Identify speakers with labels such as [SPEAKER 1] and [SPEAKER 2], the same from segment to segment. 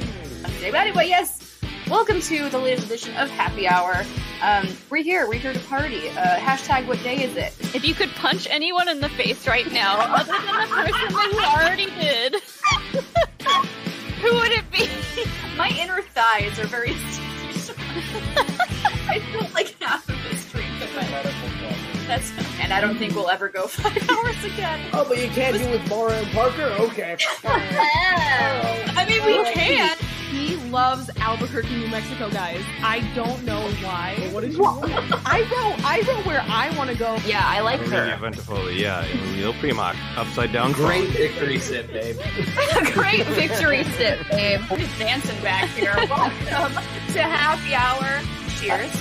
[SPEAKER 1] today. But anyway, yes, welcome to the latest edition of Happy Hour. Um, we're here. We're here to party. Uh, hashtag What day is it?
[SPEAKER 2] If you could punch anyone in the face right now, other than the person that you already did, who would it be?
[SPEAKER 1] My inner thighs are very. I feel like half of this drink of my life. That's and I don't think we'll ever go five hours again.
[SPEAKER 3] Oh, but you can't do with Mara and Parker? Okay.
[SPEAKER 1] I mean, we
[SPEAKER 3] Alright.
[SPEAKER 1] can.
[SPEAKER 4] He loves Albuquerque, New Mexico, guys. I don't know why.
[SPEAKER 3] But what did you want?
[SPEAKER 4] I wrote, I wrote where I want to go.
[SPEAKER 1] Yeah, I like
[SPEAKER 5] Amelia
[SPEAKER 1] her.
[SPEAKER 5] Ventifoli, yeah, Emilio Primock, upside down.
[SPEAKER 6] Great victory sip, babe.
[SPEAKER 1] Great victory sip, babe. We're dancing back here. Welcome to happy hour. Cheers.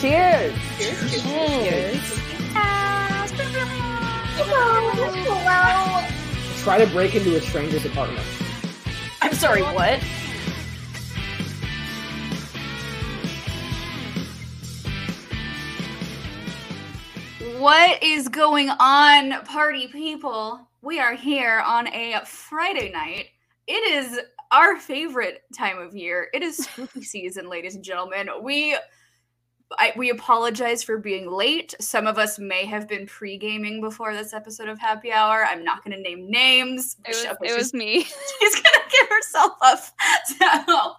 [SPEAKER 4] Cheers.
[SPEAKER 1] Cheers.
[SPEAKER 3] Try to break into a stranger's apartment.
[SPEAKER 1] I'm sorry. What? What is going on, party people? We are here on a Friday night. It is our favorite time of year. It is spooky season, ladies and gentlemen. We I, we apologize for being late. Some of us may have been pre-gaming before this episode of Happy Hour. I'm not going to name names.
[SPEAKER 2] It was,
[SPEAKER 1] Of which
[SPEAKER 2] it
[SPEAKER 1] is
[SPEAKER 2] was me.
[SPEAKER 1] she's gonna give herself up.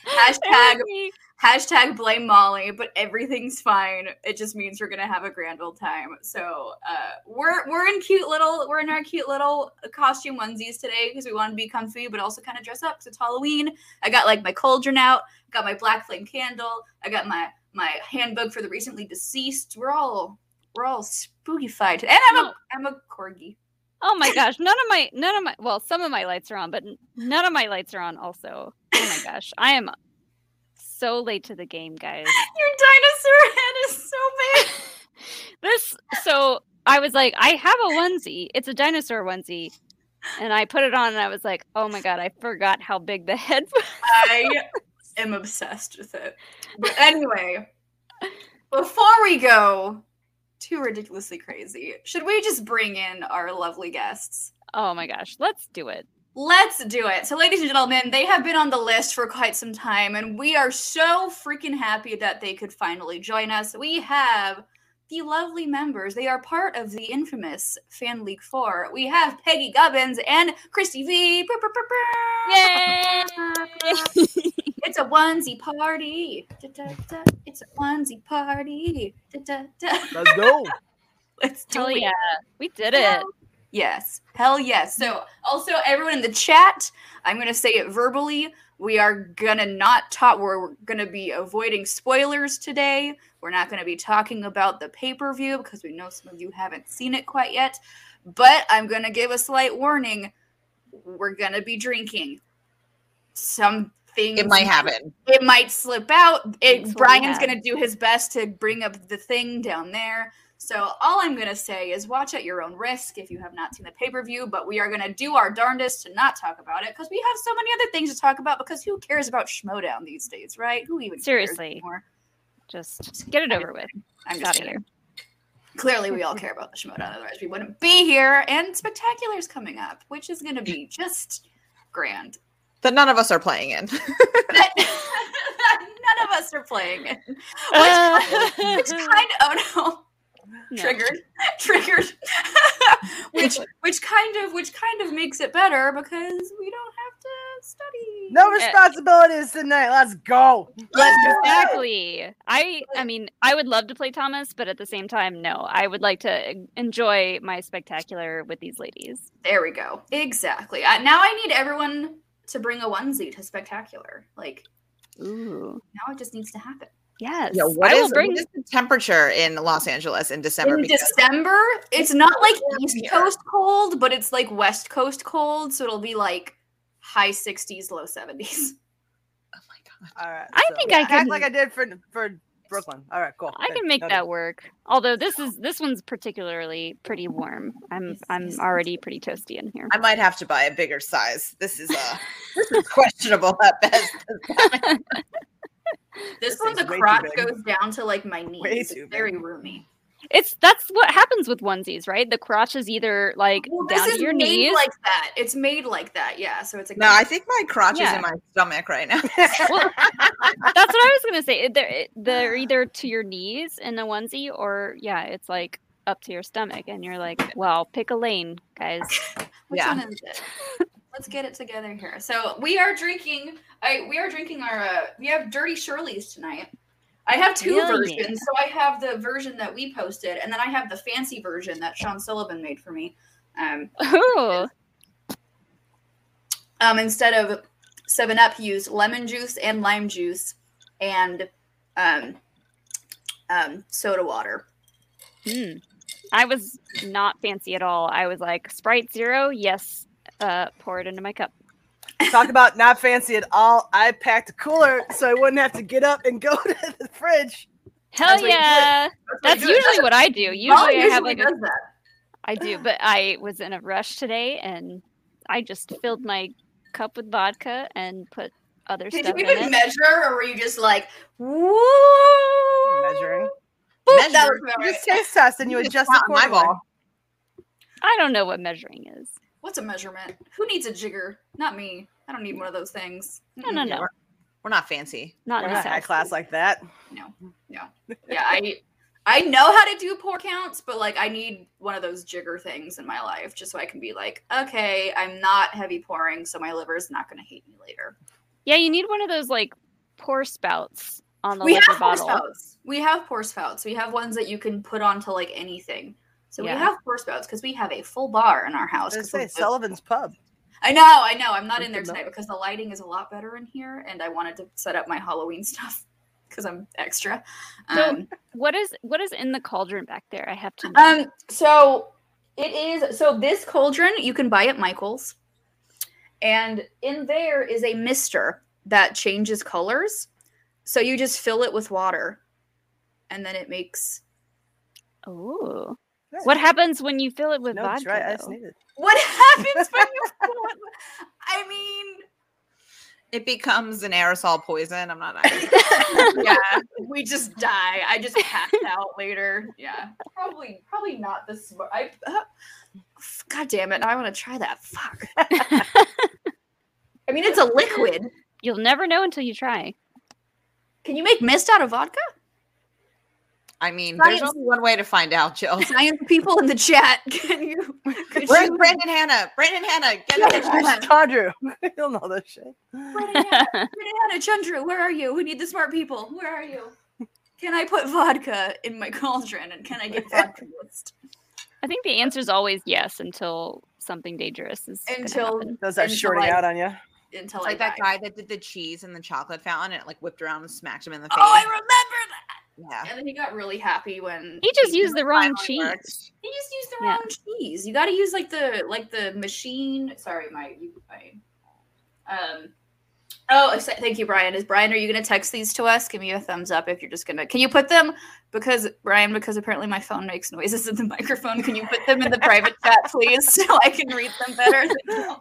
[SPEAKER 1] So hashtag
[SPEAKER 2] It was me.
[SPEAKER 1] hashtag blame Molly, but everything's fine. It just means we're gonna have a grand old time. So uh, we're we're in cute little we're in our cute little costume onesies today because we want to be comfy, but also kind of dress up because it's Halloween. I got like my cauldron out, got my black flame candle, I got my my handbook for the recently deceased. We're all we're all spookified, and I'm a
[SPEAKER 2] No.
[SPEAKER 1] I'm a corgi.
[SPEAKER 2] Oh my gosh, none of my none of my well, some of my lights are on, but n- none of my lights are on also. Oh my gosh, I am so late to the game, guys.
[SPEAKER 1] Your dinosaur head is so big.
[SPEAKER 2] This so I was like, I have a onesie. It's a dinosaur onesie. And I put it on and I was like, oh my god, I forgot how big the head was.
[SPEAKER 1] I am obsessed with it. But anyway, before we go too ridiculously crazy, should we just bring in our lovely guests?
[SPEAKER 2] Oh my gosh, let's do it.
[SPEAKER 1] Let's do it. So, ladies and gentlemen, they have been on the list for quite some time, and we are so freaking happy that they could finally join us. We have the lovely members. They are part of the infamous Fan League 4. We have Peggy Gubbins and Christy V.
[SPEAKER 2] Yay!
[SPEAKER 1] It's a onesie party. Da, da, da. It's a onesie party. Da, da, da.
[SPEAKER 3] Let's go.
[SPEAKER 1] Let's do
[SPEAKER 2] Hell
[SPEAKER 1] it.
[SPEAKER 2] yeah, we did
[SPEAKER 1] Hell
[SPEAKER 2] it.
[SPEAKER 1] Yes. Hell yes. So, also, everyone in the chat, I'm going to say it verbally. We are going to not talk, we're going to be avoiding spoilers today. We're not going to be talking about the pay per view because we know some of you haven't seen it quite yet. But I'm going to give a slight warning we're going to be drinking. Some things
[SPEAKER 7] It might happen.
[SPEAKER 1] it might slip out.
[SPEAKER 2] That's
[SPEAKER 1] It,
[SPEAKER 2] what we
[SPEAKER 1] Brian's
[SPEAKER 2] had.
[SPEAKER 1] going to do his best to bring up the thing down there. So all I'm going to say is watch at your own risk if you have not seen the pay-per-view, but we are going to do our darndest to not talk about it because we have so many other things to talk about because who cares about Schmodown these days, right? Who even cares
[SPEAKER 2] Seriously.
[SPEAKER 1] anymore?
[SPEAKER 2] Just get it over with.
[SPEAKER 1] I'm
[SPEAKER 2] Outta
[SPEAKER 1] just kidding.
[SPEAKER 2] here.
[SPEAKER 1] Clearly we all care about the Schmodown, otherwise we wouldn't be here. And Spectacular's coming up, which is going to be just grand.
[SPEAKER 7] That none of us are playing in.
[SPEAKER 1] That- None of us are playing it. Which kind of, oh no.
[SPEAKER 2] No.
[SPEAKER 1] triggered triggered which which kind of which kind of makes it better because we don't have to study
[SPEAKER 3] No
[SPEAKER 8] Eh.
[SPEAKER 3] responsibilities tonight. Let's go.
[SPEAKER 2] Exactly. I I mean, I would love to play Thomas, but at the same time, no. I would like to en- enjoy my spectacular with these ladies.
[SPEAKER 1] there we go exactly I, now i need everyone to bring a onesie to spectacular like
[SPEAKER 2] Ooh.
[SPEAKER 1] now it just needs to happen
[SPEAKER 2] Yes.
[SPEAKER 7] Yeah, what
[SPEAKER 2] I
[SPEAKER 7] is,
[SPEAKER 2] will bring
[SPEAKER 7] what is the temperature in Los Angeles in December?
[SPEAKER 1] in
[SPEAKER 7] Because
[SPEAKER 1] december it's not like
[SPEAKER 7] warm
[SPEAKER 1] east
[SPEAKER 7] here.
[SPEAKER 1] coast cold but it's like west coast cold so it'll be like high 60s low 70s
[SPEAKER 3] All right.
[SPEAKER 2] I think I
[SPEAKER 3] act
[SPEAKER 2] can-
[SPEAKER 3] like I did for for Brooklyn. All right, cool.
[SPEAKER 2] I
[SPEAKER 3] Good.
[SPEAKER 2] can make
[SPEAKER 3] Noted.
[SPEAKER 2] that work. Although this is this one's particularly pretty warm. I'm
[SPEAKER 1] Yes,
[SPEAKER 2] I'm
[SPEAKER 1] yes,
[SPEAKER 2] already pretty toasty in here.
[SPEAKER 7] I might have to buy a bigger size. This is uh, this is questionable at best.
[SPEAKER 1] this
[SPEAKER 3] This
[SPEAKER 1] one the
[SPEAKER 3] thing's way too
[SPEAKER 1] crotch
[SPEAKER 3] big.
[SPEAKER 1] goes down to like my knees
[SPEAKER 3] Way
[SPEAKER 1] it's
[SPEAKER 3] too big.
[SPEAKER 1] very roomy
[SPEAKER 2] It's that's what happens with onesies, right? The crotch is either like
[SPEAKER 1] Well, this
[SPEAKER 2] down
[SPEAKER 1] is
[SPEAKER 2] to your
[SPEAKER 1] made
[SPEAKER 2] knees.
[SPEAKER 1] like that. It's made like that. Yeah. So it's like
[SPEAKER 7] No, I think my crotch is
[SPEAKER 2] Yeah.
[SPEAKER 7] in my stomach right now.
[SPEAKER 2] well, that's what I was gonna say. It- They're it- they're either to your knees in a onesie, or yeah, it's like up to your stomach, and you're like, well, pick a lane, guys.
[SPEAKER 1] Which
[SPEAKER 7] Yeah.
[SPEAKER 1] one is it? Let's get it together here. So we are drinking. I we are drinking our. Uh, we have Dirty Shirley's tonight. I have two
[SPEAKER 2] Really?
[SPEAKER 1] versions. So I have the version that we posted, and then I have the fancy version that Sean Sullivan made for me. Um,
[SPEAKER 2] Ooh,
[SPEAKER 1] um, instead of Seven Up, he used lemon juice and lime juice, and um, um, soda water.
[SPEAKER 2] hmm. I was not fancy at all. I was like Sprite Zero, yes. Uh, pour it into my cup.
[SPEAKER 8] Talk about not fancy at all. I packed a cooler so I wouldn't have to get up and go to the fridge.
[SPEAKER 2] Hell
[SPEAKER 1] That's what you do.
[SPEAKER 2] yeah!
[SPEAKER 1] what
[SPEAKER 2] That's
[SPEAKER 1] you do.
[SPEAKER 2] usually what I do. Usually,
[SPEAKER 1] Molly
[SPEAKER 2] I have
[SPEAKER 1] usually
[SPEAKER 2] like a
[SPEAKER 1] does that.
[SPEAKER 2] I do, but I was in a rush today and I just filled my cup with vodka and put other
[SPEAKER 1] Did you
[SPEAKER 2] stuff in
[SPEAKER 1] even
[SPEAKER 2] it.
[SPEAKER 1] measure, or were you just like, woo?
[SPEAKER 8] Measuring.
[SPEAKER 1] Boop, that was
[SPEAKER 7] Measure.
[SPEAKER 1] about
[SPEAKER 8] You
[SPEAKER 1] right.
[SPEAKER 8] just taste test and you
[SPEAKER 7] You just
[SPEAKER 8] adjust the
[SPEAKER 7] count my
[SPEAKER 8] quarter line.
[SPEAKER 7] ball.
[SPEAKER 2] I don't know what measuring is.
[SPEAKER 1] What's a measurement? Who needs a jigger? Not me. I don't need one of those things.
[SPEAKER 2] No, no, no,
[SPEAKER 7] We're not fancy.
[SPEAKER 2] not
[SPEAKER 8] We're
[SPEAKER 2] in
[SPEAKER 8] not
[SPEAKER 2] this
[SPEAKER 8] high
[SPEAKER 2] house.
[SPEAKER 8] class like that.
[SPEAKER 1] Yeah, I I know how to do pour counts, but like I need one of those jigger things in my life just so I can be like, okay, I'm not heavy pouring, so my liver's not gonna hate me later.
[SPEAKER 2] Yeah, you need one of those like pour spouts on the
[SPEAKER 1] we
[SPEAKER 2] liquor
[SPEAKER 1] have pour
[SPEAKER 2] bottle.
[SPEAKER 1] spouts. We have pour spouts. We have ones that you can put onto like anything. So
[SPEAKER 2] Yeah.
[SPEAKER 1] we have pour spouts because we have a full bar in our house.
[SPEAKER 8] I
[SPEAKER 1] 'cause
[SPEAKER 8] say
[SPEAKER 1] of the-
[SPEAKER 8] Sullivan's Pub.
[SPEAKER 1] I know, I know. I'm not
[SPEAKER 8] We
[SPEAKER 1] in there
[SPEAKER 8] could not.
[SPEAKER 1] tonight because the lighting is a lot better in here, and I wanted to set up my Halloween stuff because I'm extra.
[SPEAKER 2] So-
[SPEAKER 1] Um,
[SPEAKER 2] What is what is in the cauldron back there? I have to. know.
[SPEAKER 1] um, so it is. So this cauldron you can buy at Michaels, and in there is a mister that changes colors. So you just fill it with water, and then it makes
[SPEAKER 2] Ooh,
[SPEAKER 8] Good.
[SPEAKER 2] what happens when you fill it with
[SPEAKER 8] No
[SPEAKER 2] vodka?
[SPEAKER 8] dry ice
[SPEAKER 2] though?
[SPEAKER 8] needed.
[SPEAKER 1] what happens when you. fill it with- I mean.
[SPEAKER 7] It becomes an aerosol poison. I'm not. not gonna-
[SPEAKER 1] yeah, we just die. I just pass out later. Yeah, probably, probably not this. sm- I, uh, f- God damn it! Now I want to try that. Fuck. I mean, it's a liquid.
[SPEAKER 2] You'll never know until you try.
[SPEAKER 1] Can you make mist out of vodka?
[SPEAKER 7] I mean, there's
[SPEAKER 1] Science.
[SPEAKER 7] only one way to find out, Jill.
[SPEAKER 1] Science people in the chat, can you? Could
[SPEAKER 7] Brand-
[SPEAKER 1] you
[SPEAKER 7] Brandon Hannah. Brandon Hannah. Get
[SPEAKER 1] Yeah.
[SPEAKER 7] out of
[SPEAKER 8] I told you. You'll know this shit.
[SPEAKER 1] Brandon Hannah, Brandon Hannah, Chandra, where are you? We need the smart people. Where are you? Can I put vodka in my cauldron and can I get vodka mist?
[SPEAKER 2] I think the answer is always yes until something dangerous is gonna
[SPEAKER 1] Until
[SPEAKER 2] happen.
[SPEAKER 8] Does that
[SPEAKER 1] Into
[SPEAKER 8] shorting
[SPEAKER 1] life.
[SPEAKER 8] out on you?
[SPEAKER 1] until
[SPEAKER 7] It's
[SPEAKER 1] I
[SPEAKER 7] like that
[SPEAKER 1] die.
[SPEAKER 7] guy that did the cheese in the chocolate fountain and it like whipped around and smacked him in the face.
[SPEAKER 1] Oh, I remember that.
[SPEAKER 7] yeah.
[SPEAKER 1] And then he got really happy when
[SPEAKER 2] He just used the wrong
[SPEAKER 7] Finally
[SPEAKER 2] cheese.
[SPEAKER 7] worked.
[SPEAKER 1] They just use the
[SPEAKER 2] Yeah.
[SPEAKER 1] wrong cheese. You got to use like the like the machine. Sorry, my you- my. Um. Oh, exce- thank you, Brian. Is Brian? Are you going to text these to us? Give me a thumbs up if you're just going to. Can you put them because Brian? Because apparently my phone makes noises in the microphone. Can you put them in the private chat, please, so I can read them better? Thank you.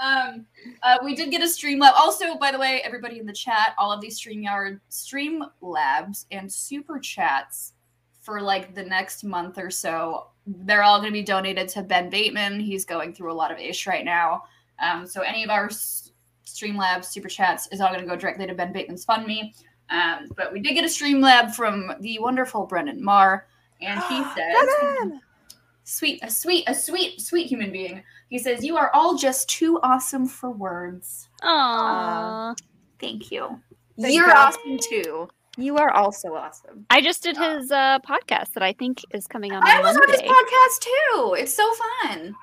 [SPEAKER 1] Um, uh, we did get a stream lab. Also, by the way, everybody in the chat, all of these StreamYard stream labs and super chats for like the next month or so, they're all going to be donated to Ben Bateman. He's going through a lot of ish right now. Um, so any of our s- Streamlabs super chats is all going to go directly to Ben Bateman's FundMe. Um, but we did get a Streamlab from the wonderful Brendan Marr, and he says,
[SPEAKER 8] Brendan!
[SPEAKER 1] "Sweet, a sweet, a sweet, sweet human being." He says, "You are all just too awesome for words.
[SPEAKER 2] Aww.
[SPEAKER 1] Thank you.
[SPEAKER 8] Thank
[SPEAKER 1] You're
[SPEAKER 8] you.
[SPEAKER 1] awesome too. You are also awesome."
[SPEAKER 2] I just did his uh, podcast that I think is coming on.
[SPEAKER 1] I was on his
[SPEAKER 2] Monday.
[SPEAKER 1] podcast too. It's so fun.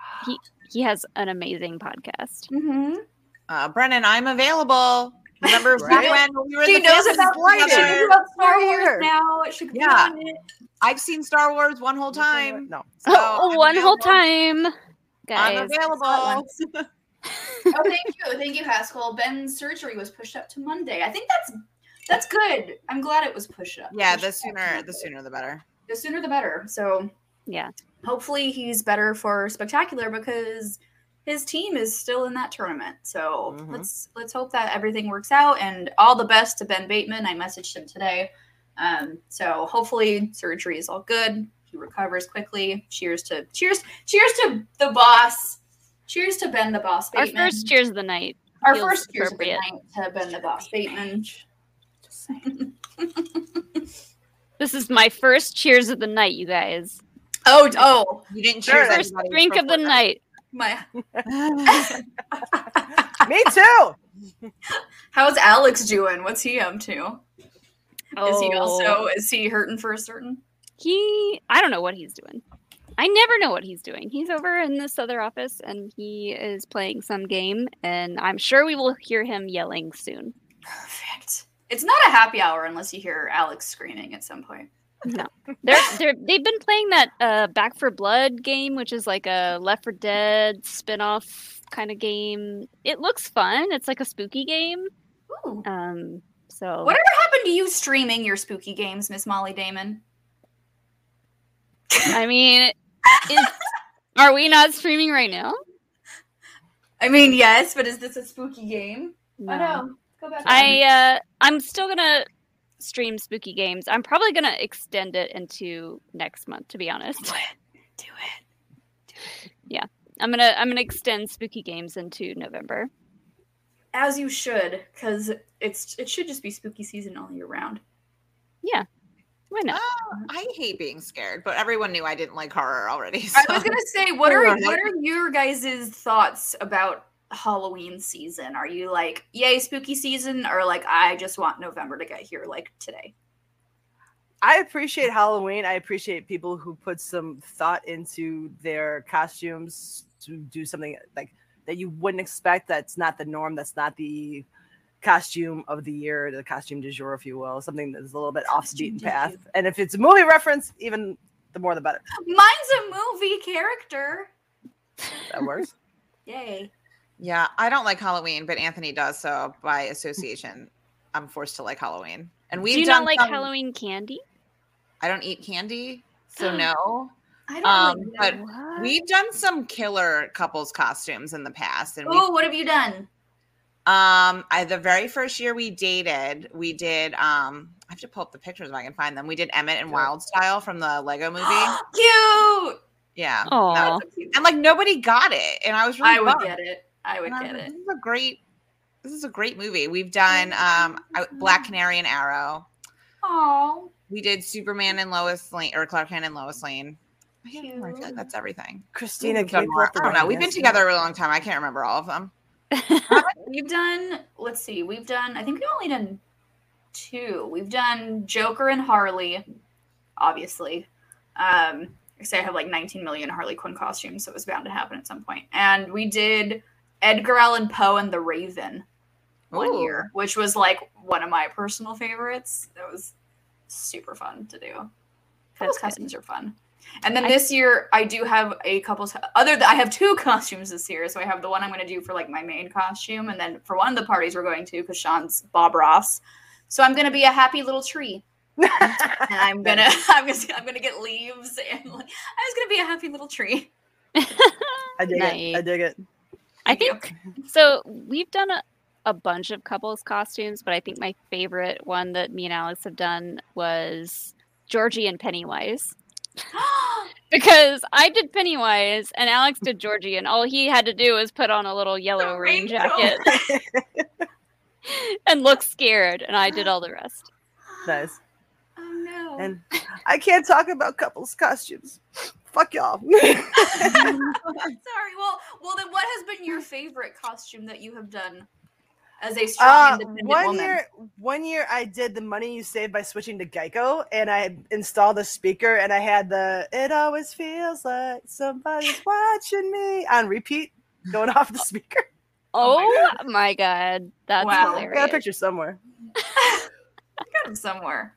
[SPEAKER 2] He has an amazing podcast.
[SPEAKER 1] Mm-hmm.
[SPEAKER 7] Uh, Brennan, I'm available. Remember
[SPEAKER 8] Right?
[SPEAKER 7] when we were in
[SPEAKER 1] She
[SPEAKER 7] the
[SPEAKER 1] knows
[SPEAKER 7] Phantom
[SPEAKER 1] about
[SPEAKER 7] Slayer?
[SPEAKER 1] she knows about Star
[SPEAKER 8] Right
[SPEAKER 1] Wars
[SPEAKER 8] here.
[SPEAKER 1] now. She could
[SPEAKER 7] Yeah.
[SPEAKER 1] be on it.
[SPEAKER 7] I've seen Star Wars one whole time.
[SPEAKER 8] No.
[SPEAKER 7] So
[SPEAKER 2] Oh,
[SPEAKER 7] I'm
[SPEAKER 2] one whole time,
[SPEAKER 7] available. I'm
[SPEAKER 2] guys.
[SPEAKER 7] available.
[SPEAKER 1] Oh, thank you, thank you, Haskell. Ben's surgery was pushed up to Monday. I think that's that's good. I'm glad it was pushed up.
[SPEAKER 7] Yeah,
[SPEAKER 1] Pushed
[SPEAKER 7] the
[SPEAKER 1] up to
[SPEAKER 7] sooner
[SPEAKER 1] Monday.
[SPEAKER 7] the sooner the better.
[SPEAKER 1] the sooner the better. So
[SPEAKER 2] Yeah.
[SPEAKER 1] hopefully he's better for spectacular because his team is still in that tournament. So
[SPEAKER 2] Mm-hmm.
[SPEAKER 7] Mhm.
[SPEAKER 1] let's let's hope that everything works out and all the best to Ben Bateman. I messaged him today. Um, so hopefully surgery is all good. He recovers quickly. Cheers to cheers cheers to the boss. Cheers to Ben the boss
[SPEAKER 2] Our
[SPEAKER 1] Bateman.
[SPEAKER 2] first cheers of the night.
[SPEAKER 1] Our
[SPEAKER 2] feels
[SPEAKER 1] first cheers of the
[SPEAKER 2] appropriate.
[SPEAKER 1] night to Ben the boss Bateman. Just saying.
[SPEAKER 2] This is my first cheers of the night, you guys.
[SPEAKER 1] Oh oh
[SPEAKER 7] You didn't
[SPEAKER 8] Sure.
[SPEAKER 7] choose
[SPEAKER 2] First
[SPEAKER 7] anybody
[SPEAKER 2] drink
[SPEAKER 7] for
[SPEAKER 2] of the
[SPEAKER 7] work.
[SPEAKER 2] night.
[SPEAKER 1] my
[SPEAKER 8] Me too.
[SPEAKER 1] how's Alex doing? What's he up to? Is he
[SPEAKER 2] Oh.
[SPEAKER 1] also is he hurting for a certain?
[SPEAKER 2] He, I don't know what he's doing. I never know what he's doing. He's over in this other office and he is playing some game, and I'm sure we will hear him yelling soon.
[SPEAKER 1] Perfect. It's not a happy hour unless you hear Alex screaming at some point.
[SPEAKER 2] They're, they're they've been playing that uh, Back for Blood game, which is like a Left for Dead spin-off kind of game. It looks fun. It's like a spooky game.
[SPEAKER 1] Ooh.
[SPEAKER 2] Um, so
[SPEAKER 1] Whatever happened to you streaming your spooky games, Miss Molly Damon?
[SPEAKER 2] I mean, is, are we not streaming right now?
[SPEAKER 1] I mean, yes, but is this a spooky game? I know. Go back.
[SPEAKER 2] I uh, I'm still gonna stream spooky games. I'm probably gonna extend it into next month, to be honest.
[SPEAKER 1] do it.
[SPEAKER 2] I'm gonna I'm gonna extend spooky games into November.
[SPEAKER 1] As you should, because it's it should just be spooky season all year round.
[SPEAKER 2] Why not?
[SPEAKER 7] Oh, I hate being scared, but everyone knew I didn't like horror already. So.
[SPEAKER 1] I was gonna say, what are
[SPEAKER 7] Right.
[SPEAKER 1] what are your guys' thoughts about Halloween season? Are you like, yay, spooky season, or like I just want November to get here like today?
[SPEAKER 8] I appreciate Halloween. I appreciate people who put some thought into their costumes to do something like that you wouldn't expect. That's not the norm. That's not the costume of the year, the costume du jour, if you will. Something that's a little bit off the
[SPEAKER 1] Costume
[SPEAKER 8] beaten
[SPEAKER 1] du
[SPEAKER 8] path.
[SPEAKER 1] jour.
[SPEAKER 8] And if it's a movie reference, even the more the better.
[SPEAKER 1] Mine's a movie character.
[SPEAKER 8] That works.
[SPEAKER 1] Yay.
[SPEAKER 7] yeah, I don't like Halloween, but Anthony does. So by association, I'm forced to like Halloween. And we've
[SPEAKER 2] Do you
[SPEAKER 7] done
[SPEAKER 2] not like
[SPEAKER 7] some-
[SPEAKER 2] Halloween candy?
[SPEAKER 7] I don't eat candy, so no.
[SPEAKER 1] I
[SPEAKER 7] Um,
[SPEAKER 1] don't really
[SPEAKER 7] but
[SPEAKER 1] know.
[SPEAKER 2] What?
[SPEAKER 7] We've done some killer couples costumes in the past, and we
[SPEAKER 1] Oh, what have you done?
[SPEAKER 7] Um, I the very first year we dated, we did um I have to pull up the pictures if I can find them. We did Emmett and Wild Style from the Lego movie.
[SPEAKER 1] Cute.
[SPEAKER 7] yeah.
[SPEAKER 2] Aw.
[SPEAKER 1] That's a cute
[SPEAKER 7] And like nobody got it. And I was really
[SPEAKER 1] I would
[SPEAKER 7] bummed.
[SPEAKER 1] get it. I would
[SPEAKER 7] And I was
[SPEAKER 1] get
[SPEAKER 7] like,
[SPEAKER 1] it.
[SPEAKER 7] This is a great this is a great movie. We've done um I- Black Canary and Arrow.
[SPEAKER 1] Oh,
[SPEAKER 7] We did Superman and Lois Lane or Clark Kent and Lois Lane. I can't remember. I feel like
[SPEAKER 1] Cute.
[SPEAKER 7] that's everything.
[SPEAKER 8] Christina,
[SPEAKER 7] We've
[SPEAKER 8] can
[SPEAKER 7] done
[SPEAKER 8] you pull
[SPEAKER 7] more.
[SPEAKER 8] up
[SPEAKER 7] I
[SPEAKER 8] the
[SPEAKER 7] don't know.
[SPEAKER 8] running
[SPEAKER 7] We've been
[SPEAKER 8] list?
[SPEAKER 7] together a really long time. I can't remember all of them.
[SPEAKER 1] we've done. Let's see. We've done. I think we've only done two. We've done Joker and Harley, obviously. Um, I say I have like 19 million Harley Quinn costumes, so it was bound to happen at some point. And we did Edgar Allan Poe and the Raven one
[SPEAKER 7] Ooh.
[SPEAKER 1] year, which was like one of my personal favorites. That was super fun to do. Couples
[SPEAKER 2] That's good.
[SPEAKER 1] costumes are fun. And then
[SPEAKER 2] I-
[SPEAKER 1] this year, I do have a couple's other. Th- I have two costumes this year, so I have the one I'm going to do for like my main costume, and then for one of the parties we're going to because Sean's Bob Ross. So I'm going to be a happy little tree, and I'm gonna I'm gonna I'm gonna get leaves, and like, I'm just gonna be a happy little tree.
[SPEAKER 8] I dig it. I
[SPEAKER 2] Nice.
[SPEAKER 8] dig it.
[SPEAKER 2] I
[SPEAKER 1] Thank you.
[SPEAKER 2] think so. We've done a, a bunch of couples costumes, but I think my favorite one that me and Alex have done was Georgie and Pennywise because I did Pennywise and Alex did Georgie, and all he had to do was put on a little yellow rain
[SPEAKER 1] raincoat.
[SPEAKER 2] jacket and look scared, and I did all the rest.
[SPEAKER 8] Nice.
[SPEAKER 1] Oh no.
[SPEAKER 8] And I can't talk about couples costumes. Fuck y'all.
[SPEAKER 1] Sorry. Well, well, then, what has been your favorite costume that you have done as a strong,
[SPEAKER 2] Uh,
[SPEAKER 1] independent
[SPEAKER 8] Uh, one
[SPEAKER 1] woman?
[SPEAKER 8] year, one year I did the money you save by switching to Geico, and I installed a speaker, and I had the "It always feels like somebody's watching me" on repeat, going off
[SPEAKER 1] Uh,
[SPEAKER 8] the speaker.
[SPEAKER 2] Oh,
[SPEAKER 1] Oh
[SPEAKER 2] my, god. that's
[SPEAKER 1] Wow.
[SPEAKER 8] I got a
[SPEAKER 2] hilarious!
[SPEAKER 8] picture somewhere.
[SPEAKER 1] Got 'em somewhere.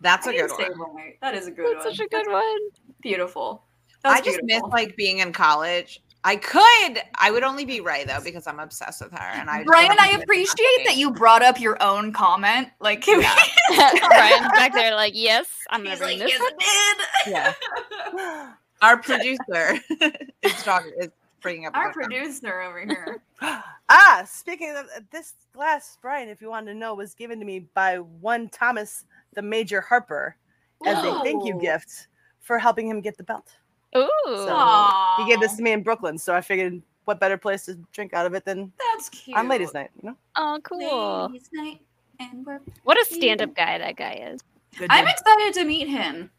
[SPEAKER 7] That's a
[SPEAKER 1] I didn't
[SPEAKER 7] good
[SPEAKER 1] say
[SPEAKER 7] one.
[SPEAKER 1] one. That is a good
[SPEAKER 2] That's
[SPEAKER 1] one.
[SPEAKER 2] such a good one.
[SPEAKER 1] beautiful. That's
[SPEAKER 7] I just
[SPEAKER 1] beautiful.
[SPEAKER 7] miss like being in college. I could. I would only be Ray though because I'm obsessed with her. And I
[SPEAKER 1] Brian, I appreciate that you brought up your own comment. Like, can we-
[SPEAKER 7] Yeah.
[SPEAKER 2] Brian's back there, like, yes, I'm gonna
[SPEAKER 1] he's
[SPEAKER 2] bring
[SPEAKER 1] like,
[SPEAKER 2] this.
[SPEAKER 1] yes,
[SPEAKER 2] up."
[SPEAKER 1] I did.
[SPEAKER 7] Yeah, our producer is talking is bringing up. a
[SPEAKER 1] Our
[SPEAKER 7] good one.
[SPEAKER 1] producer over here.
[SPEAKER 8] ah, speaking of this glass, Brian, if you wanted to know, was given to me by one Thomas the Major Harper as a thank you
[SPEAKER 1] Ooh.
[SPEAKER 8] gift for helping him get the belt.
[SPEAKER 2] Ooh.
[SPEAKER 8] So he gave this to me in Brooklyn, so I figured what better place to drink out of it than
[SPEAKER 1] That's cute.
[SPEAKER 8] on ladies' night, you know?
[SPEAKER 2] oh, cool.
[SPEAKER 1] Ladies' night, and we're.
[SPEAKER 2] What a stand-up guy that guy is.
[SPEAKER 8] Good
[SPEAKER 1] I'm
[SPEAKER 8] dude.
[SPEAKER 1] excited to meet him.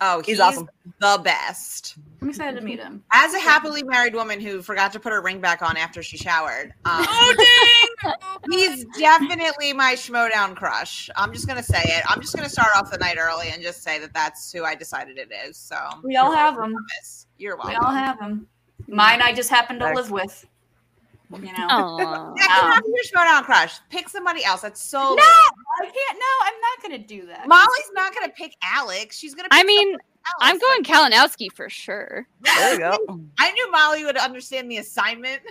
[SPEAKER 7] Oh,
[SPEAKER 8] He's awesome.
[SPEAKER 7] The best.
[SPEAKER 1] I'm excited to meet him.
[SPEAKER 7] As a happily married woman who forgot to put her ring back on after she showered, um,
[SPEAKER 1] Oh,
[SPEAKER 7] he's definitely my schmodown crush. I'm just gonna say it. I'm just gonna start off the night early and just say that that's who I decided it is. So
[SPEAKER 1] We all have him.
[SPEAKER 7] Miss, you're
[SPEAKER 1] We
[SPEAKER 7] welcome.
[SPEAKER 1] all have him. Mine, I just happen to live with. You know.
[SPEAKER 2] Oh.
[SPEAKER 7] That cannot be your schmodown crush. Pick somebody else. That's so.
[SPEAKER 1] No,
[SPEAKER 7] lame.
[SPEAKER 1] I can't. No, I'm not gonna do that.
[SPEAKER 7] Molly's not gonna pick Alex. She's gonna. Pick
[SPEAKER 2] I mean,
[SPEAKER 7] someone
[SPEAKER 2] I'm
[SPEAKER 7] else.
[SPEAKER 2] going Kalinowski for sure.
[SPEAKER 8] There you go.
[SPEAKER 7] I knew Molly would understand the assignment.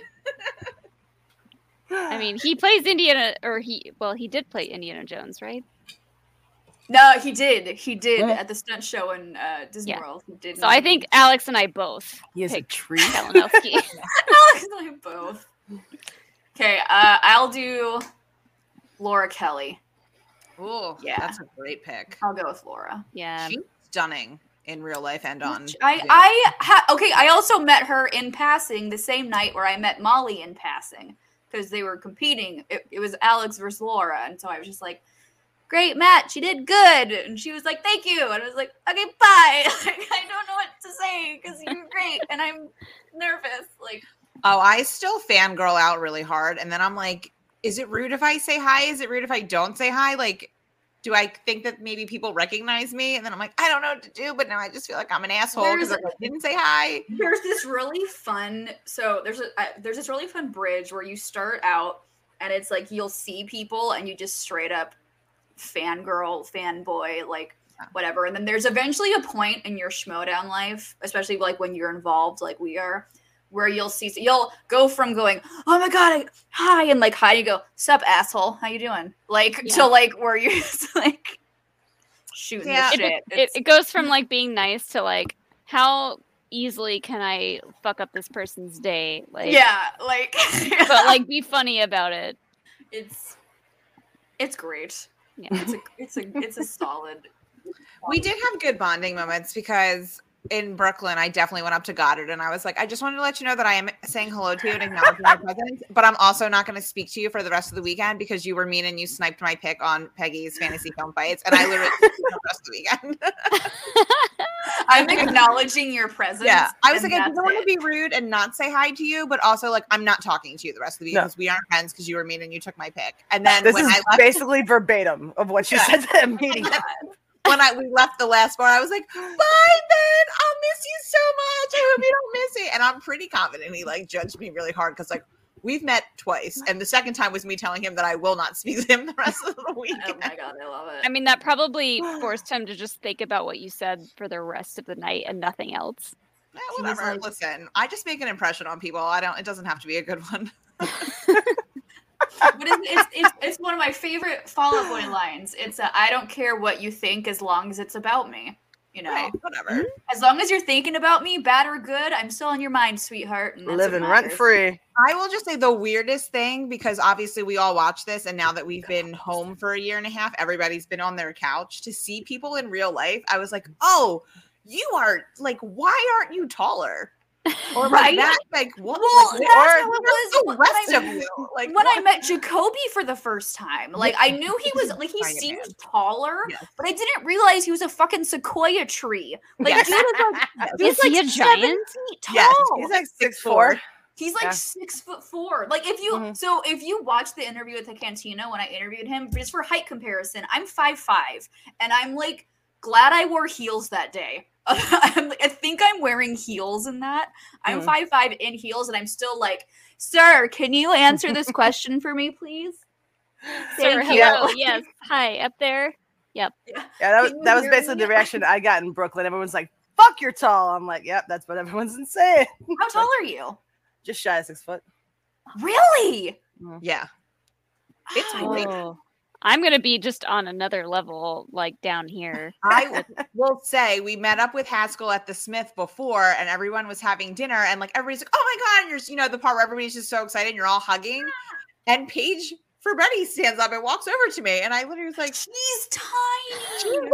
[SPEAKER 2] I mean, he plays Indiana, or he well, he did play Indiana Jones, right?
[SPEAKER 1] No, he did. He did
[SPEAKER 8] Yeah.
[SPEAKER 1] at the stunt show in uh, Disney
[SPEAKER 2] Yeah.
[SPEAKER 1] World. He did.
[SPEAKER 2] So I think Alex and I both
[SPEAKER 8] He is a
[SPEAKER 2] picked
[SPEAKER 8] treat.
[SPEAKER 2] Kalinowski.
[SPEAKER 1] Alex and I both. Okay, uh, I'll do Laura Kelly.
[SPEAKER 7] Ooh,
[SPEAKER 1] Yeah.
[SPEAKER 7] Oh, that's a great pick.
[SPEAKER 1] I'll go with Laura.
[SPEAKER 2] yeah.
[SPEAKER 7] She's stunning in real life and on.
[SPEAKER 1] Um, Which I
[SPEAKER 7] video.
[SPEAKER 1] I ha- okay. I also met her in passing the same night where I met Molly in passing because they were competing. It, it was Alex versus Laura, and so I was just like, "Great match, you did good." And she was like, "Thank you," and I was like, "Okay, bye." like I don't know what to say because you're great, and I'm nervous. Like
[SPEAKER 7] Oh, I still fangirl out really hard. And then I'm like, is it rude if I say hi? Is it rude if I don't say hi? Like, do I think that maybe people recognize me? And then I'm like, I don't know what to do. But now I just feel like I'm an asshole because
[SPEAKER 1] There's-
[SPEAKER 7] I didn't say hi.
[SPEAKER 1] there's this really fun so there's a uh, there's this really fun bridge where you start out and it's like you'll see people and you just straight up fangirl fanboy like whatever and then there's eventually a point in your schmodown life especially like when you're involved like we are where you'll see so you'll go from going oh my god I, hi and like hi you go sup asshole how you doing like
[SPEAKER 2] Yeah.
[SPEAKER 1] to like where you're just like shooting
[SPEAKER 7] Yeah.
[SPEAKER 1] the
[SPEAKER 2] It,
[SPEAKER 1] shit
[SPEAKER 2] it,
[SPEAKER 1] It's-
[SPEAKER 2] it goes from like being nice to like how easily can I fuck up this person's day? Like
[SPEAKER 1] yeah like
[SPEAKER 2] but like be funny about it.
[SPEAKER 1] it's it's great.
[SPEAKER 2] Yeah.
[SPEAKER 1] It's a it's a it's a solid.
[SPEAKER 7] We did have good bonding moments because in Brooklyn, I definitely went up to Goddard and I was like, I just wanted to let you know that I am saying hello to you and acknowledging your presence, but I'm also not going to speak to you for the rest of the weekend because you were mean and you sniped my pick on Peggy's fantasy film fights. And I literally for the rest of the weekend.
[SPEAKER 1] I'm acknowledging your presence.
[SPEAKER 7] Yeah, I was
[SPEAKER 1] and
[SPEAKER 7] like, I
[SPEAKER 1] that's
[SPEAKER 7] didn't want to
[SPEAKER 1] it.
[SPEAKER 7] be rude and not say hi to you, but also like I'm not talking to you the rest of the week
[SPEAKER 8] No.
[SPEAKER 7] because we aren't friends because you were mean and you took my pick. And then
[SPEAKER 8] This
[SPEAKER 7] when
[SPEAKER 8] is
[SPEAKER 7] I left,
[SPEAKER 8] basically verbatim of what she
[SPEAKER 7] Yeah.
[SPEAKER 8] said to that meeting.
[SPEAKER 7] when I we left the last bar, I was like, "Bye, then. I'll miss you so much. I hope you don't miss me." And I'm pretty confident he like judged me really hard because like we've met twice, and the second time was me telling him that I will not speak to him the rest of the week.
[SPEAKER 1] Oh my god, I love it.
[SPEAKER 2] I mean that probably forced him to just think about what you said for the rest of the night and nothing else.
[SPEAKER 7] Eh, whatever. Listen, I just make an impression on people. I don't. It doesn't have to be a good one.
[SPEAKER 1] but it's, it's, it's, it's one of my favorite Fall Out Boy lines. It's a, I don't care what you think as long as it's about me. You know,
[SPEAKER 7] Right, whatever.
[SPEAKER 1] as long as you're thinking about me, bad or good, I'm still on your mind, sweetheart. And that's what
[SPEAKER 8] Living rent
[SPEAKER 1] matters.
[SPEAKER 8] free.
[SPEAKER 7] I will just say the weirdest thing because obviously we all watch this, and now that we've been home for a year and a half, everybody's been on their couch to see people in real life. I was like, oh, you are like, why aren't you taller? Or like
[SPEAKER 1] Right?
[SPEAKER 7] that, like what?
[SPEAKER 1] Well,
[SPEAKER 7] like,
[SPEAKER 1] that's
[SPEAKER 7] where-
[SPEAKER 1] how it
[SPEAKER 7] where's
[SPEAKER 1] was
[SPEAKER 7] the
[SPEAKER 1] when I-
[SPEAKER 7] rest of you? Like
[SPEAKER 1] when
[SPEAKER 7] what?
[SPEAKER 1] I met Jacoby for the first time, like I knew he was like he
[SPEAKER 7] Spider-Man.
[SPEAKER 1] seemed taller,
[SPEAKER 7] Yes.
[SPEAKER 1] but I didn't realize he was a fucking sequoia tree. Like
[SPEAKER 7] Yes.
[SPEAKER 1] dude is like he's
[SPEAKER 2] Is
[SPEAKER 1] like
[SPEAKER 2] he a
[SPEAKER 1] seven
[SPEAKER 2] giant?
[SPEAKER 1] feet tall.
[SPEAKER 7] Yes,
[SPEAKER 8] He's like six
[SPEAKER 7] four.
[SPEAKER 8] four.
[SPEAKER 1] He's like
[SPEAKER 8] Yeah.
[SPEAKER 1] six foot four. Like if you
[SPEAKER 8] Mhm.
[SPEAKER 1] so if you watch the interview with the Cantino when I interviewed him, just for height comparison, I'm five five, and I'm like glad I wore heels that day. I'm like, I think I'm wearing heels in that. I'm
[SPEAKER 8] Mhm.
[SPEAKER 1] five five in heels, and I'm still like, sir, can you answer this question for me, please?
[SPEAKER 2] Sir,
[SPEAKER 1] Thank you.
[SPEAKER 2] hello. Yes. Hi, up there.
[SPEAKER 8] Yeah, that was,
[SPEAKER 1] Can you
[SPEAKER 8] that was
[SPEAKER 1] hear
[SPEAKER 8] basically
[SPEAKER 1] me?
[SPEAKER 8] the reaction I got in Brooklyn. Everyone's like, "Fuck, you're tall." I'm like, "Yep, that's what everyone's saying."
[SPEAKER 1] How tall are you?
[SPEAKER 8] Just shy of six foot.
[SPEAKER 1] Really?
[SPEAKER 7] Yeah, It's
[SPEAKER 1] I think-
[SPEAKER 2] I'm gonna be just on another level, like down here.
[SPEAKER 7] I will say we met up with Haskell at the Smith before, and everyone was having dinner, and like everybody's like, "Oh my god!" And you're, you know, the part where everybody's just so excited, and you're all hugging, and Paige Ferretti stands up and walks over to me, and I literally was like,
[SPEAKER 1] She's tiny.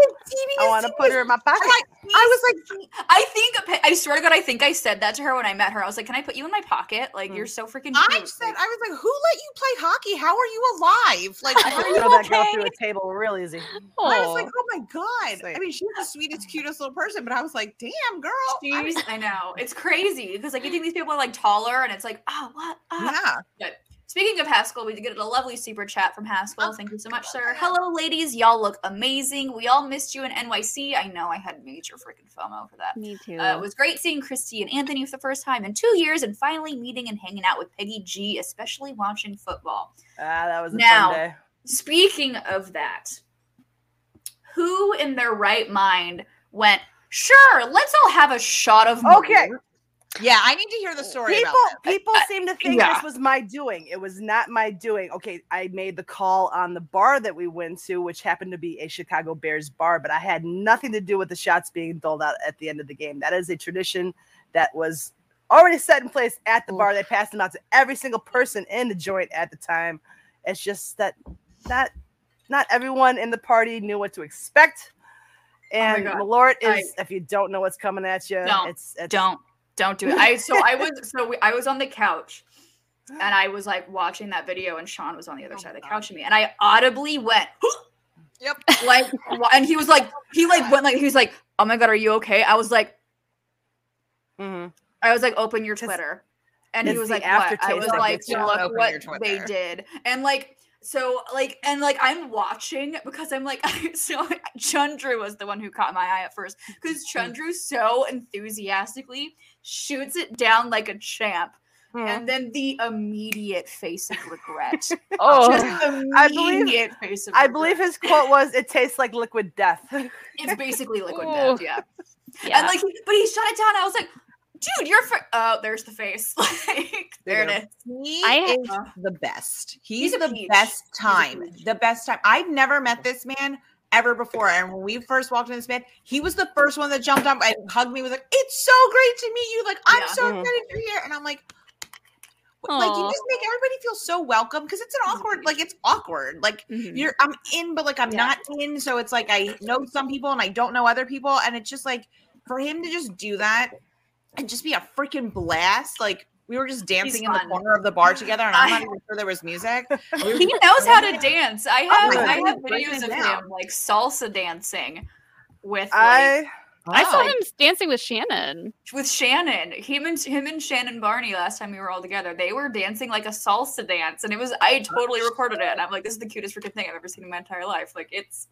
[SPEAKER 8] I want to put her in my pocket.
[SPEAKER 7] I'm like, I was like,
[SPEAKER 1] I think I swear to God, I think I said that to her when I met her. I was like, "Can I put you in my pocket? Like, you're so freaking."
[SPEAKER 7] I
[SPEAKER 1] cute."
[SPEAKER 7] said,
[SPEAKER 1] Like,
[SPEAKER 7] I was like, who let you play hockey? How are you alive? Like, why are
[SPEAKER 8] Throw
[SPEAKER 7] you
[SPEAKER 8] that girl through a table real easy.
[SPEAKER 7] I was like,
[SPEAKER 2] Aw.
[SPEAKER 7] oh my god. I
[SPEAKER 8] Sweet.
[SPEAKER 7] mean, she's the sweetest, cutest little person, but I was like, damn, girl. I was-
[SPEAKER 1] Jeez, I know it's crazy because like you think these people are like taller, and it's like, oh, what? Ah.
[SPEAKER 7] yeah.
[SPEAKER 1] Speaking of Haskell, we did get a lovely super chat from Haskell. Thank you so much, sir. Hello, ladies. Y'all look amazing. We all missed you in NYC. I know I had major freaking FOMO for that.
[SPEAKER 2] me too.
[SPEAKER 1] Uh, it was great seeing Christy and Anthony for the first time in two years, and finally meeting and hanging out with Peggy G, especially watching football.
[SPEAKER 8] Ah, that was a
[SPEAKER 1] Now-
[SPEAKER 8] fun day.
[SPEAKER 1] Speaking of that, who in their right mind went, sure, let's all have a shot of
[SPEAKER 8] Okay.
[SPEAKER 1] Moore."
[SPEAKER 7] Yeah, I need to hear the story
[SPEAKER 8] People,
[SPEAKER 7] about that.
[SPEAKER 8] people seem to think
[SPEAKER 1] yeah.
[SPEAKER 8] this was my doing. It was not my doing. Okay, I made the call on the bar that we went to, which happened to be a Chicago Bears bar, but I had nothing to do with the shots being doled out at the end of the game. That is a tradition that was already set in place at the bar. They passed them out to every single person in the joint at the time. It's just that not not everyone in the party knew what to expect. And
[SPEAKER 1] Oh God.
[SPEAKER 8] Malort is
[SPEAKER 1] I-
[SPEAKER 8] if you don't know what's coming at you,
[SPEAKER 1] Don't.
[SPEAKER 8] it's, it's
[SPEAKER 1] Don't, don't do it. I so I was so we, I was on the couch, and I was like watching that video, and Sean was on the other
[SPEAKER 7] Oh
[SPEAKER 1] side
[SPEAKER 7] my
[SPEAKER 1] of the
[SPEAKER 7] God.
[SPEAKER 1] couch to me, and I audibly went,
[SPEAKER 7] Yep.
[SPEAKER 1] like, wa- and he was like, he like went like he was like, oh my god, are you okay? I was like,
[SPEAKER 8] Mhm.
[SPEAKER 1] I was like, open your
[SPEAKER 8] 'Cause
[SPEAKER 1] Twitter. And he
[SPEAKER 8] it's
[SPEAKER 1] was
[SPEAKER 8] the
[SPEAKER 1] like, what? I
[SPEAKER 8] aftertaste
[SPEAKER 1] was
[SPEAKER 8] that
[SPEAKER 1] like,
[SPEAKER 8] gets you.
[SPEAKER 1] look
[SPEAKER 7] Open
[SPEAKER 1] what
[SPEAKER 7] your
[SPEAKER 1] they
[SPEAKER 7] Twitter.
[SPEAKER 1] did. And like, so like, and like, I'm watching because I'm like, so Chandru was the one who caught my eye at first because Chandru so enthusiastically shoots it down like a champ.
[SPEAKER 8] Mhm.
[SPEAKER 1] And then the immediate face of regret.
[SPEAKER 2] oh,
[SPEAKER 1] Just immediate
[SPEAKER 8] I believe-
[SPEAKER 1] face of
[SPEAKER 8] I
[SPEAKER 1] regret.
[SPEAKER 8] believe his quote was, "It tastes like liquid death." Oh.
[SPEAKER 1] it's basically liquid
[SPEAKER 2] Ooh.
[SPEAKER 1] death. Yeah.
[SPEAKER 2] yeah.
[SPEAKER 1] And like, he- but he shut it down. I was like, dude, you're, fr- oh, there's the face. like, there it
[SPEAKER 8] go.
[SPEAKER 1] is.
[SPEAKER 7] He
[SPEAKER 2] I-
[SPEAKER 7] is
[SPEAKER 1] uh,
[SPEAKER 7] the best.
[SPEAKER 1] he's
[SPEAKER 7] He's,
[SPEAKER 1] a
[SPEAKER 7] the
[SPEAKER 1] peach.
[SPEAKER 7] best
[SPEAKER 1] He's a
[SPEAKER 7] time.
[SPEAKER 1] peach.
[SPEAKER 7] The best time. I've never met this man ever before. And when we first walked in this man, he was the first one that jumped up and hugged me. Was like, "It's so great to meet you. Like, I'm
[SPEAKER 1] Yeah. Mm-hmm.
[SPEAKER 7] so
[SPEAKER 8] Mhm.
[SPEAKER 7] excited you're here." And I'm like, "Like, you
[SPEAKER 2] Aw.
[SPEAKER 7] just make everybody feel so welcome because it's
[SPEAKER 1] Mm-hmm.
[SPEAKER 7] an awkward. Like, it's awkward. Like,
[SPEAKER 2] Mhm.
[SPEAKER 7] you're I'm in, but like I'm
[SPEAKER 1] Yeah.
[SPEAKER 7] not in. So it's like I know some people and I don't know other people. And it's just like for him to just do that and just be a freaking blast. Like we were just dancing in the
[SPEAKER 1] fun.
[SPEAKER 7] corner of the bar together, and I'm
[SPEAKER 1] I-
[SPEAKER 7] not even sure there was music.
[SPEAKER 1] he knows how to dance. I
[SPEAKER 7] Oh
[SPEAKER 1] have
[SPEAKER 7] my
[SPEAKER 1] I
[SPEAKER 7] God,
[SPEAKER 1] have
[SPEAKER 7] break
[SPEAKER 1] videos
[SPEAKER 7] it
[SPEAKER 1] of
[SPEAKER 7] down.
[SPEAKER 1] him like salsa dancing with like,
[SPEAKER 8] I
[SPEAKER 2] I saw
[SPEAKER 7] Oh.
[SPEAKER 2] him dancing with Shannon.
[SPEAKER 1] with Shannon. Him and him and Shannon Barney last time we were all together. They were dancing like a salsa dance, and it was I totally recorded it. And I'm like, this is the cutest freaking thing I've ever seen in my entire life. Like it's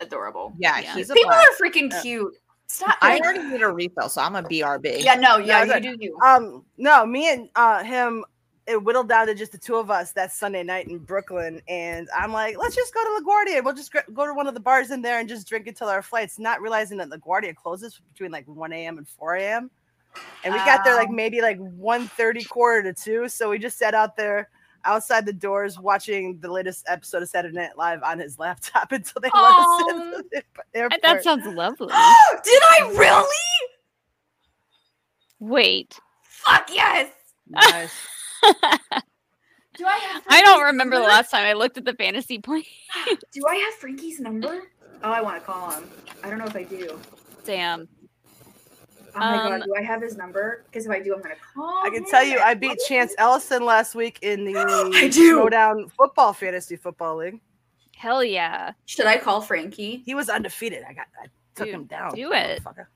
[SPEAKER 1] adorable.
[SPEAKER 7] Yeah,
[SPEAKER 2] Yeah.
[SPEAKER 7] he's a
[SPEAKER 1] People
[SPEAKER 7] blast.
[SPEAKER 1] are freaking
[SPEAKER 8] Yeah.
[SPEAKER 1] cute. Stop.
[SPEAKER 7] I
[SPEAKER 1] like-
[SPEAKER 7] already did a refill, so I'm a BRB.
[SPEAKER 1] yeah, no, yeah,
[SPEAKER 8] Yeah, I
[SPEAKER 1] you do you.
[SPEAKER 8] um no, me and uh him it whittled down to just the two of us that Sunday night in Brooklyn, and I'm like, let's just go to LaGuardia. We'll just gr- go to one of the bars in there and just drink until our flights. Not realizing that LaGuardia closes between like 1 a.m. and 4 a.m. And we got there like
[SPEAKER 1] Oh.
[SPEAKER 8] maybe like 1:30, quarter to two. So we just sat out there outside the doors watching the latest episode of Saturday Night Live on his laptop until they let us
[SPEAKER 1] Aw.
[SPEAKER 8] into the airport.
[SPEAKER 2] That sounds lovely.
[SPEAKER 1] Did I really?
[SPEAKER 2] Wait,
[SPEAKER 1] Fuck yes.
[SPEAKER 8] nice.
[SPEAKER 1] Do I have
[SPEAKER 2] I
[SPEAKER 1] Frankie's
[SPEAKER 2] don't remember the
[SPEAKER 1] number?
[SPEAKER 2] last time I looked at the fantasy point.
[SPEAKER 1] Do I have Frankie's number? Oh, I want to call him. I don't know if I do.
[SPEAKER 2] Damn.
[SPEAKER 1] Oh my
[SPEAKER 2] Um,
[SPEAKER 1] god, do I have his number? Because if I do, I'm gonna call.
[SPEAKER 8] I can tell you,
[SPEAKER 1] him.
[SPEAKER 8] I beat Chance Ellison last week in the
[SPEAKER 1] I do.
[SPEAKER 8] Throwdown Football Fantasy Football League.
[SPEAKER 2] Hell yeah.
[SPEAKER 1] Should I call Frankie?
[SPEAKER 8] He was undefeated. I got, I took
[SPEAKER 2] Dude,
[SPEAKER 8] him
[SPEAKER 1] Oh.
[SPEAKER 8] down.
[SPEAKER 2] do it.
[SPEAKER 8] motherfucker.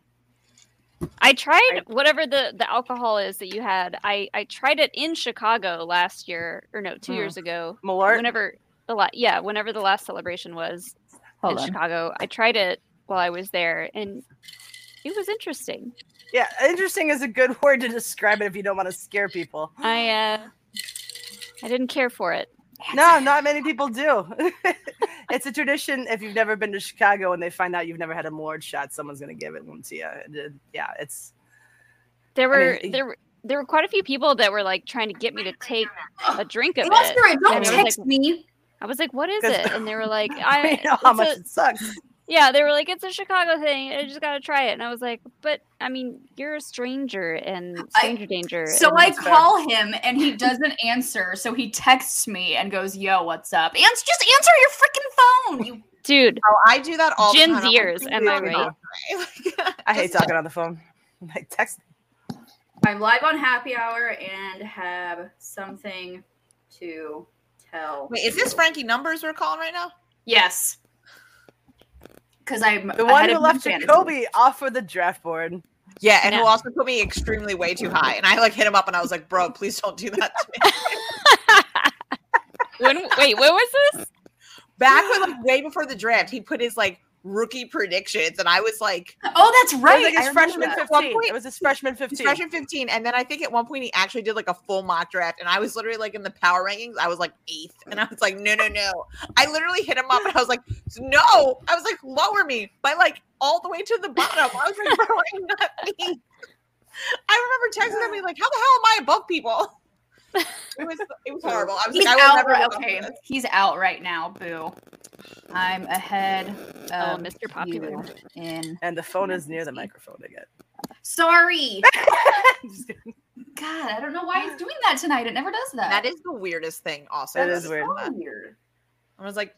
[SPEAKER 2] I tried whatever the the alcohol is that you had. I I tried it in Chicago last year or no, 2
[SPEAKER 8] Mm.
[SPEAKER 2] years ago.
[SPEAKER 8] Malort.
[SPEAKER 2] Whenever the last yeah, whenever the last celebration was
[SPEAKER 8] Hold
[SPEAKER 2] in
[SPEAKER 8] on.
[SPEAKER 2] Chicago. I tried it while I was there and it was interesting.
[SPEAKER 8] Yeah, interesting is a good word to describe it if you don't want to scare people.
[SPEAKER 2] I uh I didn't care for it.
[SPEAKER 8] No, not many people do. it's a tradition if you've never been to Chicago and they find out you've never had a Malort shot, someone's gonna give it one to you. And it- Yeah, it's
[SPEAKER 2] There
[SPEAKER 8] mean,
[SPEAKER 2] were
[SPEAKER 8] it-
[SPEAKER 2] there were there were quite a few people that were like trying to get me to take a drink of
[SPEAKER 1] That's
[SPEAKER 2] it.
[SPEAKER 1] right. Don't
[SPEAKER 2] And I was
[SPEAKER 1] text me.
[SPEAKER 2] I was like, "What is
[SPEAKER 8] 'Cause-
[SPEAKER 2] it?" And they were like,
[SPEAKER 8] I
[SPEAKER 2] "I
[SPEAKER 8] know how
[SPEAKER 2] it's
[SPEAKER 8] much
[SPEAKER 2] a-
[SPEAKER 8] it sucks.
[SPEAKER 2] Yeah, they were like, it's a Chicago thing. I just gotta try it. And I was like, but I mean, you're a stranger and
[SPEAKER 1] I-
[SPEAKER 2] stranger danger.
[SPEAKER 1] So
[SPEAKER 2] and
[SPEAKER 1] I
[SPEAKER 2] that's fair.
[SPEAKER 1] call him and he doesn't answer. So he texts me and goes, "Yo, what's up?" Ans- just answer your freaking phone. You
[SPEAKER 2] dude,
[SPEAKER 7] Oh, I do that all the
[SPEAKER 2] Jin's
[SPEAKER 7] time. I'm like,
[SPEAKER 2] ears,
[SPEAKER 7] "Please
[SPEAKER 2] am I
[SPEAKER 7] don't
[SPEAKER 2] right?"
[SPEAKER 7] talk to me." Like,
[SPEAKER 8] I hate talking on the phone. Like text.
[SPEAKER 1] I'm live on happy hour and have something to tell.
[SPEAKER 7] Wait, is this Frankie Numbers we're calling right now?
[SPEAKER 1] Yes. Because I'm
[SPEAKER 8] The one
[SPEAKER 1] ahead
[SPEAKER 8] who
[SPEAKER 1] of
[SPEAKER 8] left
[SPEAKER 1] humanity.
[SPEAKER 8] Jacoby off for the draft board.
[SPEAKER 7] Yeah, and who
[SPEAKER 2] No.
[SPEAKER 7] also put me extremely way too high. And I like hit him up and I was like, bro, please don't do that to me.
[SPEAKER 2] when wait, what was this?
[SPEAKER 7] Back with like way before the draft, he put his like rookie predictions and I was like
[SPEAKER 1] Oh, that's
[SPEAKER 8] Right,
[SPEAKER 1] right.
[SPEAKER 8] it was like
[SPEAKER 1] I
[SPEAKER 8] his
[SPEAKER 1] remember
[SPEAKER 8] freshman
[SPEAKER 1] that.
[SPEAKER 7] One
[SPEAKER 8] 15.
[SPEAKER 7] point-
[SPEAKER 8] It was his freshman
[SPEAKER 7] he's
[SPEAKER 8] 15.
[SPEAKER 7] freshman 15. And then I think at one point he actually did like a full mock draft and I was literally like in the power rankings, I was like eighth. And I was like, no, no, no. I literally hit him up and I was like, no. I was like, lower me by like all the way to the bottom. I was like, bro, I'm not eighth. I remember texting him being like, how the hell am I above people? It was it was horrible. I was
[SPEAKER 1] He's
[SPEAKER 7] like, I will
[SPEAKER 1] out.
[SPEAKER 7] never
[SPEAKER 1] ri-
[SPEAKER 7] live up to
[SPEAKER 1] Okay,
[SPEAKER 7] this.
[SPEAKER 1] he's out right now. Boo. I'm ahead.
[SPEAKER 2] Oh,
[SPEAKER 1] Of
[SPEAKER 2] Mr. Popular.
[SPEAKER 1] you In
[SPEAKER 8] and the phone is near the microphone again.
[SPEAKER 1] sorry.
[SPEAKER 8] Just kidding.
[SPEAKER 1] God, I don't know why he's doing that tonight. It never does that.
[SPEAKER 7] That is the weirdest thing. Also,
[SPEAKER 8] That
[SPEAKER 7] that
[SPEAKER 8] is
[SPEAKER 7] is
[SPEAKER 8] weird.
[SPEAKER 1] so weird.
[SPEAKER 7] I was like,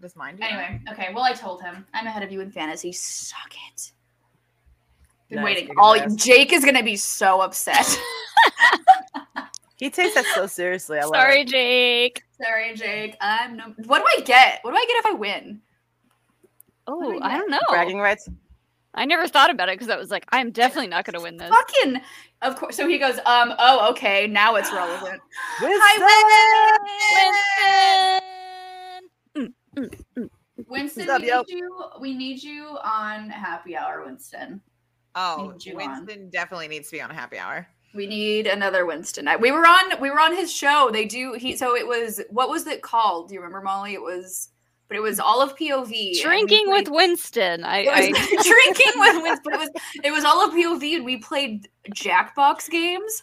[SPEAKER 7] "Does mine?" Do that?"
[SPEAKER 1] Anyway, okay. Well, I told him I'm ahead of you in fantasy. Suck it. Been
[SPEAKER 8] Nice,
[SPEAKER 1] waiting.
[SPEAKER 8] kick
[SPEAKER 1] All
[SPEAKER 8] ass.
[SPEAKER 1] Jake is gonna be so upset.
[SPEAKER 8] He takes that so seriously. I love
[SPEAKER 2] Sorry,
[SPEAKER 8] it.
[SPEAKER 2] Jake.
[SPEAKER 1] Sorry, Jake. I'm no. What do I get? What do I get if I win?
[SPEAKER 2] Oh,
[SPEAKER 1] did I
[SPEAKER 2] I don't know.
[SPEAKER 8] Bragging rights.
[SPEAKER 2] I never thought about it because I was like, I'm definitely not gonna win this.
[SPEAKER 1] Fucking. Of course. So he goes. Um. Oh. Okay. Now it's relevant.
[SPEAKER 8] Winston!
[SPEAKER 1] Mm, Winston,
[SPEAKER 8] What's up,
[SPEAKER 1] we
[SPEAKER 8] yo?
[SPEAKER 1] need you. We need you on happy hour, Winston.
[SPEAKER 7] Oh,
[SPEAKER 1] Need you on.
[SPEAKER 7] Winston definitely needs to be on a happy hour.
[SPEAKER 1] We need another Winston. I- We were on. We were on his show. They do. He. So it was. What was it called? Do you remember, Molly? It was. But it was all of POV. and we
[SPEAKER 2] Drinking
[SPEAKER 1] played-
[SPEAKER 2] with Winston. I,
[SPEAKER 1] It
[SPEAKER 2] I
[SPEAKER 1] was drinking with Winston. But it was. It was all of POV, and we played Jackbox games.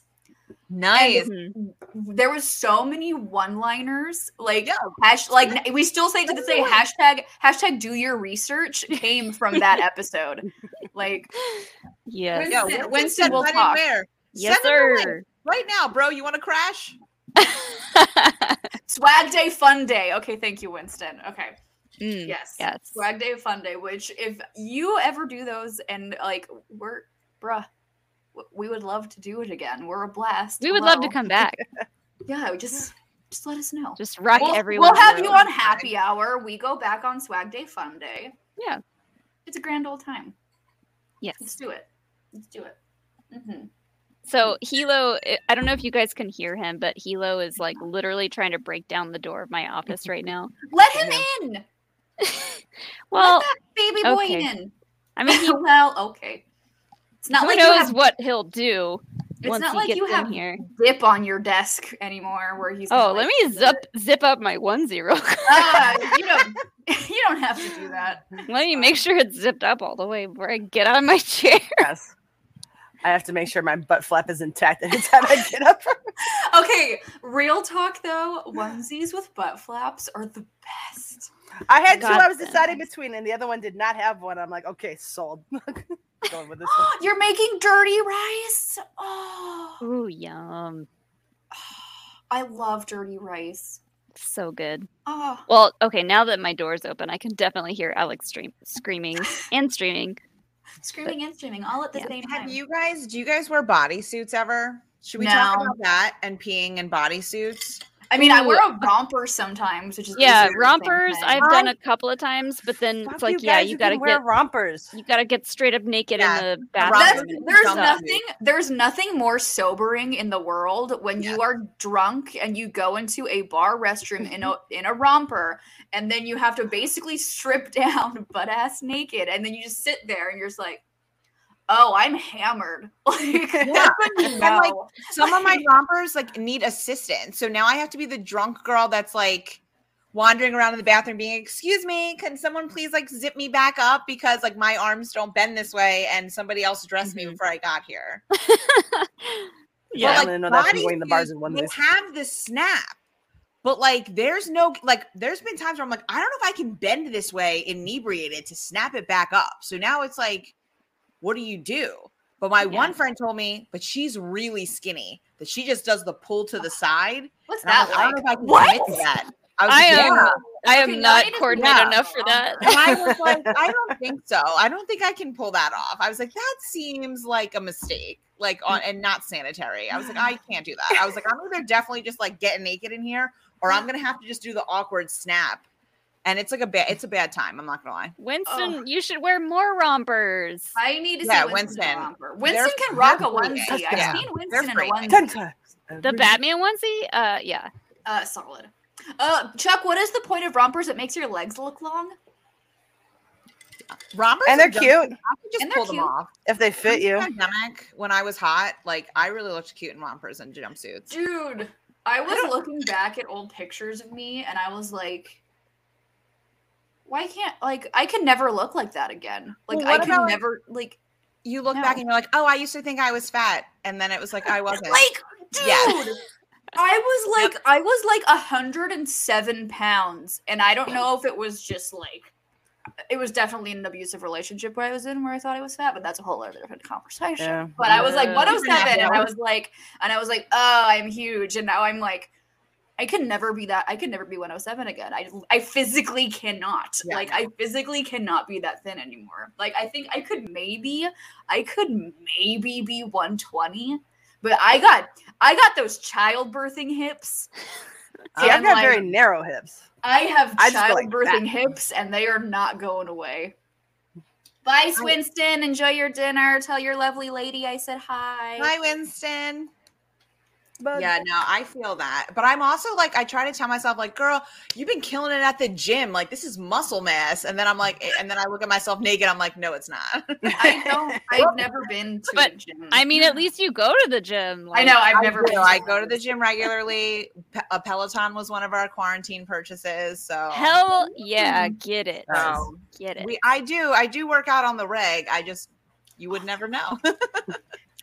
[SPEAKER 7] Nice.
[SPEAKER 2] Mhm.
[SPEAKER 1] There was so many one-liners. Like
[SPEAKER 7] Yeah.
[SPEAKER 1] hash. Like we still say to this day hashtag hashtag do your research came from that episode. Like
[SPEAKER 2] yes,
[SPEAKER 1] Winston-
[SPEAKER 7] Yeah,
[SPEAKER 1] Winston will
[SPEAKER 7] when and
[SPEAKER 1] talk.
[SPEAKER 7] where.
[SPEAKER 2] yes,
[SPEAKER 7] send him the link.
[SPEAKER 2] sir.
[SPEAKER 7] Right now, bro, you want to crash?
[SPEAKER 1] swag day, fun day. Okay, thank you, Winston. Okay.
[SPEAKER 2] Mm,
[SPEAKER 1] Yes.
[SPEAKER 2] Yes.
[SPEAKER 1] Swag Day Fun Day, which if you ever do those and like we're bruh, w- we would love to do it again. We're a blast.
[SPEAKER 2] We would love to
[SPEAKER 1] Hello.
[SPEAKER 2] come back.
[SPEAKER 1] Yeah, we just just let us know.
[SPEAKER 2] Just rock
[SPEAKER 1] we'll,
[SPEAKER 2] everyone.
[SPEAKER 1] we'll have you on happy hour. We go back on Swag Day Fun Day.
[SPEAKER 2] Yeah.
[SPEAKER 1] It's a grand old time. Let's
[SPEAKER 2] Yes.
[SPEAKER 1] do it. Let's do it. hmm
[SPEAKER 2] So Hilo, eh, I- I don't know if you guys can hear him, but Hilo is like literally trying to break down the door of my office right now.
[SPEAKER 1] Let him in.
[SPEAKER 2] Well,
[SPEAKER 1] Let that baby boy
[SPEAKER 2] okay.
[SPEAKER 1] in.
[SPEAKER 2] I mean, he,
[SPEAKER 1] well, okay. It's not
[SPEAKER 2] who
[SPEAKER 1] like you
[SPEAKER 2] knows
[SPEAKER 1] have
[SPEAKER 2] what he'll do
[SPEAKER 1] It's
[SPEAKER 2] once
[SPEAKER 1] not
[SPEAKER 2] he
[SPEAKER 1] like
[SPEAKER 2] gets
[SPEAKER 1] you
[SPEAKER 2] in
[SPEAKER 1] have
[SPEAKER 2] here.
[SPEAKER 1] dip on your desk anymore where he's gonna,
[SPEAKER 2] Oh, let
[SPEAKER 1] like, sit
[SPEAKER 2] me zip zip up my onesie real quick.
[SPEAKER 1] Ah, you don't you don't have to do that.
[SPEAKER 2] Let me make sure it's zipped up all the way before I get out of my chair.
[SPEAKER 8] Yes. I have to make sure my butt flap is intact every time I get up.
[SPEAKER 1] Okay, real talk though, onesies with butt flaps are the best.
[SPEAKER 8] I had two
[SPEAKER 2] God
[SPEAKER 8] I was
[SPEAKER 2] bless.
[SPEAKER 8] deciding between, and the other one did not have one. I'm like, okay, sold. Going with this one.
[SPEAKER 1] You're making dirty rice. Oh,
[SPEAKER 2] Ooh, yum.
[SPEAKER 1] I love dirty rice.
[SPEAKER 2] So good.
[SPEAKER 1] Oh,
[SPEAKER 2] Well, okay, now that my door's open, I can definitely hear Alex stream- screaming and streaming.
[SPEAKER 1] screaming and streaming all at the
[SPEAKER 2] Yeah.
[SPEAKER 1] same time.
[SPEAKER 7] Have you guys? Do you guys wear bodysuits ever? Should we talk
[SPEAKER 1] No.
[SPEAKER 7] about that and peeing in bodysuits?
[SPEAKER 1] I mean, I
[SPEAKER 2] Ooh.
[SPEAKER 1] wear a romper sometimes, which is
[SPEAKER 2] Yeah,
[SPEAKER 1] basically the same
[SPEAKER 2] rompers
[SPEAKER 1] thing.
[SPEAKER 2] I've done a couple of times, but then
[SPEAKER 8] Fuck
[SPEAKER 2] it's like, yeah,
[SPEAKER 8] guys,
[SPEAKER 2] you
[SPEAKER 8] can
[SPEAKER 2] gotta
[SPEAKER 8] wear
[SPEAKER 2] get
[SPEAKER 8] rompers.
[SPEAKER 2] you gotta get straight up naked
[SPEAKER 7] Yeah,
[SPEAKER 2] in the
[SPEAKER 7] romper
[SPEAKER 1] That's,
[SPEAKER 2] bathroom.
[SPEAKER 7] Robin,
[SPEAKER 1] there's
[SPEAKER 7] dumb
[SPEAKER 1] nothing there's nothing more sobering in the world when you are drunk and you go into a bar restroom in a
[SPEAKER 8] Mm-hmm.
[SPEAKER 1] in a romper and then you have to basically strip down butt ass naked and then you just sit there and you're just like oh I'm hammered like
[SPEAKER 7] Yeah.
[SPEAKER 1] no.
[SPEAKER 7] And, like, Some of my rompers like need assistance, so now I have to be the drunk girl that's like wandering around in the bathroom, being, "Excuse me, can someone please like zip me back up because like my arms don't bend this way, and somebody else dressed me
[SPEAKER 2] Mhm.
[SPEAKER 7] before I got here."
[SPEAKER 8] Yeah,
[SPEAKER 2] yeah.
[SPEAKER 8] I'm gonna know that from going to bars
[SPEAKER 7] bodysuits,
[SPEAKER 8] in one
[SPEAKER 7] they
[SPEAKER 8] place.
[SPEAKER 7] have the snap, But like, there's no like, there's been times where I'm like, I don't know if I can bend this way inebriated to snap it back up. So now it's like, what do you do? But my one friend told me, but she's really skinny that she just does the pull to the side.
[SPEAKER 1] What's
[SPEAKER 7] And I'm
[SPEAKER 1] that
[SPEAKER 7] like, I
[SPEAKER 1] like?
[SPEAKER 7] don't know if I can
[SPEAKER 1] What?
[SPEAKER 7] commit to that. I, was
[SPEAKER 2] I
[SPEAKER 7] like,
[SPEAKER 2] am-
[SPEAKER 7] "Yeah."
[SPEAKER 2] I am
[SPEAKER 1] Okay, now
[SPEAKER 2] not
[SPEAKER 1] it is-
[SPEAKER 2] coordinated
[SPEAKER 7] yeah.
[SPEAKER 2] enough for that.
[SPEAKER 7] And I was like, I don't think so. I don't think I can pull that off. I was like, that seems like a mistake, like on and not sanitary. I was like, I can't do that. I was like, I'm either definitely just like getting naked in here, or I'm gonna have to just do the awkward snap. And it's like a bad, it's a bad time. I'm not gonna lie.
[SPEAKER 2] Winston, you should wear more rompers.
[SPEAKER 1] I need to see
[SPEAKER 7] Yeah,
[SPEAKER 1] Winston. in a
[SPEAKER 7] Winston.
[SPEAKER 1] romper.
[SPEAKER 7] They're-
[SPEAKER 1] Winston can rock a
[SPEAKER 7] they're
[SPEAKER 1] onesie.
[SPEAKER 7] freaking.
[SPEAKER 1] I've
[SPEAKER 7] Yeah.
[SPEAKER 1] seen
[SPEAKER 7] They're
[SPEAKER 1] Winston in a
[SPEAKER 7] freaking.
[SPEAKER 1] onesie.
[SPEAKER 8] times.
[SPEAKER 2] The Batman onesie? Uh yeah.
[SPEAKER 1] Uh, solid. Uh, Chuck, what is the point of rompers that makes your legs look long?
[SPEAKER 7] Rompers
[SPEAKER 8] And they're
[SPEAKER 7] are dumb.
[SPEAKER 8] cute
[SPEAKER 7] I could just
[SPEAKER 1] And they're
[SPEAKER 7] pull them
[SPEAKER 1] cute.
[SPEAKER 7] off.
[SPEAKER 8] if they fit you.
[SPEAKER 7] Pandemic, when I was hot, like I really looked cute in rompers and jumpsuits.
[SPEAKER 1] Dude, I was looking back at old pictures of me and I was like, why can't, like, I can never look like that again. Like,
[SPEAKER 7] Well,
[SPEAKER 1] I
[SPEAKER 7] what
[SPEAKER 1] can
[SPEAKER 7] about-
[SPEAKER 1] never, like,
[SPEAKER 7] You look back
[SPEAKER 1] No.
[SPEAKER 7] and you're like, oh, I used to think I was fat, and then it was like I wasn't.
[SPEAKER 1] like, dude.
[SPEAKER 7] Yeah.
[SPEAKER 1] I was like, I was like 107 pounds, and I don't know if it was just like, it was definitely an abusive relationship where I was in where I thought I was fat, but that's a whole other different conversation.
[SPEAKER 8] Yeah.
[SPEAKER 1] But I was like
[SPEAKER 2] Yeah.
[SPEAKER 1] 107, and I
[SPEAKER 7] Yeah.
[SPEAKER 1] was like, and I was like, oh, I'm huge, and now I'm like, I can never be that. I can never be 107 again. I I physically cannot.
[SPEAKER 7] Yeah.
[SPEAKER 1] Like I physically cannot be that thin anymore. Like I think I could maybe, I could maybe be 120, but I got I got those childbirthing hips.
[SPEAKER 8] See, I've
[SPEAKER 1] And,
[SPEAKER 8] got
[SPEAKER 1] like,
[SPEAKER 8] very narrow hips.
[SPEAKER 1] I have
[SPEAKER 8] I just feel like
[SPEAKER 1] childbirthing hips, and they are not going away. Bye, Winston. Enjoy your dinner. Tell your lovely lady I said hi.
[SPEAKER 7] Hi, Winston.
[SPEAKER 8] But
[SPEAKER 7] Yeah, no, I feel that. But I'm also like, I try to tell myself, like, girl, you've been killing it at the gym. Like, this is muscle mass. And then I'm like, and then I look at myself naked. I'm like, no, it's not.
[SPEAKER 1] I don't. I've never been to a
[SPEAKER 2] But,
[SPEAKER 1] gym.
[SPEAKER 2] I mean, at least you go to the gym.
[SPEAKER 1] I
[SPEAKER 2] like-
[SPEAKER 1] know. I've
[SPEAKER 7] I
[SPEAKER 1] never.
[SPEAKER 7] do.
[SPEAKER 1] been
[SPEAKER 7] I
[SPEAKER 1] to
[SPEAKER 7] go to
[SPEAKER 1] one.
[SPEAKER 7] the gym regularly. Pe- a Peloton was one of our quarantine purchases. So,
[SPEAKER 1] Oh.
[SPEAKER 2] Hell
[SPEAKER 1] Hmm.
[SPEAKER 2] yeah,
[SPEAKER 1] Mm-hmm.
[SPEAKER 2] get it.
[SPEAKER 7] so
[SPEAKER 2] Get it.
[SPEAKER 7] we, I do, I do work out on the reg. I just, you would never know.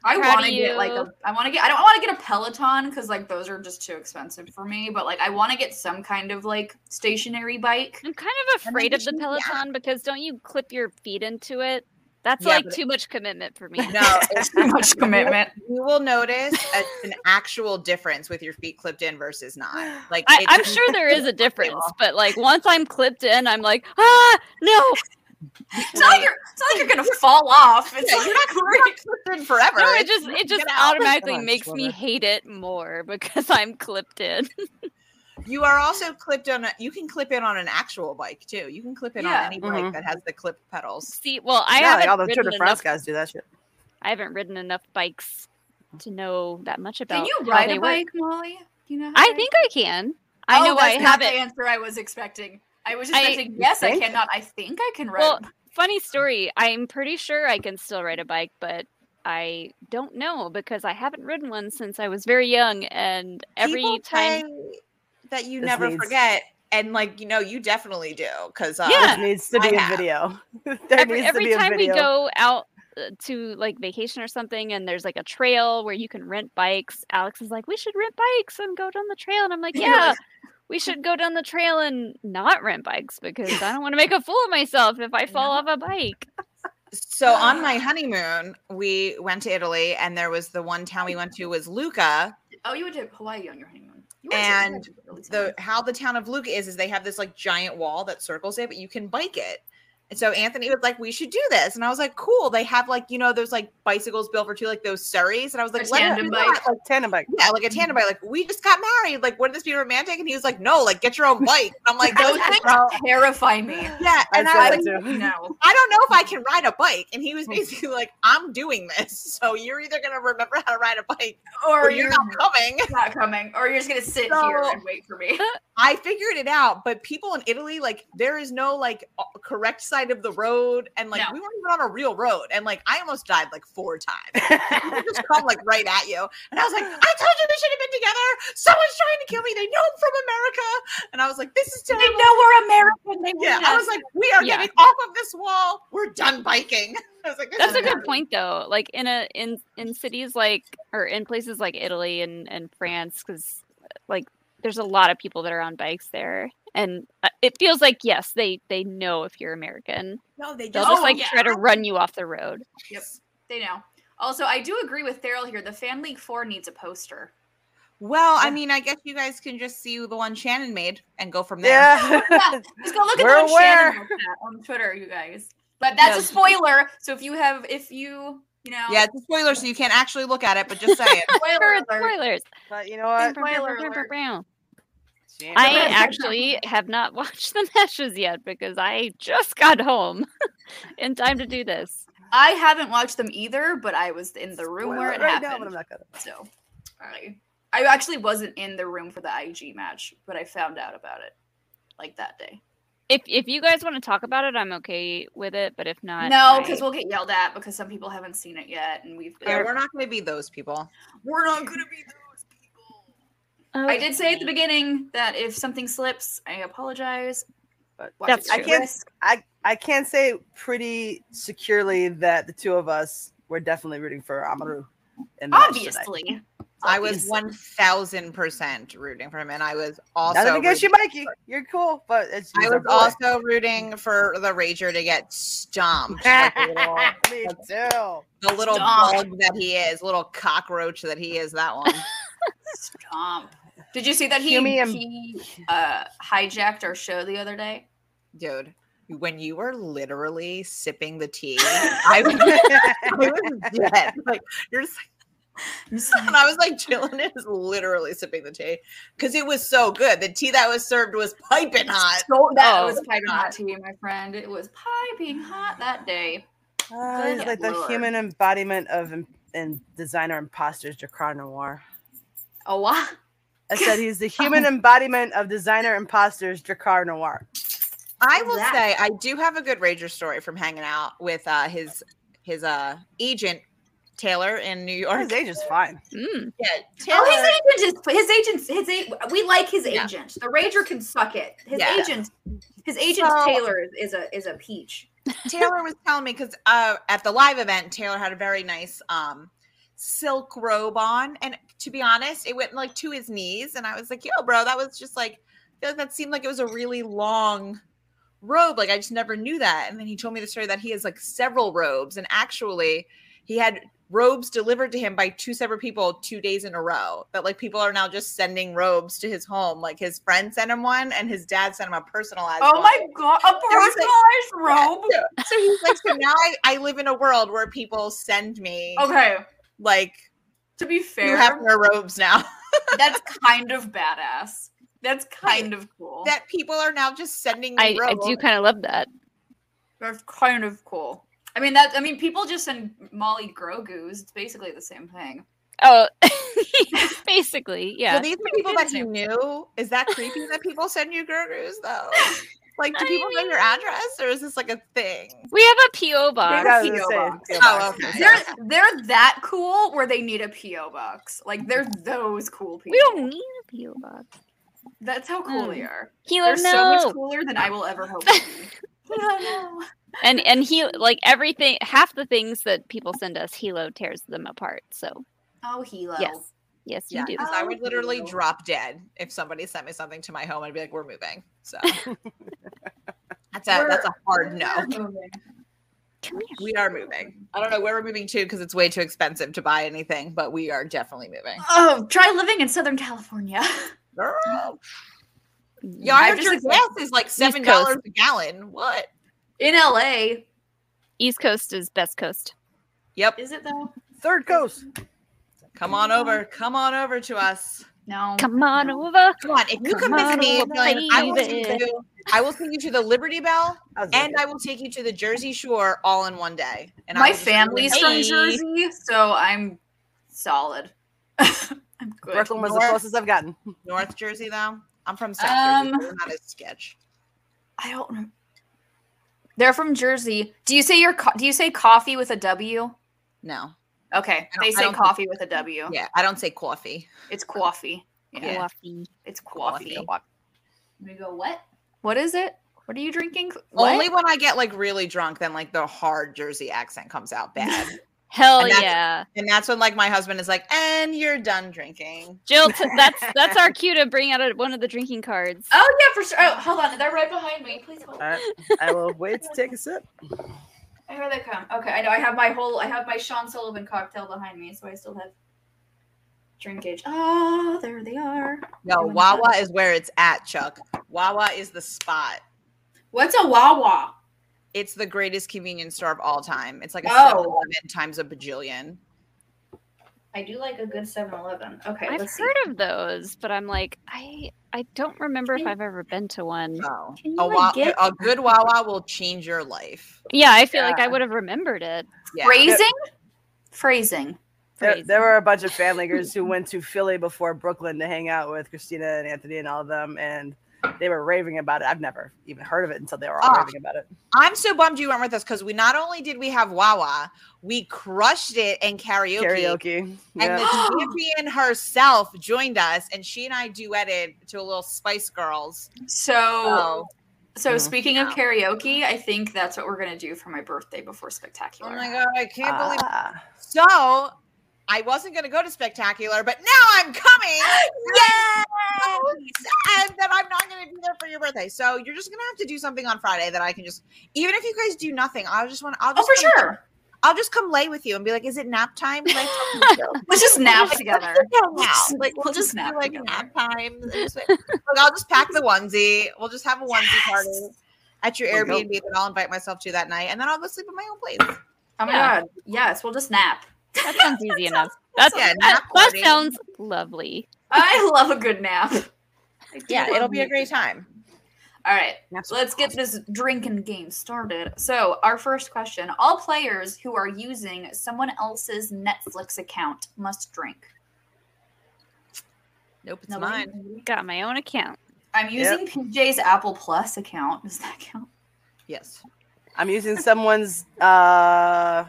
[SPEAKER 1] I
[SPEAKER 2] Proud
[SPEAKER 1] want to
[SPEAKER 2] of
[SPEAKER 1] get like a.
[SPEAKER 2] you.
[SPEAKER 1] I want to get. I don't want to get a Peloton because like those are just too expensive for me. But like I want to get some kind of like stationary bike.
[SPEAKER 2] I'm kind of afraid of the Peloton because don't you clip your feet into it? That's
[SPEAKER 7] Yeah,
[SPEAKER 2] like
[SPEAKER 7] but
[SPEAKER 2] too much commitment for me.
[SPEAKER 7] no, it's,
[SPEAKER 1] It's too much commitment.
[SPEAKER 7] you will notice a- an actual difference with your feet clipped in versus not. Like,
[SPEAKER 2] I,
[SPEAKER 7] it-
[SPEAKER 2] I'm sure there is a difference, but like once I'm clipped in, I'm like, ah, no,
[SPEAKER 1] It's not like you're. It's not like you're gonna fall off. It's
[SPEAKER 7] Yeah,
[SPEAKER 1] like
[SPEAKER 7] you're not clipped in forever.
[SPEAKER 2] no. It
[SPEAKER 7] It's-
[SPEAKER 2] just it just
[SPEAKER 7] Get out.
[SPEAKER 2] automatically
[SPEAKER 8] Come on,
[SPEAKER 2] makes me
[SPEAKER 8] Swimmer.
[SPEAKER 2] hate it more because I'm clipped in.
[SPEAKER 7] You are also clipped on. A, you can clip in on an actual bike too. You can clip in
[SPEAKER 1] Yeah.
[SPEAKER 7] on any bike
[SPEAKER 2] Mm-hmm.
[SPEAKER 8] Mhm.
[SPEAKER 7] that has the clip pedals.
[SPEAKER 2] See, well, I
[SPEAKER 8] yeah,
[SPEAKER 2] haven't
[SPEAKER 8] like all the Tour
[SPEAKER 2] ridden
[SPEAKER 8] de France
[SPEAKER 2] enough.
[SPEAKER 8] guys do that shit.
[SPEAKER 2] I haven't ridden enough bikes to know that much about.
[SPEAKER 1] Can you
[SPEAKER 2] how
[SPEAKER 1] ride
[SPEAKER 2] they
[SPEAKER 1] a
[SPEAKER 2] work.
[SPEAKER 1] bike, Molly? Do You know. how
[SPEAKER 2] I
[SPEAKER 1] to-
[SPEAKER 2] think I can. I
[SPEAKER 1] Oh,
[SPEAKER 2] know I
[SPEAKER 1] that's not the
[SPEAKER 2] haven't.
[SPEAKER 1] answer I was expecting. I was
[SPEAKER 2] I-
[SPEAKER 1] expecting yes, I
[SPEAKER 8] think?
[SPEAKER 1] cannot. I think I can ride.
[SPEAKER 2] Well, funny story. I'm pretty sure I can still ride a bike, but I don't know because I haven't ridden one since I was very young. And every
[SPEAKER 7] People
[SPEAKER 2] time,
[SPEAKER 7] say that you
[SPEAKER 8] This
[SPEAKER 7] never
[SPEAKER 8] needs-
[SPEAKER 7] forget, and like you know, you definitely do because uh,
[SPEAKER 2] Yeah.
[SPEAKER 8] This needs to
[SPEAKER 7] I
[SPEAKER 8] be a
[SPEAKER 7] have.
[SPEAKER 8] video. there
[SPEAKER 2] every,
[SPEAKER 8] needs
[SPEAKER 2] every
[SPEAKER 8] to be
[SPEAKER 2] time
[SPEAKER 8] a
[SPEAKER 2] we
[SPEAKER 8] video.
[SPEAKER 2] go out uh, to like vacation or something, and there's like a trail where you can rent bikes. Alex is like, "We should rent bikes and go down the trail," and I'm like, "Yeah." We should go down the trail and not rent bikes because I don't want to make a fool of myself if I fall off a bike.
[SPEAKER 1] Oh,
[SPEAKER 7] So on my honeymoon, we went to Italy, and there was the one town we went to was Lucca.
[SPEAKER 1] oh, you went to Hawaii on your honeymoon. You
[SPEAKER 7] And
[SPEAKER 1] went to Hawaii really
[SPEAKER 7] The how the town of Lucca is is they have this like giant wall that circles it, but you can bike it. And so Anthony was like, "We should do this," and I was like, "Cool." They have like you know those like bicycles built for two, like those Surreys, and I was like,
[SPEAKER 1] A
[SPEAKER 7] "Let's
[SPEAKER 1] tandem
[SPEAKER 7] do
[SPEAKER 1] bike.
[SPEAKER 7] that."
[SPEAKER 8] Like tandem bike.
[SPEAKER 7] yeah, like a tandem bike. Like, we just got married. Like, wouldn't this be romantic? And he was like, no, like, get your own bike. And I'm like,
[SPEAKER 1] Those
[SPEAKER 7] those
[SPEAKER 1] things
[SPEAKER 7] bro.
[SPEAKER 1] terrify me.
[SPEAKER 7] Yeah. And
[SPEAKER 8] said
[SPEAKER 7] I, was
[SPEAKER 8] that
[SPEAKER 7] like,
[SPEAKER 8] too.
[SPEAKER 1] No.
[SPEAKER 7] I don't know if I can ride a bike. And he was basically like, I'm doing this. So you're either going to remember how to ride a bike
[SPEAKER 1] Or
[SPEAKER 7] or you're
[SPEAKER 1] you're
[SPEAKER 7] not coming.
[SPEAKER 1] not coming. Or you're just gonna sit here
[SPEAKER 7] So-
[SPEAKER 1] and wait for me.
[SPEAKER 7] I figured it out. But people in Italy, like, there is no like uh, correct side of the road. And like,
[SPEAKER 1] No.
[SPEAKER 7] we weren't even on a real road. And like, I almost died like four times. People just come like right at you. And I was like, I told you we should have been together. Someone's trying to kill me. They know I'm from America. And I was like, this is
[SPEAKER 1] They
[SPEAKER 7] terrible.
[SPEAKER 1] know we're American. They
[SPEAKER 7] Yeah,
[SPEAKER 1] hate
[SPEAKER 7] I
[SPEAKER 1] us.
[SPEAKER 7] was like, we are
[SPEAKER 2] Yeah.
[SPEAKER 7] getting off of this wall. We're done biking. I was like, this
[SPEAKER 2] That's
[SPEAKER 7] is
[SPEAKER 2] a good
[SPEAKER 7] bad.
[SPEAKER 2] point though. Like in a in in cities like or in places like Italy and and France cuz like there's a lot of people that are on bikes there, and uh, it feels like yes, they they know if you're American.
[SPEAKER 9] No, they
[SPEAKER 2] They'll
[SPEAKER 9] just
[SPEAKER 2] just
[SPEAKER 1] Oh,
[SPEAKER 2] like
[SPEAKER 1] yeah.
[SPEAKER 2] try to run you off the road.
[SPEAKER 1] Yep, they know. Also, I do agree with Theral here. The Fan League Four needs a poster.
[SPEAKER 7] Well, I mean, I guess you guys can just see the one Shannon made and go from there.
[SPEAKER 8] Yeah.
[SPEAKER 1] Yeah, just go look at
[SPEAKER 8] We're
[SPEAKER 1] the one Shannon
[SPEAKER 8] aware.
[SPEAKER 1] looked at on Twitter, you guys. But that's a
[SPEAKER 8] Yes.
[SPEAKER 1] spoiler. So if you have, if you, you know,
[SPEAKER 7] Yeah, it's a spoiler, so you can't actually look at it, but just say it.
[SPEAKER 1] spoiler alert.
[SPEAKER 2] Spoilers, spoilers.
[SPEAKER 8] But you know what?
[SPEAKER 1] Spoiler alert.
[SPEAKER 8] Shannon-
[SPEAKER 2] I actually have not watched the matches yet because I just got home in time to do this.
[SPEAKER 1] I haven't watched them either, but I was in the room
[SPEAKER 8] Spoiler
[SPEAKER 1] where it
[SPEAKER 8] right now,
[SPEAKER 1] happened.
[SPEAKER 8] but I'm not gonna.
[SPEAKER 1] so I, I actually wasn't in the room for the IG match, but I found out about it like that day.
[SPEAKER 2] If if you guys want to talk about it, I'm okay with it. But if not,
[SPEAKER 1] no,
[SPEAKER 2] I-
[SPEAKER 1] because we'll get yelled at because some people haven't seen it yet, and we've
[SPEAKER 7] Yeah, we're not going to be those people.
[SPEAKER 1] we're not gonna be those people. I did say at the beginning that if something slips, I apologize. But watch
[SPEAKER 2] That's
[SPEAKER 1] it.
[SPEAKER 8] I can't. I I can say pretty securely that the two of us were definitely rooting for Amaru. in the match tonight.
[SPEAKER 1] Obviously,
[SPEAKER 7] I was
[SPEAKER 1] Obviously.
[SPEAKER 7] 1000% rooting for him, and I was also.
[SPEAKER 8] Nothing against you,
[SPEAKER 7] rooting-
[SPEAKER 8] Mikey. You're cool, but it's
[SPEAKER 7] I
[SPEAKER 8] he's our
[SPEAKER 7] was
[SPEAKER 8] boy.
[SPEAKER 7] also rooting for the Rager to get stomped. like the little,
[SPEAKER 8] me too.
[SPEAKER 7] the little
[SPEAKER 1] Stomped.
[SPEAKER 7] bug that he is, little cockroach that he is, that one.
[SPEAKER 1] stomp. Did you see that he,
[SPEAKER 8] Hume and-
[SPEAKER 1] he uh, hijacked our show the other day?
[SPEAKER 7] Dude, when you were literally sipping the tea, I was, I was dead. Like, you're just like, and I was like, Jillian is literally sipping the tea because it was so good. The tea that was served was piping hot.
[SPEAKER 1] So that
[SPEAKER 2] Oh,
[SPEAKER 1] was piping
[SPEAKER 7] God.
[SPEAKER 1] hot to you, my friend. It was piping hot that day.
[SPEAKER 8] Uh, he's
[SPEAKER 1] Good
[SPEAKER 8] like the
[SPEAKER 1] lord.
[SPEAKER 8] human embodiment of and designer imposters, Dracar Noir.
[SPEAKER 1] Oh wow.
[SPEAKER 8] I said he's the human embodiment of designer imposters, Dracar Noir.
[SPEAKER 7] I will
[SPEAKER 1] That-
[SPEAKER 7] say I do have a good Rager story from hanging out with uh, his his uh, agent Taylor in New York.
[SPEAKER 8] His age is fine.
[SPEAKER 2] Mm.
[SPEAKER 7] Yeah, Taylor.
[SPEAKER 1] Oh, his agent is his agent's his a- we like his
[SPEAKER 7] Yeah.
[SPEAKER 1] agent. The Rager can suck it. His
[SPEAKER 7] Yeah.
[SPEAKER 1] agent his agent
[SPEAKER 7] So-
[SPEAKER 1] Taylor is, is a is a peach.
[SPEAKER 7] Taylor was telling me because uh, at the live event, Taylor had a very nice um, silk robe on, and to be honest, it went like to his knees, and I was like, "Yo, bro, that was just like I feel like that seemed like it was a really long robe. Like I just never knew that." And then he told me the story that he has like several robes, and actually, he had robes delivered to him by two separate people two days in a row. That like people are now just sending robes to his home. Like his friend sent him one, and his dad sent him a personalized. one.
[SPEAKER 1] Oh god, a
[SPEAKER 7] was
[SPEAKER 1] personalized
[SPEAKER 7] Yeah, So, so he's like, so now I, I live in a world where people send me
[SPEAKER 1] Okay.
[SPEAKER 7] like
[SPEAKER 1] To be
[SPEAKER 7] you have to
[SPEAKER 1] fair,
[SPEAKER 7] wear robes now.
[SPEAKER 1] that's kind of badass. That's kind of cool.
[SPEAKER 7] that people are now just sending
[SPEAKER 2] I,
[SPEAKER 7] me
[SPEAKER 2] I
[SPEAKER 7] robes.
[SPEAKER 2] do kind of love that.
[SPEAKER 1] That's kind of cool. I mean that I mean people just send Molly Grogu's. It's basically the same thing.
[SPEAKER 2] Oh, basically, yeah.
[SPEAKER 7] So these are people that you knew. Is that creepy that people send you gurus though? Like, do
[SPEAKER 2] I
[SPEAKER 7] people know your address or is this like a thing?
[SPEAKER 2] we have a PO box.
[SPEAKER 8] Yeah, I was
[SPEAKER 7] P.O.
[SPEAKER 8] gonna
[SPEAKER 7] box.
[SPEAKER 8] say, P.O.
[SPEAKER 7] Oh,
[SPEAKER 8] box.
[SPEAKER 7] okay.
[SPEAKER 1] They're they're that cool where they need a PO box. Like they're those cool people.
[SPEAKER 2] We don't need a PO box.
[SPEAKER 1] That's how cool they
[SPEAKER 2] Mm.
[SPEAKER 1] are.
[SPEAKER 2] Hilo,
[SPEAKER 1] They're
[SPEAKER 2] no.
[SPEAKER 1] so much cooler than I will ever hope to be.
[SPEAKER 2] and and he like everything half the things that people send us hilo tears them apart so
[SPEAKER 1] Oh, Hilo.
[SPEAKER 2] Yes. yes you
[SPEAKER 7] Yeah,
[SPEAKER 2] do
[SPEAKER 7] 'cause I would literally
[SPEAKER 1] Oh.
[SPEAKER 7] drop dead if somebody sent me something to my home. I'd be like, we're moving. So that's a that's a hard no.
[SPEAKER 2] Come here.
[SPEAKER 7] We are moving. I don't know where we're moving to because it's way too expensive to buy anything, but we are definitely moving.
[SPEAKER 1] Oh, try living in Southern California.
[SPEAKER 7] Girl. Yeah,
[SPEAKER 2] Yeah.
[SPEAKER 7] I
[SPEAKER 1] I
[SPEAKER 7] heard
[SPEAKER 1] just
[SPEAKER 7] your gas
[SPEAKER 1] accept-
[SPEAKER 7] is like seven
[SPEAKER 2] Mm, East Coast.
[SPEAKER 7] dollars a gallon. What?
[SPEAKER 1] In LA.
[SPEAKER 2] east coast is best coast
[SPEAKER 7] Yep.
[SPEAKER 1] Is it though?
[SPEAKER 8] Third coast.
[SPEAKER 7] Come on over. Come on over to us.
[SPEAKER 1] No.
[SPEAKER 2] come on over
[SPEAKER 7] Come on. If you
[SPEAKER 2] Come
[SPEAKER 7] come, with
[SPEAKER 2] on
[SPEAKER 7] me,
[SPEAKER 2] over,
[SPEAKER 7] Jillian, I will
[SPEAKER 2] baby.
[SPEAKER 7] take you. I will take you to the Liberty Bell,
[SPEAKER 8] I was
[SPEAKER 7] and
[SPEAKER 8] like,
[SPEAKER 7] I will take you to the Jersey Shore all in one day. And I
[SPEAKER 1] My
[SPEAKER 7] will just-
[SPEAKER 1] family's from
[SPEAKER 2] Hey.
[SPEAKER 1] Jersey, so I'm solid. I'm good.
[SPEAKER 8] Brooklyn was the
[SPEAKER 7] North.
[SPEAKER 8] closest I've gotten.
[SPEAKER 7] North Jersey, though. I'm from South Jersey,
[SPEAKER 1] Um,
[SPEAKER 7] so we're not as sketch.
[SPEAKER 1] I don't know. They're from Jersey. Do you say your co- do you say coffee with a W?
[SPEAKER 7] No.
[SPEAKER 1] Okay,
[SPEAKER 7] don't- I
[SPEAKER 1] they say
[SPEAKER 7] don't think-
[SPEAKER 1] coffee with a W.
[SPEAKER 7] Yeah, I don't say coffee.
[SPEAKER 1] It's coffee.
[SPEAKER 7] Yeah.
[SPEAKER 2] Coffee.
[SPEAKER 1] It's coffee.
[SPEAKER 7] Coffee.
[SPEAKER 1] We go what? What is it? What are you drinking?
[SPEAKER 7] Only when I get like really drunk, then like the hard Jersey accent comes out bad.
[SPEAKER 2] Hell
[SPEAKER 7] And that's-
[SPEAKER 2] yeah.
[SPEAKER 7] And that's when like my husband is like, and you're done drinking.
[SPEAKER 2] Jill, t- that's that's our cue to bring out a, one of the drinking cards.
[SPEAKER 1] Oh yeah, for sure. Oh, hold on, they're right behind me. Please hold.
[SPEAKER 8] I, I will wait to take a sip.
[SPEAKER 1] I heard that come. Okay, I know. I have my whole. I have my Sean Sullivan cocktail behind me, so I still have drinkage. Oh, there they are.
[SPEAKER 7] No,
[SPEAKER 1] Oh my
[SPEAKER 7] Wawa is where it's at, Chuck. Wawa is the spot.
[SPEAKER 1] What's a Wawa?
[SPEAKER 7] It's the greatest convenience store of all time. It's like a
[SPEAKER 1] Oh.
[SPEAKER 7] 7-Eleven times a bajillion.
[SPEAKER 1] I do like a good 7-Eleven. Okay,
[SPEAKER 2] I've
[SPEAKER 1] let's
[SPEAKER 2] heard of those, but I'm like, I I don't remember if
[SPEAKER 1] Can-
[SPEAKER 2] I've ever been to one.
[SPEAKER 7] Oh.
[SPEAKER 1] Can you,
[SPEAKER 7] A,
[SPEAKER 1] like,
[SPEAKER 7] wa-
[SPEAKER 1] get-
[SPEAKER 7] a good Wawa will change your life.
[SPEAKER 2] Yeah, I feel like I would have remembered it.
[SPEAKER 1] see.
[SPEAKER 7] Yeah.
[SPEAKER 1] Phrasing. Phrasing.
[SPEAKER 8] There,
[SPEAKER 2] Phrasing.
[SPEAKER 8] there were a bunch of familygers who went to Philly before Brooklyn to hang out with Christina and Anthony and all of them, and they were raving about it. I've never even heard of it until they were all
[SPEAKER 7] Ah.
[SPEAKER 8] raving about it.
[SPEAKER 7] I'm so bummed you weren't with us because we not only did we have Wawa, we crushed it in karaoke.
[SPEAKER 8] Karaoke.
[SPEAKER 7] And
[SPEAKER 8] Yeah.
[SPEAKER 7] the champion herself joined us, and she and I duetted to a little Spice Girls.
[SPEAKER 1] So,
[SPEAKER 7] Oh,
[SPEAKER 1] so
[SPEAKER 8] Mhm.
[SPEAKER 1] speaking of karaoke, I think that's what we're gonna do for my birthday before spectacular.
[SPEAKER 7] Oh my god, I can't believe.
[SPEAKER 8] Ah.
[SPEAKER 7] So, I wasn't going to go to Spectacular, but now I'm coming. and then I'm not going to be there for your birthday. So you're just going to have to do something on Friday that I can just, even if you guys do nothing, I'll just want, I'll
[SPEAKER 1] Oh,
[SPEAKER 7] just,
[SPEAKER 1] for
[SPEAKER 7] come-
[SPEAKER 1] sure.
[SPEAKER 7] I'll just come lay with you and be like, is it nap time? Like, let's
[SPEAKER 1] Let's just nap together.
[SPEAKER 7] go
[SPEAKER 1] We'll
[SPEAKER 7] now.
[SPEAKER 1] just-
[SPEAKER 7] Like,
[SPEAKER 1] we'll just nap
[SPEAKER 7] do, like
[SPEAKER 1] together.
[SPEAKER 7] nap time. And just, like, like, I'll just pack the onesie. We'll just have a onesie
[SPEAKER 1] Yes.
[SPEAKER 7] party at your
[SPEAKER 8] There we go.
[SPEAKER 7] Airbnb that I'll invite myself to that night, and then I'll go sleep in my own place.
[SPEAKER 1] Oh my
[SPEAKER 2] Yeah.
[SPEAKER 1] god. Yes, we'll just nap.
[SPEAKER 2] That sounds easy enough. That's
[SPEAKER 7] yeah,
[SPEAKER 2] that,
[SPEAKER 7] nap
[SPEAKER 2] that
[SPEAKER 7] party.
[SPEAKER 2] sounds lovely.
[SPEAKER 1] I love a good nap. I do
[SPEAKER 7] Yeah,
[SPEAKER 1] love
[SPEAKER 7] it'll be a great time.
[SPEAKER 1] All right,
[SPEAKER 8] Naps
[SPEAKER 1] so let's get this drinking game started. So, our first question All players who are using someone else's Netflix account must drink.
[SPEAKER 7] Nope, it's
[SPEAKER 1] Nobody?
[SPEAKER 7] mine.
[SPEAKER 2] Got my own account.
[SPEAKER 1] I'm using PJ's Apple Plus account. Does that count?
[SPEAKER 7] Yes.
[SPEAKER 8] I'm using someone's uh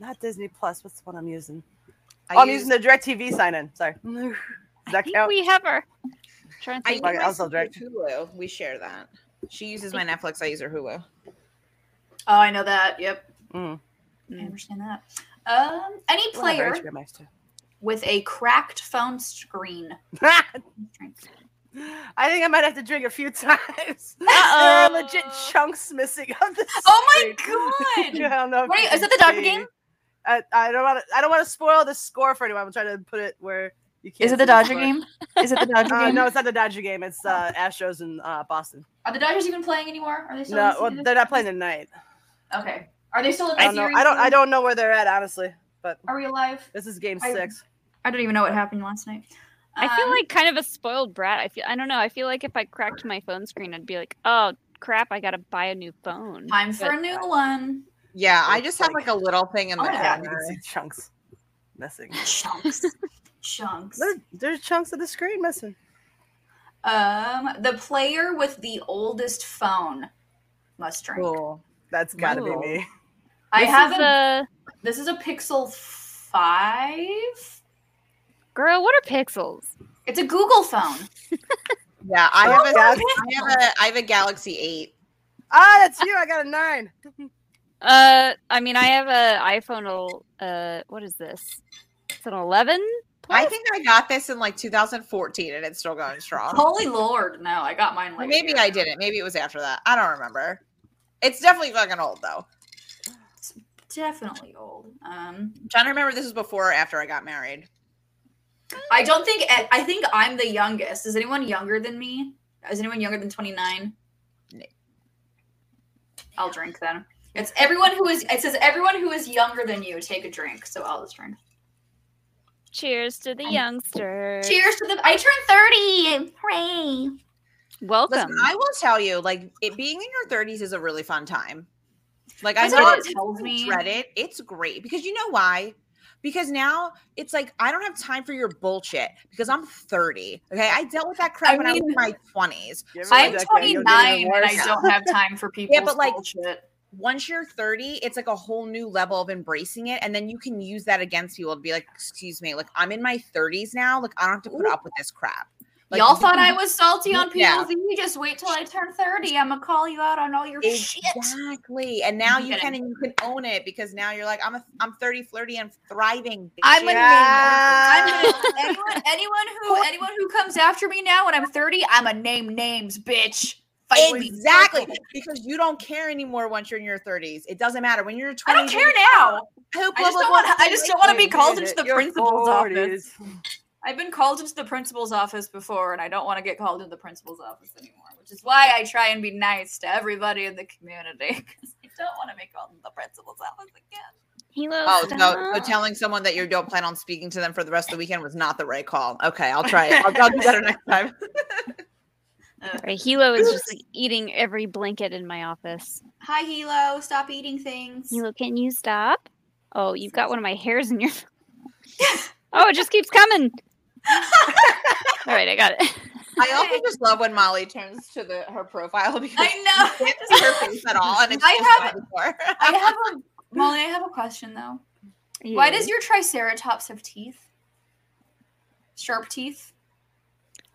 [SPEAKER 8] not Disney Plus. What's the one I'm using?
[SPEAKER 7] I
[SPEAKER 8] oh, I'm
[SPEAKER 7] use-
[SPEAKER 8] using the direct TV sign in. Sorry. Does
[SPEAKER 2] I
[SPEAKER 8] that
[SPEAKER 2] think
[SPEAKER 8] count?
[SPEAKER 2] we have our. Trying to
[SPEAKER 7] I
[SPEAKER 2] think.
[SPEAKER 7] use
[SPEAKER 8] Okay,
[SPEAKER 7] my
[SPEAKER 8] I'll sell
[SPEAKER 7] sister
[SPEAKER 8] direct.
[SPEAKER 7] Hulu. We share that. She uses my Netflix. I use her Hulu.
[SPEAKER 1] Oh, I know that. Yep.
[SPEAKER 8] Mm.
[SPEAKER 1] I
[SPEAKER 2] Mm.
[SPEAKER 1] understand that. Um, any
[SPEAKER 8] We'll have our
[SPEAKER 1] player
[SPEAKER 8] HBO Max too.
[SPEAKER 1] with a cracked phone screen.
[SPEAKER 8] I think I might have to drink a few times. there are legit
[SPEAKER 2] Uh-oh.
[SPEAKER 8] chunks missing on this.
[SPEAKER 1] Oh my
[SPEAKER 8] screen.
[SPEAKER 1] god!
[SPEAKER 8] I don't know. if
[SPEAKER 1] Wait,
[SPEAKER 8] you can
[SPEAKER 1] is it the Doctor
[SPEAKER 8] see.
[SPEAKER 1] game?
[SPEAKER 8] I, I don't want to. I don't want to spoil the score for anyone. I'm trying to put it where you can't.
[SPEAKER 1] Is it the
[SPEAKER 8] see
[SPEAKER 1] Dodger
[SPEAKER 8] score.
[SPEAKER 1] game? Is it the Dodger
[SPEAKER 8] Uh,
[SPEAKER 1] game?
[SPEAKER 8] no, it's not the Dodger game. It's uh, Astros in uh, Boston.
[SPEAKER 1] Are the Dodgers even playing anymore? Are they still?
[SPEAKER 8] No,
[SPEAKER 1] in the
[SPEAKER 8] well,
[SPEAKER 1] series?
[SPEAKER 8] they're not playing tonight.
[SPEAKER 1] Okay. Are they still in the
[SPEAKER 8] I don't know.
[SPEAKER 1] series?
[SPEAKER 8] I don't. I don't know where they're at
[SPEAKER 1] Oh
[SPEAKER 8] honestly. But
[SPEAKER 1] Are we alive?
[SPEAKER 8] this is game
[SPEAKER 1] I-
[SPEAKER 8] six.
[SPEAKER 1] I don't even know what happened last night.
[SPEAKER 2] I feel
[SPEAKER 1] Um,
[SPEAKER 2] like kind of a spoiled brat. I feel I don't know. I feel like if I cracked my phone screen, I'd be like, "Oh crap, I gotta buy a new phone."
[SPEAKER 1] time for
[SPEAKER 2] But-
[SPEAKER 1] a new one.
[SPEAKER 7] Yeah, I
[SPEAKER 8] It's
[SPEAKER 7] just have
[SPEAKER 8] like-
[SPEAKER 7] like a little thing in
[SPEAKER 1] Oh
[SPEAKER 7] the
[SPEAKER 1] my
[SPEAKER 8] Yeah,
[SPEAKER 1] God.
[SPEAKER 8] you can see chunks missing.
[SPEAKER 1] Chunks. Chunks.
[SPEAKER 8] There, there's chunks of the screen missing.
[SPEAKER 1] Um, the player with the oldest phone must drink.
[SPEAKER 7] Cool.
[SPEAKER 8] That's gotta
[SPEAKER 2] Ooh.
[SPEAKER 8] be me.
[SPEAKER 1] I
[SPEAKER 2] This is
[SPEAKER 1] have a,
[SPEAKER 2] a
[SPEAKER 1] this is a Pixel 5.
[SPEAKER 2] girl. What are pixels?
[SPEAKER 1] It's a Google phone.
[SPEAKER 7] Yeah, I
[SPEAKER 8] Oh
[SPEAKER 7] have a,
[SPEAKER 8] my
[SPEAKER 7] I have a, I have a Galaxy Eight.
[SPEAKER 8] Ah, that's you. I got a nine.
[SPEAKER 2] Uh, I mean, I have a iPhone. el- Uh, what is this? It's an eleven.
[SPEAKER 7] I think I got this in like 2014, and it's still going strong.
[SPEAKER 1] Holy lord. No, I got mine
[SPEAKER 7] Or
[SPEAKER 1] later.
[SPEAKER 7] Maybe I didn't. Maybe it was after that. I don't remember. It's definitely fucking old though.
[SPEAKER 1] Definitely old. Um,
[SPEAKER 7] I'm trying to remember if this was before or after I got married.
[SPEAKER 1] I don't think, eh, I think I'm the youngest. Is anyone younger than me? Is anyone younger than 29?
[SPEAKER 7] No.
[SPEAKER 1] I'll drink then. It's everyone who is, it says everyone who is younger than you take a drink. So I'll just drink.
[SPEAKER 2] Cheers to the
[SPEAKER 1] I-
[SPEAKER 2] youngster.
[SPEAKER 1] Cheers to the, I turned 30. Hooray.
[SPEAKER 2] Welcome.
[SPEAKER 7] Listen, I will tell you, like it being in your 30s is a really fun time. Like I
[SPEAKER 1] That's
[SPEAKER 7] know
[SPEAKER 1] what
[SPEAKER 7] it's
[SPEAKER 1] it tells me.
[SPEAKER 7] dread it. It's great because you know why? Because now it's like I don't have time for your bullshit because I'm 30. Okay, I dealt with that crap
[SPEAKER 1] I
[SPEAKER 7] when I was in
[SPEAKER 1] mean-
[SPEAKER 7] my 20s.
[SPEAKER 8] You ever
[SPEAKER 1] I'm
[SPEAKER 8] read that guy, Yo,
[SPEAKER 1] 29
[SPEAKER 8] David
[SPEAKER 1] and I
[SPEAKER 8] Morris?
[SPEAKER 1] don't have time for people's
[SPEAKER 7] but, like,
[SPEAKER 1] bullshit.
[SPEAKER 7] Once you're 30, it's like a whole new level of embracing it, and then you can use that against people to be like, "Excuse me, like I'm in my 30s now. Like I don't have to put up with this crap." Like,
[SPEAKER 1] Y'all thought I was salty on PLZ?
[SPEAKER 7] Yeah.
[SPEAKER 1] Just wait till I turn 30. I'm gonna call you out on all your shit.
[SPEAKER 7] Exactly. And now you
[SPEAKER 1] Kidding.
[SPEAKER 7] can and you can own it because now you're like, I'm a I'm 30, flirty, and thriving. bitch.
[SPEAKER 1] I'm a
[SPEAKER 8] Yeah.
[SPEAKER 1] name. I'm a- anyone, anyone who anyone who comes after me now when I'm 30, I'm a name names, bitch. Fight me.
[SPEAKER 7] Exactly. Because you don't care anymore once you're in your 30s. It doesn't matter. When you're 20,
[SPEAKER 1] I don't care now. I just don't want. I just don't want to be
[SPEAKER 8] Wait a
[SPEAKER 1] called into
[SPEAKER 8] minute,
[SPEAKER 1] the
[SPEAKER 8] you're
[SPEAKER 1] principal's
[SPEAKER 8] 40s.
[SPEAKER 1] office. I've been called into the principal's office before, and I don't want to get called into the principal's office anymore. Which is why I try and be nice to everybody in the community because I don't want to be called into the principal's office again.
[SPEAKER 2] Hilo,
[SPEAKER 7] Oh, no. So
[SPEAKER 2] stop.
[SPEAKER 7] telling someone that you don't plan on speaking to them for the rest of the weekend was not the right call. Okay. I'll try it. I'll, I'll do better next time.
[SPEAKER 2] Sorry, Hilo is just like eating every blanket in my office.
[SPEAKER 1] Hi, Hilo. Stop eating things.
[SPEAKER 2] Hilo, can you stop? Oh, you've got one of my hairs in your. oh, it just keeps coming. All right, I got it.
[SPEAKER 7] I also just love when Molly turns to the her profile because
[SPEAKER 1] I
[SPEAKER 7] you can't see her
[SPEAKER 1] know.
[SPEAKER 7] face at all. And it's
[SPEAKER 1] I
[SPEAKER 7] just
[SPEAKER 1] have-
[SPEAKER 7] before.
[SPEAKER 1] I have a Molly. I have a question though. Why does
[SPEAKER 2] Yeah.
[SPEAKER 1] your triceratops have teeth? Sharp teeth.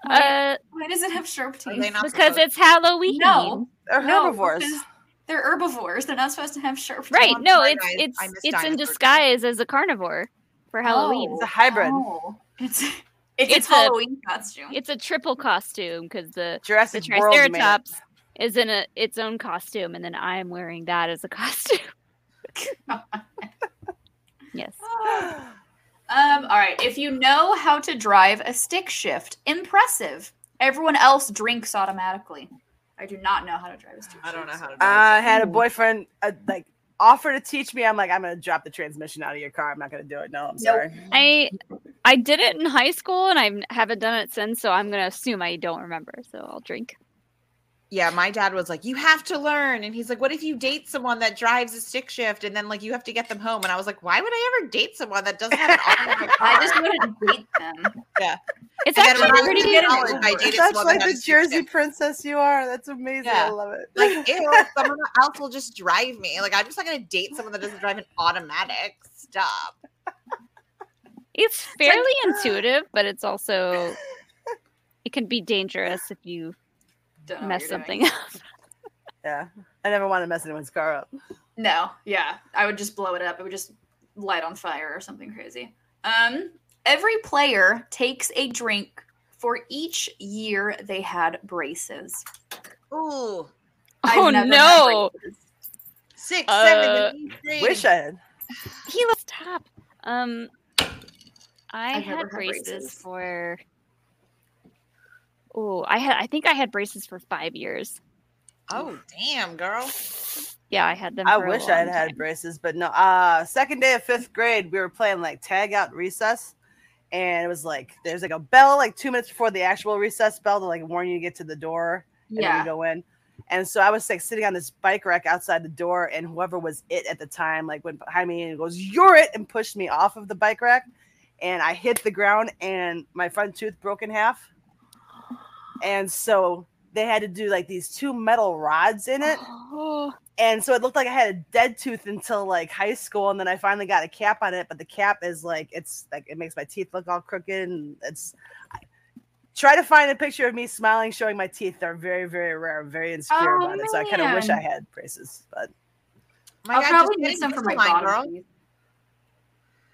[SPEAKER 2] uh,
[SPEAKER 1] Why does it have sharp
[SPEAKER 7] Are they
[SPEAKER 1] teeth?
[SPEAKER 7] not
[SPEAKER 2] because
[SPEAKER 7] supposed-
[SPEAKER 2] it's Halloween?
[SPEAKER 1] No,
[SPEAKER 8] They're
[SPEAKER 1] no,
[SPEAKER 8] herbivores.
[SPEAKER 1] because They're herbivores. They're not supposed to have sharp teeth.
[SPEAKER 2] right?
[SPEAKER 7] I'm
[SPEAKER 2] No,
[SPEAKER 7] sorry,
[SPEAKER 2] it's
[SPEAKER 7] guys,
[SPEAKER 2] it's
[SPEAKER 7] I missed
[SPEAKER 2] it's in
[SPEAKER 7] dinosaur time.
[SPEAKER 2] disguise as a carnivore for Halloween.
[SPEAKER 8] Oh. It's a hybrid.
[SPEAKER 1] Oh. It's it's,
[SPEAKER 2] It's
[SPEAKER 1] its
[SPEAKER 2] a-
[SPEAKER 1] Halloween costume.
[SPEAKER 2] It's a triple costume because the the
[SPEAKER 8] Jurassic World made it.
[SPEAKER 2] Triceratops is in a its own costume, and then I am wearing that as a costume. yes.
[SPEAKER 1] um. All right. If you know how to drive a stick shift, impressive. Everyone else drinks automatically. I do not know how to drive a stick shift.
[SPEAKER 7] I don't know how
[SPEAKER 2] Uh,
[SPEAKER 7] to.
[SPEAKER 8] I had a
[SPEAKER 2] Ooh.
[SPEAKER 8] boyfriend uh, like offer to teach me. I'm like, I'm gonna drop the transmission out of your car. I'm not gonna do it. No, I'm sorry.
[SPEAKER 2] I I did it in high school, and I haven't done it since. So I'm gonna assume I don't remember. So I'll drink.
[SPEAKER 7] Yeah, my dad was like, "You have to learn," and he's like, "What if you date someone that drives a stick shift, and then like you have to get them home?" And I was like, "Why would I ever date someone that doesn't have an automatic car?"
[SPEAKER 1] I just wouldn't date them.
[SPEAKER 2] It's
[SPEAKER 7] And then
[SPEAKER 2] actually
[SPEAKER 7] when I was
[SPEAKER 2] pretty
[SPEAKER 7] in college, I dated
[SPEAKER 8] That's
[SPEAKER 7] someone that
[SPEAKER 8] like
[SPEAKER 7] had a
[SPEAKER 8] the
[SPEAKER 7] stick
[SPEAKER 8] Jersey
[SPEAKER 7] shift.
[SPEAKER 8] princess you are. That's amazing.
[SPEAKER 7] Yeah.
[SPEAKER 8] I love it.
[SPEAKER 7] Like, ew, someone else will just drive me. Like, I'm just not gonna date someone that doesn't drive an automatic. Stop.
[SPEAKER 2] it's fairly
[SPEAKER 8] "Ah."
[SPEAKER 2] intuitive, but it's also it can be dangerous if you
[SPEAKER 1] Don't know what
[SPEAKER 2] mess
[SPEAKER 1] you're doing.
[SPEAKER 2] something up.
[SPEAKER 8] yeah, I never want to mess anyone's car up.
[SPEAKER 1] No, yeah, I would just blow it up. It would just light on fire or something crazy. Um, every player takes a drink for each year they had braces.
[SPEAKER 7] Ooh,
[SPEAKER 1] I've
[SPEAKER 2] Oh
[SPEAKER 1] never had
[SPEAKER 2] no!
[SPEAKER 1] braces.
[SPEAKER 7] six,
[SPEAKER 2] Uh,
[SPEAKER 7] seven, eight, grade.
[SPEAKER 8] Wish I had.
[SPEAKER 2] He was top. Um, I
[SPEAKER 1] I've never
[SPEAKER 2] had
[SPEAKER 1] had
[SPEAKER 2] braces,
[SPEAKER 1] braces.
[SPEAKER 2] for. Oh, I had. I think I had braces for five years.
[SPEAKER 7] Oh, damn, girl.
[SPEAKER 2] Yeah, I had them.
[SPEAKER 8] I
[SPEAKER 2] for a
[SPEAKER 8] wish I had
[SPEAKER 2] long
[SPEAKER 8] had
[SPEAKER 2] time.
[SPEAKER 8] braces, but no. Uh, second day of fifth grade, we were playing like tag out recess, and it was like there's like a bell like two minutes before the actual recess bell to like warn you to get to the door. and then you
[SPEAKER 1] Yeah.
[SPEAKER 8] go in. And so I was like sitting on this bike rack outside the door, and whoever was it at the time like went behind me and goes, "You're it," and pushed me off of the bike rack, and I hit the ground, and my front tooth broke in half. And so they had to do like these two metal rods in it,
[SPEAKER 2] Oh,
[SPEAKER 8] and so it looked like I had a dead tooth until like high school, and then I finally got a cap on it. But the cap is like it's like it makes my teeth look all crooked, and it's. I, try to find a picture of me smiling, showing my teeth. They're very, very rare. I'm very insecure
[SPEAKER 1] Oh,
[SPEAKER 8] about it, so I kind of wish I
[SPEAKER 1] man.
[SPEAKER 8] had braces. But
[SPEAKER 7] My
[SPEAKER 1] I'll
[SPEAKER 7] God,
[SPEAKER 1] probably
[SPEAKER 7] just
[SPEAKER 1] need
[SPEAKER 7] get
[SPEAKER 1] some for my
[SPEAKER 7] Invisalign,
[SPEAKER 1] bottom
[SPEAKER 7] girl.
[SPEAKER 1] teeth.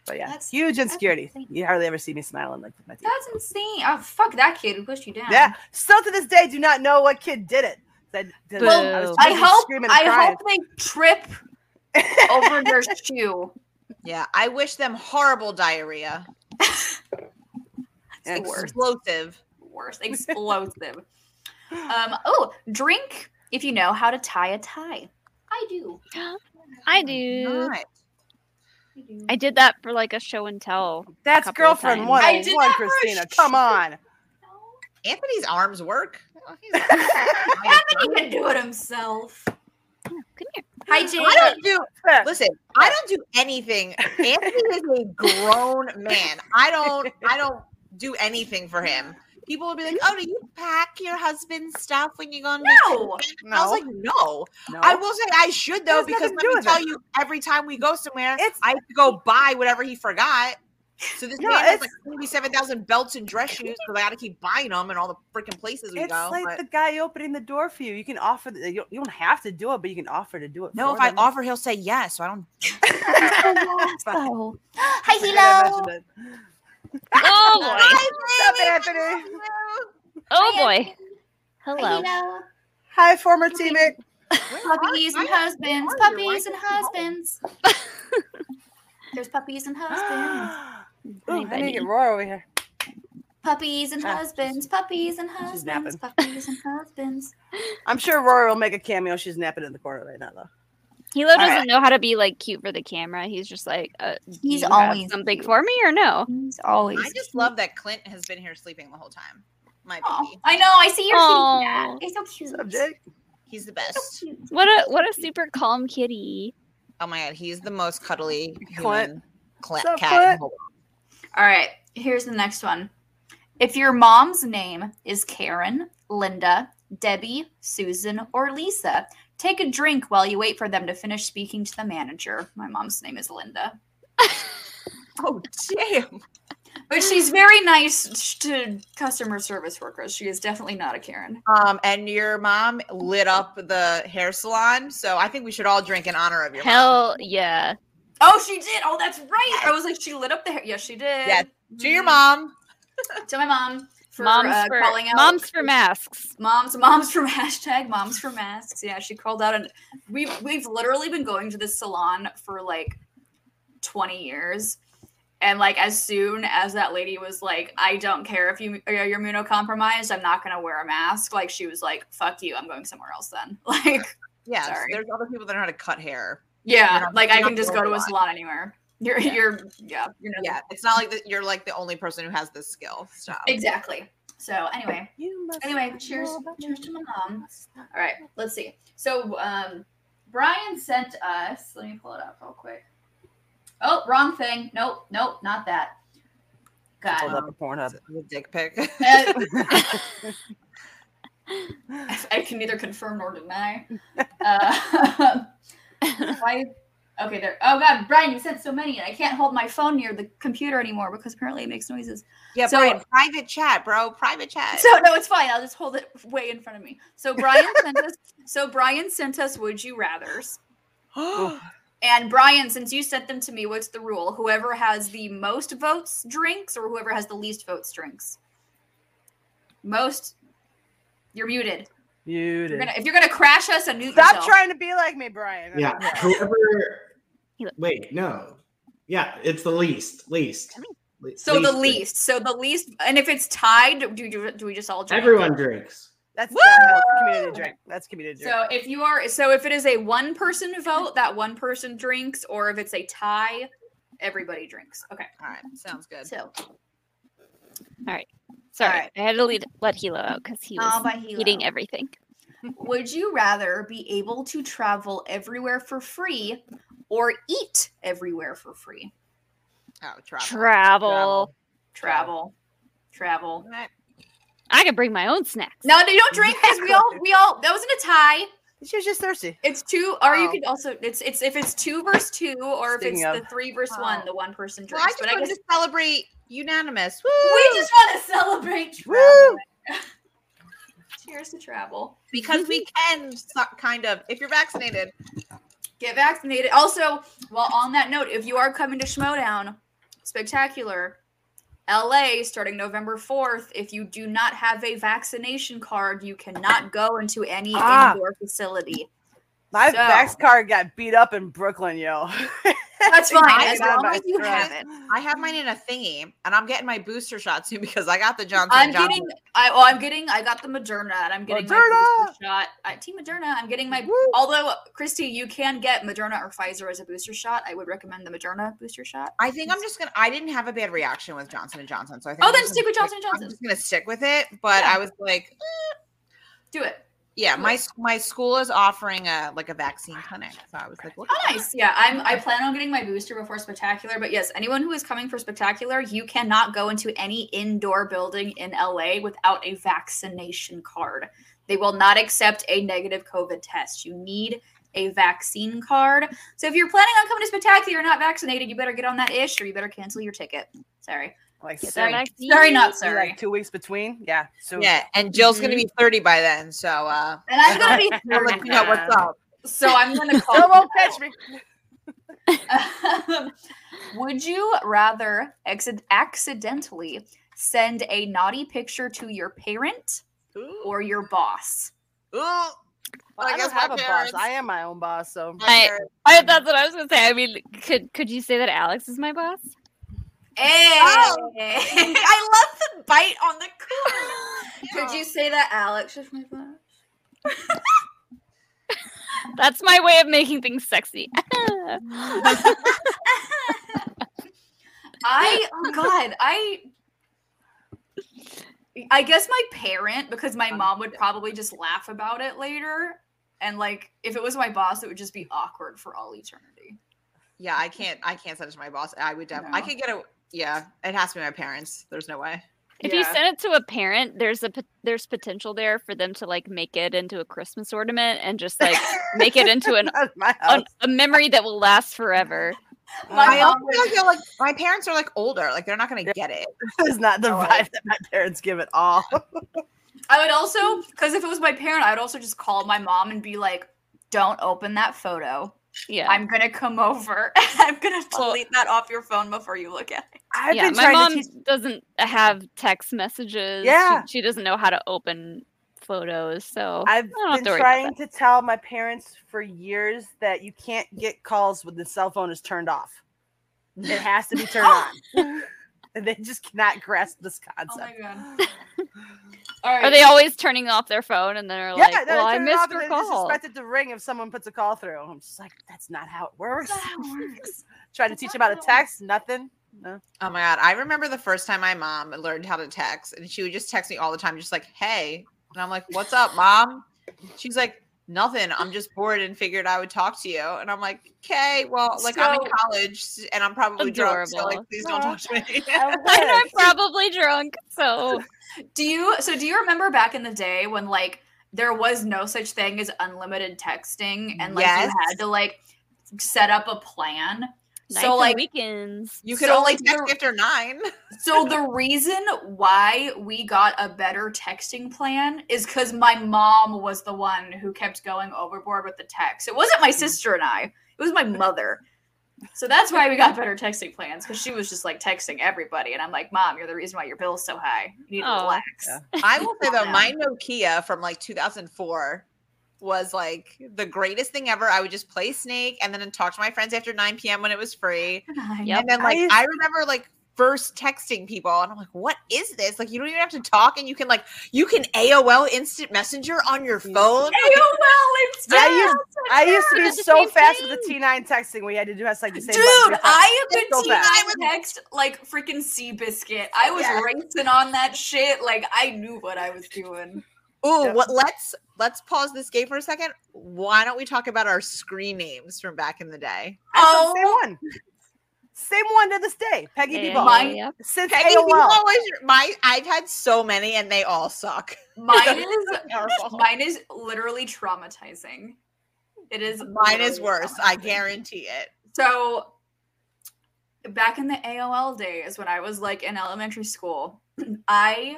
[SPEAKER 8] but yeah,
[SPEAKER 1] That's-
[SPEAKER 8] huge
[SPEAKER 1] that's
[SPEAKER 8] insecurity.
[SPEAKER 1] insane.
[SPEAKER 8] You hardly ever see me smiling like with my teeth.
[SPEAKER 1] That's insane. Oh fuck that kid who pushed you down.
[SPEAKER 8] yeah. Still to this day, do not know what kid did it. I, did- was
[SPEAKER 2] Boo.
[SPEAKER 8] too
[SPEAKER 1] I
[SPEAKER 8] busy
[SPEAKER 1] hope
[SPEAKER 8] screaming and
[SPEAKER 1] I
[SPEAKER 8] crying.
[SPEAKER 1] hope they trip over their shoe.
[SPEAKER 7] Yeah, I wish them horrible diarrhea.
[SPEAKER 8] And-
[SPEAKER 7] Explosive.
[SPEAKER 1] Worse. Explosive. um, oh, drink if you know how to tie a tie. I do.
[SPEAKER 2] I
[SPEAKER 7] No,
[SPEAKER 2] do.
[SPEAKER 7] not.
[SPEAKER 1] I do.
[SPEAKER 2] I did that for like a show and tell.
[SPEAKER 8] That's
[SPEAKER 2] couple of
[SPEAKER 8] girlfriend
[SPEAKER 2] times.
[SPEAKER 8] one
[SPEAKER 1] I
[SPEAKER 8] hundred
[SPEAKER 1] did
[SPEAKER 8] one,
[SPEAKER 1] that for a
[SPEAKER 8] Christina. Come on.
[SPEAKER 7] Anthony's arms work.
[SPEAKER 8] Oh,
[SPEAKER 7] He's like,
[SPEAKER 1] Anthony can do it himself.
[SPEAKER 2] Oh, come here.
[SPEAKER 1] Hi, Jane.
[SPEAKER 7] I don't do.
[SPEAKER 8] Yeah.
[SPEAKER 7] Listen, I don't do anything. Anthony is a grown man. I don't. I don't do anything for him. People will be like, "Oh, do you pack your husband's stuff when you go on?" vacation?"
[SPEAKER 1] No.
[SPEAKER 7] And I was like, "No."
[SPEAKER 8] no.
[SPEAKER 7] I will say I should though
[SPEAKER 8] It has
[SPEAKER 7] because
[SPEAKER 8] nothing to
[SPEAKER 7] let
[SPEAKER 8] do
[SPEAKER 7] me
[SPEAKER 8] with
[SPEAKER 7] tell
[SPEAKER 8] it.
[SPEAKER 7] you, every time we go somewhere,
[SPEAKER 8] It's-
[SPEAKER 7] I have to go buy whatever he forgot. So this
[SPEAKER 8] No,
[SPEAKER 7] man has
[SPEAKER 8] it's-
[SPEAKER 7] like seventy-seven thousand belts and dress shoes because I got to keep buying them in all the freaking places we
[SPEAKER 8] It's
[SPEAKER 7] go.
[SPEAKER 8] like
[SPEAKER 7] but-
[SPEAKER 8] the guy opening the door for you. You can offer. The, you, don't, you don't have to do it, but you can offer to do it.
[SPEAKER 7] no,
[SPEAKER 8] for
[SPEAKER 7] if I
[SPEAKER 8] them.
[SPEAKER 7] offer, he'll say yes. So I don't.
[SPEAKER 2] Oh,
[SPEAKER 1] Hi,
[SPEAKER 8] I gotta
[SPEAKER 1] Hilo.
[SPEAKER 8] imagine it.
[SPEAKER 2] oh
[SPEAKER 8] Stop it, Anthony.
[SPEAKER 2] boy. Oh
[SPEAKER 7] Hi,
[SPEAKER 2] boy. Hello.
[SPEAKER 8] Hi, former teammate.
[SPEAKER 1] Puppies and husbands. Puppies and husbands. There's puppies and husbands.
[SPEAKER 8] Ooh, I need to
[SPEAKER 2] buddy.
[SPEAKER 8] get Roy over here.
[SPEAKER 1] Puppies and
[SPEAKER 8] Ah,
[SPEAKER 1] husbands. Puppies and
[SPEAKER 8] she's
[SPEAKER 1] husbands.
[SPEAKER 8] napping.
[SPEAKER 1] Puppies and husbands.
[SPEAKER 8] I'm sure Rory will make a cameo. She's napping in the corner right now, though.
[SPEAKER 2] Hilo doesn't
[SPEAKER 7] right.
[SPEAKER 2] know how to be like cute for the camera. He's just like, uh, do
[SPEAKER 1] He's
[SPEAKER 2] you have
[SPEAKER 1] always
[SPEAKER 2] something
[SPEAKER 1] cute.
[SPEAKER 2] for me or no?
[SPEAKER 1] He's always.
[SPEAKER 7] I just love that Clint has been here sleeping the whole time. My
[SPEAKER 1] Oh,
[SPEAKER 7] baby,
[SPEAKER 1] I know. I see your
[SPEAKER 2] Aw.
[SPEAKER 1] feet. It's so cute.
[SPEAKER 8] What's up, Jake?
[SPEAKER 7] he's the best.
[SPEAKER 2] What a what a super calm kitty.
[SPEAKER 7] Oh my god, he's the most cuddly
[SPEAKER 8] Clint.
[SPEAKER 7] human Clint
[SPEAKER 8] Sup,
[SPEAKER 7] cat. in the
[SPEAKER 8] Clint?
[SPEAKER 7] whole-
[SPEAKER 1] All right, here's the next one. If your mom's name is Karen, Linda, Debbie, Susan, or Lisa, take a drink while you wait for them to finish speaking to the manager. My mom's name is Linda.
[SPEAKER 7] Oh damn!
[SPEAKER 1] But she's very nice to customer service workers. She is definitely not a Karen.
[SPEAKER 7] Um, and your mom lit up the hair salon, so I think we should all drink in honor of your mom.
[SPEAKER 2] Hell yeah.
[SPEAKER 1] Oh, she did. Oh, that's right. I was like, she lit up the hair. Yes, she did. Mm-hmm.
[SPEAKER 7] Yes. To your mom,
[SPEAKER 1] To my mom for
[SPEAKER 2] moms
[SPEAKER 1] uh,
[SPEAKER 2] for
[SPEAKER 1] calling out.
[SPEAKER 2] moms for masks.
[SPEAKER 1] Moms, moms for hashtag moms for masks. Yeah, she crawled out, and we've we've literally been going to this salon for like twenty years, and like as soon as that lady was like, "I don't care if you are you're immunocompromised, I'm not gonna wear a mask," like she was like, "Fuck you, I'm going somewhere else then." Like,
[SPEAKER 7] yes.
[SPEAKER 1] Sorry.
[SPEAKER 7] There's other people that know how to cut hair.
[SPEAKER 1] yeah,
[SPEAKER 7] You're not-
[SPEAKER 1] like I
[SPEAKER 7] you're
[SPEAKER 1] can
[SPEAKER 7] not
[SPEAKER 1] just go to a
[SPEAKER 7] worldwide.
[SPEAKER 1] salon anywhere. You're you're yeah you're not
[SPEAKER 7] Yeah, it's not like that. You're like the only person who has this skill. Stop.
[SPEAKER 1] exactly. So anyway,
[SPEAKER 8] You must
[SPEAKER 1] Anyway,
[SPEAKER 8] know
[SPEAKER 1] cheers.
[SPEAKER 8] about me.
[SPEAKER 1] Cheers to my mom. All right, let's see. So, um, Brian sent us. Let me pull it up real quick. Oh, wrong thing. Nope, nope, not that.
[SPEAKER 8] Hold
[SPEAKER 1] God,
[SPEAKER 8] up a Pornhub.
[SPEAKER 7] The dick pic.
[SPEAKER 1] Uh, I can neither confirm nor deny. Uh, why? Okay, there. Oh God, Brian, you sent so many. I can't hold my phone near the computer anymore because apparently it makes noises.
[SPEAKER 7] yeah,
[SPEAKER 1] So-
[SPEAKER 7] Brian, private chat, bro. Private chat.
[SPEAKER 1] So no, it's fine. I'll just hold it way in front of me. So Brian sent us. So Brian sent us. Would you rather's? And Brian, since you sent them to me, what's the rule? Whoever has the most votes drinks, or whoever has the least votes drinks. Most. You're muted.
[SPEAKER 8] You
[SPEAKER 1] You're
[SPEAKER 8] did.
[SPEAKER 1] gonna, if you're gonna crash us, and mute
[SPEAKER 8] Stop
[SPEAKER 1] yourself.
[SPEAKER 8] trying to be like me, Brian.
[SPEAKER 6] Yeah, whoever.
[SPEAKER 2] He look-
[SPEAKER 6] Wait, no. Yeah, it's the least, least. Le-
[SPEAKER 1] So the
[SPEAKER 6] drink.
[SPEAKER 1] least. So the least. And if it's tied, do do, do we just all drink?
[SPEAKER 6] Everyone drinks.
[SPEAKER 8] That's,
[SPEAKER 1] Woo!
[SPEAKER 8] that's community drink. That's community drink.
[SPEAKER 1] So if you are so if it is a one person vote, that one person drinks, or if it's a tie, everybody drinks. Okay.
[SPEAKER 7] All right, sounds good.
[SPEAKER 1] So
[SPEAKER 2] Sorry.
[SPEAKER 1] Alright.
[SPEAKER 2] I had to lead, let Hilo out because he was
[SPEAKER 1] by Hilo.
[SPEAKER 2] eating everything.
[SPEAKER 1] Would you rather be able to travel everywhere for free or eat everywhere for free?
[SPEAKER 7] Oh, travel.
[SPEAKER 2] Travel.
[SPEAKER 1] Travel. Travel. Oh,
[SPEAKER 7] All right.
[SPEAKER 2] I could bring my own snacks.
[SPEAKER 1] No, you don't drink because we all we all that wasn't a tie.
[SPEAKER 8] she was just thirsty.
[SPEAKER 1] It's two or you
[SPEAKER 7] Oh.
[SPEAKER 1] could also it's it's if it's two versus two or if it's
[SPEAKER 8] Speaking
[SPEAKER 1] the three versus one,
[SPEAKER 7] Oh.
[SPEAKER 1] the one person
[SPEAKER 7] Well, I
[SPEAKER 1] drinks.
[SPEAKER 7] just
[SPEAKER 1] But I
[SPEAKER 7] wanted
[SPEAKER 1] guess
[SPEAKER 7] to celebrate unanimous.
[SPEAKER 1] we
[SPEAKER 7] Woo!
[SPEAKER 1] just want to celebrate
[SPEAKER 8] Woo!
[SPEAKER 1] travel. Cheers to travel.
[SPEAKER 7] because we can, so- kind of. If you're vaccinated,
[SPEAKER 1] get vaccinated. Also, while on that note, if you are coming to Schmodown, spectacular, LA starting November 4th, if you do not have a vaccination card, you cannot go into any
[SPEAKER 8] Ah.
[SPEAKER 1] indoor facility.
[SPEAKER 8] My
[SPEAKER 1] So-
[SPEAKER 8] Vax card got beat up in Brooklyn, yo.
[SPEAKER 1] That's
[SPEAKER 8] They
[SPEAKER 1] fine.
[SPEAKER 8] knocked
[SPEAKER 1] As
[SPEAKER 8] it out
[SPEAKER 1] long
[SPEAKER 8] by
[SPEAKER 1] as you
[SPEAKER 8] a
[SPEAKER 1] have
[SPEAKER 8] thread.
[SPEAKER 1] it.
[SPEAKER 7] I have mine in a thingy, and I'm getting my booster shot soon because I got the Johnson.
[SPEAKER 1] I'm
[SPEAKER 7] and Johnson.
[SPEAKER 1] getting I oh I'm getting I got the Moderna and I'm getting my
[SPEAKER 8] Moderna!
[SPEAKER 1] booster shot. I, Team Moderna, I'm getting my
[SPEAKER 8] Woo!
[SPEAKER 1] although Christy, you can get Moderna or Pfizer as a booster shot. I would recommend the Moderna booster shot.
[SPEAKER 7] I think I'm just gonna. I didn't have a bad reaction with Johnson and Johnson, so I think.
[SPEAKER 1] Oh,
[SPEAKER 7] I'm
[SPEAKER 1] then
[SPEAKER 7] just
[SPEAKER 1] stick
[SPEAKER 7] gonna
[SPEAKER 1] with Johnson and
[SPEAKER 7] I'm
[SPEAKER 1] Johnson.
[SPEAKER 7] just gonna stick with it, but
[SPEAKER 1] Yeah.
[SPEAKER 7] I was like,
[SPEAKER 1] Do it.
[SPEAKER 7] yeah, my s- my school is offering a like a vaccine clinic, so I was like, look
[SPEAKER 1] Oh, nice. Yeah, I'm. I plan on getting my booster before Spectacular. But yes, anyone who is coming for Spectacular, you cannot go into any indoor building in LA without a vaccination card. They will not accept a negative COVID test. You need a vaccine card. So if you're planning on coming to Spectacular and not vaccinated, you better get on that ish or you better cancel your ticket. Sorry.
[SPEAKER 8] Like
[SPEAKER 2] Get that
[SPEAKER 8] sorry.
[SPEAKER 2] vaccine.
[SPEAKER 1] Sorry, not
[SPEAKER 8] Be
[SPEAKER 1] sorry. Mm-hmm.
[SPEAKER 8] Like two weeks between. Yeah. So
[SPEAKER 7] Yeah, and Jill's gonna be 30 by then, so uh
[SPEAKER 1] And I'm gonna be
[SPEAKER 7] I'll let you know what's up.
[SPEAKER 1] so I'm gonna call.
[SPEAKER 8] Don't won't catch me.
[SPEAKER 1] Um, would you rather exi- accidentally send a naughty picture to your parent
[SPEAKER 8] Ooh,
[SPEAKER 1] or your boss?
[SPEAKER 7] Ooh,
[SPEAKER 8] well,
[SPEAKER 7] I
[SPEAKER 8] I
[SPEAKER 7] guess
[SPEAKER 8] don't have
[SPEAKER 7] my
[SPEAKER 8] a boss.
[SPEAKER 7] parents-
[SPEAKER 8] I am my own boss. So
[SPEAKER 2] I- I, that's what I was gonna say. I mean, could could you say that Alex is my boss?
[SPEAKER 1] Hey!
[SPEAKER 7] Oh.
[SPEAKER 1] I love the bite on the corner. Could you say that Alex is my boss?
[SPEAKER 2] That's my way of making things sexy.
[SPEAKER 1] I oh god, I I guess my parent because
[SPEAKER 2] Um,
[SPEAKER 1] my mom would probably just laugh about it later and like if it was my boss it would just be awkward for all eternity.
[SPEAKER 7] yeah, I can't I can't send it to my boss. I would definitely I
[SPEAKER 1] No.
[SPEAKER 7] could get a yeah, it has to be my parents. There's no way.
[SPEAKER 2] if you
[SPEAKER 8] Yeah.
[SPEAKER 2] send it to a parent, there's a pot- there's potential there for them to like make it into a Christmas ornament and just like make it into an
[SPEAKER 8] that's my house.
[SPEAKER 2] an- a memory that will last forever.
[SPEAKER 1] My
[SPEAKER 7] I
[SPEAKER 1] mom
[SPEAKER 7] also feel like my parents are like older, like they're not gonna
[SPEAKER 8] Yeah.
[SPEAKER 7] get it.
[SPEAKER 8] is not the vibe that my parents give at all.
[SPEAKER 1] I would also because if it was my parent, I'd also just call my mom and be like, "Don't open that photo.
[SPEAKER 2] Yeah.
[SPEAKER 1] I'm gonna come over. I'm gonna
[SPEAKER 2] Well-
[SPEAKER 1] delete that off your phone before you look at it."
[SPEAKER 8] I've
[SPEAKER 2] yeah,
[SPEAKER 8] been
[SPEAKER 2] my
[SPEAKER 8] trying
[SPEAKER 2] mom
[SPEAKER 8] to teach.
[SPEAKER 2] doesn't have text messages. She-
[SPEAKER 8] Yeah.
[SPEAKER 2] She, doesn't know how to open photos. So
[SPEAKER 8] I've
[SPEAKER 2] don't have
[SPEAKER 8] been
[SPEAKER 2] to worry about
[SPEAKER 8] trying to tell my parents for years that you can't get calls when the cell phone is turned off. It has to be turned on. And they just cannot grasp this
[SPEAKER 1] Oh my
[SPEAKER 8] concept.
[SPEAKER 1] god. All right.
[SPEAKER 2] are they always turning off their phone and then are like,
[SPEAKER 8] yeah,
[SPEAKER 2] well, I
[SPEAKER 8] turn it off
[SPEAKER 2] missed
[SPEAKER 8] and
[SPEAKER 2] your
[SPEAKER 8] then It's
[SPEAKER 2] call?
[SPEAKER 8] expected to ring if someone puts a call through. I'm just like, that's not how it works.
[SPEAKER 1] That works.
[SPEAKER 8] Trying to
[SPEAKER 1] That's
[SPEAKER 8] teach
[SPEAKER 1] not
[SPEAKER 8] them how to
[SPEAKER 1] how it
[SPEAKER 8] text, nothing. No.
[SPEAKER 7] Oh my god. I remember the first time my mom learned how to text and she would just text me all the time, just like, hey. And I'm like, What's up, mom? She's like, Nothing. I'm just bored and figured I would talk to you. And I'm like, okay, well, like I'm in
[SPEAKER 1] So-
[SPEAKER 7] college and I'm probably drunk. So like
[SPEAKER 2] Adorable.
[SPEAKER 7] please don't
[SPEAKER 8] Aw.
[SPEAKER 7] talk to me.
[SPEAKER 2] And I'm probably drunk. So
[SPEAKER 1] Do you so do you remember back in the day when like there was no such thing as unlimited texting and like
[SPEAKER 7] Yes.
[SPEAKER 1] you had to like set up a plan?
[SPEAKER 2] nights
[SPEAKER 1] so
[SPEAKER 2] and
[SPEAKER 1] like
[SPEAKER 2] weekends.
[SPEAKER 7] You could
[SPEAKER 1] So,
[SPEAKER 7] only
[SPEAKER 1] like,
[SPEAKER 7] text
[SPEAKER 1] you're-
[SPEAKER 7] after nine.
[SPEAKER 1] So the reason why we got a better texting plan is because my mom was the one who kept going overboard with the text. It wasn't
[SPEAKER 7] Mm.
[SPEAKER 1] my sister and I; it was my mother. So that's why we got better texting plans because she was just like texting everybody, and I'm like, "Mom, you're the reason why your bill's so high. You need to
[SPEAKER 2] Oh,
[SPEAKER 1] relax."
[SPEAKER 8] yeah.
[SPEAKER 7] I will say though,
[SPEAKER 1] Yeah.
[SPEAKER 7] my Nokia from like 2004 was like the greatest thing ever. I would just play Snake and then talk to my friends after 9 p.m. when it was free.
[SPEAKER 2] Yep.
[SPEAKER 7] And then
[SPEAKER 8] I
[SPEAKER 7] like
[SPEAKER 8] used-
[SPEAKER 7] I remember like first texting people and I'm like, what is this? Like you don't even have to talk and you can like you can AOL instant messenger on your
[SPEAKER 8] Mm.
[SPEAKER 7] phone.
[SPEAKER 1] AOL
[SPEAKER 8] Oh,
[SPEAKER 1] Instant
[SPEAKER 8] I used-
[SPEAKER 1] Messenger!
[SPEAKER 8] I used to
[SPEAKER 2] Did
[SPEAKER 8] be
[SPEAKER 2] the
[SPEAKER 8] so
[SPEAKER 2] same
[SPEAKER 8] fast with the
[SPEAKER 2] thing.
[SPEAKER 8] T9 texting. We had to do us like the same.
[SPEAKER 1] Dude, I
[SPEAKER 8] It's so
[SPEAKER 1] could
[SPEAKER 8] bad.
[SPEAKER 1] I would text like freaking sea biscuit. I was
[SPEAKER 7] Yeah.
[SPEAKER 1] racing on that shit. Like I knew what I was doing.
[SPEAKER 7] Ooh,
[SPEAKER 8] Yep.
[SPEAKER 7] what let's let's pause this game for a second. Why don't we talk about our screen names from back in the day?
[SPEAKER 8] oh. same one. Same one to this day. Peggy
[SPEAKER 2] Yeah,
[SPEAKER 8] D.
[SPEAKER 2] yeah,
[SPEAKER 8] Ball.
[SPEAKER 2] yeah,
[SPEAKER 1] Mine-
[SPEAKER 2] yeah.
[SPEAKER 8] Since
[SPEAKER 7] Peggy,
[SPEAKER 8] AOL.
[SPEAKER 7] you always my I've had so many and they all suck.
[SPEAKER 1] Mine is
[SPEAKER 7] Horrible.
[SPEAKER 1] mine is literally traumatizing. It is
[SPEAKER 7] Mine
[SPEAKER 1] literally
[SPEAKER 7] is worse. I
[SPEAKER 1] traumatizing.
[SPEAKER 7] guarantee it.
[SPEAKER 1] So back in the AOL days when I was like in elementary school, I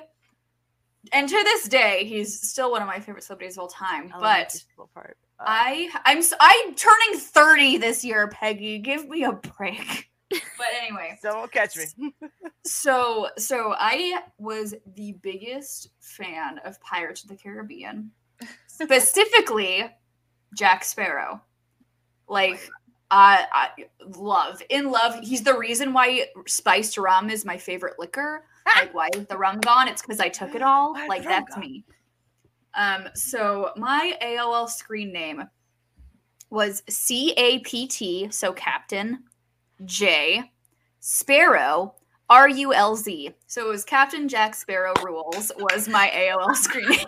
[SPEAKER 1] and to this day he's still one of my favorite celebrities of all time. But
[SPEAKER 8] Elementary school part. Uh,
[SPEAKER 1] I I'm s- I'm turning 30 this year, Peggy. Give me a break. But anyway,
[SPEAKER 8] don't catch me.
[SPEAKER 1] so so I was the biggest fan of Pirates of the Caribbean. Specifically Jack Sparrow.
[SPEAKER 8] Oh
[SPEAKER 1] Like I, I love in love. He's the reason why spiced rum is my favorite liquor. Like why is the rum gone? It's because I took it all.
[SPEAKER 8] Why is
[SPEAKER 1] Like
[SPEAKER 8] the rum
[SPEAKER 1] that's
[SPEAKER 8] gone?
[SPEAKER 1] me. Um. So my AOL screen name was C A P T. So Captain J Sparrow R U L Z. So it was Captain Jack Sparrow rules was my AOL screen name.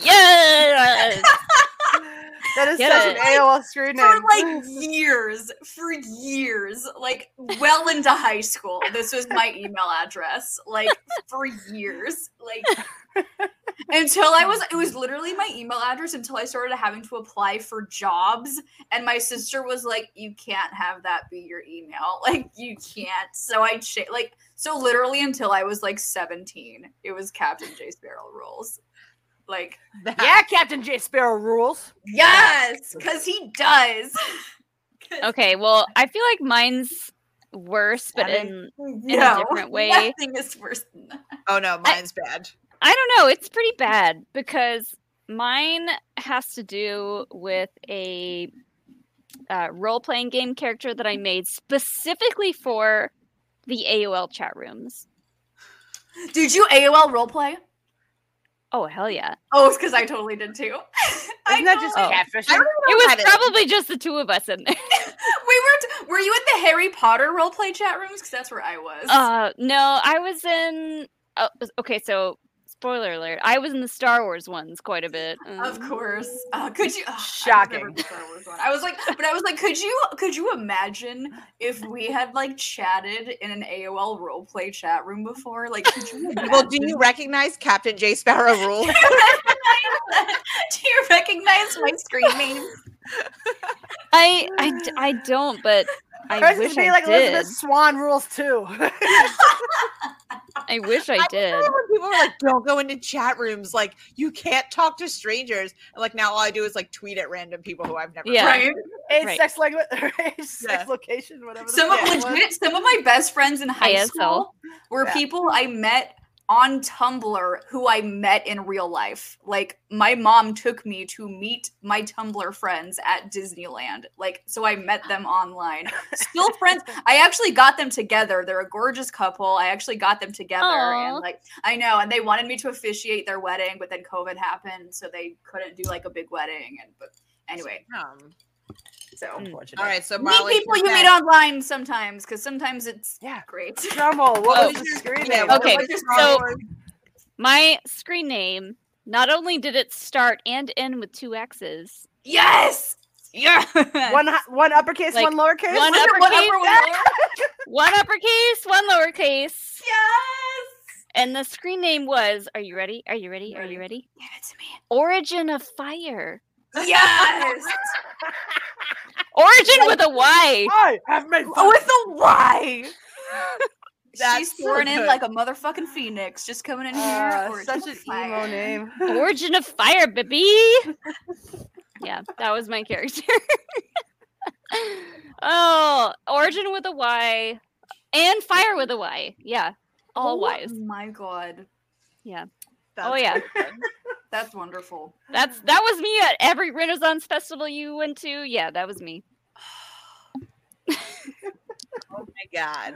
[SPEAKER 2] Yes.
[SPEAKER 8] That is
[SPEAKER 2] Get
[SPEAKER 8] such
[SPEAKER 2] it.
[SPEAKER 8] an AOL screen
[SPEAKER 1] for
[SPEAKER 8] name.
[SPEAKER 1] like years, for years, like well into high school. This was my email address, like for years. Like until I was it was literally my email address until I started having to apply for jobs and my sister was like you can't have that be your email like you can't so I cha- like so literally until I was like 17 it was Captain J Sparrow rules like
[SPEAKER 8] yeah, Captain J Sparrow rules.
[SPEAKER 1] yes cuz he does
[SPEAKER 2] Okay, well, I feel like mine's worse, but in in a
[SPEAKER 1] No,
[SPEAKER 2] different way.
[SPEAKER 1] nothing is worse than that.
[SPEAKER 7] Oh no, mine's bad.
[SPEAKER 2] I don't know. It's pretty bad because mine has to do with a uh, role playing game character that I made specifically for the AOL chat rooms.
[SPEAKER 1] Did you AOL roleplay?
[SPEAKER 2] Oh hell yeah!
[SPEAKER 1] Oh, it's cuz I totally did too. I
[SPEAKER 8] Isn't that just
[SPEAKER 2] know.
[SPEAKER 8] catfishing?
[SPEAKER 7] I don't
[SPEAKER 2] It
[SPEAKER 7] know how
[SPEAKER 2] was
[SPEAKER 7] to-
[SPEAKER 2] probably just the two of us in there.
[SPEAKER 1] we were t- were you in the Harry Potter roleplay chat rooms? Because that's where I was.
[SPEAKER 2] Uh, no, I was in. Oh, okay, so spoiler alert: I was in the Star Wars ones quite a bit.
[SPEAKER 1] of
[SPEAKER 2] Um,
[SPEAKER 1] could uh, could you? ugh, I was
[SPEAKER 8] Shocking.
[SPEAKER 1] never the Star Wars one. I was like, but I was like, could you? Could you imagine if we had like chatted in an AOL roleplay chat room before? Like, could you
[SPEAKER 7] Well, do
[SPEAKER 1] imagine
[SPEAKER 7] you recognize Captain J Sparrow rule?
[SPEAKER 1] that? do you recognize my screen name?
[SPEAKER 2] I, I, d- I don't, but I
[SPEAKER 8] Hers is
[SPEAKER 2] wish
[SPEAKER 8] being
[SPEAKER 2] I
[SPEAKER 8] like
[SPEAKER 2] did.
[SPEAKER 8] Elizabeth Swan rules too.
[SPEAKER 2] I wish I
[SPEAKER 7] I
[SPEAKER 2] did.
[SPEAKER 7] Remember when people were like, "Don't go into chat rooms. Like, you can't talk to strangers." And like now, all I do is like tweet at random people who I've never.
[SPEAKER 2] Yeah.
[SPEAKER 7] met.
[SPEAKER 1] Right.
[SPEAKER 8] Age,
[SPEAKER 2] Right.
[SPEAKER 8] sex, language, age,
[SPEAKER 7] Yeah.
[SPEAKER 8] sex, location, whatever. the
[SPEAKER 1] Some of
[SPEAKER 8] fuck it was.
[SPEAKER 1] legit, some of my best friends in high
[SPEAKER 2] ASL.
[SPEAKER 1] school were
[SPEAKER 8] Yeah.
[SPEAKER 1] people I met on Tumblr who I met in real life. Like my mom took me to meet my Tumblr friends at Disneyland. Like so I met them online. Still friends. I actually got them together. They're a gorgeous couple. I actually got them together and
[SPEAKER 2] Aw.
[SPEAKER 1] like I know and they wanted me to officiate their wedding, but then COVID happened so they couldn't do like a big wedding and but anyway,
[SPEAKER 7] Um,
[SPEAKER 1] so
[SPEAKER 8] Unfortunate.
[SPEAKER 7] all right, so
[SPEAKER 1] Mm. meet
[SPEAKER 7] Molly
[SPEAKER 1] people you meet
[SPEAKER 7] said-
[SPEAKER 1] online sometimes because sometimes it's
[SPEAKER 8] Yeah.
[SPEAKER 1] great.
[SPEAKER 8] Drum roll. What
[SPEAKER 2] Oh,
[SPEAKER 8] was the screen
[SPEAKER 7] yeah,
[SPEAKER 8] name?
[SPEAKER 7] what
[SPEAKER 2] Okay,
[SPEAKER 7] was your
[SPEAKER 2] so-
[SPEAKER 7] Star Wars?
[SPEAKER 2] My screen name. Not only did it start and end with two X's,
[SPEAKER 1] Yes. Yeah.
[SPEAKER 8] One, hi- one uppercase,
[SPEAKER 2] Like,
[SPEAKER 8] one lowercase.
[SPEAKER 2] one
[SPEAKER 1] Was it
[SPEAKER 2] uppercase?
[SPEAKER 1] upper, one lower?
[SPEAKER 2] one uppercase, one lowercase,
[SPEAKER 1] yes.
[SPEAKER 2] and the screen name was. Are you ready? Are you ready? Are you ready?
[SPEAKER 1] Give it to me.
[SPEAKER 2] Origin of Fire.
[SPEAKER 1] Yes.
[SPEAKER 2] Origin with a Y. Oh,
[SPEAKER 8] I have made fun.
[SPEAKER 1] With the Y.
[SPEAKER 7] That's
[SPEAKER 1] She's
[SPEAKER 7] so
[SPEAKER 1] soaring in
[SPEAKER 7] good.
[SPEAKER 1] like a motherfucking phoenix, just coming in here.
[SPEAKER 8] Uh,
[SPEAKER 1] or
[SPEAKER 8] such an
[SPEAKER 1] just
[SPEAKER 8] emo
[SPEAKER 1] fire.
[SPEAKER 8] name.
[SPEAKER 2] Origin of Fire, baby. yeah, that was my character. oh, Origin with a Y and Fire with a Y. Yeah, all Y's.
[SPEAKER 1] Oh my god,
[SPEAKER 2] Oh yeah,
[SPEAKER 1] that's wonderful.
[SPEAKER 2] that's that was me at every Renaissance festival you went to. Yeah, that was me.
[SPEAKER 7] Oh my God.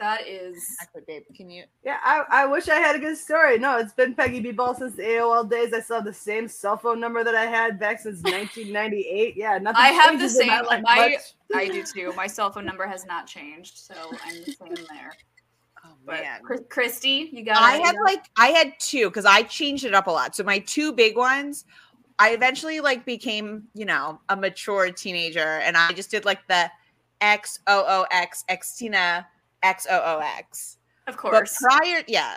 [SPEAKER 1] That is.
[SPEAKER 7] Actually, babe, can you?
[SPEAKER 8] Yeah, I, I wish I had a good story. No, it's been Peggy B. Ball since the AOL days. I still have the same cell phone number that I had back since 1998. Yeah, nothing.
[SPEAKER 1] I have the
[SPEAKER 8] changes in my
[SPEAKER 1] same-
[SPEAKER 8] life
[SPEAKER 1] my-
[SPEAKER 8] much.
[SPEAKER 1] I do too. My cell phone number has not changed, so I'm the same there.
[SPEAKER 7] Oh
[SPEAKER 1] But
[SPEAKER 7] man.
[SPEAKER 1] Chris- Christy, you got.
[SPEAKER 7] I
[SPEAKER 1] it.
[SPEAKER 7] had like I had two because I changed it up a lot. So my two big ones, I eventually like became you know a mature teenager, and I just did like the X O O X X Tina X O O X.
[SPEAKER 1] of
[SPEAKER 7] But
[SPEAKER 1] course.
[SPEAKER 7] prior, yeah,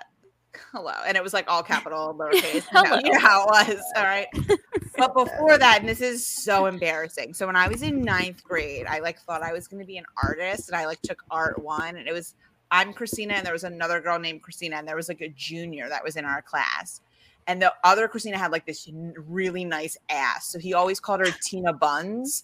[SPEAKER 7] hello, and it was like all capital lowercase.
[SPEAKER 2] Hello.
[SPEAKER 7] hello. You know how it was. All right. But before that, and this is so embarrassing. So when I was in ninth grade, I like thought I was going to be an artist, and I like took art one, and it was I'm Christina, and there was another girl named Christina, and there was like a junior that was in our class. And the other Christina had like this n- really nice ass. So he always called her Tina Buns.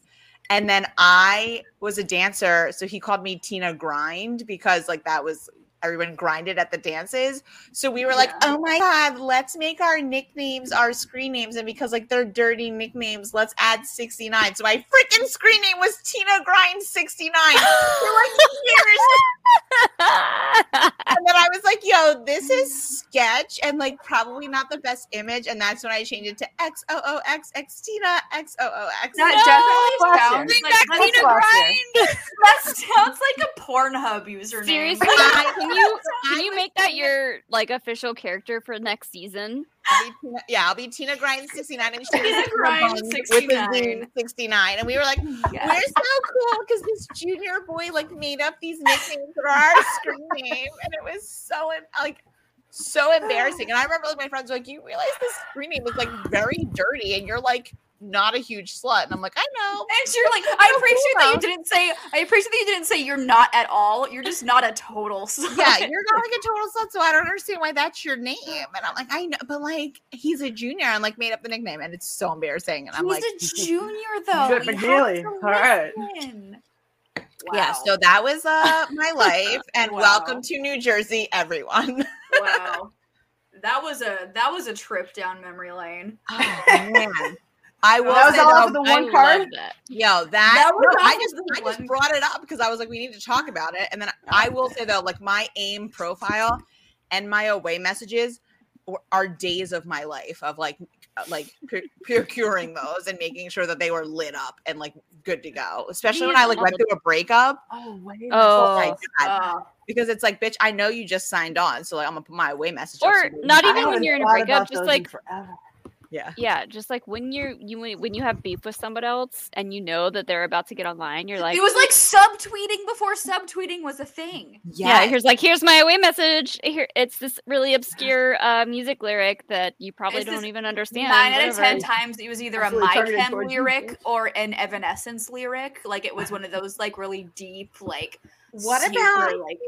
[SPEAKER 7] And then I was a dancer. So he called me Tina Grind because like that was everyone grinded at the dances. So we were like, oh my God, let's make our nicknames our screen names. And because like they're dirty nicknames, let's add 69. So my freaking screen name was Tina Grind 69 for like years and then I was like, yo, this is sketch and like probably not the best image. And that's when I changed it to XOOXX Tina XOOX.
[SPEAKER 1] That
[SPEAKER 8] No!
[SPEAKER 1] definitely sounds
[SPEAKER 8] Flashing.
[SPEAKER 1] like that's-
[SPEAKER 8] Tina Grind.
[SPEAKER 1] That sounds like a Pornhub username.
[SPEAKER 2] Seriously,
[SPEAKER 7] I-
[SPEAKER 2] can you can you make that your like official character for next season?
[SPEAKER 7] I'll be Tina- yeah, I'll be Tina Grind 69 and she
[SPEAKER 1] Tina
[SPEAKER 7] was Tina
[SPEAKER 1] Grind
[SPEAKER 7] Bond
[SPEAKER 1] 69.
[SPEAKER 7] with a Z 69. And we were like, we're
[SPEAKER 1] Yes.
[SPEAKER 7] so cool because this junior boy like made up these nicknames for our screen name. And it was so em- like so embarrassing. And I remember like my friends were like, "You realize this screen name was like very dirty, and you're like not a huge slut." And I'm like, "I know."
[SPEAKER 1] And you're like, I appreciate that you didn't say. I appreciate that you didn't say you're not at all. You're just not a total. Slut.
[SPEAKER 7] Yeah, you're not like a total slut, so I don't understand why that's your name. And I'm like, I know, but like he's a junior and like made up the nickname, and it's so embarrassing. And I'm
[SPEAKER 1] He's
[SPEAKER 7] like,
[SPEAKER 1] a junior though.
[SPEAKER 8] Good
[SPEAKER 1] We have
[SPEAKER 8] McNeely.
[SPEAKER 1] to
[SPEAKER 8] All right.
[SPEAKER 1] listen.
[SPEAKER 7] yeah.
[SPEAKER 1] Wow.
[SPEAKER 7] So that was uh my life, and
[SPEAKER 1] Wow.
[SPEAKER 7] welcome to New Jersey, everyone.
[SPEAKER 1] wow. That was a that was a trip down memory lane.
[SPEAKER 7] Oh, man. I will
[SPEAKER 8] That was
[SPEAKER 7] say,
[SPEAKER 8] all
[SPEAKER 7] though,
[SPEAKER 8] for the
[SPEAKER 2] I
[SPEAKER 8] one
[SPEAKER 2] love
[SPEAKER 8] card.
[SPEAKER 2] that.
[SPEAKER 7] Yo, that,
[SPEAKER 1] That was
[SPEAKER 7] no, I
[SPEAKER 1] awesome,
[SPEAKER 7] just
[SPEAKER 1] the
[SPEAKER 7] I just
[SPEAKER 1] one-
[SPEAKER 7] brought it up because I was like, we need to talk about it. And then I will say though, like my aim profile and my away messages were- are days of my life of like uh, like pro- procuring those and making sure that they were lit up and like good to go. Especially when
[SPEAKER 2] These
[SPEAKER 7] I like went
[SPEAKER 2] other-
[SPEAKER 7] through a breakup.
[SPEAKER 8] Oh wait.
[SPEAKER 7] Oh my
[SPEAKER 2] Oh,
[SPEAKER 7] God.
[SPEAKER 1] Uh,
[SPEAKER 7] Because it's like, bitch, I know you just signed on, so like I'm gonna put my away message. up so
[SPEAKER 2] or
[SPEAKER 7] you
[SPEAKER 2] not
[SPEAKER 7] know.
[SPEAKER 2] even when
[SPEAKER 8] haven't
[SPEAKER 2] you're in a
[SPEAKER 8] thought
[SPEAKER 2] breakup,
[SPEAKER 8] about
[SPEAKER 2] just
[SPEAKER 8] those
[SPEAKER 2] like
[SPEAKER 8] in forever.
[SPEAKER 7] yeah.
[SPEAKER 2] yeah, just like when you're you when when you have beef with somebody else and you know that they're about to get online, you're like,
[SPEAKER 1] it was like subtweeting before subtweeting was a thing.
[SPEAKER 2] yeah,
[SPEAKER 7] Yes.
[SPEAKER 2] here's like here's my away message. Here, it's this really obscure uh, music lyric that you probably
[SPEAKER 1] It's
[SPEAKER 2] don't
[SPEAKER 1] this
[SPEAKER 2] even understand.
[SPEAKER 1] Nine out of ten
[SPEAKER 2] whatever.
[SPEAKER 1] times it was either
[SPEAKER 8] Absolutely
[SPEAKER 1] a My
[SPEAKER 8] targeted
[SPEAKER 1] Chem
[SPEAKER 8] towards you,
[SPEAKER 1] lyric
[SPEAKER 8] bitch.
[SPEAKER 1] or an Evanescence lyric. Like it was one of those like really deep, like
[SPEAKER 7] What
[SPEAKER 1] super,
[SPEAKER 7] about-
[SPEAKER 1] like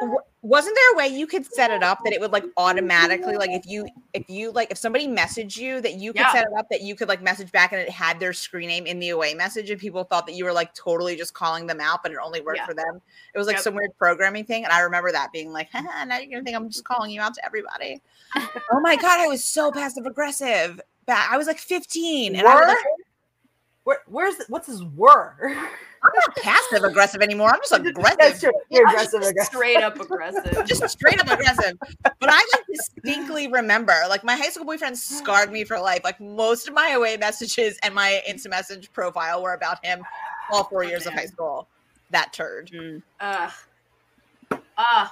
[SPEAKER 7] Wa- wasn't there a way you could set it up that it would like automatically like if you if you like if somebody messaged you that you could
[SPEAKER 1] Yeah.
[SPEAKER 7] set it up that you could like message back and it had their screen name in the away message and people thought that you were like totally just calling them out but it only worked
[SPEAKER 1] Yeah.
[SPEAKER 7] for them it was like
[SPEAKER 1] Yep.
[SPEAKER 7] some weird programming thing and i remember that being like Haha, now you're gonna think i'm just calling you out to everybody oh my god i was so passive aggressive back i was like 15 and i was like,
[SPEAKER 8] Where, where's the, what's his were?
[SPEAKER 7] i'm not passive aggressive anymore i'm just
[SPEAKER 8] That's
[SPEAKER 7] aggressive
[SPEAKER 8] true. You're
[SPEAKER 7] Yeah.
[SPEAKER 8] aggressive. aggressive.
[SPEAKER 1] straight up aggressive.
[SPEAKER 7] just straight up aggressive. But I like distinctly remember, like my high school boyfriend scarred me for life. Like most of my away messages and my instant message profile were about him. All four years of high school, that turd.
[SPEAKER 2] Mm.
[SPEAKER 1] Ugh. Ugh.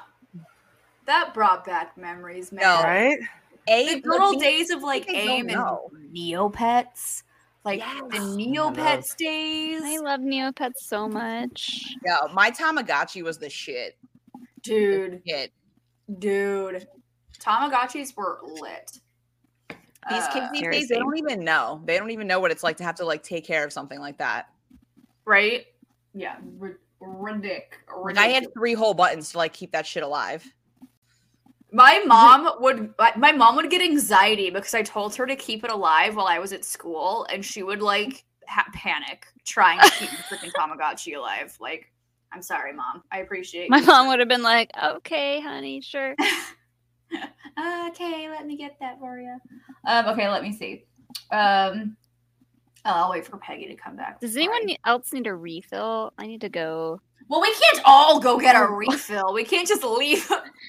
[SPEAKER 1] That brought back memories, man.
[SPEAKER 7] No.
[SPEAKER 8] Right?
[SPEAKER 1] the
[SPEAKER 7] A
[SPEAKER 1] good old days of like
[SPEAKER 7] they don't
[SPEAKER 1] AIM and
[SPEAKER 7] know.
[SPEAKER 1] Neopets, like the
[SPEAKER 7] Yes.
[SPEAKER 1] Neopets days,
[SPEAKER 2] I love Neopets so much.
[SPEAKER 7] No, my Tamagotchi was the shit.
[SPEAKER 1] dude,
[SPEAKER 7] Shit.
[SPEAKER 1] dude. Tamagotchis were lit.
[SPEAKER 7] These
[SPEAKER 1] Uh,
[SPEAKER 7] kids these days,
[SPEAKER 2] seriously.
[SPEAKER 7] they don't even know. They don't even know what it's like to have to like take care of something like that.
[SPEAKER 1] right? Yeah, ri- ridic.
[SPEAKER 7] Like I had three whole buttons to like keep that shit alive.
[SPEAKER 1] My mom would my- my mom would get anxiety because I told her to keep it alive while I was at school, and she would like ha- panic trying to keep the freaking Tamagotchi alive. Like, I'm sorry, mom. I appreciate
[SPEAKER 2] My
[SPEAKER 1] you.
[SPEAKER 2] mom would have been like, "Okay, honey, sure."
[SPEAKER 1] okay, let me get that for you. Um, okay, let me see. Um, oh, I'll wait for Peggy to come back.
[SPEAKER 2] Does
[SPEAKER 1] Sorry.
[SPEAKER 2] anyone ne- else need a refill? I need to go.
[SPEAKER 1] Well, we can't all go get a refill. We can't just leave.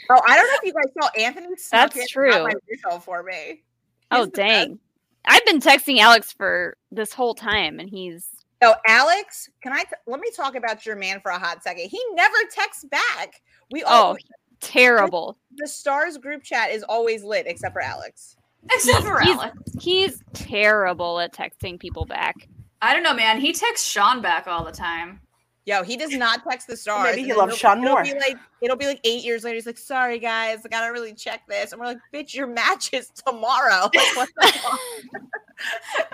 [SPEAKER 7] Oh, I don't know if you guys saw Anthony. snuck
[SPEAKER 2] That's
[SPEAKER 7] in and got
[SPEAKER 2] true.
[SPEAKER 7] My refill for me.
[SPEAKER 2] Oh
[SPEAKER 7] He's the best.
[SPEAKER 2] dang! I've been texting Alex for this whole time, and he's
[SPEAKER 7] So, Alex, can I t- let me talk about your man for a hot second? He never texts back. We all
[SPEAKER 2] oh terrible.
[SPEAKER 7] the stars group chat is always lit except for Alex.
[SPEAKER 1] Except for
[SPEAKER 2] He's-
[SPEAKER 1] Alex.
[SPEAKER 2] He's terrible at texting people back.
[SPEAKER 1] I don't know, man. He texts Sean back all the time.
[SPEAKER 7] Yo, he does not text the stars.
[SPEAKER 8] maybe he
[SPEAKER 7] and then
[SPEAKER 8] loves
[SPEAKER 7] it'll-
[SPEAKER 8] Sean
[SPEAKER 7] it'll
[SPEAKER 8] more.
[SPEAKER 7] Be like, it'll be like eight years later. He's like, "Sorry guys, I gotta really check this." And we're like, "Bitch, your match is tomorrow." Like, what the fuck?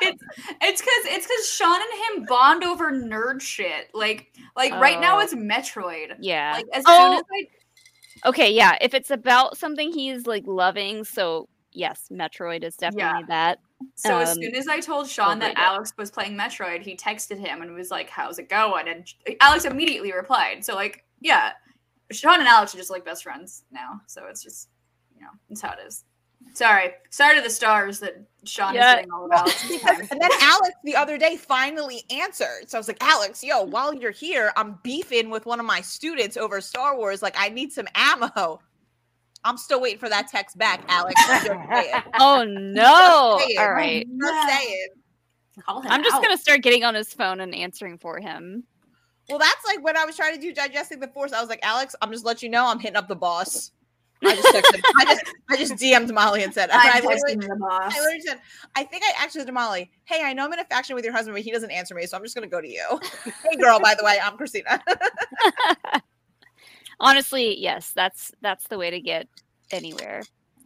[SPEAKER 1] It's cause it's cause Sean and him bond over nerd shit. Like like right now
[SPEAKER 2] Oh.
[SPEAKER 1] it's Metroid.
[SPEAKER 2] Yeah.
[SPEAKER 1] Like as
[SPEAKER 2] Oh.
[SPEAKER 1] soon as I
[SPEAKER 2] Okay, yeah. If it's about something he's like loving, so yes, Metroid is definitely that.
[SPEAKER 1] so as
[SPEAKER 2] Um,
[SPEAKER 1] soon as I told Sean that
[SPEAKER 2] overrated.
[SPEAKER 1] Alex was playing Metroid, he texted him and was like, "How's it going?" And Alex immediately replied. So like yeah, Sean and Alex are just like best friends now. So it's just you know it's how it is. Sorry, sorry to the stars that Sean
[SPEAKER 2] Yeah.
[SPEAKER 1] is getting all of Alex's time.
[SPEAKER 7] and then Alex the other day finally answered. So I was like, Alex, yo, while you're here, I'm beefing with one of my students over Star Wars. Like, I need some ammo. I'm still waiting for that text back, Alex. I'm just saying.
[SPEAKER 2] Oh no.
[SPEAKER 7] saying.
[SPEAKER 2] All right.
[SPEAKER 7] I'm just saying.
[SPEAKER 1] Call him
[SPEAKER 2] I'm just
[SPEAKER 1] out.
[SPEAKER 2] gonna start getting on his phone and answering for him.
[SPEAKER 7] Well, that's like when I was trying to do digesting the force. I was like, Alex, I'm just let you know I'm hitting up the boss. I just texted, I just I just DM'd Molly and said, I,
[SPEAKER 1] I'm
[SPEAKER 7] literally-
[SPEAKER 1] texting the boss.
[SPEAKER 7] I literally said, I think I actually said to Molly, hey, I know I'm in a faction with your husband, but he doesn't answer me, so I'm just gonna go to you. hey girl, by the way, I'm Christina.
[SPEAKER 2] Honestly, yes, that's that's the way to get anywhere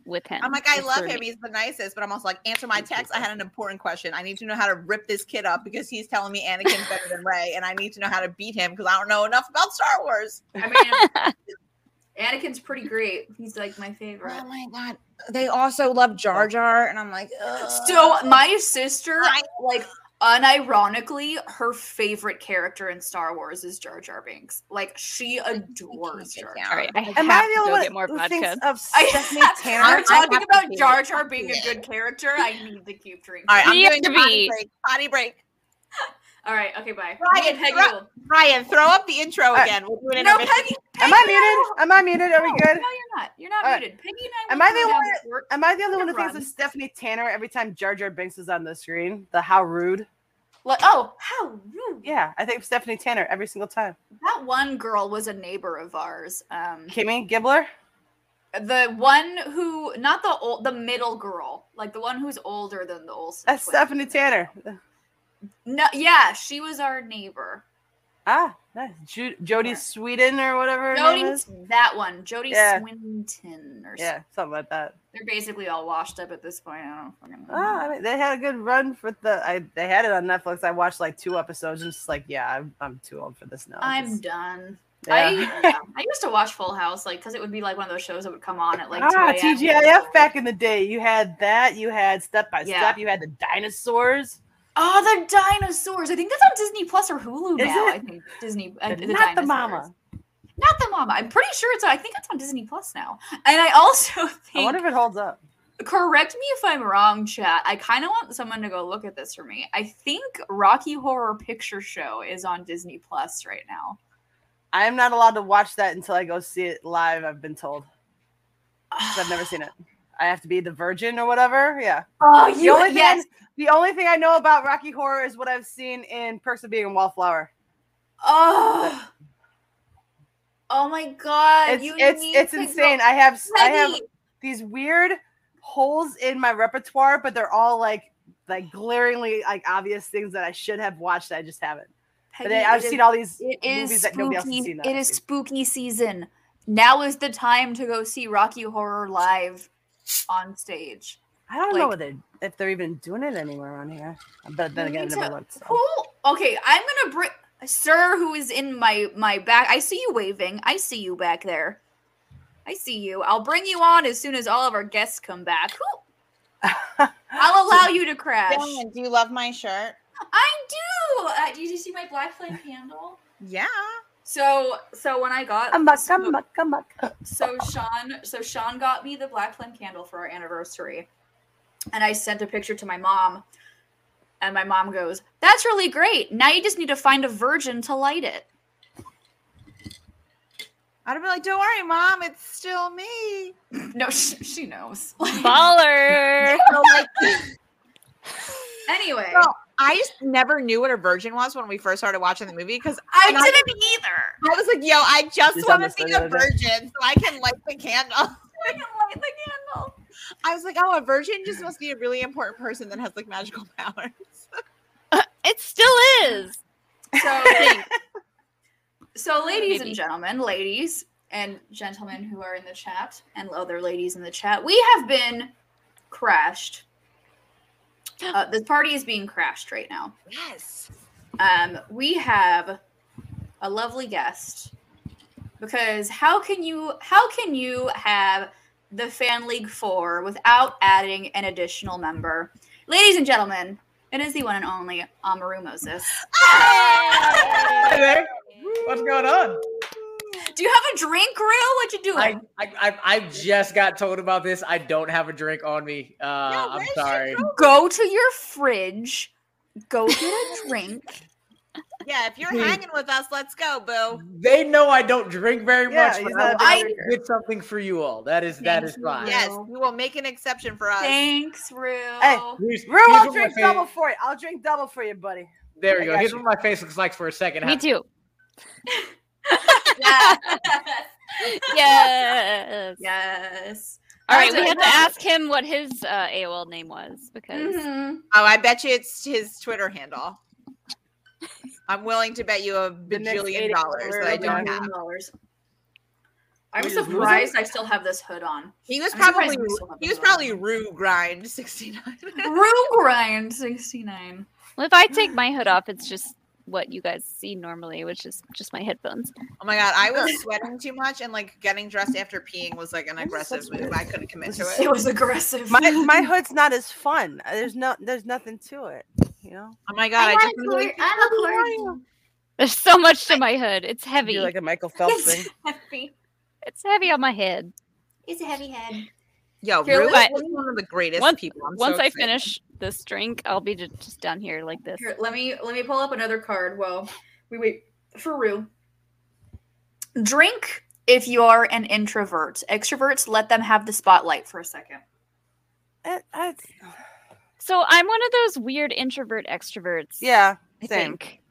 [SPEAKER 2] with him.
[SPEAKER 7] I'm like, I
[SPEAKER 2] It's
[SPEAKER 7] love
[SPEAKER 2] through
[SPEAKER 7] him.
[SPEAKER 2] me.
[SPEAKER 7] He's the nicest, but I'm also like, answer my text. I had an important question. I need to know how to rip this kid up because he's telling me Anakin's better than Ray, and I need to know how to beat him because I don't know enough about Star Wars.
[SPEAKER 1] I mean, Anakin's pretty great. He's like my favorite.
[SPEAKER 7] Oh my god! They also love Jar Jar, and I'm like, ugh.
[SPEAKER 1] So my sister, like unironically, her favorite character in Star Wars is Jar Jar Binks. Like she adores Jar Jar.
[SPEAKER 2] All right, I
[SPEAKER 8] Am
[SPEAKER 2] have
[SPEAKER 8] I
[SPEAKER 2] to
[SPEAKER 8] the
[SPEAKER 2] go
[SPEAKER 8] only
[SPEAKER 2] get more
[SPEAKER 8] one who
[SPEAKER 2] vodka.
[SPEAKER 8] thinks of
[SPEAKER 1] I-
[SPEAKER 8] Stephanie
[SPEAKER 1] We're
[SPEAKER 8] Tanner?
[SPEAKER 1] talking about
[SPEAKER 2] it.
[SPEAKER 1] Jar Jar being a good character. I need to keep drinking.
[SPEAKER 7] All right, I'm
[SPEAKER 2] Need
[SPEAKER 7] doing
[SPEAKER 2] to
[SPEAKER 7] potty
[SPEAKER 2] be.
[SPEAKER 7] break. Potty break.
[SPEAKER 1] All right. Okay. Bye.
[SPEAKER 7] Ryan,
[SPEAKER 1] Me and Peggy
[SPEAKER 7] Ra-
[SPEAKER 1] will-
[SPEAKER 7] Ryan, throw up the intro
[SPEAKER 8] right.
[SPEAKER 7] again. We'll do an
[SPEAKER 1] No,
[SPEAKER 7] intermission.
[SPEAKER 1] Peggy.
[SPEAKER 8] Am I muted? Am I muted? Are we
[SPEAKER 1] No,
[SPEAKER 8] good?
[SPEAKER 1] No, you're not. You're not
[SPEAKER 8] All right.
[SPEAKER 1] muted. Peggy and
[SPEAKER 8] Am
[SPEAKER 1] I.
[SPEAKER 8] I the
[SPEAKER 1] will go
[SPEAKER 8] one-
[SPEAKER 1] down to work.
[SPEAKER 8] Am I the only one who
[SPEAKER 1] Never
[SPEAKER 8] thinks of
[SPEAKER 1] mind.
[SPEAKER 8] Stephanie Tanner every time Jar Jar Binks is on the screen? The how rude.
[SPEAKER 1] Like, oh, how rude.
[SPEAKER 8] Yeah, I think of Stephanie Tanner every single time.
[SPEAKER 1] That one girl was a neighbor of ours. Um,
[SPEAKER 8] Kimmy Gibbler.
[SPEAKER 1] the one who, not the old, the middle girl, like the one who's older than the Olsen.
[SPEAKER 8] That's
[SPEAKER 1] twins.
[SPEAKER 8] Stephanie Tanner.
[SPEAKER 1] No, yeah, she was our neighbor.
[SPEAKER 8] Ah, nice. Ju- Jody Sweden or whatever. her
[SPEAKER 1] Jody,
[SPEAKER 8] name is.
[SPEAKER 1] that one, Jody
[SPEAKER 8] Yeah.
[SPEAKER 1] Swinton, or yeah.
[SPEAKER 8] Yeah, something like that.
[SPEAKER 1] They're basically all washed up at this point. I don't fucking know.
[SPEAKER 8] Ah, I mean, they had a good run for the. I they had it on Netflix. I watched like two episodes. and just like, yeah, I'm, I'm too old for this now.
[SPEAKER 1] I'm
[SPEAKER 8] Just-
[SPEAKER 1] done. I
[SPEAKER 8] yeah.
[SPEAKER 1] yeah, I used to watch Full House, like, because it would be like one of those shows that would come on at like 2
[SPEAKER 8] ah,
[SPEAKER 1] a.m.
[SPEAKER 8] TGIF back in the day. You had that. You had Step by
[SPEAKER 1] Yeah.
[SPEAKER 8] Step. You had the dinosaurs.
[SPEAKER 1] Oh, the dinosaurs! I think that's on Disney Plus or Hulu
[SPEAKER 8] Is
[SPEAKER 1] now.
[SPEAKER 8] it?
[SPEAKER 1] I think Disney, uh,
[SPEAKER 8] Not the
[SPEAKER 1] dinosaurs.
[SPEAKER 8] mama.
[SPEAKER 1] not the mama. I'm pretty sure it's. I think it's on Disney Plus now. And I also
[SPEAKER 8] I
[SPEAKER 1] think.
[SPEAKER 8] wonder if it holds up.
[SPEAKER 1] correct me if I'm wrong, chat. I kind of want someone to go look at this for me. I think Rocky Horror Picture Show is on Disney Plus right now.
[SPEAKER 8] I am not allowed to watch that until I go see it live. I've been told. 'cause I've never seen it. I have to be the virgin or whatever. Yeah.
[SPEAKER 1] Oh,
[SPEAKER 8] The only,
[SPEAKER 1] you
[SPEAKER 8] thing
[SPEAKER 1] yes.
[SPEAKER 8] I, the only thing I know about Rocky Horror is what I've seen in Perks of Being a Wallflower.
[SPEAKER 1] Oh. Oh my god!
[SPEAKER 8] It's
[SPEAKER 1] you
[SPEAKER 8] it's
[SPEAKER 1] need
[SPEAKER 8] it's
[SPEAKER 1] to go-
[SPEAKER 8] insane. I have s- I have
[SPEAKER 1] Peggy,
[SPEAKER 8] these weird holes in my repertoire, but they're all like like glaringly like obvious things that I should have watched. that I just haven't. But
[SPEAKER 1] Peggy,
[SPEAKER 8] I- I've
[SPEAKER 1] it is-
[SPEAKER 8] seen all these
[SPEAKER 1] It is
[SPEAKER 8] movies that nobody else has
[SPEAKER 1] spooky.
[SPEAKER 8] seen. that
[SPEAKER 1] It
[SPEAKER 8] I've
[SPEAKER 1] is
[SPEAKER 8] seen.
[SPEAKER 1] spooky season. Now is the time to go see Rocky Horror Live on stage.
[SPEAKER 8] I don't know
[SPEAKER 1] like-
[SPEAKER 8] what they, if they're even doing it anywhere around here. But then
[SPEAKER 1] You
[SPEAKER 8] again, I
[SPEAKER 1] need
[SPEAKER 8] never
[SPEAKER 1] to-
[SPEAKER 8] looked. so.
[SPEAKER 1] Who? Okay, I'm gonna bring sir who is in my my back. I see you waving. I see you back there. I see you. I'll bring you on as soon as all of our guests come back. Who? I'll allow you to crash.
[SPEAKER 7] Dylan, do you love my shirt?
[SPEAKER 1] I do. Uh, did you see my black flame candle?
[SPEAKER 7] Yeah.
[SPEAKER 1] So so when I got
[SPEAKER 8] I'm back,
[SPEAKER 1] so-
[SPEAKER 8] I'm back, I'm back.
[SPEAKER 1] so Sean, so Sean got me the black flame candle for our anniversary, and I sent a picture to my mom, and my mom goes, "That's really great. Now you just need to find a virgin to light it."
[SPEAKER 7] I'd be like, don't worry, mom, it's still me.
[SPEAKER 1] No, she, she knows.
[SPEAKER 2] Baller.
[SPEAKER 7] So, like,
[SPEAKER 1] anyway,
[SPEAKER 7] No, I just never knew what a virgin was when we first started watching the movie because
[SPEAKER 1] I
[SPEAKER 7] and I-
[SPEAKER 1] didn't either.
[SPEAKER 7] I was like, yo, I just
[SPEAKER 8] She's
[SPEAKER 7] want to
[SPEAKER 8] almost
[SPEAKER 7] be
[SPEAKER 8] there
[SPEAKER 7] a
[SPEAKER 8] the other day.
[SPEAKER 7] virgin so I can light the candle.
[SPEAKER 1] I didn't light the candle.
[SPEAKER 7] I was like, oh, a virgin just must be a really important person that has like magical powers.
[SPEAKER 2] it still is.
[SPEAKER 1] So, so ladies
[SPEAKER 2] Maybe.
[SPEAKER 1] and gentlemen, ladies and gentlemen who are in the chat, and other ladies in the chat, we have been crashed. Uh, the party is being crashed right now.
[SPEAKER 7] Yes.
[SPEAKER 1] Um, we have a lovely guest because how can you how can you have the fan league four without adding an additional member, ladies and gentlemen? It is the one and only Amaru Moses.
[SPEAKER 7] Hey
[SPEAKER 9] there. What's going on?
[SPEAKER 1] Do you have a drink, Rue? What you doing?
[SPEAKER 9] I, I, I, I just got told about this. I don't have a drink on me. Uh,
[SPEAKER 7] Yeah,
[SPEAKER 9] I'm
[SPEAKER 7] where's your
[SPEAKER 9] sorry.
[SPEAKER 7] drink?
[SPEAKER 1] go to your fridge, go get a drink.
[SPEAKER 7] Yeah, if you're
[SPEAKER 9] Hmm.
[SPEAKER 7] hanging with us, let's go, boo.
[SPEAKER 9] They know I don't drink very
[SPEAKER 8] Yeah,
[SPEAKER 9] much,
[SPEAKER 8] he's
[SPEAKER 9] but
[SPEAKER 8] not
[SPEAKER 9] I
[SPEAKER 8] a
[SPEAKER 9] will
[SPEAKER 1] big
[SPEAKER 9] I
[SPEAKER 8] drinker.
[SPEAKER 9] did something for you all. That is that
[SPEAKER 1] Thank
[SPEAKER 9] is
[SPEAKER 1] you.
[SPEAKER 9] fine.
[SPEAKER 7] Yes,
[SPEAKER 1] Rue.
[SPEAKER 7] we will make an exception for us.
[SPEAKER 1] Thanks, Rue.
[SPEAKER 8] Hey.
[SPEAKER 1] Oh.
[SPEAKER 9] Here's-
[SPEAKER 8] Rue,
[SPEAKER 9] here's
[SPEAKER 8] I'll
[SPEAKER 9] what
[SPEAKER 8] drink
[SPEAKER 9] my
[SPEAKER 8] double
[SPEAKER 9] face-
[SPEAKER 8] for you. I'll drink double for you, buddy.
[SPEAKER 9] There
[SPEAKER 8] I
[SPEAKER 9] we go.
[SPEAKER 8] got
[SPEAKER 9] Here's
[SPEAKER 8] you.
[SPEAKER 9] what my face looks like for a second.
[SPEAKER 2] Me
[SPEAKER 9] half.
[SPEAKER 2] too.
[SPEAKER 1] Yes.
[SPEAKER 2] Yes.
[SPEAKER 1] yes.
[SPEAKER 2] All right, we
[SPEAKER 1] That's
[SPEAKER 2] had
[SPEAKER 1] it.
[SPEAKER 2] to ask him what his uh, AOL name was because
[SPEAKER 1] Mhm.
[SPEAKER 7] Oh, I bet you it's his Twitter handle. I'm willing to bet you a
[SPEAKER 8] The next
[SPEAKER 7] bajillion
[SPEAKER 8] eighty
[SPEAKER 7] dollars that I
[SPEAKER 8] hours.
[SPEAKER 7] don't
[SPEAKER 1] Million
[SPEAKER 7] have.
[SPEAKER 1] dollars. I'm
[SPEAKER 9] Wait, is Lulu-
[SPEAKER 1] surprised I still have this hood on.
[SPEAKER 7] He was
[SPEAKER 1] I'm
[SPEAKER 7] probably
[SPEAKER 1] surprised we still have
[SPEAKER 7] he
[SPEAKER 1] this
[SPEAKER 7] was probably Rue Grind 69.
[SPEAKER 1] Room grind 69.
[SPEAKER 2] Well, if I take my hood off, it's just what you guys see normally, which is just my headphones.
[SPEAKER 7] Oh my god, I was sweating too much and like getting dressed after peeing was like an aggressive move. I couldn't commit to
[SPEAKER 1] It
[SPEAKER 7] it.
[SPEAKER 1] was aggressive.
[SPEAKER 8] My my hood's not as fun. Uh, There's no there's nothing to it. You know,
[SPEAKER 7] Oh my god, I, just
[SPEAKER 1] I'm a cord.
[SPEAKER 2] There's so much to my hood. It's heavy.
[SPEAKER 8] do like a Michael Phelps
[SPEAKER 1] Yes.
[SPEAKER 8] thing.
[SPEAKER 1] Heavy.
[SPEAKER 2] it's heavy on my head.
[SPEAKER 1] It's a heavy head.
[SPEAKER 7] yo,
[SPEAKER 1] Here,
[SPEAKER 7] Rue is
[SPEAKER 2] let-
[SPEAKER 7] really one of the greatest
[SPEAKER 2] Once-
[SPEAKER 7] people. I'm so
[SPEAKER 2] Once I
[SPEAKER 7] excited.
[SPEAKER 2] finish this drink, I'll be ju- just down here like this.
[SPEAKER 1] Here, let me let me pull up another card while we wait for Rue. Drink if you are an introvert. Extroverts, let them have the spotlight for a second.
[SPEAKER 8] It- it's-
[SPEAKER 2] So I'm one of those weird introvert extroverts.
[SPEAKER 8] yeah,
[SPEAKER 2] I
[SPEAKER 8] same.
[SPEAKER 2] think.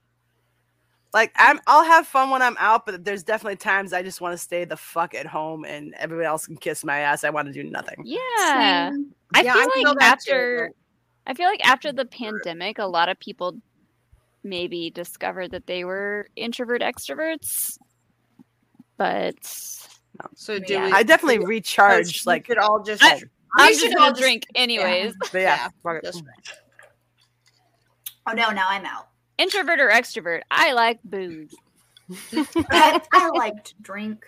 [SPEAKER 8] Like I'm, I'll have fun when I'm out, but there's definitely times I just want to stay the fuck at home, and everybody else can kiss my ass. I want to do nothing.
[SPEAKER 2] Yeah.
[SPEAKER 1] Same.
[SPEAKER 2] I
[SPEAKER 7] Yeah, I
[SPEAKER 2] feel
[SPEAKER 7] feel
[SPEAKER 2] like
[SPEAKER 7] that too,
[SPEAKER 2] after I feel like after the pandemic, a lot of people maybe discovered that they were introvert extroverts. But
[SPEAKER 7] So do
[SPEAKER 2] Yeah.
[SPEAKER 7] we,
[SPEAKER 8] I definitely recharge.
[SPEAKER 7] we
[SPEAKER 8] Like,
[SPEAKER 7] could all just
[SPEAKER 2] I-
[SPEAKER 1] I
[SPEAKER 2] I'm
[SPEAKER 1] should
[SPEAKER 2] just gonna
[SPEAKER 1] all just-
[SPEAKER 2] drink anyways.
[SPEAKER 8] but yeah,
[SPEAKER 7] Yeah,
[SPEAKER 8] fuck it.
[SPEAKER 7] just-
[SPEAKER 1] Oh no, now I'm out.
[SPEAKER 2] Introvert or extrovert, I like booze.
[SPEAKER 1] I, I like to drink.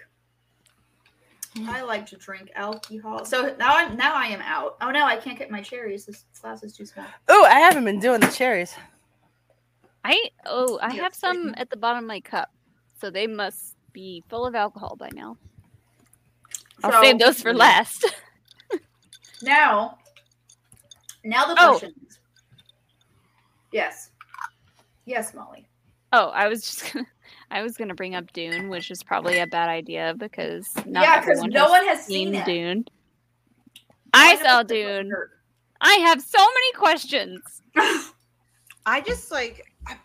[SPEAKER 2] Hmm.
[SPEAKER 1] I like to drink alcohol. So now I'm now I am out. Oh no, I can't get my cherries. This glass is too small.
[SPEAKER 8] Ooh, I haven't been doing the cherries.
[SPEAKER 2] I oh, I
[SPEAKER 1] Yeah,
[SPEAKER 2] have
[SPEAKER 1] sorry.
[SPEAKER 2] some at the bottom of my cup, so they must be full of alcohol by now. I'll
[SPEAKER 1] So- Mm-hmm.
[SPEAKER 2] save those for last.
[SPEAKER 1] Now, now the
[SPEAKER 2] Oh.
[SPEAKER 1] potions. Yes, yes, Molly.
[SPEAKER 2] Oh, I was just gonna, I was gonna bring up Dune, which is probably a bad idea because not
[SPEAKER 1] yeah, because
[SPEAKER 2] everyone
[SPEAKER 1] no
[SPEAKER 2] has
[SPEAKER 1] one has
[SPEAKER 2] seen
[SPEAKER 1] seen it.
[SPEAKER 2] Dune.
[SPEAKER 1] Why
[SPEAKER 2] I
[SPEAKER 1] the
[SPEAKER 2] saw
[SPEAKER 1] fuck did it
[SPEAKER 2] Dune.
[SPEAKER 1] work?
[SPEAKER 2] I have so many questions.
[SPEAKER 7] I just like I,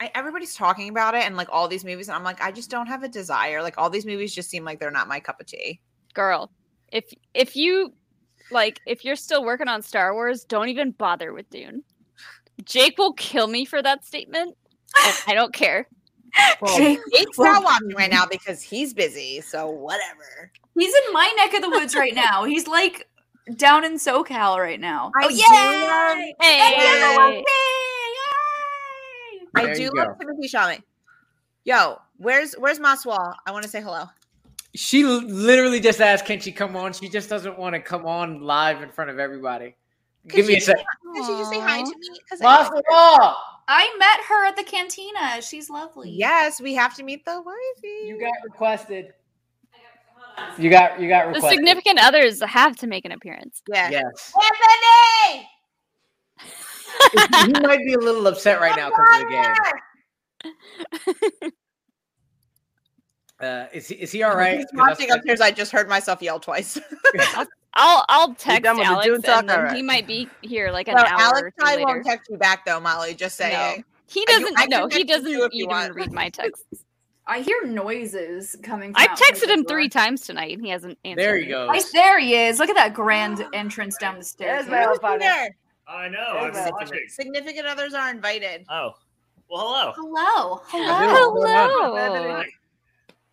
[SPEAKER 7] I, everybody's talking about it and like all these movies, and I'm like, I just don't have a desire. Like all these movies just seem like they're not my cup of tea.
[SPEAKER 2] Girl, if if you like if you're still working on Star Wars, don't even bother with Dune. Jake will kill me for that statement. and I don't care.
[SPEAKER 1] Jake,
[SPEAKER 7] Jake's not watching right now because he's busy, so whatever.
[SPEAKER 1] he's in my neck of the woods right now. He's like down in SoCal right now.
[SPEAKER 7] I
[SPEAKER 1] oh
[SPEAKER 7] do
[SPEAKER 1] yeah!
[SPEAKER 7] love-
[SPEAKER 2] Hey,
[SPEAKER 7] I
[SPEAKER 9] There
[SPEAKER 7] do
[SPEAKER 9] you
[SPEAKER 7] love Timothy Chalamet. Yo, where's where's Maswal? I want to say hello.
[SPEAKER 9] She l- literally just asked, "Can she come on?" She just doesn't want to come on live in front of everybody.
[SPEAKER 7] Could
[SPEAKER 9] Give me
[SPEAKER 7] you
[SPEAKER 9] a second.
[SPEAKER 7] Could you just say hi to me? 'Cause I-
[SPEAKER 9] Mazel tov!
[SPEAKER 1] I met her at the cantina. She's lovely.
[SPEAKER 7] Yes, we have to meet the wifey.
[SPEAKER 9] You got requested. You got you got
[SPEAKER 2] the
[SPEAKER 9] requested.
[SPEAKER 2] significant others have to make an appearance.
[SPEAKER 7] yeah.
[SPEAKER 9] Yes.
[SPEAKER 7] Anthony!
[SPEAKER 9] you might be a little upset right now because of the game. Uh, is he is he all right?
[SPEAKER 7] He's
[SPEAKER 9] 'Cause that's
[SPEAKER 7] watching
[SPEAKER 9] like-
[SPEAKER 7] upstairs. I just heard myself yell twice.
[SPEAKER 2] I'll I'll text
[SPEAKER 8] done with the
[SPEAKER 2] Alex
[SPEAKER 8] Dune
[SPEAKER 2] and
[SPEAKER 8] talk?
[SPEAKER 2] then
[SPEAKER 8] Alright.
[SPEAKER 2] he might be here like an
[SPEAKER 7] Well,
[SPEAKER 2] hour or
[SPEAKER 7] Alex
[SPEAKER 2] two
[SPEAKER 7] probably
[SPEAKER 2] later.
[SPEAKER 7] won't text you back though, Molly. Just saying.
[SPEAKER 2] He
[SPEAKER 7] I do-
[SPEAKER 2] doesn't
[SPEAKER 7] I can
[SPEAKER 2] know. He
[SPEAKER 7] text
[SPEAKER 2] doesn't
[SPEAKER 7] you if you
[SPEAKER 2] even
[SPEAKER 7] want.
[SPEAKER 2] read my texts.
[SPEAKER 1] I hear noises coming. From
[SPEAKER 2] I
[SPEAKER 1] outside
[SPEAKER 2] texted
[SPEAKER 1] the
[SPEAKER 2] him
[SPEAKER 1] door.
[SPEAKER 2] three times tonight and he hasn't answered.
[SPEAKER 9] There
[SPEAKER 2] me.
[SPEAKER 9] you go.
[SPEAKER 1] I, there he is. Look at that grand entrance down the stairs.
[SPEAKER 8] There's my
[SPEAKER 7] Who's
[SPEAKER 8] help on it.
[SPEAKER 7] there?
[SPEAKER 10] I know.
[SPEAKER 9] Oh,
[SPEAKER 10] I was
[SPEAKER 8] Hello.
[SPEAKER 10] watching.
[SPEAKER 7] Significant others are invited.
[SPEAKER 9] Uh,
[SPEAKER 10] Oh, well, hello.
[SPEAKER 1] Hello. Hello.
[SPEAKER 9] Hello.
[SPEAKER 2] Hello.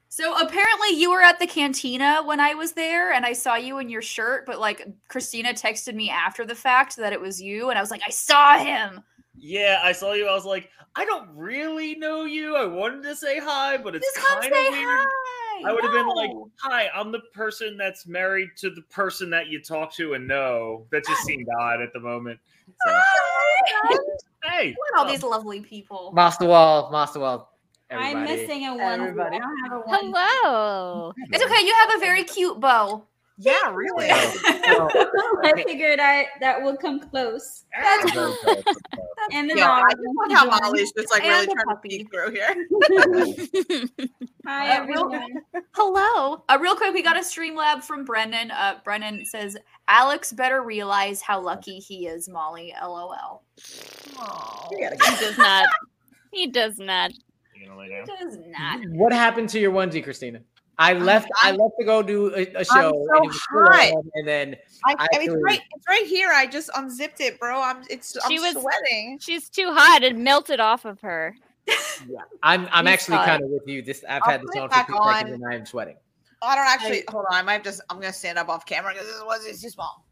[SPEAKER 1] So apparently you were at the cantina when I was there and I saw you in your shirt, but like Christina texted me after the fact that it was you and I was like, I saw him.
[SPEAKER 10] Yeah, I saw you. I was like, I don't really know you. I wanted to say hi, but it's
[SPEAKER 1] Just come
[SPEAKER 10] kind
[SPEAKER 1] say
[SPEAKER 10] of weird.
[SPEAKER 1] hi.
[SPEAKER 10] I would have been like,
[SPEAKER 1] No.
[SPEAKER 10] "Hi, I'm the person that's married to the person that you talk to and know." That just seemed odd at the moment. So,
[SPEAKER 1] Look
[SPEAKER 10] hey,
[SPEAKER 1] at all these lovely people.
[SPEAKER 9] Master Wall, "Oh, Master Wall. Everybody.
[SPEAKER 11] I'm missing a one.
[SPEAKER 8] Everybody.
[SPEAKER 11] I don't have a one.
[SPEAKER 2] Hello.
[SPEAKER 1] It's okay, you have a very cute bow.
[SPEAKER 7] Yeah, really.
[SPEAKER 11] I figured I that would come close.
[SPEAKER 1] That's
[SPEAKER 11] And then
[SPEAKER 7] Yo, I
[SPEAKER 11] Laura,
[SPEAKER 7] just love how
[SPEAKER 11] thank you.
[SPEAKER 7] Molly's just like
[SPEAKER 1] And
[SPEAKER 7] really
[SPEAKER 1] a
[SPEAKER 7] trying to
[SPEAKER 1] puppy.
[SPEAKER 7] peek through here.
[SPEAKER 11] Hi
[SPEAKER 1] Uh, real-
[SPEAKER 11] everyone.
[SPEAKER 1] Hello. Uh, real quick, we got a stream lab from Brendan. Uh, Brendan says, Alex better realize how lucky he is, Molly. LOL.
[SPEAKER 2] He does not. He does not.
[SPEAKER 10] You gonna lay down?
[SPEAKER 1] Does not.
[SPEAKER 9] What happened to your onesie, Christina? I left. I left to go do a, a show,
[SPEAKER 7] so
[SPEAKER 9] and, it was still
[SPEAKER 7] hot.
[SPEAKER 9] on, and then
[SPEAKER 7] I,
[SPEAKER 9] I
[SPEAKER 7] I mean, it's
[SPEAKER 9] agree.
[SPEAKER 7] right, it's right here. I just unzipped it, bro. I'm it's I'm
[SPEAKER 2] She was-
[SPEAKER 7] sweating.
[SPEAKER 2] She's too hot. It melted off of her.
[SPEAKER 9] I'm. I'm
[SPEAKER 2] You
[SPEAKER 9] actually
[SPEAKER 2] saw it.
[SPEAKER 9] kind of with you. This I've
[SPEAKER 7] I'll
[SPEAKER 9] had this
[SPEAKER 7] put it
[SPEAKER 9] on
[SPEAKER 7] back
[SPEAKER 9] for two seconds,
[SPEAKER 7] on.
[SPEAKER 9] and I am sweating.
[SPEAKER 7] I don't actually. hold on, I might just. I'm gonna stand up off camera because this was it's too small.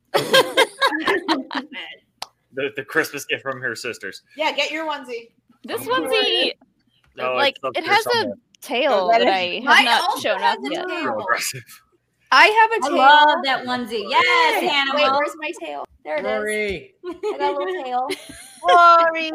[SPEAKER 10] The, the Christmas gift from her sisters.
[SPEAKER 7] Yeah, get your onesie.
[SPEAKER 2] This onesie,
[SPEAKER 10] No, Oh, it's
[SPEAKER 2] like
[SPEAKER 10] up
[SPEAKER 2] it
[SPEAKER 10] there
[SPEAKER 2] has a
[SPEAKER 10] somewhere.
[SPEAKER 2] tail that,
[SPEAKER 11] that is-
[SPEAKER 2] I have
[SPEAKER 11] Mine
[SPEAKER 2] not
[SPEAKER 11] also
[SPEAKER 2] shown
[SPEAKER 11] has
[SPEAKER 2] off
[SPEAKER 11] a
[SPEAKER 2] yet.
[SPEAKER 11] tail.
[SPEAKER 10] Real aggressive.
[SPEAKER 1] I have
[SPEAKER 11] I
[SPEAKER 1] a tail.
[SPEAKER 11] love that onesie. Yes,
[SPEAKER 1] Yay!
[SPEAKER 11] Hannah.
[SPEAKER 1] Wait,
[SPEAKER 11] well-
[SPEAKER 1] where's my tail? There it is.
[SPEAKER 9] Rory.
[SPEAKER 1] I got a little tail.
[SPEAKER 7] Glory.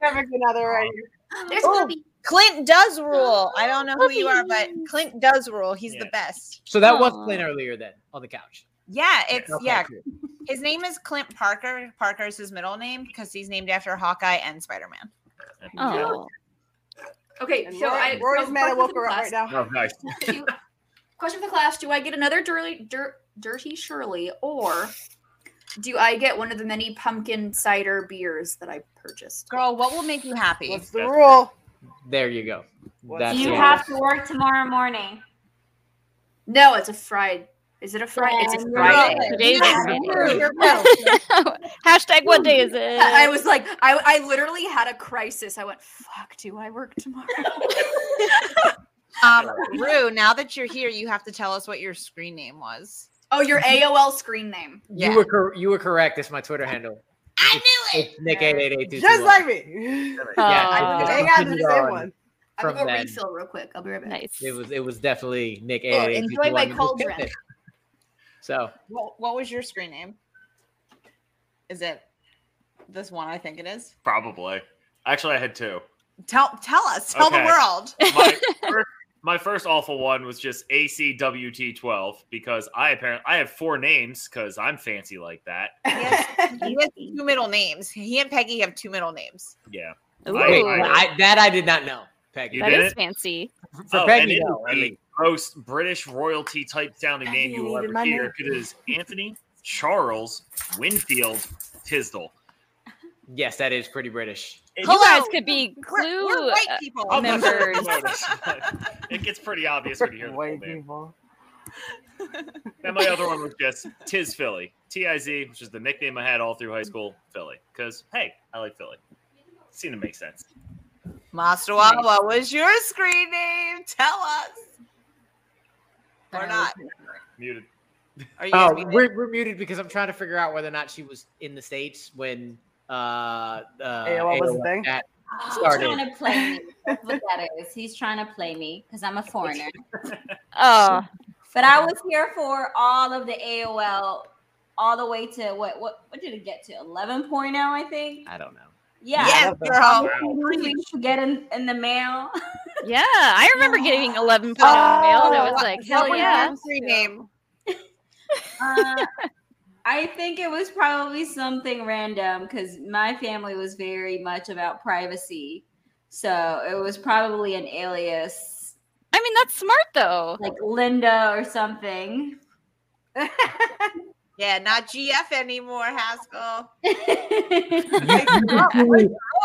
[SPEAKER 7] Never another
[SPEAKER 1] There's Bobby.
[SPEAKER 7] Oh, Clint does rule. I don't know who you are, but Clint does rule. He's the best.
[SPEAKER 9] So that was Clint earlier then on the couch.
[SPEAKER 7] Yeah, it's
[SPEAKER 9] Okay,
[SPEAKER 7] yeah.
[SPEAKER 9] cool.
[SPEAKER 7] His name is Clint Parker. Parker is his middle name because he's named after Hawkeye and Spider Man.
[SPEAKER 2] Oh.
[SPEAKER 1] Okay,
[SPEAKER 8] And
[SPEAKER 1] so
[SPEAKER 8] Rory-
[SPEAKER 1] I
[SPEAKER 8] Rory's
[SPEAKER 1] so
[SPEAKER 8] mad I
[SPEAKER 1] question
[SPEAKER 8] woke
[SPEAKER 1] for the
[SPEAKER 8] her up right
[SPEAKER 1] class.
[SPEAKER 8] now.
[SPEAKER 10] nice.
[SPEAKER 1] Question for the class: Do I get another dirty, dir- dirty Shirley, or do I get one of the many pumpkin cider beers that I purchased?
[SPEAKER 7] Girl, what will make you happy? What's
[SPEAKER 8] the rule?
[SPEAKER 9] There you go. That's
[SPEAKER 11] you
[SPEAKER 9] it.
[SPEAKER 11] have to work tomorrow morning.
[SPEAKER 1] No, it's a fried. Is it a fried? it's a
[SPEAKER 11] Yeah,
[SPEAKER 1] Friday.
[SPEAKER 11] you're
[SPEAKER 2] Today's
[SPEAKER 1] Yeah,
[SPEAKER 2] Friday.
[SPEAKER 1] you're- you're right.
[SPEAKER 2] Hashtag what day is it?
[SPEAKER 1] I was like, I, I literally had a crisis. I went, fuck, do I work tomorrow?
[SPEAKER 7] Um, Rue, now that you're here, you have to tell us what your screen name was.
[SPEAKER 1] oh, your AOL screen name.
[SPEAKER 9] You were cor- you were correct. It's my Twitter handle. I knew it. It's Nick eight eight eight two.
[SPEAKER 8] Just like me.
[SPEAKER 2] Oh.
[SPEAKER 9] yeah,
[SPEAKER 1] Uh,
[SPEAKER 9] it's-
[SPEAKER 1] Hang
[SPEAKER 9] it's
[SPEAKER 1] on,
[SPEAKER 9] been
[SPEAKER 1] there's a
[SPEAKER 9] gone
[SPEAKER 8] one.
[SPEAKER 1] I'm
[SPEAKER 9] From
[SPEAKER 1] gonna go
[SPEAKER 9] then,
[SPEAKER 1] refill real quick. I'll be right back.
[SPEAKER 2] Nice.
[SPEAKER 9] it was it was definitely Nick eight
[SPEAKER 1] Oh,
[SPEAKER 9] eight eight two.
[SPEAKER 1] enjoy my cauldron.
[SPEAKER 9] So
[SPEAKER 7] What, what was your screen name? Is it this one? I think it is.
[SPEAKER 10] Probably. Actually, I had two.
[SPEAKER 7] Tell tell us. Tell
[SPEAKER 10] Okay.
[SPEAKER 7] the world.
[SPEAKER 10] My first, my first awful one was just ACWT12 because I apparently I have four names because I'm fancy like that.
[SPEAKER 7] he has two middle names. He and Peggy have two middle names.
[SPEAKER 10] Yeah.
[SPEAKER 9] wait, I, that I did not know, Peggy.
[SPEAKER 10] You
[SPEAKER 2] That
[SPEAKER 10] did
[SPEAKER 2] is
[SPEAKER 10] it?
[SPEAKER 2] fancy.
[SPEAKER 9] For
[SPEAKER 10] oh,
[SPEAKER 9] Peggy,
[SPEAKER 10] and it
[SPEAKER 9] no, I
[SPEAKER 10] is the
[SPEAKER 9] mean-
[SPEAKER 10] most British royalty type sounding name you will
[SPEAKER 8] Peggy,
[SPEAKER 10] ever
[SPEAKER 8] my
[SPEAKER 10] hear.
[SPEAKER 8] name.
[SPEAKER 10] It is Anthony Charles Winfield Tisdall.
[SPEAKER 9] yes, that is pretty British.
[SPEAKER 10] It-
[SPEAKER 2] You guys could be clue
[SPEAKER 7] we're white
[SPEAKER 2] uh,
[SPEAKER 7] people.
[SPEAKER 10] I'm not sure if
[SPEAKER 2] members.
[SPEAKER 10] you noticed, but it gets pretty obvious when you hear the full
[SPEAKER 8] White
[SPEAKER 10] name.
[SPEAKER 8] people.
[SPEAKER 10] And my other one was just Tiz Philly, T I Z, which is the nickname I had all through high school, Philly. Because hey, I like Philly. Seemed to make sense.
[SPEAKER 7] Master Wa, what was your screen name? Tell us. Or not.
[SPEAKER 10] Muted.
[SPEAKER 7] Are you
[SPEAKER 9] Oh,
[SPEAKER 7] guys muted?
[SPEAKER 9] we're, we're muted because I'm trying to figure out whether or not she was in the states when uh, uh
[SPEAKER 8] AOL was a thing?
[SPEAKER 9] chat
[SPEAKER 11] He's
[SPEAKER 9] started.
[SPEAKER 11] Oh, trying to play me. That's what that is. He's trying to play me because I'm a foreigner.
[SPEAKER 2] Oh,
[SPEAKER 11] But I was here for all of the AOL, all the way to what what what did it get to? 11.0, I think.
[SPEAKER 9] I don't know.
[SPEAKER 11] Yeah.
[SPEAKER 7] yes,
[SPEAKER 8] Yeah.
[SPEAKER 7] girl.
[SPEAKER 11] We used to get in, in the mail.
[SPEAKER 2] yeah. I remember getting 11 point mail, and I
[SPEAKER 11] Oh,
[SPEAKER 2] was like,
[SPEAKER 7] what
[SPEAKER 2] hell
[SPEAKER 7] was
[SPEAKER 2] yeah.
[SPEAKER 7] your screen name?
[SPEAKER 11] Uh, I think it was probably something random because my family was very much about privacy. So it was probably an alias
[SPEAKER 2] I mean, that's smart though.
[SPEAKER 11] like Linda or something.
[SPEAKER 7] Yeah, not GF anymore, Haskell.
[SPEAKER 9] you,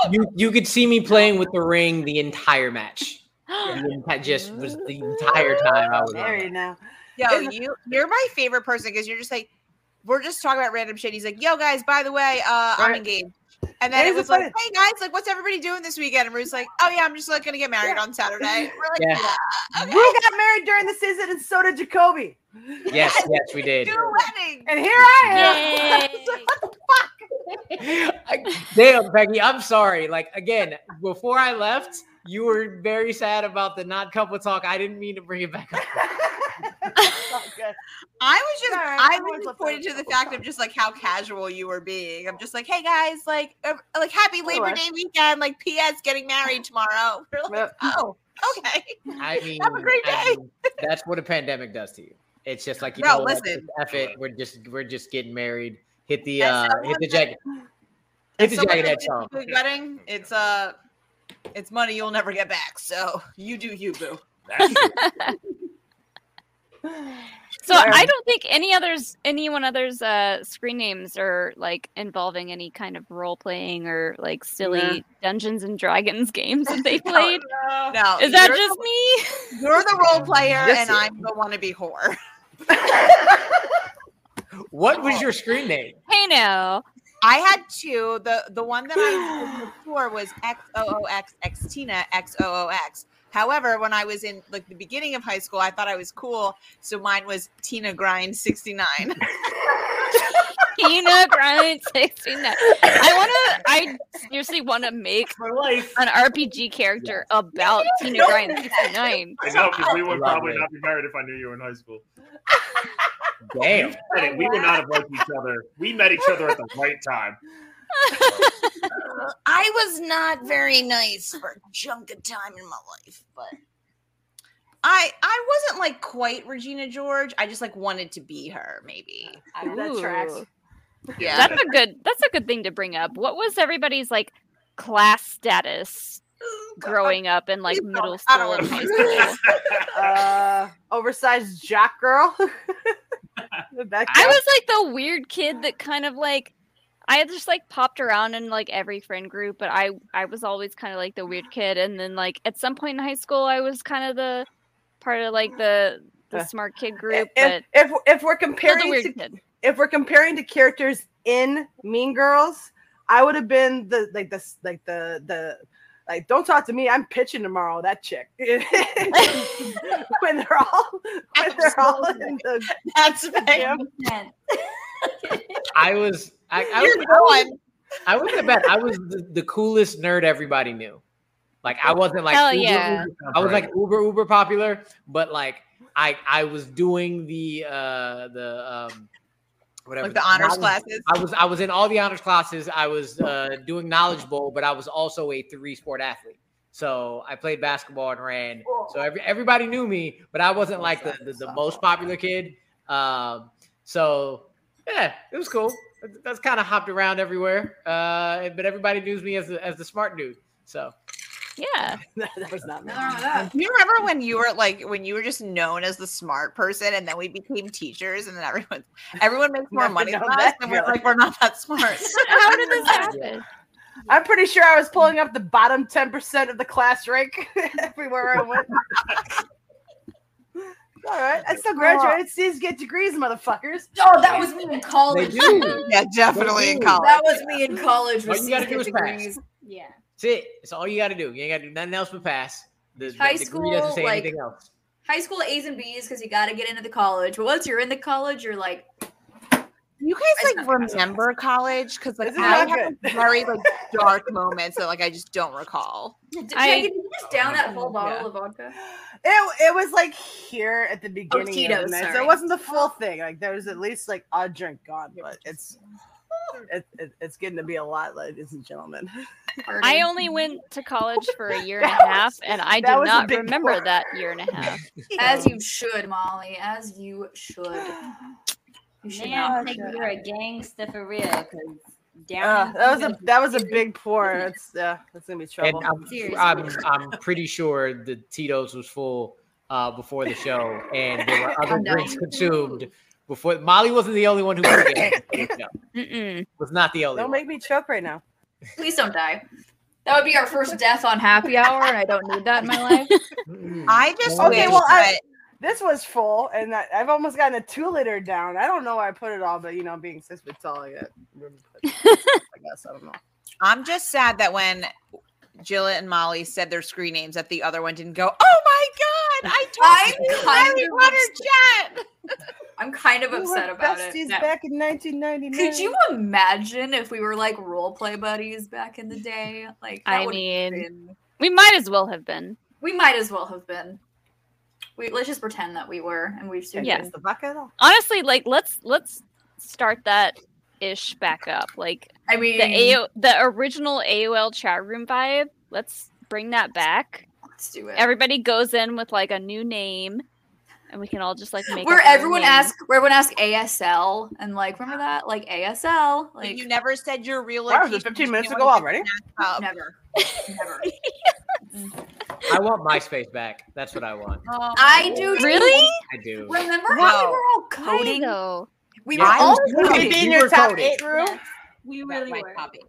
[SPEAKER 9] you, you could see me playing with the ring the entire match. The enti- just was the entire time I was on
[SPEAKER 8] Married
[SPEAKER 9] it.
[SPEAKER 8] now.
[SPEAKER 7] Yo, you you're my favorite person because you're just like we're just talking about random shit. He's like, "Yo, guys, by the way, uh, I'm
[SPEAKER 8] Right.
[SPEAKER 7] engaged." And then
[SPEAKER 8] Yeah,
[SPEAKER 7] it
[SPEAKER 8] he's
[SPEAKER 7] was
[SPEAKER 8] like,
[SPEAKER 7] like, "Hey guys, like, what's everybody doing this weekend?" And Ruth's like, "Oh yeah, I'm just like gonna get married on Saturday." We're like,
[SPEAKER 9] Yeah.
[SPEAKER 8] We got married during the season, and so did Jacoby.
[SPEAKER 9] Yes, yes, we did.
[SPEAKER 7] "Do a wedding."
[SPEAKER 8] And here I am.
[SPEAKER 2] Yay.
[SPEAKER 9] I- damn, Peggy, I'm sorry. Like again, before I left, you were very sad about the not couple talk. I didn't mean to bring it back up.
[SPEAKER 8] It's all good.
[SPEAKER 7] I was just,
[SPEAKER 8] Sorry,
[SPEAKER 7] I
[SPEAKER 8] I'm
[SPEAKER 7] was
[SPEAKER 8] always
[SPEAKER 7] just
[SPEAKER 8] left
[SPEAKER 7] pointed
[SPEAKER 8] out
[SPEAKER 7] to
[SPEAKER 8] of
[SPEAKER 7] the
[SPEAKER 8] the
[SPEAKER 7] fact
[SPEAKER 8] song.
[SPEAKER 7] of just like how casual you were being. I'm just like, "Hey guys, like, uh, like happy Labor
[SPEAKER 8] Sure.
[SPEAKER 7] Day weekend. Like, P.S. Getting married tomorrow." We're like,
[SPEAKER 8] Yep.
[SPEAKER 7] "Oh, okay."
[SPEAKER 9] I mean,
[SPEAKER 7] Have a great
[SPEAKER 9] I
[SPEAKER 7] day.
[SPEAKER 9] mean, that's what a pandemic does to you. It's just like you
[SPEAKER 7] Bro,
[SPEAKER 9] know, what,
[SPEAKER 7] listen.
[SPEAKER 9] F it. We're just we're just getting married. Hit the
[SPEAKER 7] As
[SPEAKER 9] uh, hit
[SPEAKER 7] someone
[SPEAKER 9] the
[SPEAKER 7] that-
[SPEAKER 9] jacket. Hit the
[SPEAKER 7] Someone
[SPEAKER 9] jacket
[SPEAKER 7] that
[SPEAKER 9] head
[SPEAKER 7] did
[SPEAKER 9] song.
[SPEAKER 7] the wedding. It's uh, it's money you'll never get back. So you do you, boo.
[SPEAKER 10] That's
[SPEAKER 2] So I don't think any others, anyone others, uh, screen names are like involving any kind of role playing or like silly Dungeons and Dragons games that they played.
[SPEAKER 7] No,
[SPEAKER 2] Is that
[SPEAKER 7] you're
[SPEAKER 2] just me?
[SPEAKER 7] the- you're the role player
[SPEAKER 9] Yes,
[SPEAKER 7] and I'm the wannabe whore?
[SPEAKER 9] What was your screen name?
[SPEAKER 2] Hey now.
[SPEAKER 7] I had two. The the one that I used before was X O O X X Tina X O O X. However, when I was in like the beginning of high school, I thought I was cool, so mine was Tina Grind 69.
[SPEAKER 2] Tina Grind 69. I want to. I seriously want to make an RPG character about Tina Grind 69.
[SPEAKER 10] I know because we would
[SPEAKER 2] Love
[SPEAKER 10] probably
[SPEAKER 2] it.
[SPEAKER 10] not be married if I knew you were in high school.
[SPEAKER 9] Damn.
[SPEAKER 10] You said it, we would not have liked each other. We met each other at the right time.
[SPEAKER 7] I was not very nice for a chunk of time in my life, but I I wasn't like quite Regina George. I just like wanted to be her, maybe.
[SPEAKER 2] Ooh.
[SPEAKER 7] Yeah.
[SPEAKER 2] That's a good that's a good thing to bring up. What was everybody's like class status growing up in like middle school and high school?
[SPEAKER 8] uh, oversized jock girl. that
[SPEAKER 2] I was like the weird kid that kind of like I had just like popped around in like every friend group, but I I was always kind of like the weird kid. And then like at some point in high school, I was kind of the part of like the the
[SPEAKER 8] Uh,
[SPEAKER 2] smart kid group.
[SPEAKER 8] if,
[SPEAKER 2] But
[SPEAKER 8] if if we're
[SPEAKER 2] Still the
[SPEAKER 8] comparing
[SPEAKER 2] weird
[SPEAKER 8] to,
[SPEAKER 2] kid.
[SPEAKER 8] if we're comparing to characters in Mean Girls, I would have been the like the like the the like don't talk to me. I'm pitching tomorrow. That chick when they're all when they're all in the
[SPEAKER 7] that's
[SPEAKER 9] I was. I, I
[SPEAKER 7] You're
[SPEAKER 9] was,
[SPEAKER 7] going.
[SPEAKER 9] I was the best. I was the, the coolest nerd everybody knew. Like I wasn't like
[SPEAKER 2] Hell
[SPEAKER 9] uber,
[SPEAKER 2] yeah.
[SPEAKER 9] uber- I was like uber uber popular, but like I I was doing the uh the um whatever
[SPEAKER 7] Like the honors
[SPEAKER 9] I was-
[SPEAKER 7] classes?
[SPEAKER 9] I was I was in all the honors classes. I was uh doing knowledge bowl, but I was also a three sport athlete. So I played basketball and ran. So every, everybody knew me, but I wasn't like the, the, the most popular kid. Um, so yeah, it was cool. That's- That's kind of hopped around everywhere. Uh, but everybody knew me as the, as the smart dude. So
[SPEAKER 2] yeah.
[SPEAKER 8] that was not me.
[SPEAKER 7] Do you remember when you were like when you were just known as the smart person, and then we became teachers, and then everyone everyone makes more
[SPEAKER 8] Never
[SPEAKER 7] money than
[SPEAKER 8] know
[SPEAKER 7] us,
[SPEAKER 8] that,
[SPEAKER 7] and we're
[SPEAKER 8] really.
[SPEAKER 7] like we're not that smart.
[SPEAKER 2] How did this happen?
[SPEAKER 8] I'm pretty sure I was pulling up the bottom ten percent of the class rank everywhere I went. All right, I still graduated. C's get degrees, motherfuckers.
[SPEAKER 1] Oh, that was me in college.
[SPEAKER 9] They do.
[SPEAKER 7] yeah, definitely in college.
[SPEAKER 1] That was me in college.
[SPEAKER 9] All
[SPEAKER 1] with
[SPEAKER 9] you gotta
[SPEAKER 1] secret
[SPEAKER 9] do is pass.
[SPEAKER 1] degrees. Yeah.
[SPEAKER 9] that's it. It's all you got to do. You ain't got to do nothing else but pass. The, the
[SPEAKER 1] High
[SPEAKER 9] degree doesn't
[SPEAKER 1] school,
[SPEAKER 9] say
[SPEAKER 1] like-
[SPEAKER 9] anything else.
[SPEAKER 1] High school A's and B's because you got to get into the college. But once you're in the college, you're like,
[SPEAKER 7] You guys like remember college? Because like
[SPEAKER 8] This is
[SPEAKER 7] I
[SPEAKER 8] not
[SPEAKER 7] have
[SPEAKER 8] good.
[SPEAKER 7] very like dark moments that like I just don't recall.
[SPEAKER 1] did
[SPEAKER 2] I-
[SPEAKER 1] Megan, did you just down that whole bottle
[SPEAKER 7] Yeah.
[SPEAKER 1] of vodka?
[SPEAKER 8] It, it was like here at the beginning of
[SPEAKER 1] Tito's,
[SPEAKER 8] the night, so
[SPEAKER 1] sorry.
[SPEAKER 8] it wasn't the full thing. Like there was at least like a drink gone, but it's it, it, it's getting to be a lot, ladies and gentlemen.
[SPEAKER 2] I only went
[SPEAKER 1] Oh
[SPEAKER 2] to college for a year and a half, and I
[SPEAKER 8] that
[SPEAKER 2] do
[SPEAKER 8] was a
[SPEAKER 2] not
[SPEAKER 8] big
[SPEAKER 2] remember
[SPEAKER 8] pour.
[SPEAKER 2] that year and a half.
[SPEAKER 1] As you should, Molly. As you should. You should
[SPEAKER 11] Man, I
[SPEAKER 1] not.
[SPEAKER 11] think you're a gangster for real. 'cause
[SPEAKER 8] Uh,
[SPEAKER 11] Down
[SPEAKER 8] that was a that was a big pour. and It's yeah, that's gonna be trouble.
[SPEAKER 9] And um, I'm,
[SPEAKER 11] Seriously.
[SPEAKER 9] I'm, I'm pretty sure the Tito's was full uh, before the show, and there were other
[SPEAKER 1] No.
[SPEAKER 9] drinks consumed before. Molly wasn't the only one who took it. No,
[SPEAKER 2] Mm-mm.
[SPEAKER 9] was not the only
[SPEAKER 8] Don't
[SPEAKER 9] one.
[SPEAKER 8] make me choke right now.
[SPEAKER 1] Please don't die. That would be our first death on happy hour, and I don't need that in my life.
[SPEAKER 7] I just
[SPEAKER 1] Oh,
[SPEAKER 8] Okay,
[SPEAKER 7] wish
[SPEAKER 8] well, I-
[SPEAKER 7] that-
[SPEAKER 8] This was full, and I, I've almost gotten a two liter down. I don't know where I put it all, but you know, being six foot tall, I got room to put it. I guess I don't know.
[SPEAKER 7] I'm just sad that when Jill and Molly said their screen names, that the other one didn't go. Oh my god! I
[SPEAKER 1] I'm
[SPEAKER 7] told you,
[SPEAKER 1] kind
[SPEAKER 7] Harry
[SPEAKER 1] of
[SPEAKER 7] Potter Jen.
[SPEAKER 1] I'm kind of
[SPEAKER 8] We were
[SPEAKER 1] upset about it.
[SPEAKER 8] besties
[SPEAKER 1] now.
[SPEAKER 8] back in 1999.
[SPEAKER 1] Could you imagine if we were like role play buddies back in the day? Like, that
[SPEAKER 2] I
[SPEAKER 1] would have
[SPEAKER 2] mean-
[SPEAKER 1] been-
[SPEAKER 2] We might as well have been.
[SPEAKER 1] we might as well have been. We let's just pretend that we were, and we've seen.
[SPEAKER 2] Yeah.
[SPEAKER 8] Yes, the bucket. off.
[SPEAKER 2] Honestly, like let's let's start that ish back up. Like
[SPEAKER 1] I mean,
[SPEAKER 2] the AO, the original AOL chat room vibe. Let's bring that back.
[SPEAKER 1] let's do it.
[SPEAKER 2] Everybody goes in with like a new name, and we can all just like make
[SPEAKER 1] where
[SPEAKER 2] up our
[SPEAKER 1] everyone
[SPEAKER 2] name.
[SPEAKER 1] asked, where everyone asked ASL, and like, remember that, like ASL,
[SPEAKER 7] Like,
[SPEAKER 1] like
[SPEAKER 7] you never said your real
[SPEAKER 8] Wow, was it
[SPEAKER 7] location,
[SPEAKER 8] 15
[SPEAKER 7] you
[SPEAKER 8] minutes
[SPEAKER 7] know,
[SPEAKER 8] ago
[SPEAKER 7] you
[SPEAKER 8] already?
[SPEAKER 7] snapped up.
[SPEAKER 1] never, never.
[SPEAKER 9] I want MySpace back. That's what I want.
[SPEAKER 7] Oh,
[SPEAKER 1] I do too.
[SPEAKER 2] Really?
[SPEAKER 9] I do.
[SPEAKER 1] Remember how we
[SPEAKER 7] Wow.
[SPEAKER 1] were all
[SPEAKER 2] Why
[SPEAKER 1] coding?
[SPEAKER 2] though?
[SPEAKER 1] We
[SPEAKER 9] Yeah,
[SPEAKER 1] were
[SPEAKER 9] I
[SPEAKER 1] all
[SPEAKER 9] was
[SPEAKER 8] Would
[SPEAKER 9] coding.
[SPEAKER 8] it be in
[SPEAKER 9] You
[SPEAKER 8] your
[SPEAKER 9] were
[SPEAKER 8] top
[SPEAKER 9] coding.
[SPEAKER 8] eight room?
[SPEAKER 11] we
[SPEAKER 7] that
[SPEAKER 11] really
[SPEAKER 7] might
[SPEAKER 11] were.
[SPEAKER 7] copy.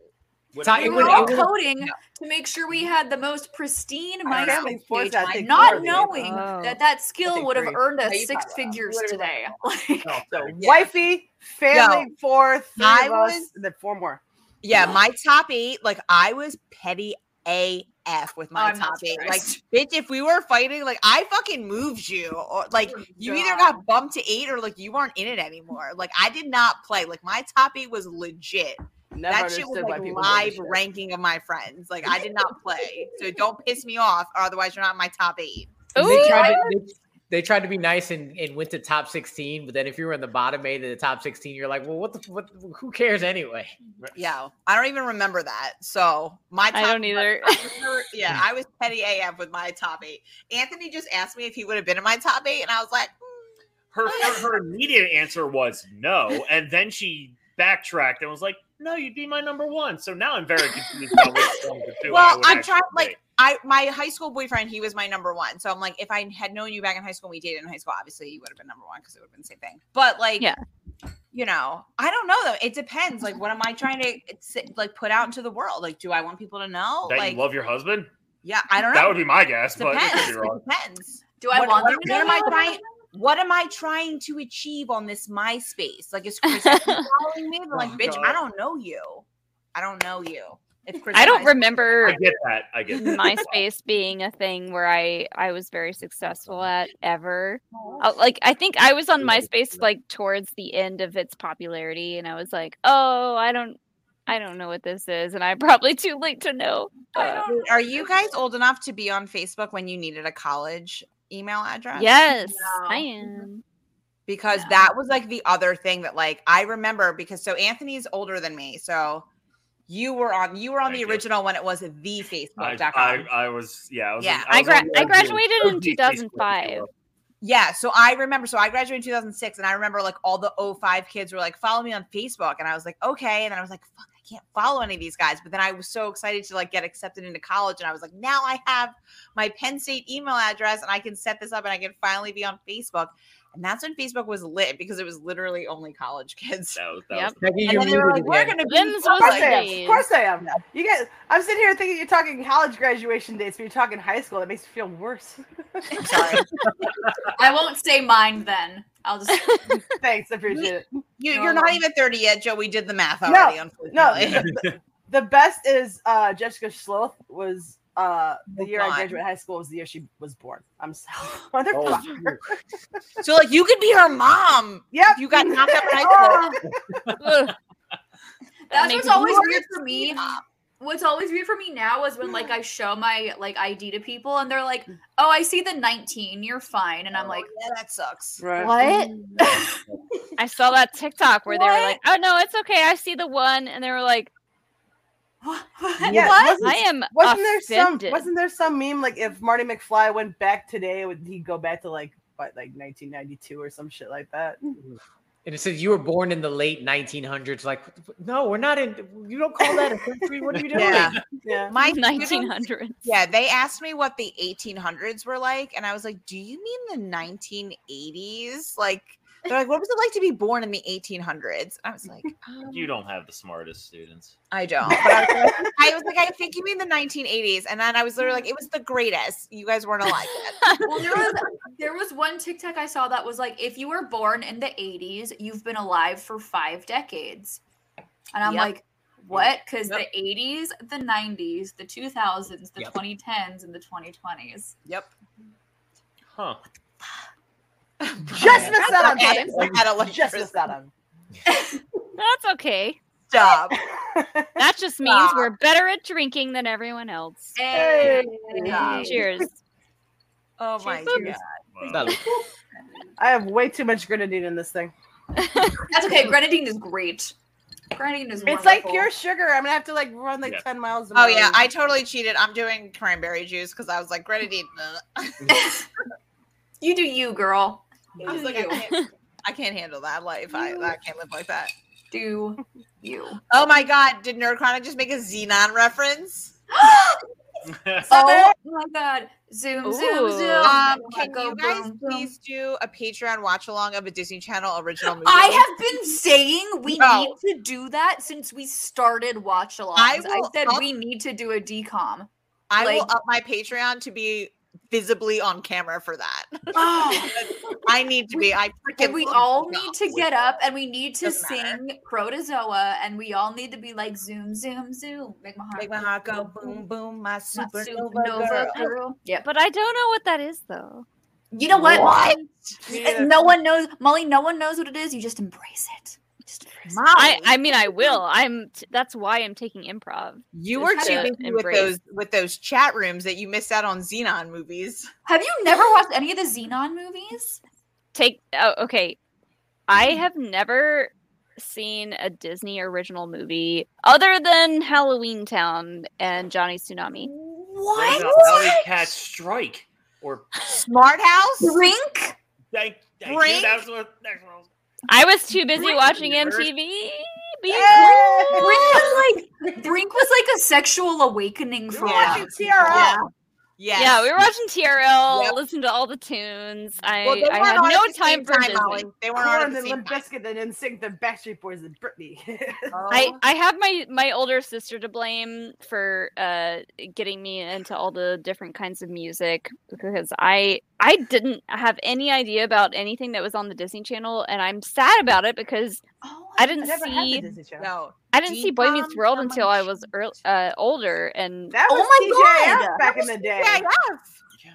[SPEAKER 9] Ty-
[SPEAKER 1] we
[SPEAKER 9] it
[SPEAKER 1] were
[SPEAKER 9] would- it
[SPEAKER 1] all
[SPEAKER 9] would-
[SPEAKER 1] coding to make sure we had the most pristine
[SPEAKER 7] My
[SPEAKER 8] family
[SPEAKER 1] MySpace
[SPEAKER 8] forced
[SPEAKER 1] page,
[SPEAKER 8] that thing
[SPEAKER 1] not
[SPEAKER 8] for me.
[SPEAKER 1] knowing
[SPEAKER 2] Oh.
[SPEAKER 1] that that skill
[SPEAKER 8] think
[SPEAKER 1] would have
[SPEAKER 8] three.
[SPEAKER 1] earned
[SPEAKER 8] Yeah,
[SPEAKER 1] us
[SPEAKER 8] you
[SPEAKER 1] six
[SPEAKER 8] probably-
[SPEAKER 1] figures
[SPEAKER 8] literally.
[SPEAKER 1] today. Like,
[SPEAKER 8] So
[SPEAKER 7] Yeah.
[SPEAKER 8] wifey, family, four, three
[SPEAKER 7] I
[SPEAKER 8] of us,
[SPEAKER 7] was-
[SPEAKER 8] and then four more.
[SPEAKER 7] Yeah, my top eight. Like I was petty AF. F with my
[SPEAKER 11] I'm not
[SPEAKER 7] topic. Like,
[SPEAKER 11] surprised.
[SPEAKER 7] bitch, if we were fighting, like I fucking moved you. Or like you either got bumped to eight or like you weren't in it anymore. Like I did not play. Like my topic was legit.
[SPEAKER 8] Never
[SPEAKER 7] that shit was
[SPEAKER 8] understood why
[SPEAKER 7] like
[SPEAKER 8] people do this
[SPEAKER 7] live
[SPEAKER 8] shit.
[SPEAKER 7] ranking of my friends. Like I did not play. So don't piss me off, or otherwise you're not in my top eight.
[SPEAKER 9] They tried, to, they, they tried to be nice and, and went to top 16, but then if you were in the bottom eight of the top 16, you're like, well, what the what, who cares anyway?
[SPEAKER 7] Yeah, I don't even remember that. So my
[SPEAKER 9] I don't either.
[SPEAKER 7] I remember- yeah, I was petty AF with my top eight. Anthony just asked me if he would have been in my top eight, and I was like,
[SPEAKER 10] Her, her her immediate answer was no, and then she backtracked and was like, "No, you'd be my number one." So now I'm very confused about which one of the two. I
[SPEAKER 7] "Well,
[SPEAKER 10] would
[SPEAKER 7] I'm
[SPEAKER 10] actually
[SPEAKER 7] trying."
[SPEAKER 10] pick.
[SPEAKER 7] Like, I my high school boyfriend, he was my number one. So I'm like, if I had known you back in high school, and we dated in high school, obviously you would have been number one because it would have been the same thing. But like, yeah. you know, I don't know though. It depends. Like, what am I trying to it's, like put out into the world? Like, do I want people to know?
[SPEAKER 10] that
[SPEAKER 7] like,
[SPEAKER 10] you love your husband.
[SPEAKER 7] yeah, I don't know.
[SPEAKER 10] That would be my guess, but it could
[SPEAKER 7] Depends.
[SPEAKER 10] be wrong.
[SPEAKER 7] It depends.
[SPEAKER 1] Do I want them to
[SPEAKER 7] what
[SPEAKER 1] know?
[SPEAKER 7] am I trying? What am I trying to achieve on this MySpace? Like, is Chris Evans following me? But
[SPEAKER 2] Oh,
[SPEAKER 7] like, bitch, I don't know you. I don't know you. If Chris
[SPEAKER 2] I don't
[SPEAKER 7] Evans-
[SPEAKER 2] remember
[SPEAKER 10] I get that. I get that.
[SPEAKER 2] MySpace being a thing where I I was very successful at ever. Uh, Like I think I was on MySpace like towards the end of its popularity, and I was like, oh, I don't, I don't know what this is, and I'm probably too late to know. Uh,
[SPEAKER 7] Are you guys old enough to be on Facebook when you needed a college email address?
[SPEAKER 2] Yes, I
[SPEAKER 1] Mm-hmm.
[SPEAKER 2] am.
[SPEAKER 7] because that was like the other thing that like I remember because so Anthony's older than me, so you were on you were on the original when it was the
[SPEAKER 10] I,
[SPEAKER 7] Facebook.com.
[SPEAKER 10] I, I was yeah. I was oh,
[SPEAKER 7] Yeah.
[SPEAKER 2] I,
[SPEAKER 10] was
[SPEAKER 2] gra-
[SPEAKER 10] on the
[SPEAKER 2] I
[SPEAKER 10] OG-
[SPEAKER 2] graduated in
[SPEAKER 10] OG
[SPEAKER 2] 2005.
[SPEAKER 7] Yeah, so I remember. So I graduated in 2006, and I remember like all the 05 kids were like, follow me on Facebook. And I was like, okay. And then I was like, fuck, I can't follow any of these guys. But then I was so excited to like get accepted into college. And I was like, now I have my Penn State email address and I can set this up and I can finally be on Facebook. And that's when Facebook was lit because it was literally only college kids.
[SPEAKER 10] that
[SPEAKER 8] Yep. was-
[SPEAKER 7] and then they were like, we're going to be.
[SPEAKER 2] Them's
[SPEAKER 8] Of
[SPEAKER 2] was
[SPEAKER 8] course,
[SPEAKER 2] the
[SPEAKER 8] I am.
[SPEAKER 2] days.
[SPEAKER 8] of course I am. You guys, I'm sitting here thinking you're talking college graduation dates, but you're talking high school. That makes me feel worse.
[SPEAKER 1] I won't say mine then. I'll just
[SPEAKER 8] thanks. I appreciate it.
[SPEAKER 7] You,
[SPEAKER 8] No,
[SPEAKER 7] you're
[SPEAKER 8] no.
[SPEAKER 7] not even 30 yet, Joe. We did the math already,
[SPEAKER 8] no.
[SPEAKER 7] unfortunately.
[SPEAKER 8] the- The best is uh, Jessica Schloth was uh, the year
[SPEAKER 7] God.
[SPEAKER 8] I graduated high school was the year she was born. I'm so motherfucker.
[SPEAKER 7] so like you could be her mom.
[SPEAKER 8] Yeah,
[SPEAKER 7] you got knocked up in high
[SPEAKER 8] Oh,
[SPEAKER 7] school.
[SPEAKER 1] That's
[SPEAKER 7] makes
[SPEAKER 1] what's always
[SPEAKER 7] me
[SPEAKER 1] weird for me. What's always weird for me now is when
[SPEAKER 7] Hmm.
[SPEAKER 1] like I show my like ID to people and they're like, "Oh, I see the 19. You're fine," and I'm like,
[SPEAKER 7] Oh, "Yeah, that sucks."
[SPEAKER 8] Right.
[SPEAKER 2] What? I saw that TikTok where they were like, "Oh no, it's okay. I see the one," and they were like, "What?
[SPEAKER 8] Yeah, wasn't-
[SPEAKER 2] I am
[SPEAKER 8] Wasn't there some?
[SPEAKER 2] offended."
[SPEAKER 8] Wasn't there some meme like if Marty McFly went back today, would he go back to like what, like 1992 or some shit like that?
[SPEAKER 9] And it says you were born in the late 1900s. Like, no, we're not in. You don't call that a country. What are you doing?
[SPEAKER 7] Yeah.
[SPEAKER 8] Yeah.
[SPEAKER 7] My
[SPEAKER 2] 1900s.
[SPEAKER 7] Yeah, they asked me what the 1800s were like, and I was like, "Do you mean the 1980s?" Like, they're like, "What was it like to be born in the 1800s?" I was like, um,
[SPEAKER 10] You don't have the smartest students.
[SPEAKER 7] "I don't." But I, was like, I was like, "I think you mean the 1980s," and then I was literally like, "It was the greatest. You guys weren't alive yet."
[SPEAKER 1] well, there was there was one TikTok I saw that was like, if you were born in the '80s, you've been alive for five decades, and I'm
[SPEAKER 11] Yep.
[SPEAKER 1] like, what? Because
[SPEAKER 11] Yep.
[SPEAKER 1] the '80s, the '90s, the 2000s, the
[SPEAKER 11] Yep.
[SPEAKER 1] 2010s, and the 2020s.
[SPEAKER 7] Yep.
[SPEAKER 10] Huh.
[SPEAKER 8] Just missed out on
[SPEAKER 7] Okay,
[SPEAKER 8] time.
[SPEAKER 7] Oh so I had electricity.
[SPEAKER 8] Just missed out on.
[SPEAKER 2] That's okay.
[SPEAKER 7] Stop.
[SPEAKER 2] That just means we're better at drinking than everyone else.
[SPEAKER 1] Hey.
[SPEAKER 8] Hey.
[SPEAKER 2] Cheers.
[SPEAKER 7] Oh
[SPEAKER 2] my
[SPEAKER 9] God.
[SPEAKER 8] I have way too much grenadine in this thing.
[SPEAKER 1] That's okay. Grenadine is great. Grenadine is.
[SPEAKER 8] It's like
[SPEAKER 1] wonderful.
[SPEAKER 8] pure sugar. I'm gonna have to like run like
[SPEAKER 7] Yeah.
[SPEAKER 8] 10 miles.
[SPEAKER 7] Oh yeah, I totally cheated. I'm doing cranberry juice because I was like grenadine. ugh.
[SPEAKER 1] You do you, girl.
[SPEAKER 7] I was like, I can't, I can't handle that life. I, I can't live like that.
[SPEAKER 1] Do you?
[SPEAKER 7] Oh my god, did Nerd Chronic just make a Xenon reference?
[SPEAKER 1] oh my god! Zoom, zoom, zoom.
[SPEAKER 7] Um,
[SPEAKER 1] Oh my
[SPEAKER 7] can
[SPEAKER 1] God,
[SPEAKER 7] you guys
[SPEAKER 1] boom, boom.
[SPEAKER 7] please do a Patreon watch along of a Disney Channel original movie?
[SPEAKER 1] I have been saying we
[SPEAKER 7] No.
[SPEAKER 1] need to do that since we started watch alongs.
[SPEAKER 7] I
[SPEAKER 1] I,
[SPEAKER 7] will
[SPEAKER 1] said
[SPEAKER 7] up-
[SPEAKER 1] we need to do a decom.
[SPEAKER 7] I will
[SPEAKER 1] like-
[SPEAKER 7] up my Patreon to be visibly on camera for that. I need to be. I
[SPEAKER 1] And we all need to get up and we need to sing Protozoa and we all need to be like zoom, zoom, zoom. Make my heart,
[SPEAKER 7] Make my heart go boom, boom, my supernova girl.
[SPEAKER 1] Yeah.
[SPEAKER 2] But I don't know what that is though.
[SPEAKER 1] You know what?
[SPEAKER 2] What?
[SPEAKER 1] Uh, No one knows, Molly. No one knows what it is. You just embrace it.
[SPEAKER 2] I, I mean, I will. I'm. T- that's why I'm taking improv.
[SPEAKER 7] You
[SPEAKER 2] is
[SPEAKER 7] were too
[SPEAKER 2] to
[SPEAKER 7] busy with
[SPEAKER 2] embrace.
[SPEAKER 7] those with those chat rooms that you missed out on Xenon movies.
[SPEAKER 1] Have you never watched any of the Xenon movies?
[SPEAKER 2] Take. Oh, okay. I
[SPEAKER 7] Mm-hmm.
[SPEAKER 2] have never seen a Disney original movie other than Halloween Town and Johnny's Tsunami.
[SPEAKER 1] What?
[SPEAKER 10] about Alley Cat Strike or
[SPEAKER 7] Smart House?
[SPEAKER 1] Brink?
[SPEAKER 10] I, I knew
[SPEAKER 2] Brink?
[SPEAKER 10] that was what- that's what I was-
[SPEAKER 2] I was too busy
[SPEAKER 10] Brink,
[SPEAKER 2] watching
[SPEAKER 10] nerd.
[SPEAKER 2] MTV. Being
[SPEAKER 1] Brink
[SPEAKER 2] cool.
[SPEAKER 1] was like Brink was like a sexual awakening for
[SPEAKER 2] watching
[SPEAKER 1] us.
[SPEAKER 2] TRL.
[SPEAKER 7] Yeah.
[SPEAKER 2] Yeah, we were watching TRL,
[SPEAKER 1] Yep.
[SPEAKER 2] listened to all the tunes. I,
[SPEAKER 8] Well, they
[SPEAKER 2] I
[SPEAKER 8] weren't
[SPEAKER 2] had
[SPEAKER 8] on at
[SPEAKER 2] no
[SPEAKER 8] the
[SPEAKER 2] time
[SPEAKER 8] same
[SPEAKER 2] for
[SPEAKER 8] time,
[SPEAKER 2] Disney.
[SPEAKER 8] Molly.
[SPEAKER 7] They
[SPEAKER 8] weren't on the Limp Bizkit and NSYNC, the Backstreet Boys, and Britney.
[SPEAKER 2] I,
[SPEAKER 8] Oh,
[SPEAKER 2] I have my, my older sister to blame for uh, getting me into all the different kinds of music because I I didn't have any idea about anything that was on the Disney Channel and I'm sad about it because
[SPEAKER 8] Oh,
[SPEAKER 2] I didn't see
[SPEAKER 7] No,
[SPEAKER 2] I didn't see Boy Meets World until I was earl uh, older
[SPEAKER 1] Oh
[SPEAKER 2] and
[SPEAKER 8] That was TJF back in the day.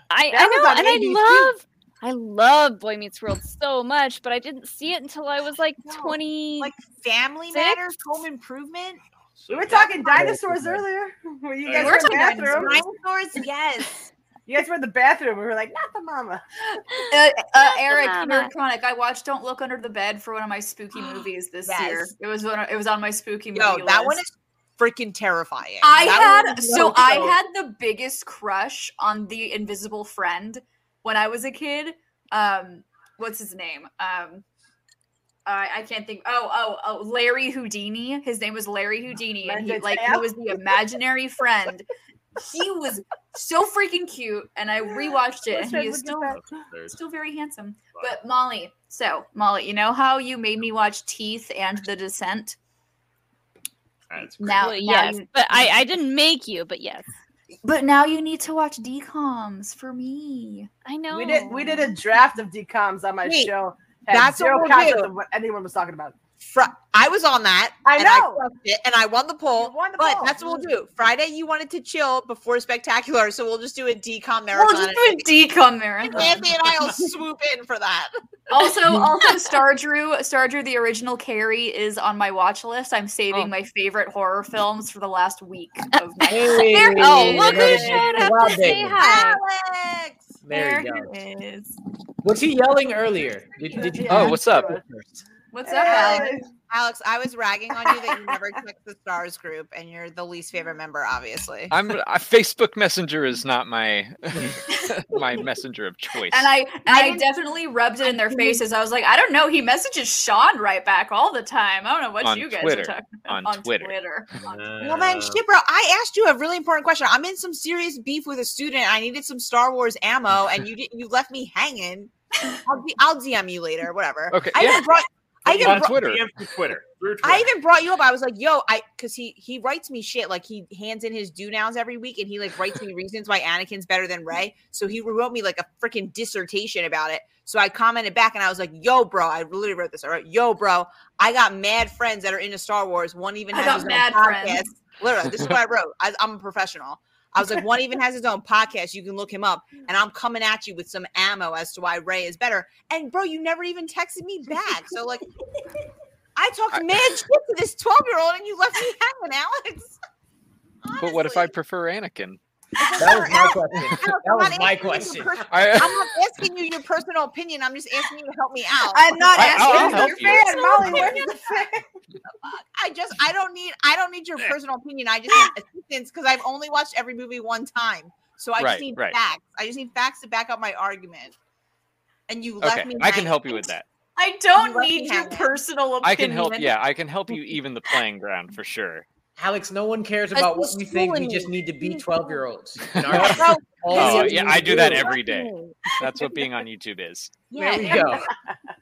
[SPEAKER 2] I,
[SPEAKER 8] That
[SPEAKER 2] I
[SPEAKER 8] was
[SPEAKER 2] know,
[SPEAKER 8] on
[SPEAKER 2] and
[SPEAKER 8] ABC.
[SPEAKER 2] I love, I love Boy Meets World so much, but I didn't see it until I was like twenty. Like
[SPEAKER 7] Family Matters, Home Improvement.
[SPEAKER 8] We were talking dinosaurs earlier. Were you guys
[SPEAKER 7] We were
[SPEAKER 8] were in the
[SPEAKER 7] talking
[SPEAKER 8] bathroom?
[SPEAKER 7] dinosaurs. Dinosaurs, yes.
[SPEAKER 8] You guys were in the bathroom. We were like, not the mama.
[SPEAKER 1] Uh, uh, Eric,
[SPEAKER 8] Mama.
[SPEAKER 1] Nerd Chronic. I watched "Don't Look Under the Bed" for one of my spooky movies this
[SPEAKER 7] Yes.
[SPEAKER 1] year. It was one. of- It was on my spooky movie.
[SPEAKER 7] No, that one
[SPEAKER 1] list.
[SPEAKER 7] is freaking terrifying.
[SPEAKER 1] I
[SPEAKER 7] That one
[SPEAKER 1] had
[SPEAKER 7] is
[SPEAKER 1] so
[SPEAKER 7] no
[SPEAKER 1] I
[SPEAKER 7] joke.
[SPEAKER 1] had the biggest crush on the invisible friend when I was a kid. Um, what's his name? Um, I, I can't think. Oh, oh, oh, Larry Houdini. His name was Larry Houdini, and he
[SPEAKER 2] Mendez
[SPEAKER 1] like he
[SPEAKER 2] Tap?
[SPEAKER 1] was the imaginary friend. He was so freaking cute, and I rewatched it, and he is still still very handsome. But Molly, so Molly, you know how you made me watch Teeth and The Descent?
[SPEAKER 10] That's
[SPEAKER 1] now,
[SPEAKER 2] Well,
[SPEAKER 1] now
[SPEAKER 2] yes,
[SPEAKER 1] you-
[SPEAKER 2] but I, I didn't make you, but yes,
[SPEAKER 1] But now you need to watch DComs for me.
[SPEAKER 2] I know.
[SPEAKER 8] We did we did a draft of DComs on my
[SPEAKER 7] Wait,
[SPEAKER 8] show. Had
[SPEAKER 7] that's what
[SPEAKER 8] zero
[SPEAKER 7] we'll
[SPEAKER 8] concept
[SPEAKER 7] do.
[SPEAKER 8] of what anyone was talking about.
[SPEAKER 7] Fr- I was on that.
[SPEAKER 8] I
[SPEAKER 7] and I
[SPEAKER 8] know.
[SPEAKER 7] crushed it, and I won the poll. but that's what we'll do. Friday, you wanted to chill before spectacular, so we'll just do a decom marathon.
[SPEAKER 1] We'll just do a decom marathon.
[SPEAKER 7] Andy and I'll swoop in for that.
[SPEAKER 1] Also, also Star Drew, Star Drew, the original Carrie is on my watch list. I'm
[SPEAKER 8] Oh.
[SPEAKER 1] saving my favorite horror films for the last week of my
[SPEAKER 9] Hey,
[SPEAKER 1] There-
[SPEAKER 9] Oh,
[SPEAKER 1] look who
[SPEAKER 9] hey,
[SPEAKER 1] showed up
[SPEAKER 9] wow,
[SPEAKER 1] to say
[SPEAKER 9] baby.
[SPEAKER 1] hi.
[SPEAKER 9] There you
[SPEAKER 1] There
[SPEAKER 9] go.
[SPEAKER 1] he is.
[SPEAKER 9] Was he yelling earlier? Did, did you?
[SPEAKER 12] Oh, what's up?
[SPEAKER 1] What's
[SPEAKER 7] up, Alex? Alex, I was ragging on you that you never clicked the stars group, and you're the least favorite member, obviously.
[SPEAKER 12] I'm I, Facebook Messenger is not my my messenger of choice.
[SPEAKER 1] And I, and I, definitely rubbed it in their faces. I was like, I don't know. He messages Sean right back all the time. I don't know what
[SPEAKER 12] On
[SPEAKER 1] you guys
[SPEAKER 12] Twitter.
[SPEAKER 1] are talking about.
[SPEAKER 12] On Twitter.
[SPEAKER 1] On
[SPEAKER 7] Well
[SPEAKER 12] Uh,
[SPEAKER 7] then, shit, bro. I asked you a really important question. I'm in some serious beef with a student. I needed some Star Wars ammo, and you didn't. You left me hanging. I'll, D- I'll DM you later. Whatever.
[SPEAKER 12] Okay,
[SPEAKER 7] I
[SPEAKER 12] yeah.
[SPEAKER 7] even brought. I even
[SPEAKER 10] on
[SPEAKER 7] brought,
[SPEAKER 10] Twitter. DM through Twitter. Through Twitter.
[SPEAKER 7] I even brought you up. I was like, yo, I because he he writes me shit. Like he hands in his do nows every week, and he like writes me reasons why Anakin's better than Ray. So he wrote me like a freaking dissertation about it. So I commented back, and I was like, yo, bro. I literally wrote this. All right, yo, bro. I got mad friends that are into Star Wars. One even
[SPEAKER 1] I
[SPEAKER 7] has
[SPEAKER 1] got
[SPEAKER 7] his own
[SPEAKER 1] mad
[SPEAKER 7] podcast.
[SPEAKER 1] friends.
[SPEAKER 7] Literally, this is what I wrote. I, I'm a professional. I was like, one even has his own podcast. You can look him up. And I'm coming at you with some ammo as to why Ray is better. And bro, you never even texted me back. So like, I talked mad shit to this 12 year old, and you left me hanging, Alex.
[SPEAKER 12] but what if I prefer Anakin?
[SPEAKER 7] That was my
[SPEAKER 12] question.
[SPEAKER 7] Alex, I'm not asking you your pers- I'm not asking you your personal opinion. I'm just asking you to help me out.
[SPEAKER 1] I'm not
[SPEAKER 12] I- asking I'll you help your you. fan, Molly, where's
[SPEAKER 7] I just I don't need I don't need your
[SPEAKER 12] Eh.
[SPEAKER 7] personal opinion. I just need assistance because I've only watched every movie one time. So I
[SPEAKER 12] Right,
[SPEAKER 7] just need
[SPEAKER 12] right.
[SPEAKER 7] facts. I just need facts to back up my argument. And you left
[SPEAKER 12] Okay,
[SPEAKER 7] me.
[SPEAKER 12] I can
[SPEAKER 7] hanging.
[SPEAKER 12] help you with that.
[SPEAKER 1] I don't
[SPEAKER 7] You left me
[SPEAKER 1] need your
[SPEAKER 7] hanging.
[SPEAKER 1] personal opinion.
[SPEAKER 12] I can help. Yeah, I can help you even the playing ground for sure.
[SPEAKER 9] Alex, no one cares
[SPEAKER 7] That's
[SPEAKER 9] about what
[SPEAKER 7] just
[SPEAKER 9] we think. We
[SPEAKER 7] fooling
[SPEAKER 9] just
[SPEAKER 7] you.
[SPEAKER 9] need to be 12 year olds.
[SPEAKER 12] oh yeah, I do that every day. That's what being on YouTube is.
[SPEAKER 7] Yeah,
[SPEAKER 9] There we go.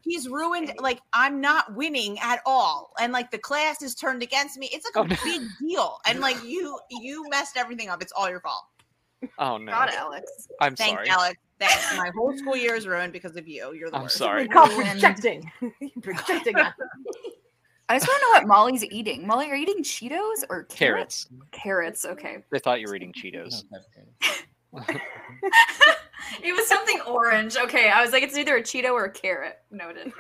[SPEAKER 7] He's ruined. Like I'm not winning at all, and like the class is turned against me. It's
[SPEAKER 9] Oh,
[SPEAKER 7] like a big deal, and like you you messed everything up. It's all your fault.
[SPEAKER 12] Oh no.
[SPEAKER 1] God, Alex.
[SPEAKER 12] I'm sorry.
[SPEAKER 7] Thanks, Alex. Thanks. My whole school year is ruined because of you. You're the
[SPEAKER 12] I'm
[SPEAKER 7] worst.
[SPEAKER 12] sorry.
[SPEAKER 8] Call projecting. projecting.
[SPEAKER 1] I just want to know what Molly's eating. Molly, are you eating Cheetos or carrots?
[SPEAKER 12] Carrots.
[SPEAKER 1] Carrots. Okay.
[SPEAKER 12] They thought you were eating Cheetos.
[SPEAKER 1] It was something orange. Okay. I was like, it's either a Cheeto or a carrot. Noted.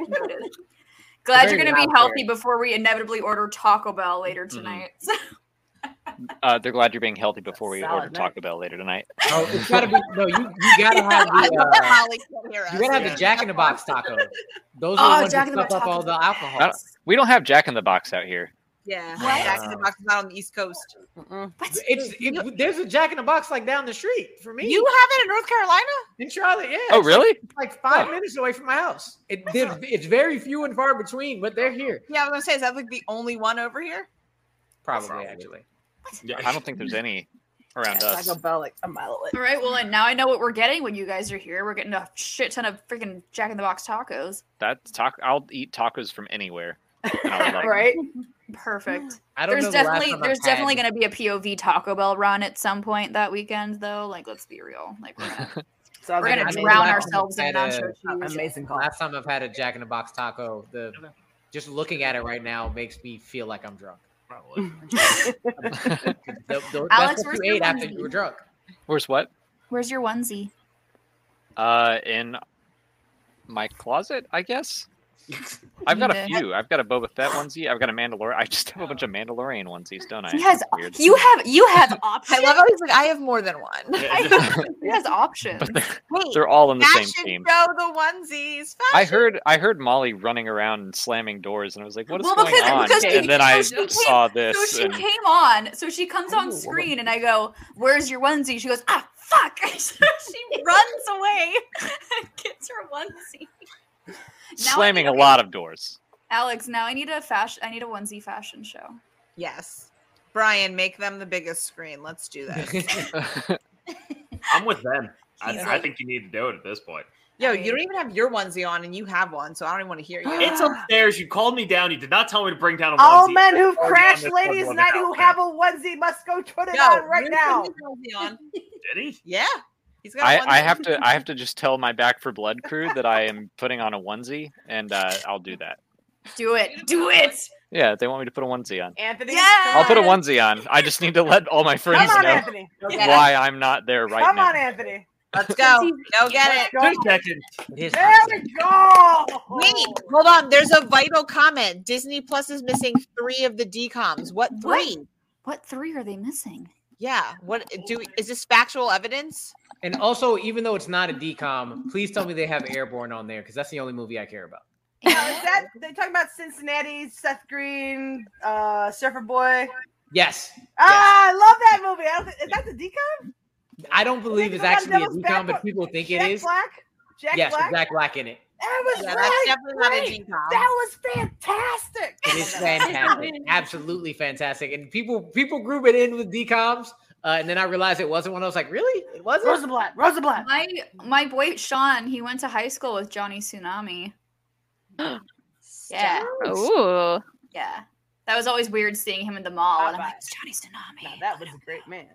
[SPEAKER 1] Noted. Glad you're
[SPEAKER 12] Very
[SPEAKER 1] going to be
[SPEAKER 12] loud
[SPEAKER 1] healthy
[SPEAKER 12] carrot.
[SPEAKER 1] before we inevitably order Taco Bell later tonight.
[SPEAKER 12] Uh, they're glad you're being healthy before we
[SPEAKER 1] Solid,
[SPEAKER 12] order
[SPEAKER 1] man.
[SPEAKER 12] Taco Bell later tonight.
[SPEAKER 9] Oh, it's gotta be no. You you gotta have
[SPEAKER 7] I
[SPEAKER 9] the.
[SPEAKER 7] love that
[SPEAKER 9] Uh,
[SPEAKER 7] Molly can't hear us.
[SPEAKER 9] you gotta have
[SPEAKER 12] Yeah.
[SPEAKER 9] the Jack in the Box taco. Those
[SPEAKER 7] Oh,
[SPEAKER 9] are the ones
[SPEAKER 7] Jack
[SPEAKER 9] that
[SPEAKER 7] in the
[SPEAKER 9] stuff up
[SPEAKER 7] Box
[SPEAKER 9] all the
[SPEAKER 12] I
[SPEAKER 9] alcohol.
[SPEAKER 12] don't- we don't have Jack in the Box out here.
[SPEAKER 7] Yeah,
[SPEAKER 9] What?
[SPEAKER 7] Jack in the Box is not on the East Coast.
[SPEAKER 9] It's it, there's a Jack in the Box like down the street for me.
[SPEAKER 7] You have it in North Carolina?
[SPEAKER 9] in Charlotte, yeah.
[SPEAKER 12] Oh,
[SPEAKER 9] it's
[SPEAKER 12] really?
[SPEAKER 9] Like, it's like five minutes away from my house. It did. It's very few and far between, but they're here.
[SPEAKER 7] Yeah, I was gonna say, is that like the only one over here?
[SPEAKER 9] Probably, actually.
[SPEAKER 12] I don't think there's any around us.
[SPEAKER 8] Taco Bell like a mile away.
[SPEAKER 1] All right. Well, and now I know what we're getting when you guys are here. We're getting a shit ton of freaking Jack in the Box tacos.
[SPEAKER 12] That taco, I'll eat tacos from anywhere. and I would like-
[SPEAKER 1] right? Perfect.
[SPEAKER 12] I don't
[SPEAKER 1] there's
[SPEAKER 12] know the last
[SPEAKER 1] definitely
[SPEAKER 12] time I've
[SPEAKER 1] there's definitely
[SPEAKER 12] had-
[SPEAKER 1] going to be a POV Taco Bell run at some point that weekend, though. Like, let's be real. Like, we're gonna, we're
[SPEAKER 9] like
[SPEAKER 1] gonna
[SPEAKER 9] an
[SPEAKER 1] drown
[SPEAKER 9] amazing-
[SPEAKER 1] ourselves in
[SPEAKER 9] had a-
[SPEAKER 1] nacho cheese.
[SPEAKER 8] Amazing call.
[SPEAKER 9] Last time I've had a Jack in the Box taco, the just looking at it right now makes me feel like I'm drunk. Probably.
[SPEAKER 1] Alex,
[SPEAKER 9] that's what
[SPEAKER 1] where's
[SPEAKER 9] you
[SPEAKER 1] your
[SPEAKER 9] ate after
[SPEAKER 1] onesie?
[SPEAKER 9] you were drunk.
[SPEAKER 12] Where's what?
[SPEAKER 1] Where's your onesie?
[SPEAKER 12] Uh, in my closet, I guess. I've got a
[SPEAKER 1] Yeah.
[SPEAKER 12] few. I've got a Boba Fett onesie. I've got a Mandalorian. I just have a bunch of Mandalorian onesies, don't I?
[SPEAKER 1] He has.
[SPEAKER 12] It's weird.
[SPEAKER 1] You have. You have
[SPEAKER 7] I
[SPEAKER 1] options.
[SPEAKER 7] love how he's like, I have more than one.
[SPEAKER 1] he has options.
[SPEAKER 12] They're all in the
[SPEAKER 7] That
[SPEAKER 12] same
[SPEAKER 7] should
[SPEAKER 12] team.
[SPEAKER 7] show the onesies.
[SPEAKER 12] I heard. I heard Molly running around and slamming doors, and I was like, "What is
[SPEAKER 1] Well,
[SPEAKER 12] going
[SPEAKER 1] because- uh,
[SPEAKER 12] on?"
[SPEAKER 1] because
[SPEAKER 12] and
[SPEAKER 1] she-
[SPEAKER 12] then I
[SPEAKER 1] so she came-
[SPEAKER 12] saw this.
[SPEAKER 1] So she
[SPEAKER 12] and
[SPEAKER 1] came on. So she comes on screen, and I go, "Where's your onesie?" She goes, "Ah, fuck!" So she runs away, and gets her onesie. Now I
[SPEAKER 12] slamming
[SPEAKER 1] need
[SPEAKER 12] a lot of doors.
[SPEAKER 1] Alex, now I need a fashion. I need a onesie fashion show.
[SPEAKER 7] Yes. Brian, make them the biggest screen. Let's do that.
[SPEAKER 10] I'm with them. I,
[SPEAKER 7] He's
[SPEAKER 10] I
[SPEAKER 7] like-
[SPEAKER 10] think you need to do it at this point.
[SPEAKER 7] Yo, you don't even have your onesie on, and you have one, so I don't even want to hear you.
[SPEAKER 10] It's upstairs. You called me down. You did not tell me to bring down a onesie.
[SPEAKER 8] All men who've
[SPEAKER 10] Oh, yeah,
[SPEAKER 8] crashed
[SPEAKER 10] this
[SPEAKER 8] ladies'
[SPEAKER 10] one
[SPEAKER 8] night
[SPEAKER 10] now.
[SPEAKER 8] who have a onesie must go put it on right now.
[SPEAKER 10] Did he?
[SPEAKER 7] Yeah, he's got. a
[SPEAKER 12] I, I
[SPEAKER 7] onesie.
[SPEAKER 12] have to. I have to just tell my Back for Blood crew that I am putting on a onesie, and uh, I'll do that.
[SPEAKER 1] Do it. Do it.
[SPEAKER 12] Yeah, they want me to put a onesie on.
[SPEAKER 8] Anthony.
[SPEAKER 12] I'll put a onesie on. I just need to let all my friends
[SPEAKER 8] on,
[SPEAKER 12] know
[SPEAKER 8] Anthony. Yeah.
[SPEAKER 12] why I'm not there right
[SPEAKER 8] Come
[SPEAKER 12] now.
[SPEAKER 8] on, Anthony.
[SPEAKER 7] Let's go. Go get it.
[SPEAKER 8] Go.
[SPEAKER 7] There
[SPEAKER 8] we go.
[SPEAKER 7] Wait, hold on. There's a vital comment. Disney Plus is missing three of the DComs. What
[SPEAKER 1] What?
[SPEAKER 7] three?
[SPEAKER 1] What three are they missing?
[SPEAKER 7] Yeah. What do? Is this factual evidence?
[SPEAKER 9] And also, even though it's not a decom, please tell me they have Airborne on there because that's the only movie I care about.
[SPEAKER 8] Is that they talking about Cincinnati, Seth Green, uh, Surfer Boy?
[SPEAKER 9] Yes,
[SPEAKER 8] Ah, I love that movie. I don't thi- is that the decom?
[SPEAKER 9] I don't believe it's
[SPEAKER 8] They got
[SPEAKER 9] actually a
[SPEAKER 8] Devil's
[SPEAKER 9] decom,
[SPEAKER 8] Backbone-
[SPEAKER 9] but people think
[SPEAKER 8] Jack
[SPEAKER 9] it is.
[SPEAKER 8] Black. Jack
[SPEAKER 9] yes,
[SPEAKER 8] Black.
[SPEAKER 9] with Jack Black in it.
[SPEAKER 8] That was
[SPEAKER 7] Yeah, that's
[SPEAKER 8] right,
[SPEAKER 7] definitely not a
[SPEAKER 8] right.
[SPEAKER 7] decom.
[SPEAKER 8] That was fantastic.
[SPEAKER 9] It is fantastic, absolutely fantastic. And people people group it in with decoms, uh, and then I realized it wasn't one. I was like, really? It wasn't.
[SPEAKER 8] Rosenblatt. Rosenblatt.
[SPEAKER 1] My my boy Sean, he went to high school with Johnny Tsunami. yeah.
[SPEAKER 2] Ooh.
[SPEAKER 1] Yeah. That was always weird seeing him in the mall. and I'm like, "It's Johnny Tsunami.
[SPEAKER 8] that was a great man.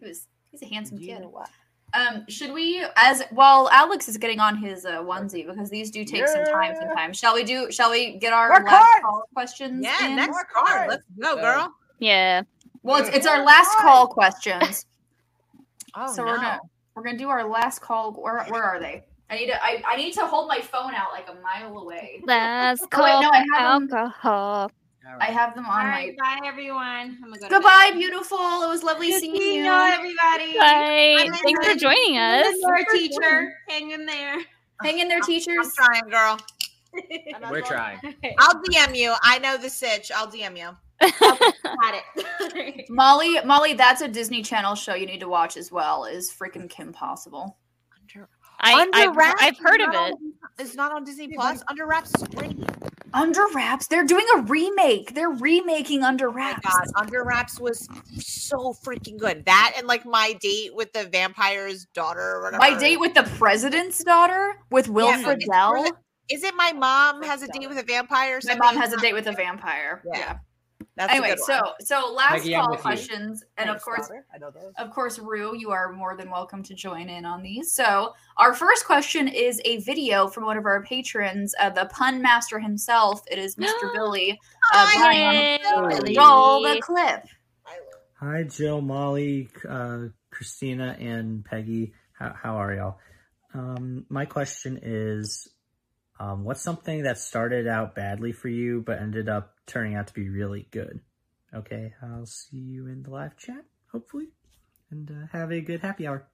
[SPEAKER 1] He was he's a handsome kid. Um, should we as while Alex is getting on his uh, onesie because these do take some time
[SPEAKER 8] Yeah.
[SPEAKER 1] sometimes. Shall we do shall we get our
[SPEAKER 8] More
[SPEAKER 1] last
[SPEAKER 8] cards.
[SPEAKER 1] call questions?
[SPEAKER 7] Yeah,
[SPEAKER 1] in?
[SPEAKER 7] next card. Let's go, girl.
[SPEAKER 2] Yeah.
[SPEAKER 1] Well, it's, it's our last call questions.
[SPEAKER 7] Oh
[SPEAKER 1] so
[SPEAKER 7] no.
[SPEAKER 1] we're gonna we're gonna do our last call. Where, where are they? I need to I, I need to hold my phone out like a mile away. Oh,
[SPEAKER 2] Last
[SPEAKER 1] wait,
[SPEAKER 2] call
[SPEAKER 1] no, I
[SPEAKER 2] for
[SPEAKER 1] have
[SPEAKER 2] alcohol.
[SPEAKER 1] I have them
[SPEAKER 11] All
[SPEAKER 1] on my
[SPEAKER 11] right, bye everyone. I'm gonna go to
[SPEAKER 1] Goodbye,
[SPEAKER 11] bed.
[SPEAKER 1] beautiful. It was lovely
[SPEAKER 11] Good
[SPEAKER 1] seeing
[SPEAKER 11] seeing
[SPEAKER 1] you.
[SPEAKER 11] y'all, everybody.
[SPEAKER 2] Bye.
[SPEAKER 11] Bye,
[SPEAKER 2] Thanks for
[SPEAKER 11] everybody.
[SPEAKER 2] joining
[SPEAKER 11] Hang
[SPEAKER 2] us.
[SPEAKER 11] in there, teacher. Hang in there.
[SPEAKER 1] Hang in there,
[SPEAKER 7] I'm
[SPEAKER 1] teachers.
[SPEAKER 7] trying, girl.
[SPEAKER 9] We're trying.
[SPEAKER 7] I'll DM you. I know the sitch. I'll DM you.
[SPEAKER 11] Got it.
[SPEAKER 1] Molly, Molly, that's a Disney Channel show you need to watch as well. Is freaking Kim Possible?
[SPEAKER 2] I,
[SPEAKER 7] Under
[SPEAKER 2] I've,
[SPEAKER 7] Wraps
[SPEAKER 2] I've
[SPEAKER 7] is
[SPEAKER 2] heard of
[SPEAKER 7] not
[SPEAKER 2] it.
[SPEAKER 7] on- It's not on Disney Plus. Under Wraps is great.
[SPEAKER 1] Under Wraps. They're doing a remake. They're remaking Under
[SPEAKER 2] Oh
[SPEAKER 1] Wraps.
[SPEAKER 7] God, Under Wraps was so freaking good. That and like my date with the vampire's daughter or whatever.
[SPEAKER 1] My date with the president's daughter with Will
[SPEAKER 7] Yeah, but it's
[SPEAKER 1] Friedle.
[SPEAKER 7] for the- Is it my mom has a date with a vampire? or
[SPEAKER 1] My
[SPEAKER 7] something?
[SPEAKER 1] mom has a date with a vampire. Yeah.
[SPEAKER 7] Yeah. That's a
[SPEAKER 1] anyway,
[SPEAKER 7] good
[SPEAKER 1] so
[SPEAKER 7] one.
[SPEAKER 1] so last
[SPEAKER 7] Maggie, I'm
[SPEAKER 1] call
[SPEAKER 7] with you.
[SPEAKER 1] questions, and of
[SPEAKER 7] Thanks,
[SPEAKER 1] course,
[SPEAKER 7] Robert. I know those.
[SPEAKER 1] of course, Rue, you are more than welcome to join in on these. So our first question is a video from one of our patrons, uh, the pun master himself. It is Mr. Billy. Uh,
[SPEAKER 13] Hi,
[SPEAKER 1] Brown.
[SPEAKER 13] Billy.
[SPEAKER 1] Roll the clip.
[SPEAKER 13] Hi, Jill, Molly, uh, Christina, and Peggy. How, how are y'all? Um, my question is um, what's something that started out badly for you but ended up turning out to be really good? Okay, I'll see you in the live chat, hopefully, and uh, have a good happy hour.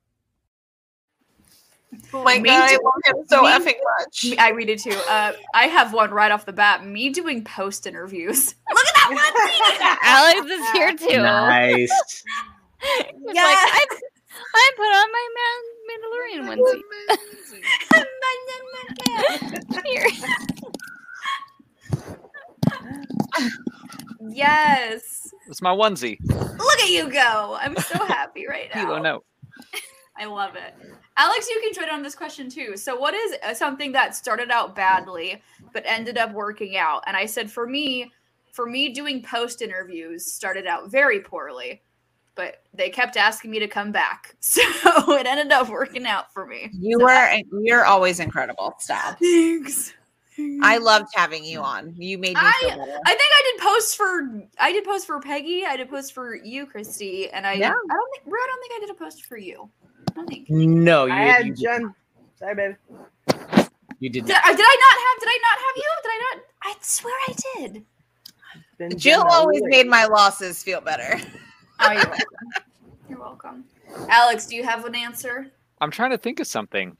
[SPEAKER 7] Oh my
[SPEAKER 1] Me
[SPEAKER 7] god, I
[SPEAKER 1] too.
[SPEAKER 7] love him so
[SPEAKER 1] Me-
[SPEAKER 7] effing much.
[SPEAKER 1] Me- I read it too. Uh, I have one right off the bat. Me doing post interviews. Look at that
[SPEAKER 2] one. Alex is here too.
[SPEAKER 14] Nice.
[SPEAKER 2] It's like, I, I put on my Man- Mandalorian onesie.
[SPEAKER 1] yes.
[SPEAKER 12] It's my onesie.
[SPEAKER 1] Look at you go. I'm so happy right now.
[SPEAKER 12] Kilo note.
[SPEAKER 1] I love it. Alex, you can join on this question too. So, what is uh, something that started out badly but ended up working out? And I said, for me, for me, doing post interviews started out very poorly, but they kept asking me to come back. So, it ended up working out for me.
[SPEAKER 7] You were you're always incredible. Stop.
[SPEAKER 1] Thanks.
[SPEAKER 7] I loved having you on. You made me
[SPEAKER 1] I, I
[SPEAKER 7] feel
[SPEAKER 1] think
[SPEAKER 7] better.
[SPEAKER 1] I did post for I did post for Peggy, I did post for you, Christy, and I
[SPEAKER 7] Yeah.
[SPEAKER 1] I don't think Rue, I don't think I did a post for you. I don't think.
[SPEAKER 7] Oh,
[SPEAKER 9] No, you
[SPEAKER 8] I had
[SPEAKER 9] you,
[SPEAKER 8] Jen. Sorry, baby.
[SPEAKER 9] you did
[SPEAKER 1] Did,
[SPEAKER 9] not.
[SPEAKER 1] I- did I not have? Did I not have you? Did I not? I swear I did.
[SPEAKER 7] Jill
[SPEAKER 1] Jen
[SPEAKER 7] always
[SPEAKER 1] Malloy.
[SPEAKER 7] made my losses feel better.
[SPEAKER 1] Oh, you're welcome. You're welcome. Alex, do you have an answer?
[SPEAKER 12] I'm trying to think of something.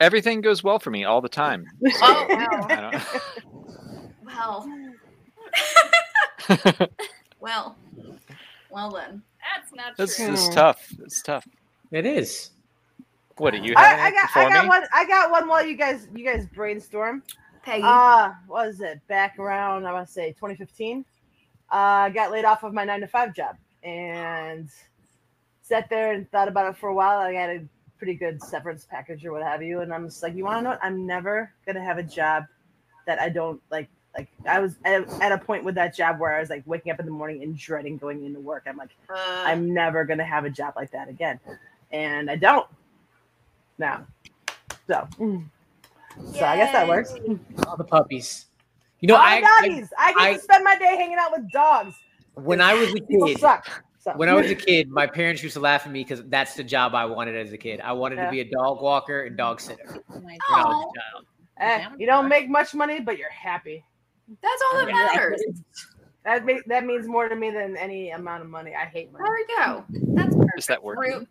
[SPEAKER 12] Everything goes well for me all the time.
[SPEAKER 1] Oh,
[SPEAKER 12] I
[SPEAKER 1] wow.
[SPEAKER 12] don't-
[SPEAKER 1] well. well. Well then.
[SPEAKER 2] That's not
[SPEAKER 12] This,
[SPEAKER 2] true.
[SPEAKER 12] this is tough. It's tough.
[SPEAKER 9] It is.
[SPEAKER 12] What do you have
[SPEAKER 8] I, I got
[SPEAKER 12] for
[SPEAKER 8] I got
[SPEAKER 12] me?
[SPEAKER 8] one I got one while you guys you guys brainstorm.
[SPEAKER 1] Peggy.
[SPEAKER 8] Uh what is it? Back around I want to say 2015. Uh I got laid off of my 9 to 5 job and sat there and thought about it for a while. I got a pretty good severance package or what have you and I'm just like, "You want to know what? I'm never going to have a job that I don't like like I was at, at a point with that job where I was like waking up in the morning and dreading going into work. I'm like, I'm never gonna have a job like that again, and I don't now. So, mm. so I guess that works.
[SPEAKER 9] All the puppies. You know,
[SPEAKER 8] All
[SPEAKER 9] I, I-
[SPEAKER 8] doggies. I, get
[SPEAKER 9] I-
[SPEAKER 8] to spend my day hanging out with dogs.
[SPEAKER 9] when I was a
[SPEAKER 8] People
[SPEAKER 9] kid,
[SPEAKER 8] suck. So.
[SPEAKER 9] when I was a kid, my parents used to laugh at me because that's the job I wanted as a kid. I wanted
[SPEAKER 8] Yeah. Oh
[SPEAKER 9] to be a dog walker and dog sitter. when I was
[SPEAKER 8] Aw.
[SPEAKER 9] a child.
[SPEAKER 8] Eh, you don't make much money, but you're happy.
[SPEAKER 1] That's all that
[SPEAKER 8] Yeah.
[SPEAKER 1] matters.
[SPEAKER 8] That ma- that means more to me than any amount of money. I hate money.
[SPEAKER 1] There we go.
[SPEAKER 12] Is that working?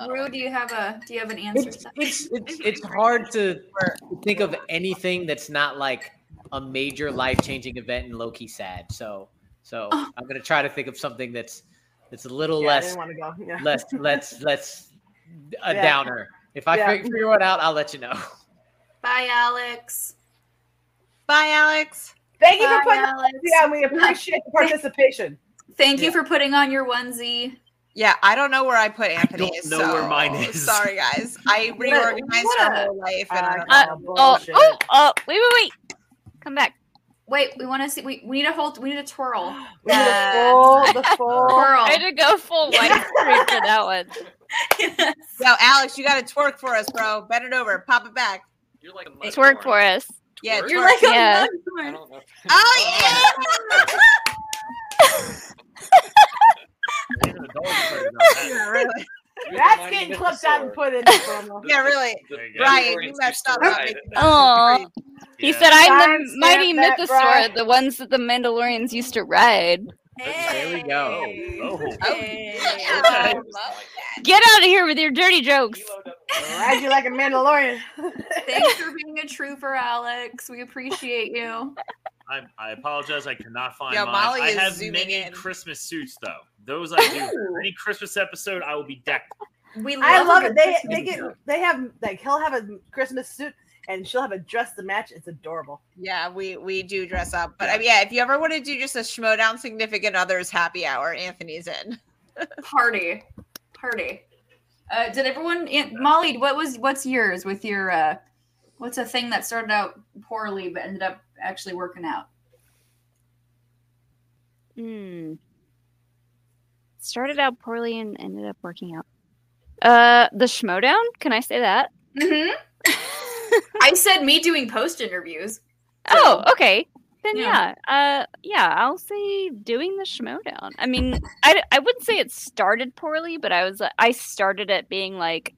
[SPEAKER 1] Rue, Rue, do you have a do you have an answer? to that?
[SPEAKER 9] It's it's it's hard to think of anything that's not like a major life changing event and low key sad. So so I'm gonna try to think of something that's that's a little
[SPEAKER 8] Oh. Yeah, I
[SPEAKER 9] less
[SPEAKER 8] didn't wanna go. Yeah.
[SPEAKER 9] less let's let's a
[SPEAKER 8] Yeah.
[SPEAKER 9] downer. If I
[SPEAKER 8] Yeah.
[SPEAKER 9] fi- figure one out, I'll let you know.
[SPEAKER 1] Bye, Alex.
[SPEAKER 7] Bye, Alex.
[SPEAKER 8] Thank you
[SPEAKER 1] Bye,
[SPEAKER 8] for putting
[SPEAKER 1] Alex.
[SPEAKER 8] Yeah, we appreciate the participation.
[SPEAKER 1] Thank you for putting on your onesie.
[SPEAKER 7] Yeah, I don't know where I put Anthony.
[SPEAKER 1] don't
[SPEAKER 7] so
[SPEAKER 1] know where mine is.
[SPEAKER 7] Sorry, guys. I reorganized
[SPEAKER 1] what
[SPEAKER 7] our
[SPEAKER 1] a-
[SPEAKER 7] whole life, and I don't
[SPEAKER 2] Uh,
[SPEAKER 7] know.
[SPEAKER 2] oh, oh, oh, wait, wait, wait. Come back.
[SPEAKER 1] Wait, we want to see. We, we need a whole. We need a twirl.
[SPEAKER 8] We need a
[SPEAKER 1] Uh,
[SPEAKER 8] full- the full-
[SPEAKER 1] twirl.
[SPEAKER 2] I had to go full white screen for that one.
[SPEAKER 7] Yo, Alex, you got to twerk for us, bro. Bend it over, pop it back.
[SPEAKER 12] You're like
[SPEAKER 2] It's work for us.
[SPEAKER 7] Yeah,
[SPEAKER 2] You're like
[SPEAKER 7] twerk.
[SPEAKER 2] a Yeah.
[SPEAKER 7] Oh yeah. yeah, really.
[SPEAKER 8] That's getting clipped out and put in.
[SPEAKER 7] Yeah, really.
[SPEAKER 8] There you go.
[SPEAKER 7] Brian, you messed up.
[SPEAKER 2] Oh, he said, "I'm the
[SPEAKER 8] Timestamp
[SPEAKER 2] mighty
[SPEAKER 8] that,
[SPEAKER 2] mythosaur,
[SPEAKER 8] Brian.
[SPEAKER 2] the ones that the Mandalorians used to ride."
[SPEAKER 9] There we go.
[SPEAKER 10] Oh.
[SPEAKER 1] Oh.
[SPEAKER 2] Get out of here with your dirty jokes.
[SPEAKER 8] Ride you like a Mandalorian.
[SPEAKER 1] Thanks for being a trooper, Alex. We appreciate you.
[SPEAKER 10] I, I apologize. I cannot find
[SPEAKER 1] Yeah,
[SPEAKER 10] mine.
[SPEAKER 1] Molly
[SPEAKER 10] I
[SPEAKER 1] is
[SPEAKER 10] have
[SPEAKER 1] zooming
[SPEAKER 10] many Christmas suits though. Those I do. For Any Christmas episode, I will be decked.
[SPEAKER 1] We
[SPEAKER 8] I
[SPEAKER 1] love
[SPEAKER 8] love
[SPEAKER 1] a
[SPEAKER 8] it. They
[SPEAKER 1] Christmas
[SPEAKER 8] they get
[SPEAKER 10] dinner.
[SPEAKER 8] they have like he'll have a Christmas suit and she'll have a dress to match. It's adorable.
[SPEAKER 7] Yeah, we we do dress up, but I mean, yeah, if you ever want to do just a schmo down significant others happy hour, Anthony's in.
[SPEAKER 1] Party, party. Uh, did everyone, Aunt Molly? What was what's yours with your? Uh, what's a thing that started out poorly but ended up actually working out?
[SPEAKER 2] Hmm. Started out poorly and ended up working out. Uh, the Schmodown? Can I say that?
[SPEAKER 1] Mm-hmm. I said me doing post interviews.
[SPEAKER 2] Oh, okay. Then
[SPEAKER 1] Yeah.
[SPEAKER 2] yeah. Uh, yeah, I'll say doing the Schmodown. I mean, I, I wouldn't say it started poorly, but I was I started it being like,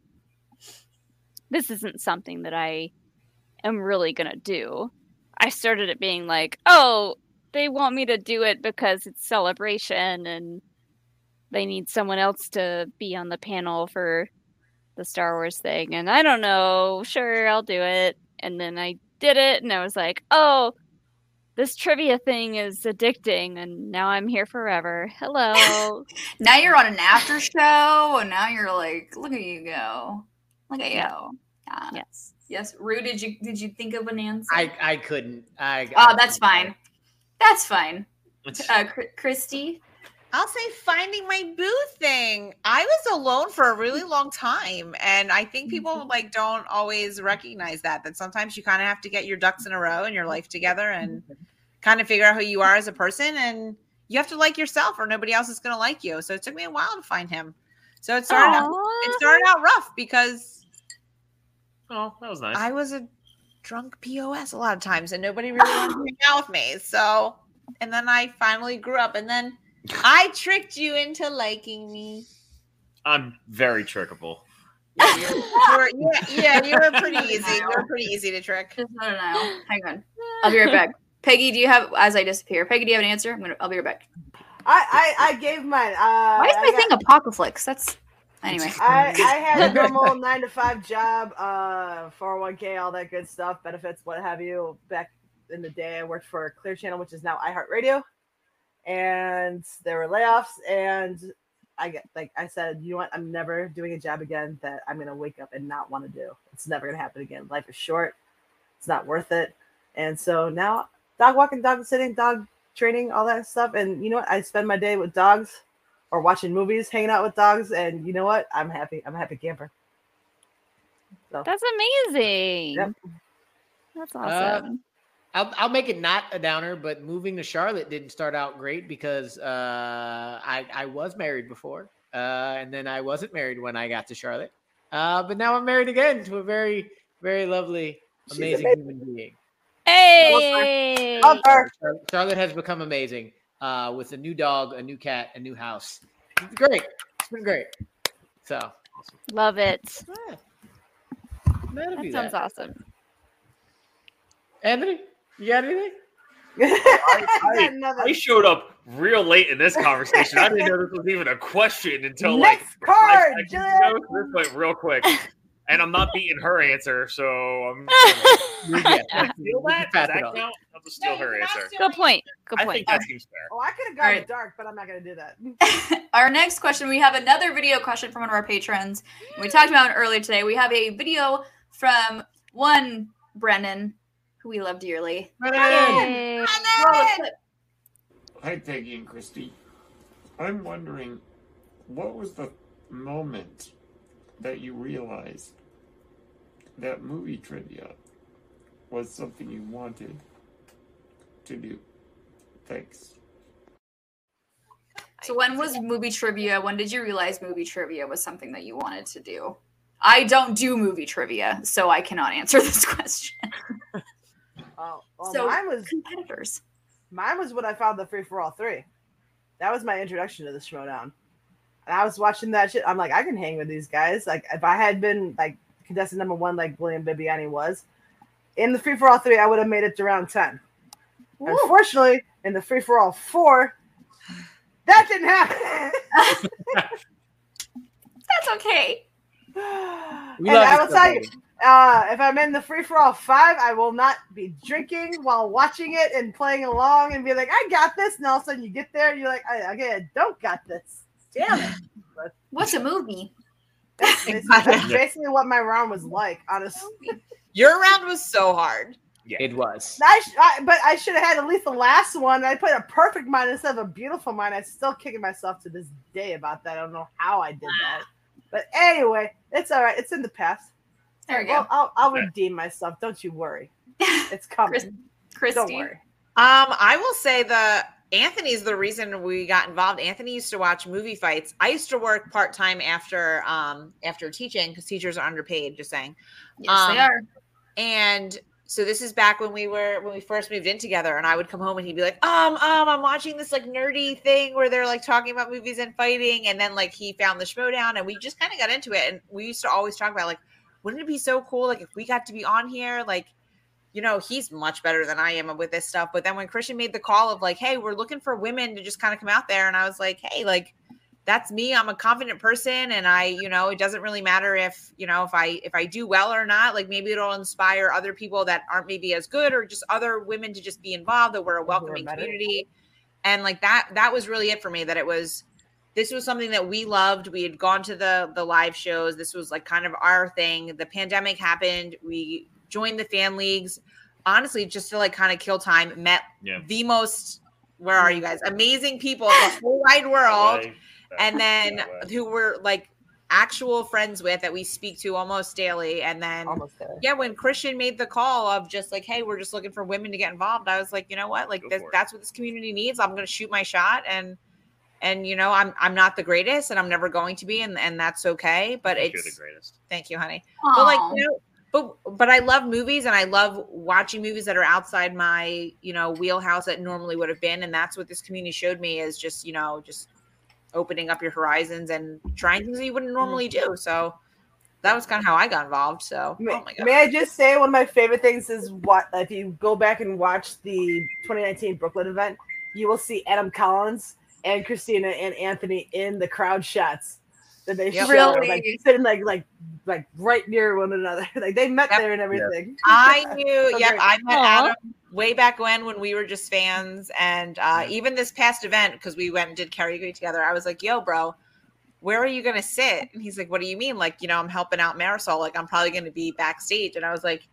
[SPEAKER 2] this isn't something that I am really gonna do. I started it being like, oh, they want me to do it because it's celebration and they need someone else to be on the panel for the Star Wars thing. And I don't know, sure, I'll do it. And then I did it and I was like, oh, this trivia thing is addicting. And now I'm here forever. Hello.
[SPEAKER 1] now you're on an after show, Oh, and now you're like, look at you go, look at you. Yes. Yes. Rue, did you did you think of an answer?
[SPEAKER 9] I I couldn't. I
[SPEAKER 1] oh, that's fine. That's fine. Uh, Chr- Christy.
[SPEAKER 7] I'll say finding my boo thing. I was alone for a really
[SPEAKER 10] Mm.
[SPEAKER 7] long time, and I think
[SPEAKER 10] Mm-hmm.
[SPEAKER 7] people like don't always recognize that. That sometimes you kind of have to get your ducks in a row and your life together, and
[SPEAKER 10] Mm-hmm.
[SPEAKER 7] kind of figure out who you are as a person, and you have to like yourself, or nobody else is going to like you. So it took me a while to find him. So it started out, it started out rough because
[SPEAKER 10] oh, that was nice.
[SPEAKER 7] I was a drunk pos a lot of times, and nobody really wanted to hang out with me. So, and then I finally grew up, and then. I tricked you into liking me.
[SPEAKER 10] I'm very trickable.
[SPEAKER 7] You were- yeah, yeah, you were pretty easy. You were pretty easy to trick.
[SPEAKER 1] I don't know. Hang on. I'll be right back. Peggy, do you have as I disappear? Peggy, do you have an answer? I'm gonna. I'll be right back.
[SPEAKER 8] I, I, I gave mine. Uh,
[SPEAKER 1] Why is
[SPEAKER 8] I
[SPEAKER 1] my
[SPEAKER 8] got-
[SPEAKER 1] thing Apocryphlix? That's anyway.
[SPEAKER 8] I, I had a normal nine to five job, uh, 401k, all that good stuff, benefits, what have you. Back in the day, I worked for Clear Channel, which is now iHeartRadio, and there were layoffs. And I get like I said, you know what? I'm never doing a job again that I'm gonna wake up and not want to do. It's never gonna happen again. Life is short. It's not worth it. And so now, dog walking, dog sitting, dog training, all that stuff. And you know what? I spend my day with dogs or watching movies, hanging out with dogs, and you know what? I'm happy. I'm a happy camper. So,
[SPEAKER 2] That's amazing. That's
[SPEAKER 9] Uh,
[SPEAKER 2] awesome.
[SPEAKER 9] Um, I'll, I'll make it not a downer, but moving to Charlotte didn't start out great because uh, I, I was married before, uh, and then I wasn't married when I got to Charlotte. Uh, but now I'm married again to a very, very lovely,
[SPEAKER 8] She's
[SPEAKER 9] amazing
[SPEAKER 8] amazing.
[SPEAKER 9] human being.
[SPEAKER 2] hey.
[SPEAKER 9] Char- Charlotte has become amazing uh, with a new dog, a new cat, a new house. It's great. It's been great. So
[SPEAKER 2] Love it.
[SPEAKER 9] that'll be
[SPEAKER 2] That sounds
[SPEAKER 9] that.
[SPEAKER 2] awesome.
[SPEAKER 9] Anthony, you got anything?
[SPEAKER 10] I, I showed up real late in this conversation. I didn't know this was even a question until
[SPEAKER 8] Next
[SPEAKER 10] like five
[SPEAKER 8] card,
[SPEAKER 10] seconds
[SPEAKER 8] Jill.
[SPEAKER 10] ago. This went real quick, and I'm not beating her answer, so I'm.
[SPEAKER 9] yeah,
[SPEAKER 10] Can I steal
[SPEAKER 8] we can
[SPEAKER 10] that? Does
[SPEAKER 8] pass it
[SPEAKER 10] that
[SPEAKER 8] on.
[SPEAKER 10] count? I'll just steal her answer.
[SPEAKER 2] Good point. Good
[SPEAKER 10] I
[SPEAKER 2] point.
[SPEAKER 10] think that seems fair.
[SPEAKER 8] oh, I could have gone
[SPEAKER 1] Alright.
[SPEAKER 8] dark, but I'm not gonna do that.
[SPEAKER 1] Our next question, we have another video question from one of our patrons. We talked about it earlier today. We have a video from one Brennan, who we love dearly.
[SPEAKER 12] Brennan!
[SPEAKER 1] Roll the clip.
[SPEAKER 12] Hi, Peggy and Christy. I'm wondering, what was the moment that you realized that movie trivia was something you wanted to do? Thanks.
[SPEAKER 1] So, when was movie trivia? When did you realize movie trivia was something that you wanted to do? I don't do movie trivia, so I cannot answer this question.
[SPEAKER 8] Oh, well,
[SPEAKER 1] So,
[SPEAKER 8] mine was
[SPEAKER 1] competitors.
[SPEAKER 8] Mine was when I found the free for all three. That was my introduction to the Schmodown. And I was watching that shit. I'm like, I can hang with these guys. Like, if I had been like contestant number one, like William Bibiani was, in the free for all three, I would have made it to round ten. Unfortunately, in the free for all four, that didn't happen.
[SPEAKER 1] That's okay.
[SPEAKER 8] and I will tell you, uh, if I'm in the free for all five, I will not be drinking while watching it and playing along and be like, I got this. And all of a sudden you get there and you're like, I, okay, I don't got this. Damn it. But
[SPEAKER 1] What's a movie?
[SPEAKER 8] That's basically, that's basically what my round was like, honestly.
[SPEAKER 7] Your round was so hard.
[SPEAKER 10] Yeah.
[SPEAKER 9] It was.
[SPEAKER 8] I, sh- I, but I should have had at least the last one. I put a perfect mine instead of a beautiful mine. I'm still kicking myself to this day about that. I don't know how I did that. But anyway, it's all right. It's in the past.
[SPEAKER 1] There we
[SPEAKER 8] Well,
[SPEAKER 1] go.
[SPEAKER 8] I'll, I'll redeem myself. Don't you worry. It's coming.
[SPEAKER 1] Christy?
[SPEAKER 8] Don't worry.
[SPEAKER 7] Um, I will say the Anthony's the reason we got involved. Anthony used to watch movie fights. I used to work part time after um after teaching because teachers are underpaid. Just saying. Um,
[SPEAKER 1] Yes, they are.
[SPEAKER 7] And so this is back when we were when we first moved in together, and I would come home and he'd be like, um um, I'm watching this like nerdy thing where they're like talking about movies and fighting, and then like he found the schmodown, and we just kind of got into it. And we used to always talk about like, wouldn't it be so cool like if we got to be on here like you know, he's much better than I am with this stuff. But then when Christian made the call of like, hey, we're looking for women to just kind of come out there, and I was like, hey, like that's me. I'm a confident person, and I, you know, it doesn't really matter if you know if I if I do well or not. Like maybe it'll inspire other people that aren't maybe as good, or just other women to just be involved. That we're a welcoming
[SPEAKER 4] better.
[SPEAKER 7] community, and like that that was really it for me. That it was this was something that we loved. We had gone to the the live shows. This was like kind of our thing. The pandemic happened. We joined the fan leagues. Honestly, just to like kind of kill time. Met
[SPEAKER 10] Yeah.
[SPEAKER 7] the most. Where are you guys? Amazing people, in the whole wide world, and then who were like actual friends with that we speak to almost daily. And then yeah, when Christian made the call of just like, hey, we're just looking for women to get involved. I was like, you know what? Like this, that's what this community needs. I'm gonna shoot my shot and and you know I'm I'm not the greatest and I'm never going to be and and that's okay. But
[SPEAKER 10] You're
[SPEAKER 7] it's
[SPEAKER 10] the greatest.
[SPEAKER 7] Thank you, honey. But
[SPEAKER 10] Aw.
[SPEAKER 7] like you know, but but I love movies and I love watching movies that are outside my you know wheelhouse that normally would have been, and that's what this community showed me is just you know just opening up your horizons and trying things that you
[SPEAKER 4] Mm-hmm.
[SPEAKER 7] wouldn't normally do. So that was kind of how I got involved. So oh my god,
[SPEAKER 4] May I just say one of my favorite things is what if you go back and watch the 2019 Brooklyn event, you will see Adam Collins and Christina and Anthony in the crowd shots that they
[SPEAKER 7] Yep.
[SPEAKER 4] showed,
[SPEAKER 7] Really?
[SPEAKER 4] like sitting like like like right near one another. Like they met there and everything.
[SPEAKER 7] I knew.
[SPEAKER 4] So
[SPEAKER 7] yep,
[SPEAKER 4] great.
[SPEAKER 7] I met Adam way back when when we were just fans, and uh, even this past event because we went and did karaoke together. I was like, "Yo, bro, where are you gonna sit?" And he's like, "What do you mean? Like, you know, I'm helping out Marisol. Like, I'm probably gonna be backstage." And I was like,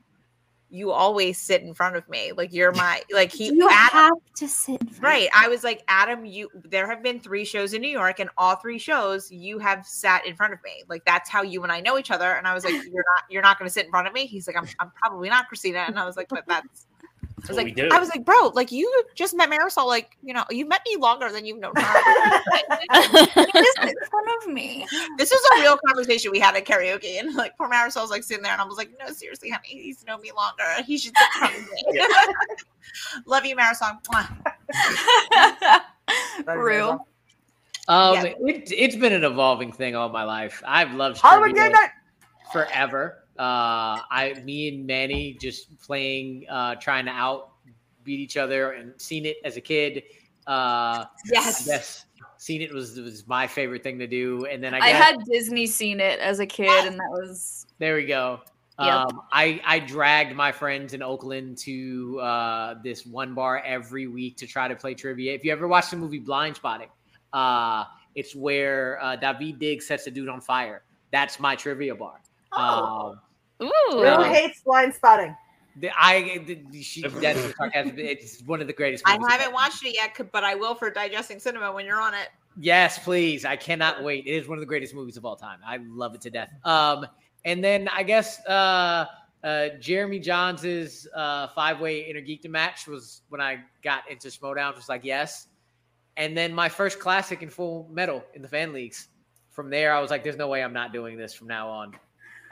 [SPEAKER 7] "You always sit in front of me. Like, you're my like he."
[SPEAKER 11] You
[SPEAKER 7] Adam,
[SPEAKER 11] have to sit.
[SPEAKER 7] Right. I was like, Adam, you there have been three shows in New York, and all three shows you have sat in front of me. Like that's how you and I know each other. And I was like, You're not you're not gonna sit in front of me. He's like, I'm I'm probably not Christina. And I was like, But that's I was
[SPEAKER 10] what
[SPEAKER 7] like,
[SPEAKER 10] we do.
[SPEAKER 7] I was like, bro, like you just met Marisol, like, you know, you met me longer than you've known her. in
[SPEAKER 1] front of me.
[SPEAKER 7] This was a real conversation we had at karaoke. And like poor Marisol's like sitting there and I was like, No, seriously, honey, he's known me longer. He should sit in front of me. Love you, Marisol. Mwah.
[SPEAKER 1] Rue.
[SPEAKER 9] Um,
[SPEAKER 7] Yeah.
[SPEAKER 9] it, it's been an evolving thing all my life. I've loved
[SPEAKER 4] Hollywood
[SPEAKER 9] trivia
[SPEAKER 4] Game Night!
[SPEAKER 9] forever. Uh, I, me and Manny just playing, uh, trying to out beat each other, and seen it as a kid. Uh,
[SPEAKER 1] Yes.
[SPEAKER 9] yes, seen it was was my favorite thing to do. And then I,
[SPEAKER 1] I,
[SPEAKER 9] guess,
[SPEAKER 1] had Disney seen it as a kid, and that was
[SPEAKER 9] There we go.
[SPEAKER 1] Yep.
[SPEAKER 9] Um, I, I dragged my friends in Oakland to uh, this one bar every week to try to play trivia. If you ever watched the movie Blind Spotting, uh, it's where uh, David Diggs sets a dude on fire. That's my trivia bar. Um,
[SPEAKER 4] Who
[SPEAKER 9] uh,
[SPEAKER 4] hates blind spotting?
[SPEAKER 9] the- I the- she, that's the sarcasm. It's one of the greatest.
[SPEAKER 7] I
[SPEAKER 9] movies
[SPEAKER 7] haven't watched it yet, c- but I will for digesting cinema when you're on it.
[SPEAKER 9] Yes, please. I cannot wait. It is one of the greatest movies of all time. I love it to death. Um, and then I guess uh, uh, Jeremy Johns's uh, five-way intergeekdom match was when I got into Schmodown. Was like yes, and then my first classic in Full Metal in the fan leagues. From there, I was like, "There's no way I'm not doing this from now on,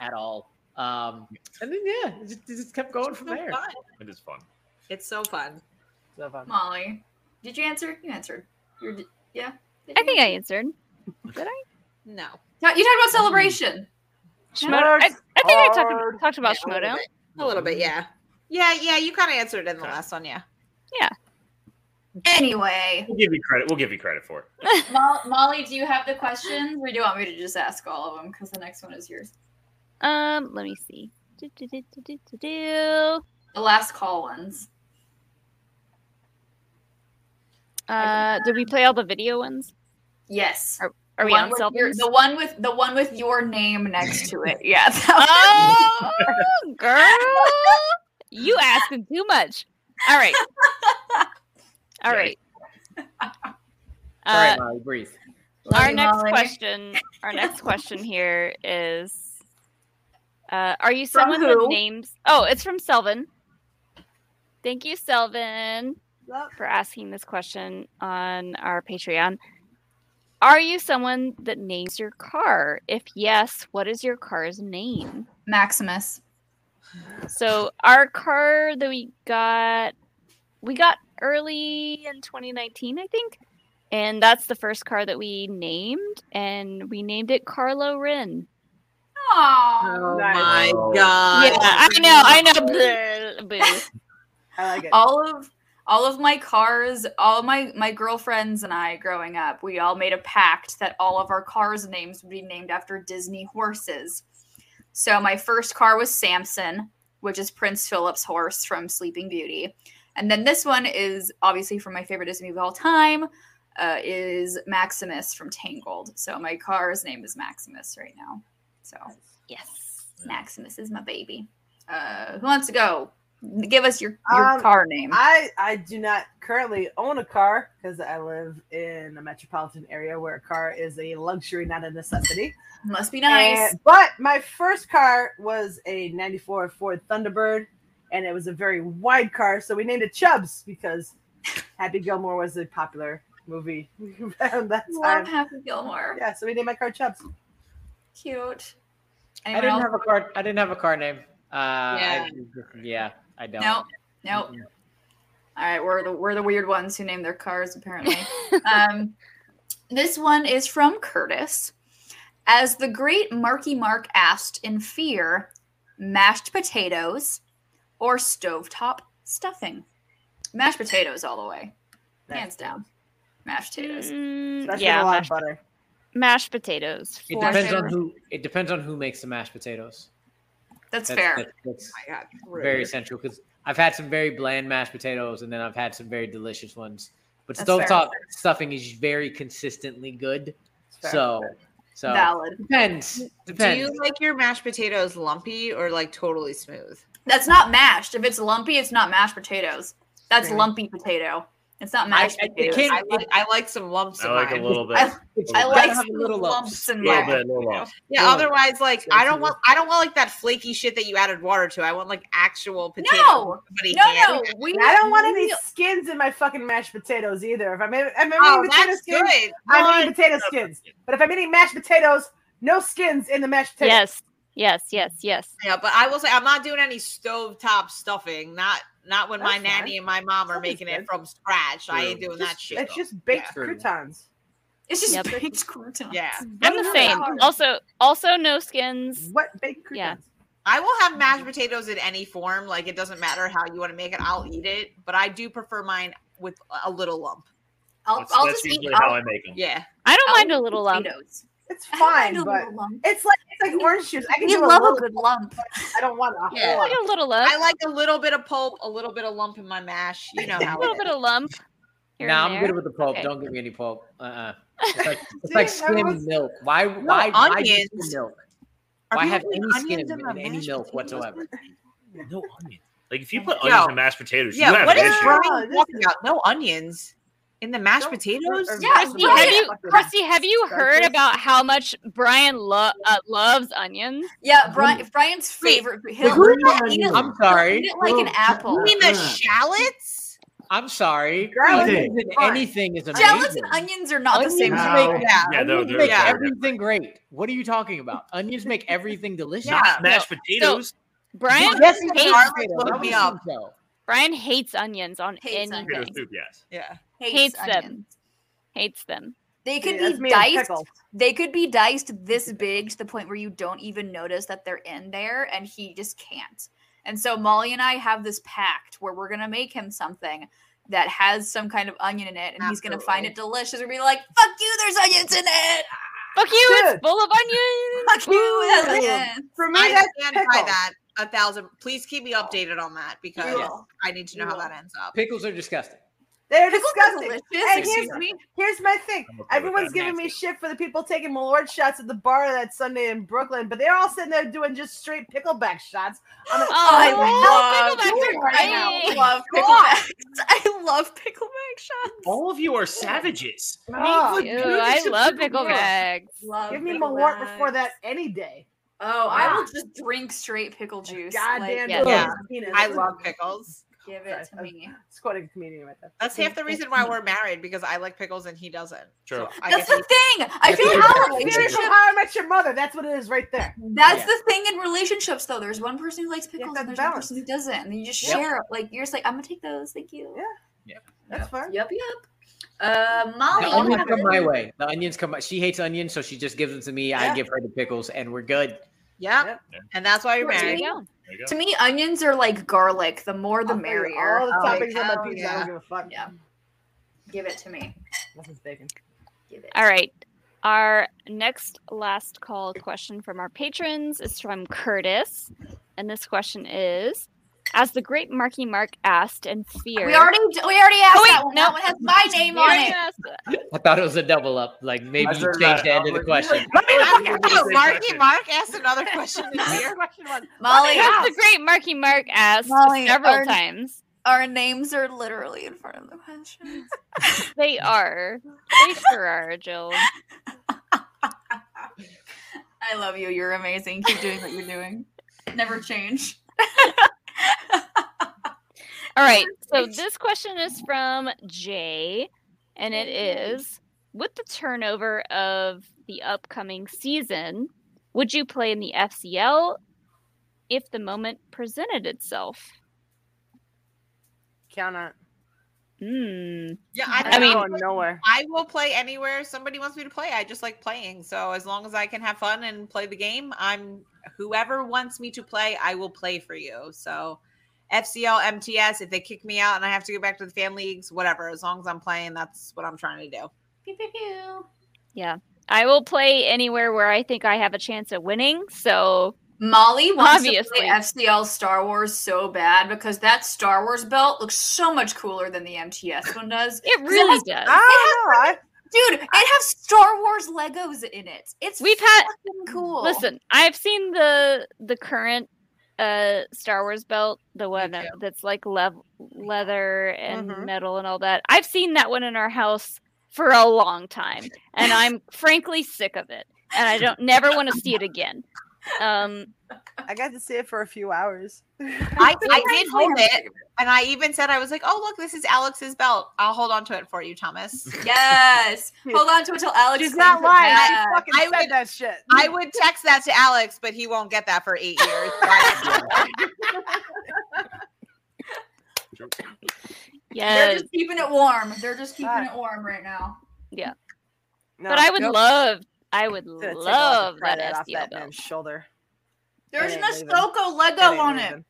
[SPEAKER 9] at all." Um, and then yeah, it just, it just kept going from
[SPEAKER 7] so
[SPEAKER 9] there.
[SPEAKER 7] fun.
[SPEAKER 10] It is fun.
[SPEAKER 7] It's so fun.
[SPEAKER 4] So fun.
[SPEAKER 1] Molly. Did you answer? You answered. You're, yeah.
[SPEAKER 2] I think I answered. Did I?
[SPEAKER 7] No.
[SPEAKER 1] You talked
[SPEAKER 9] Mm-hmm.
[SPEAKER 1] about celebration.
[SPEAKER 2] Shmodown. I, I think I talked about, talked about
[SPEAKER 7] Yeah, a little
[SPEAKER 2] Shmodown.
[SPEAKER 7] bit. A little bit, yeah. Yeah, yeah. You kind of answered in the last one, yeah.
[SPEAKER 2] Yeah.
[SPEAKER 1] Anyway,
[SPEAKER 10] We'll give you credit. We'll give you credit for it.
[SPEAKER 1] Mo- Molly, do you have the questions, or do you want me to just ask all of them? Because the next one is yours.
[SPEAKER 2] Um, let me see. Do, do, do, do, do, do, do.
[SPEAKER 1] The last call ones.
[SPEAKER 2] Uh, did we play all the video ones?
[SPEAKER 1] Yes.
[SPEAKER 2] Are, are
[SPEAKER 1] The
[SPEAKER 2] we
[SPEAKER 1] one
[SPEAKER 2] on
[SPEAKER 1] with
[SPEAKER 2] cell
[SPEAKER 1] your-
[SPEAKER 2] phones?
[SPEAKER 1] The one with the one with your name next to it. Yeah.
[SPEAKER 2] Oh, girl, you asking too much. All right, all right.
[SPEAKER 9] All right,
[SPEAKER 2] Uh,
[SPEAKER 9] Molly, breathe.
[SPEAKER 2] our
[SPEAKER 1] you,
[SPEAKER 2] next
[SPEAKER 1] Molly.
[SPEAKER 2] question. Our next question here is. Uh, are you someone
[SPEAKER 1] who?
[SPEAKER 2] with names? Oh, it's from Selvin. Thank you, Selvin. for asking this question on our Patreon. Are you someone that names your car? If yes, what is your car's name?
[SPEAKER 1] Maximus.
[SPEAKER 2] So our car that we got we got early in 2019, I think. And that's the first car that we named and we named it Carlo Rin.
[SPEAKER 1] Oh
[SPEAKER 7] my god.
[SPEAKER 2] Yeah, I know, I know. Bleh, boo.
[SPEAKER 8] I like it.
[SPEAKER 1] all of all of my cars, all of my my girlfriends and I growing up, we all made a pact that all of our cars' names would be named after Disney horses. So my first car was Samson, which is Prince Philip's horse from Sleeping Beauty, and then this one is obviously from my favorite Disney movie of all time, uh, is Maximus from Tangled. So my car's name is Maximus right now. So
[SPEAKER 2] yes,
[SPEAKER 1] Maximus is my baby. Uh, who wants to go? Give us your your
[SPEAKER 8] Um,
[SPEAKER 1] car name.
[SPEAKER 8] I I do not currently own a car because I live in a metropolitan area where a car is a luxury, not a necessity.
[SPEAKER 1] Must be nice.
[SPEAKER 8] And- but my first car was a '94 Ford Thunderbird, and it was a very wide car, so we named it Chubbs because Happy Gilmore was a popular movie around that time.
[SPEAKER 1] Love Happy Gilmore.
[SPEAKER 8] Yeah, so we named my car Chubbs.
[SPEAKER 1] Cute.
[SPEAKER 9] I
[SPEAKER 1] Anyone
[SPEAKER 9] didn't
[SPEAKER 1] else?
[SPEAKER 9] have a car. I didn't have a car name. Uh,
[SPEAKER 1] Yeah.
[SPEAKER 9] I- yeah, I don't. Mm-hmm.
[SPEAKER 1] Nope. Nope. All right, we're the we're the weird ones who name their cars apparently. um, this one is from Curtis. As the great Marky Mark asked in fear, mashed potatoes or stovetop stuffing. Mashed potatoes all the way. Hands down. Mashed potatoes.
[SPEAKER 8] Especially with a lot of
[SPEAKER 2] mashed-
[SPEAKER 8] butter.
[SPEAKER 2] Mashed potatoes.
[SPEAKER 9] It
[SPEAKER 2] for
[SPEAKER 9] depends
[SPEAKER 2] sure.
[SPEAKER 9] on who. It depends on who makes the mashed potatoes.
[SPEAKER 1] That's fair.
[SPEAKER 9] that's
[SPEAKER 7] Oh my God,
[SPEAKER 9] very
[SPEAKER 7] rude.
[SPEAKER 9] essential because I've had some very bland mashed potatoes, and then I've had some very delicious ones. But
[SPEAKER 1] That's fair.
[SPEAKER 9] stovetop stuffing is very consistently good.
[SPEAKER 7] fair.
[SPEAKER 9] So, so
[SPEAKER 1] Valid.
[SPEAKER 9] Depends.
[SPEAKER 7] Do
[SPEAKER 9] Depends.
[SPEAKER 7] you like your mashed potatoes lumpy or like totally smooth?
[SPEAKER 1] That's not mashed. If it's lumpy, it's not mashed potatoes. That's
[SPEAKER 7] Really?
[SPEAKER 1] lumpy potato. It's not mashed
[SPEAKER 7] I, I,
[SPEAKER 1] potatoes.
[SPEAKER 7] I like, I like some lumps.
[SPEAKER 10] I
[SPEAKER 7] in
[SPEAKER 10] like a
[SPEAKER 7] mine.
[SPEAKER 10] little bit.
[SPEAKER 1] I, I
[SPEAKER 7] Gotta
[SPEAKER 1] like
[SPEAKER 7] have
[SPEAKER 1] some
[SPEAKER 7] a
[SPEAKER 1] little
[SPEAKER 7] little
[SPEAKER 1] lumps,
[SPEAKER 7] lumps.
[SPEAKER 1] in
[SPEAKER 10] little
[SPEAKER 1] my
[SPEAKER 10] bit, little lump.
[SPEAKER 7] Yeah.
[SPEAKER 10] Little lump.
[SPEAKER 7] Otherwise, like I don't want I don't want like that flaky shit that you added water to. I want like actual potatoes.
[SPEAKER 1] No!
[SPEAKER 7] somebody
[SPEAKER 1] No,
[SPEAKER 7] can.
[SPEAKER 1] no, we-
[SPEAKER 8] And I don't want any
[SPEAKER 1] we-
[SPEAKER 8] skins in my fucking mashed potatoes either. If I'm, if I'm
[SPEAKER 7] Oh,
[SPEAKER 8] eating potato
[SPEAKER 7] that's
[SPEAKER 8] skins,
[SPEAKER 7] good.
[SPEAKER 8] I'm eating
[SPEAKER 7] Good.
[SPEAKER 8] potato skins. But if I'm eating mashed potatoes, no skins in the mashed potatoes.
[SPEAKER 2] Yes. Yes, yes, yes.
[SPEAKER 7] Yeah, but I will say I'm not doing any stovetop stuffing. Not not when my
[SPEAKER 8] That's
[SPEAKER 7] nanny
[SPEAKER 8] fine.
[SPEAKER 7] and my mom are
[SPEAKER 8] That is
[SPEAKER 7] making it
[SPEAKER 8] good.
[SPEAKER 7] from scratch. I ain't
[SPEAKER 8] True.
[SPEAKER 7] doing that
[SPEAKER 8] Just-
[SPEAKER 7] shit.
[SPEAKER 8] It's
[SPEAKER 7] though.
[SPEAKER 8] just baked
[SPEAKER 7] Yeah.
[SPEAKER 8] croutons.
[SPEAKER 1] It's just
[SPEAKER 2] Yep.
[SPEAKER 1] baked croutons.
[SPEAKER 7] Yeah.
[SPEAKER 2] I'm the same. Also, also no skins.
[SPEAKER 8] What baked
[SPEAKER 2] Yeah.
[SPEAKER 8] croutons?
[SPEAKER 7] I will have mashed potatoes in any form. Like it doesn't matter how you want to make it. I'll eat it, but I do prefer mine with a little lump.
[SPEAKER 1] I'll,
[SPEAKER 10] That's-
[SPEAKER 1] I'll
[SPEAKER 10] that's
[SPEAKER 1] just eat.
[SPEAKER 10] usually
[SPEAKER 1] I'll,
[SPEAKER 10] how I make them.
[SPEAKER 7] Yeah.
[SPEAKER 2] I don't
[SPEAKER 1] I'll
[SPEAKER 2] mind a
[SPEAKER 1] eat
[SPEAKER 2] little lump.
[SPEAKER 1] potatoes.
[SPEAKER 8] It's
[SPEAKER 1] I don't mind
[SPEAKER 8] fine,
[SPEAKER 1] a
[SPEAKER 8] but
[SPEAKER 1] little lump.
[SPEAKER 8] it's like it's like orange juice. I can
[SPEAKER 1] We
[SPEAKER 8] do a
[SPEAKER 1] love
[SPEAKER 8] little
[SPEAKER 1] a good lump.
[SPEAKER 8] I don't want a
[SPEAKER 7] Yeah.
[SPEAKER 8] whole lot.
[SPEAKER 2] Like a little lump.
[SPEAKER 7] I like a little bit of pulp, a little bit of lump in my mash. You know
[SPEAKER 2] a
[SPEAKER 7] how
[SPEAKER 2] little
[SPEAKER 7] it
[SPEAKER 2] bit
[SPEAKER 7] is.
[SPEAKER 2] of lump.
[SPEAKER 9] No,
[SPEAKER 2] here
[SPEAKER 9] nah,
[SPEAKER 2] and
[SPEAKER 9] I'm good
[SPEAKER 2] there.
[SPEAKER 9] with the pulp.
[SPEAKER 2] Okay.
[SPEAKER 9] Don't give me any pulp. Uh, uh it's like, it's like
[SPEAKER 8] See,
[SPEAKER 9] skim
[SPEAKER 8] everyone's-
[SPEAKER 9] milk. Why? why? Why use the
[SPEAKER 7] onions.
[SPEAKER 9] milk?
[SPEAKER 7] Are
[SPEAKER 9] Why
[SPEAKER 7] people
[SPEAKER 9] have
[SPEAKER 7] putting
[SPEAKER 9] any skim
[SPEAKER 7] onions in
[SPEAKER 9] in
[SPEAKER 7] my
[SPEAKER 9] any
[SPEAKER 7] mashed
[SPEAKER 9] milk
[SPEAKER 7] potatoes?
[SPEAKER 9] whatsoever? No onion.
[SPEAKER 10] Like if you put
[SPEAKER 7] Yo.
[SPEAKER 10] onions and mashed potatoes, you
[SPEAKER 7] Yeah,
[SPEAKER 10] have
[SPEAKER 7] what
[SPEAKER 10] an
[SPEAKER 7] is
[SPEAKER 10] issue.
[SPEAKER 8] wrong?
[SPEAKER 7] Ryan talking about? No onions in the mashed potatoes?
[SPEAKER 8] or- or
[SPEAKER 1] Yeah,
[SPEAKER 8] mashed
[SPEAKER 1] we
[SPEAKER 2] Have
[SPEAKER 8] potatoes.
[SPEAKER 2] you,
[SPEAKER 8] Fucking-
[SPEAKER 2] Krusty, have you heard
[SPEAKER 8] Starches.
[SPEAKER 2] about how much Brian lo- uh, loves onions?
[SPEAKER 1] Yeah, Brian, if Brian's favorite. He'll,
[SPEAKER 9] Green
[SPEAKER 1] he'll eat it,
[SPEAKER 9] onion. I'm
[SPEAKER 1] he'll
[SPEAKER 9] sorry.
[SPEAKER 1] eat it like an apple.
[SPEAKER 7] You mean the shallots?
[SPEAKER 9] I'm sorry.
[SPEAKER 8] Garlic is
[SPEAKER 9] Onions in
[SPEAKER 8] fine.
[SPEAKER 9] anything is amazing.
[SPEAKER 1] Shallots and onions are not the same.
[SPEAKER 9] Onions
[SPEAKER 1] thing.
[SPEAKER 9] make,
[SPEAKER 7] Yeah.
[SPEAKER 10] Yeah, they're-
[SPEAKER 9] onions
[SPEAKER 10] they're-
[SPEAKER 9] make
[SPEAKER 7] yeah.
[SPEAKER 9] everything great. What are you talking about? Onions make everything delicious.
[SPEAKER 7] Yeah.
[SPEAKER 10] Not mashed potatoes.
[SPEAKER 2] Brian
[SPEAKER 9] Yes,
[SPEAKER 2] hates
[SPEAKER 9] it's
[SPEAKER 7] Garlic
[SPEAKER 9] potatoes.
[SPEAKER 7] woke
[SPEAKER 9] I
[SPEAKER 7] me
[SPEAKER 9] was
[SPEAKER 7] up.
[SPEAKER 9] thinking so.
[SPEAKER 2] Brian hates onions on
[SPEAKER 1] Hates onions.
[SPEAKER 2] anything.
[SPEAKER 10] Potato soup, yes.
[SPEAKER 7] Yeah.
[SPEAKER 2] Hates them.
[SPEAKER 1] onions.
[SPEAKER 2] Hates them.
[SPEAKER 1] They
[SPEAKER 8] Yeah,
[SPEAKER 1] could
[SPEAKER 8] that's
[SPEAKER 1] be
[SPEAKER 8] me in a
[SPEAKER 1] diced.
[SPEAKER 8] pickle.
[SPEAKER 1] They could be diced this big to the point where you don't even notice that they're in there, and he just can't. And so Molly and I have this pact where we're gonna make him something that has some kind of onion in it, and he's gonna find
[SPEAKER 7] Absolutely.
[SPEAKER 1] it delicious. We're gonna be like, "Fuck you, there's onions in it.
[SPEAKER 8] Ah,
[SPEAKER 2] Fuck you! It's
[SPEAKER 8] Dude.
[SPEAKER 2] full of onions.
[SPEAKER 1] Fuck you, it has
[SPEAKER 8] Ooh.
[SPEAKER 1] onions."
[SPEAKER 8] For me,
[SPEAKER 7] I
[SPEAKER 8] that's
[SPEAKER 7] stand by
[SPEAKER 8] pickle.
[SPEAKER 7] that a thousand. Please keep me updated on that because
[SPEAKER 1] will.
[SPEAKER 7] I need to know
[SPEAKER 1] We
[SPEAKER 7] how
[SPEAKER 1] will.
[SPEAKER 7] that ends up.
[SPEAKER 9] Pickles are disgusting.
[SPEAKER 8] They're
[SPEAKER 1] Pickles are
[SPEAKER 8] disgusting.
[SPEAKER 1] delicious.
[SPEAKER 8] And here's
[SPEAKER 1] Excuse me.
[SPEAKER 8] Here's my thing.
[SPEAKER 10] I'm okay with
[SPEAKER 8] Everyone's
[SPEAKER 10] that.
[SPEAKER 8] giving me shit for the people taking Malort shots at the bar that Sunday in Brooklyn, but they're all sitting there doing just straight pickleback shots. I'm like, "Oh,
[SPEAKER 2] Oh,
[SPEAKER 1] I
[SPEAKER 2] I
[SPEAKER 1] love
[SPEAKER 2] love
[SPEAKER 1] picklebacks
[SPEAKER 2] picklebacks.
[SPEAKER 1] right now.
[SPEAKER 2] Great.
[SPEAKER 1] Love picklebacks. I love pickleback shots.
[SPEAKER 10] All of you are savages.
[SPEAKER 8] oh,
[SPEAKER 2] Ew, I love pickleback.
[SPEAKER 1] Love
[SPEAKER 8] give me
[SPEAKER 1] picklebacks.
[SPEAKER 8] Malort before that any day.
[SPEAKER 1] Oh, I will just drink straight pickle juice.
[SPEAKER 8] Goddamn
[SPEAKER 2] yeah.
[SPEAKER 7] Yeah.
[SPEAKER 8] Penis.
[SPEAKER 7] I love pickles.
[SPEAKER 1] Give
[SPEAKER 4] Sorry,
[SPEAKER 1] it to
[SPEAKER 4] I was
[SPEAKER 1] me.
[SPEAKER 4] It's quite a comedian right there.
[SPEAKER 7] That's half the reason why we're married because I like pickles and he doesn't.
[SPEAKER 10] True.
[SPEAKER 7] I
[SPEAKER 1] That's
[SPEAKER 7] guess
[SPEAKER 1] the thing. I feel like our relationship.
[SPEAKER 4] How I Met Your Mother. That's what it is right there.
[SPEAKER 1] That's the thing in relationships, though. There's one person who likes pickles, and there's one person who doesn't, and then you just
[SPEAKER 4] Yep.
[SPEAKER 1] share. it. Like you're just like, I'm gonna take those. Thank you. Yeah.
[SPEAKER 4] That's fine.
[SPEAKER 1] Yep. Yep. Uh, Molly.
[SPEAKER 9] The
[SPEAKER 1] you
[SPEAKER 9] onions
[SPEAKER 1] have
[SPEAKER 9] come
[SPEAKER 1] it.
[SPEAKER 9] my way. The onions come. My, she hates onions, so she just gives them to me.
[SPEAKER 1] Yeah.
[SPEAKER 9] I give her the pickles, and we're good.
[SPEAKER 7] Yeah. And that's why you're
[SPEAKER 1] Well, to
[SPEAKER 7] married.
[SPEAKER 1] me- To me, onions are like garlic. The more, the merrier.
[SPEAKER 4] all the
[SPEAKER 7] Oh,
[SPEAKER 1] Like,
[SPEAKER 4] toppings on my
[SPEAKER 1] hell
[SPEAKER 4] pizza, I
[SPEAKER 1] yeah.
[SPEAKER 4] don't give a fuck.
[SPEAKER 1] Yeah. Give it to me.
[SPEAKER 4] Nothing's bacon.
[SPEAKER 1] Give it.
[SPEAKER 2] All right. Our next last call question from our patrons is from Curtis. And this question is As the great Marky Mark asked in fear.
[SPEAKER 1] We already we already asked
[SPEAKER 2] Oh, wait,
[SPEAKER 1] that one.
[SPEAKER 2] no.
[SPEAKER 1] That one has my name
[SPEAKER 2] We
[SPEAKER 1] on
[SPEAKER 2] already
[SPEAKER 1] it.
[SPEAKER 2] asked
[SPEAKER 9] I thought it was a double up. Like maybe
[SPEAKER 10] I
[SPEAKER 9] you
[SPEAKER 10] said
[SPEAKER 9] changed
[SPEAKER 10] that.
[SPEAKER 9] the end of the question.
[SPEAKER 7] Oh, Marky Mark asked another question this year. Question one.
[SPEAKER 1] Molly,
[SPEAKER 2] As the great Marky Mark asked
[SPEAKER 1] Molly,
[SPEAKER 2] several
[SPEAKER 1] our-
[SPEAKER 2] times.
[SPEAKER 1] Our names are literally in front of the questions.
[SPEAKER 2] They are. They sure are, Jill.
[SPEAKER 1] I love you. You're amazing. Keep doing what you're doing. Never change.
[SPEAKER 2] All right. So this question is from Jay, and it is with the turnover of the upcoming season, would you play in the FCL if the moment presented itself?
[SPEAKER 4] Count on.
[SPEAKER 2] Hmm.
[SPEAKER 7] Yeah,
[SPEAKER 2] I, mean,
[SPEAKER 4] going nowhere.
[SPEAKER 7] I will play anywhere somebody wants me to play. I just like playing. So as long as I can have fun and play the game, I'm whoever wants me to play, I will play for you. So FCL, MTS, if they kick me out and I have to go back to the fan leagues, whatever. As long as I'm playing, that's what I'm trying to do.
[SPEAKER 1] Pew, pew, pew.
[SPEAKER 2] yeah, I will play anywhere where I think I have a chance at winning. So
[SPEAKER 1] Molly wants
[SPEAKER 2] obviously,
[SPEAKER 1] to play FCL Star Wars so bad because that Star Wars belt looks so much cooler than the MTS one does. 'Cause It
[SPEAKER 2] really
[SPEAKER 1] has-
[SPEAKER 2] does.
[SPEAKER 1] it
[SPEAKER 2] I
[SPEAKER 1] has- dude, it has Star Wars Legos in it. It's
[SPEAKER 2] we've had
[SPEAKER 1] cool.
[SPEAKER 2] Listen, I've seen the the current uh Star Wars belt, the one that- that's like lev- leather and
[SPEAKER 1] Mm-hmm.
[SPEAKER 2] metal and all that. I've seen that one in our house for a long time, and I'm frankly sick of it, and I don't never want to see it again. Um,
[SPEAKER 4] I got to see it for a few hours.
[SPEAKER 7] I, I did hold it. And I even said, I was like, oh, look, this is Alex's belt. I'll hold on to it for you, Thomas.
[SPEAKER 1] Yes. Hold on to it till Alex.
[SPEAKER 4] She's
[SPEAKER 1] cleans
[SPEAKER 4] not
[SPEAKER 1] it
[SPEAKER 4] lying. She
[SPEAKER 1] back.
[SPEAKER 4] fucking said that shit.
[SPEAKER 7] I would text that to Alex, but he won't get that for eight years. So I-
[SPEAKER 1] They're
[SPEAKER 2] yes,
[SPEAKER 1] just keeping it warm. They're just keeping it warm right now.
[SPEAKER 2] yeah.
[SPEAKER 4] No,
[SPEAKER 2] but I would
[SPEAKER 4] nope.
[SPEAKER 2] love, I would
[SPEAKER 4] Gonna take all the
[SPEAKER 2] love that
[SPEAKER 4] credit off
[SPEAKER 2] FCL
[SPEAKER 4] that
[SPEAKER 2] belt.
[SPEAKER 4] man's shoulder.
[SPEAKER 1] There's
[SPEAKER 4] That
[SPEAKER 1] an
[SPEAKER 4] ain't leaving.
[SPEAKER 1] Ahsoka
[SPEAKER 4] That
[SPEAKER 1] Lego
[SPEAKER 4] ain't
[SPEAKER 1] on
[SPEAKER 4] leaving.
[SPEAKER 1] it.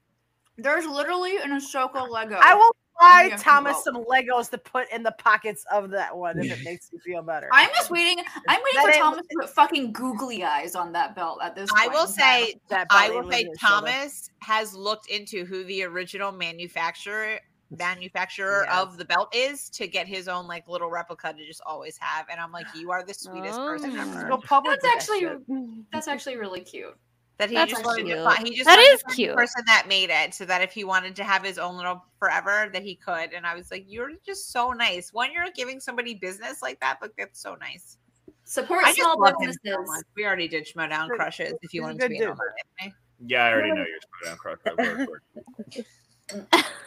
[SPEAKER 1] There's literally an Ahsoka Lego.
[SPEAKER 4] I will buy
[SPEAKER 1] Yeah,
[SPEAKER 4] Thomas
[SPEAKER 1] well.
[SPEAKER 4] some Legos to put in the pockets of that one if it makes you feel better.
[SPEAKER 1] I'm just waiting. I'm waiting
[SPEAKER 4] That
[SPEAKER 1] for
[SPEAKER 4] ain't-
[SPEAKER 1] Thomas to put fucking googly eyes on that belt at this point.
[SPEAKER 7] I will
[SPEAKER 1] in
[SPEAKER 7] say,
[SPEAKER 4] That
[SPEAKER 7] I
[SPEAKER 4] belt
[SPEAKER 7] will
[SPEAKER 4] ain't
[SPEAKER 7] say,
[SPEAKER 4] leaving his shoulder.
[SPEAKER 7] Thomas has looked into who the original manufacturer manufacturer of the belt is to get his own like little replica to just always have. And I'm like, you are the sweetest person ever.
[SPEAKER 4] Go public
[SPEAKER 1] Oh. That's
[SPEAKER 4] with that
[SPEAKER 1] actually
[SPEAKER 4] shit.
[SPEAKER 1] that's actually really cute.
[SPEAKER 7] That he
[SPEAKER 2] That's
[SPEAKER 7] just wanted to
[SPEAKER 2] cute.
[SPEAKER 7] find, he just
[SPEAKER 2] That
[SPEAKER 7] wanted to
[SPEAKER 2] is
[SPEAKER 7] find
[SPEAKER 2] cute.
[SPEAKER 7] the person that made it so that if he wanted to have his own little forever that he could. And I was like, you're just so nice. When you're giving somebody business like that, like that's so nice.
[SPEAKER 1] Support
[SPEAKER 7] I just
[SPEAKER 1] small
[SPEAKER 7] love him so
[SPEAKER 1] businesses.
[SPEAKER 7] much. We already did Schmodown crushes. If
[SPEAKER 4] he's
[SPEAKER 7] you
[SPEAKER 4] a
[SPEAKER 7] wanted
[SPEAKER 4] good
[SPEAKER 7] to be in on
[SPEAKER 4] dude.
[SPEAKER 7] that, anyway.
[SPEAKER 10] Yeah, I already know you're down cross by word, word.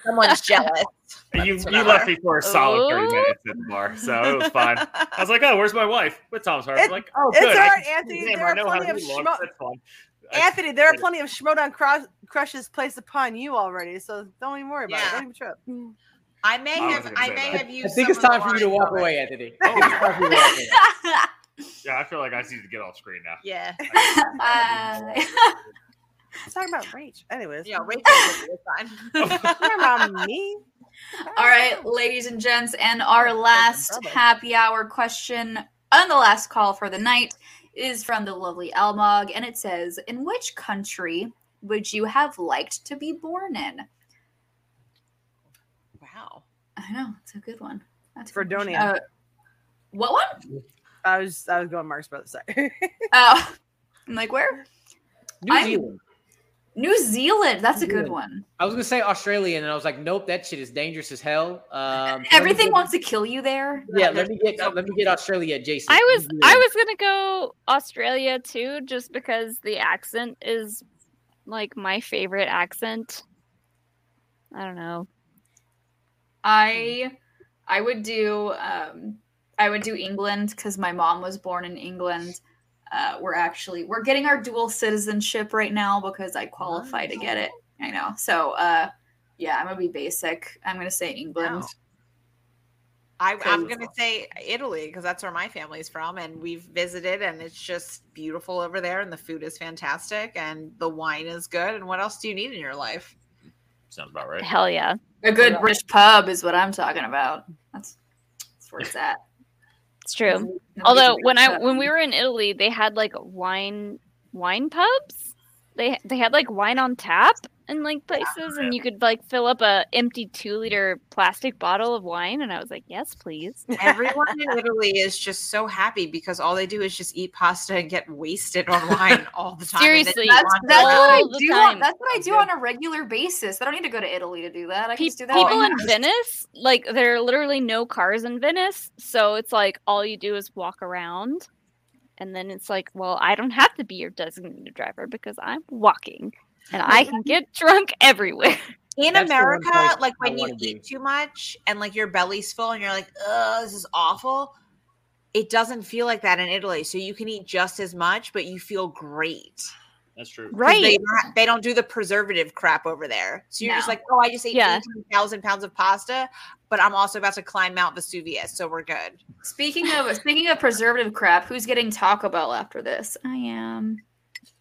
[SPEAKER 7] someone's jealous.
[SPEAKER 10] And you,
[SPEAKER 7] That's
[SPEAKER 10] you
[SPEAKER 7] what
[SPEAKER 10] left
[SPEAKER 7] I-
[SPEAKER 10] me for a solid 30
[SPEAKER 2] Ooh.
[SPEAKER 10] minutes at the bar, so it was fine. I was like, oh, where's my wife? With Thomas Hart.
[SPEAKER 4] It-
[SPEAKER 10] I'm like, oh,
[SPEAKER 4] it's
[SPEAKER 10] good.
[SPEAKER 4] all
[SPEAKER 10] I
[SPEAKER 4] right,
[SPEAKER 10] can see
[SPEAKER 4] Anthony.
[SPEAKER 10] him.
[SPEAKER 4] There
[SPEAKER 10] I
[SPEAKER 4] are
[SPEAKER 10] know how
[SPEAKER 4] plenty of
[SPEAKER 10] he looks.
[SPEAKER 4] schmo-
[SPEAKER 10] That's fun. I-
[SPEAKER 4] Anthony, there are
[SPEAKER 10] I-
[SPEAKER 4] plenty of Schmodown cross- crushes placed upon you already, so don't even worry about it.
[SPEAKER 7] Yeah.
[SPEAKER 4] Don't even trip.
[SPEAKER 7] I may
[SPEAKER 10] I
[SPEAKER 7] have
[SPEAKER 10] wasn't gonna
[SPEAKER 7] I
[SPEAKER 10] say
[SPEAKER 7] may
[SPEAKER 10] that.
[SPEAKER 7] have
[SPEAKER 9] I
[SPEAKER 7] used
[SPEAKER 9] think it's
[SPEAKER 7] some of
[SPEAKER 9] time for you to
[SPEAKER 7] the
[SPEAKER 9] walk
[SPEAKER 7] lines
[SPEAKER 9] away, Anthony. I think it's time for you to walk away.
[SPEAKER 10] Yeah, I feel like I just need to get off screen now.
[SPEAKER 7] Yeah.
[SPEAKER 1] Uh,
[SPEAKER 4] Let's talk about Rach. Anyways,
[SPEAKER 7] Yeah, Rachel was fine.
[SPEAKER 4] Don't worry about me.
[SPEAKER 1] All right, ladies and gents, and our last happy hour question and the last call for the night is from the lovely Elmog, and it says, "In which country would you have liked to be born in?"
[SPEAKER 7] wow.
[SPEAKER 1] I know it's a good one. That's a good question.
[SPEAKER 4] Fredonia.
[SPEAKER 1] Uh, what one?
[SPEAKER 4] I was I was going Mark's brother. Sorry.
[SPEAKER 1] Oh, I'm like where?
[SPEAKER 9] New
[SPEAKER 1] I'm-
[SPEAKER 9] Zealand.
[SPEAKER 1] New Zealand. That's a good
[SPEAKER 9] Zealand.
[SPEAKER 1] one.
[SPEAKER 9] I was gonna say Australia, and I was like, nope, that shit is dangerous as hell. Um,
[SPEAKER 1] Everything
[SPEAKER 9] let
[SPEAKER 1] wants to kill you there.
[SPEAKER 9] me get- yeah, let me get let me get Australia adjacent.
[SPEAKER 2] I was
[SPEAKER 9] New
[SPEAKER 2] I
[SPEAKER 9] Zealand.
[SPEAKER 2] was gonna go Australia too, just because the accent is like my favorite accent. I don't know.
[SPEAKER 1] I I would do um, I would do England because my mom was born in England. Uh, we're actually we're getting our dual citizenship right now because I qualify to get it. I know. So uh, yeah, I'm gonna be basic. I'm gonna say England.
[SPEAKER 7] I, I'm
[SPEAKER 1] Cause-
[SPEAKER 7] gonna say Italy because that's where my family's from, and we've visited, and it's just beautiful over there, and the food is fantastic, and the wine is good. And what else do you need in your life?
[SPEAKER 10] Sounds about right.
[SPEAKER 2] Hell yeah.
[SPEAKER 1] A good British pub is what I'm talking about. That's that's where it's at.
[SPEAKER 2] It's true. Hmm. Although when I when we were in Italy, they had like wine wine pubs. They they had like wine on tap in like places, and you could like fill up a empty two liter plastic bottle of wine. And I was like, yes, please.
[SPEAKER 7] Everyone in Italy is just so happy because all they do is just eat pasta and get wasted on wine all the time. and they
[SPEAKER 2] Seriously.
[SPEAKER 1] that's,
[SPEAKER 7] wander
[SPEAKER 1] that's what I
[SPEAKER 7] around.
[SPEAKER 1] do. On, that's what I do on a regular basis. I don't need to go to Italy to do that. Oh, I can just do that.
[SPEAKER 2] People
[SPEAKER 1] my
[SPEAKER 2] in
[SPEAKER 1] house.
[SPEAKER 2] Venice, like there are literally no cars in Venice, so it's like all you do is walk around, and then it's like, well, I don't have to be your designated driver because I'm walking, and I can get drunk everywhere.
[SPEAKER 7] In America, like when you eat too much and like your belly's full and you're like, oh, this is awful. It doesn't feel like that in Italy. So you can eat just as much, but you feel great.
[SPEAKER 10] That's true.
[SPEAKER 7] 'Cause They, don't- they don't do the preservative crap over there. So you're just
[SPEAKER 2] No.
[SPEAKER 7] like, oh, I just ate
[SPEAKER 2] Yeah.
[SPEAKER 7] 18,000 pounds of pasta, but I'm also about to climb Mount Vesuvius. So we're good.
[SPEAKER 1] Speaking of speaking of preservative crap, who's getting Taco Bell after this? I am.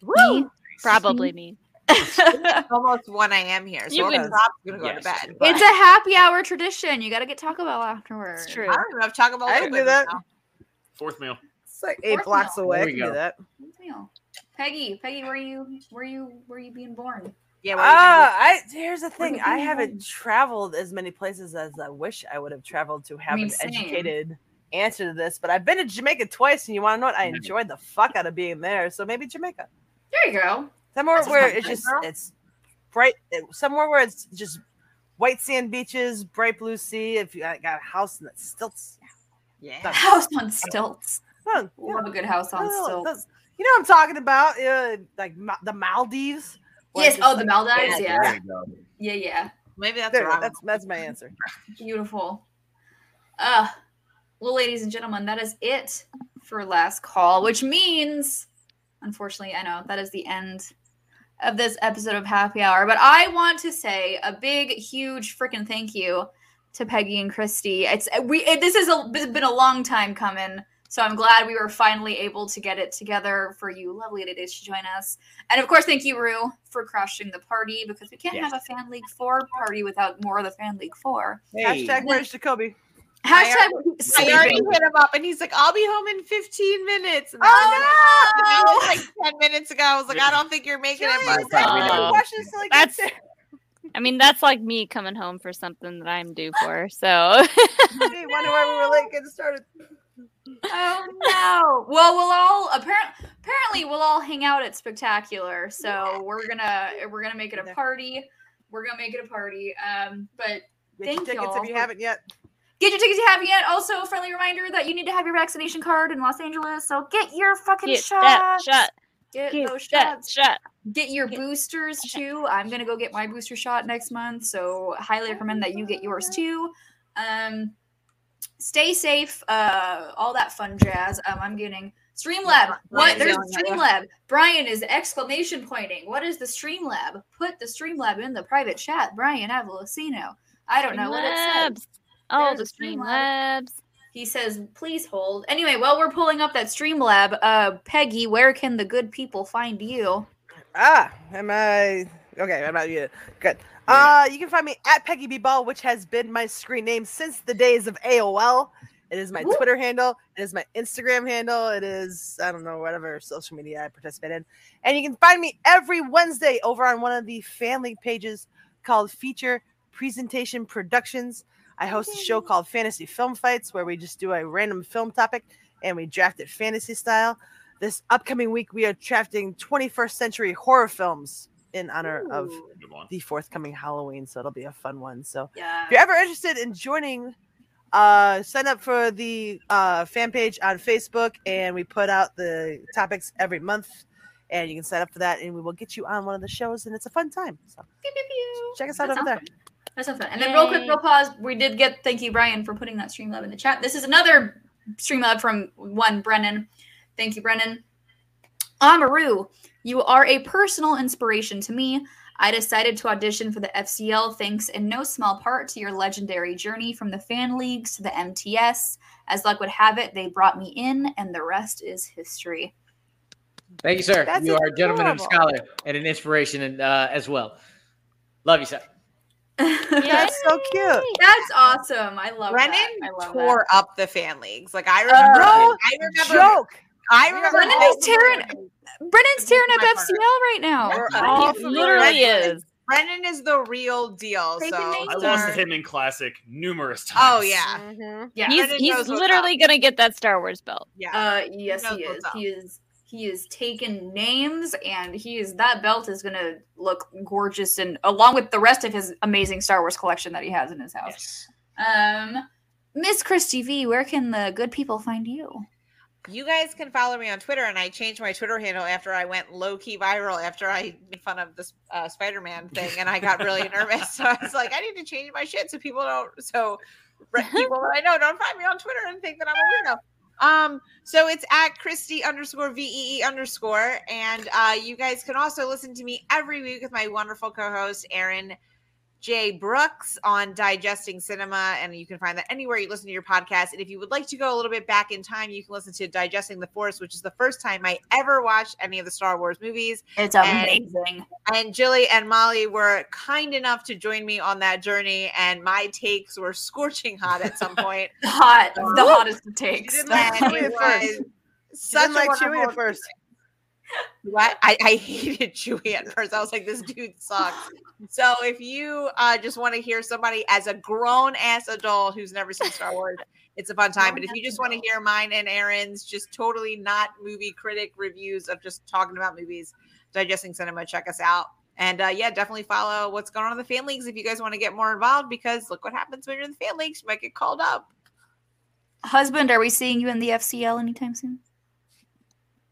[SPEAKER 2] Woo! Probably me.
[SPEAKER 7] It's almost 1 a.m. here. So
[SPEAKER 1] You
[SPEAKER 7] we're
[SPEAKER 1] would-
[SPEAKER 7] probably going to go to
[SPEAKER 1] Yes.
[SPEAKER 7] bed.
[SPEAKER 1] It's a happy hour tradition. You got to get Taco Bell afterwards. It's
[SPEAKER 2] true.
[SPEAKER 7] I don't even know if Taco Bell
[SPEAKER 1] I
[SPEAKER 7] is
[SPEAKER 1] can do
[SPEAKER 7] open
[SPEAKER 1] that.
[SPEAKER 7] now.
[SPEAKER 10] Fourth meal.
[SPEAKER 1] It's
[SPEAKER 8] like eight blocks away. I can do that.
[SPEAKER 1] Peggy, Peggy, where you, where you, where you being born?
[SPEAKER 7] Yeah.
[SPEAKER 8] Uh,
[SPEAKER 1] where you gonna
[SPEAKER 8] I here's the
[SPEAKER 1] where you
[SPEAKER 8] thing. I
[SPEAKER 1] gonna
[SPEAKER 8] haven't traveled as many places as I wish I would have traveled to have
[SPEAKER 1] Me
[SPEAKER 8] an
[SPEAKER 1] same.
[SPEAKER 8] educated answer to this. But I've been to Jamaica twice, and you want to know what? I enjoyed the fuck out of being there. So maybe Jamaica.
[SPEAKER 1] There you go.
[SPEAKER 8] Somewhere
[SPEAKER 1] That's
[SPEAKER 8] where
[SPEAKER 1] fine,
[SPEAKER 8] it's just
[SPEAKER 1] girl.
[SPEAKER 8] it's bright. it- somewhere where it's just white sand beaches, bright blue sea. If you got, got a house in the stilts,
[SPEAKER 7] yeah,
[SPEAKER 1] House on stilts.
[SPEAKER 8] Huh,
[SPEAKER 1] Love a good house on
[SPEAKER 8] Well,
[SPEAKER 1] stilts.
[SPEAKER 8] those- Oh, You know what I'm talking about? Uh, like Ma- the Maldives. where
[SPEAKER 1] Yes,
[SPEAKER 8] it's just
[SPEAKER 1] oh, the
[SPEAKER 8] like-
[SPEAKER 1] Maldives, yeah.
[SPEAKER 8] There you
[SPEAKER 1] Yeah, yeah.
[SPEAKER 7] Maybe that's
[SPEAKER 8] go. That's that's my answer.
[SPEAKER 1] Beautiful. Uh, well, ladies and gentlemen, that is it for last call, which means, unfortunately, I know that is the end of this episode of Happy Hour. But I want to say a big, huge freaking thank you to Peggy and Christy. It's we. It, this is a this has been a long time coming. So I'm glad we were finally able to get it together for you, lovely ladies, to join us. And of course, thank you, Rue, for crashing the party because we can't
[SPEAKER 8] Yes.
[SPEAKER 1] have a Fan League Four party without more of the Fan League Four.
[SPEAKER 8] Hashtag where's Jacoby?
[SPEAKER 1] Hashtag
[SPEAKER 7] I already
[SPEAKER 1] sleeping.
[SPEAKER 7] hit him up and he's like, I'll be home in 15 minutes. And
[SPEAKER 1] Oh,
[SPEAKER 7] then I was like, and I was like 10 minutes ago. I was like, I don't think you're making it.
[SPEAKER 2] Julian,
[SPEAKER 7] bud."
[SPEAKER 2] I have no questions
[SPEAKER 8] till I
[SPEAKER 2] get That's- I mean, that's like me coming home for something that I'm due for. So
[SPEAKER 8] Hey, wonder why we were late getting started.
[SPEAKER 1] Oh no! Well, we'll all apparently apparently we'll all hang out at Spectacular, so we're gonna we're gonna make it a party. We're gonna make it a party. Um, but
[SPEAKER 8] Get your
[SPEAKER 1] thank
[SPEAKER 8] tickets
[SPEAKER 1] y'all
[SPEAKER 8] if you
[SPEAKER 1] for-
[SPEAKER 8] haven't yet.
[SPEAKER 1] Get your tickets if you haven't yet. Also, a friendly reminder that you need to have your vaccination card in Los Angeles. So get your fucking
[SPEAKER 2] Get that
[SPEAKER 1] shots.
[SPEAKER 2] shot.
[SPEAKER 1] Get,
[SPEAKER 2] Get
[SPEAKER 1] those
[SPEAKER 2] that
[SPEAKER 1] shots. Get your boosters too. I'm gonna go get my booster shot next month. So highly recommend that you get yours too. Um, stay safe. Uh, all that fun jazz. Um, I'm getting Streamlab. What? There's
[SPEAKER 7] Yeah.
[SPEAKER 1] Streamlab. Brian is exclamation pointing. What is the Streamlab? Put the Streamlab in the private chat. Brian Avalosino. I don't know what it says.
[SPEAKER 2] Oh,
[SPEAKER 1] There's a
[SPEAKER 2] the Streamlabs.
[SPEAKER 1] He says, please hold. Anyway, while we're pulling up that Streamlab, uh, Peggy, where can the good people find you?
[SPEAKER 8] Ah, am I okay? I'm not you. Good. Uh, you can find me at Peggy B Ball, which has been my screen name since the days of AOL. It is my
[SPEAKER 1] Woo.
[SPEAKER 8] Twitter handle. It is my Instagram handle. It is I don't know whatever social media I participate in, and you can find me every Wednesday over on one of the family pages called Feature Presentation Productions. I host a show called Fantasy Film Fights where we just do a random film topic and we draft it fantasy style. This upcoming week, we are drafting 21st century horror films in honor of the forthcoming Halloween. So it'll be a fun one. So if you're ever interested in joining, uh, sign up for the uh, fan page on Facebook and we put out the topics every month. And you can sign up for that and we will get you on one of the shows and it's a fun time. So check us out over
[SPEAKER 1] That sounds
[SPEAKER 8] there.
[SPEAKER 1] That's not fun. And then real quick,
[SPEAKER 2] Yay.
[SPEAKER 1] real pause. We did get thank you, Brian, for putting that stream love in the chat. This is another stream love from one Brennan. Thank you, Brennan. Amaru, you are a personal inspiration to me. I decided to audition for the FCL thanks in no small part to your legendary journey from the fan leagues to the MTS. As luck would have it, they brought me in, and the rest is history.
[SPEAKER 9] Thank you, sir.
[SPEAKER 1] That's
[SPEAKER 9] you are a gentleman and a
[SPEAKER 1] adorable.
[SPEAKER 9] scholar and an inspiration and, uh, as well. Love you, sir.
[SPEAKER 7] That's so cute.
[SPEAKER 1] That's awesome. I love
[SPEAKER 7] Brennan
[SPEAKER 1] that. I love
[SPEAKER 7] tore
[SPEAKER 1] that.
[SPEAKER 7] up the fan leagues. Like
[SPEAKER 1] Oh,
[SPEAKER 7] I remember.
[SPEAKER 1] no
[SPEAKER 7] I remember.
[SPEAKER 1] joke.
[SPEAKER 7] I remember.
[SPEAKER 1] Brennan
[SPEAKER 7] all
[SPEAKER 1] is tearing. Brennan's tearing up FCL right now.
[SPEAKER 7] We're all
[SPEAKER 1] He
[SPEAKER 7] familiar.
[SPEAKER 1] literally
[SPEAKER 7] Brennan
[SPEAKER 1] is.
[SPEAKER 7] Brennan is the real deal. So
[SPEAKER 10] I lost to him in classic numerous times.
[SPEAKER 7] Oh yeah.
[SPEAKER 1] Yeah.
[SPEAKER 2] he's
[SPEAKER 1] Brennan knows
[SPEAKER 2] he's
[SPEAKER 1] what's
[SPEAKER 2] literally gonna get that Star Wars belt.
[SPEAKER 1] Uh, yes, he is. He is. He is taking names, and he is that belt is going to look gorgeous, and along with the rest of his amazing Star Wars collection that he has in his house. Um, Miss Christy V, where can the good people find you?
[SPEAKER 7] You guys can follow me on Twitter, and I changed my Twitter handle after I went low key viral after I made fun of this uh, Spider Man thing, and I got really nervous. So I was like, I need to change my shit so people don't, so re- people that I know don't find me on Twitter and think that I'm a weirdo. Um, so it's at Christy underscore VEE underscore, and uh, you guys can also listen to me every week with my wonderful co host, Aaron Jay Brooks on Digesting Cinema, and you can find that anywhere you listen to your podcast. And if you would like to go a little bit back in time, you can listen to Digesting the Force, which is the first time I ever watched any of the Star Wars movies.
[SPEAKER 1] It's amazing.
[SPEAKER 7] And, Jilly and Molly were kind enough to join me on that journey, and my takes were scorching hot at some point.
[SPEAKER 1] Hot, the hottest it takes.
[SPEAKER 7] That's
[SPEAKER 1] That's
[SPEAKER 7] it
[SPEAKER 1] what it
[SPEAKER 7] was
[SPEAKER 1] is.
[SPEAKER 7] such a
[SPEAKER 1] didn't like Chewie at
[SPEAKER 7] wonderful
[SPEAKER 1] first.
[SPEAKER 7] what I, I hated Chewy at first. I was like, this dude sucks. So if you uh, just want to hear somebody as a grown ass adult who's never seen Star Wars, it's a fun time. But if you just want to hear mine and Aaron's just totally not movie critic reviews of just talking about movies, digesting cinema, check us out. And uh, yeah, definitely follow what's going on in the fan leagues if you guys want to get more involved. Because look what happens when you're in the fan leagues, you might get called up.
[SPEAKER 1] Husband, are we seeing you in the FCL anytime soon?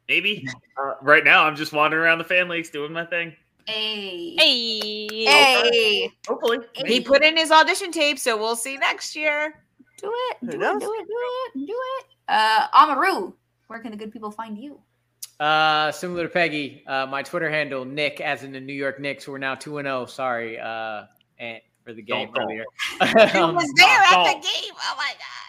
[SPEAKER 10] Maybe. Uh, right now, I'm just wandering around the fan leagues doing my thing.
[SPEAKER 1] Hey.
[SPEAKER 2] Hey.
[SPEAKER 1] Hey.
[SPEAKER 10] Hopefully.
[SPEAKER 7] He put in his audition tape, so we'll see next year.
[SPEAKER 1] Do it. Do it, do it. Do it. Do it. Uh, Amaru, where can the good people find you?
[SPEAKER 9] Uh, similar to Peggy, uh, my Twitter handle Nick, as in the New York Knicks, we're now two and zero. Sorry, uh, and for the game
[SPEAKER 10] Don't, don't.
[SPEAKER 9] earlier.
[SPEAKER 7] Who was there at the
[SPEAKER 9] Don't.
[SPEAKER 7] game? Oh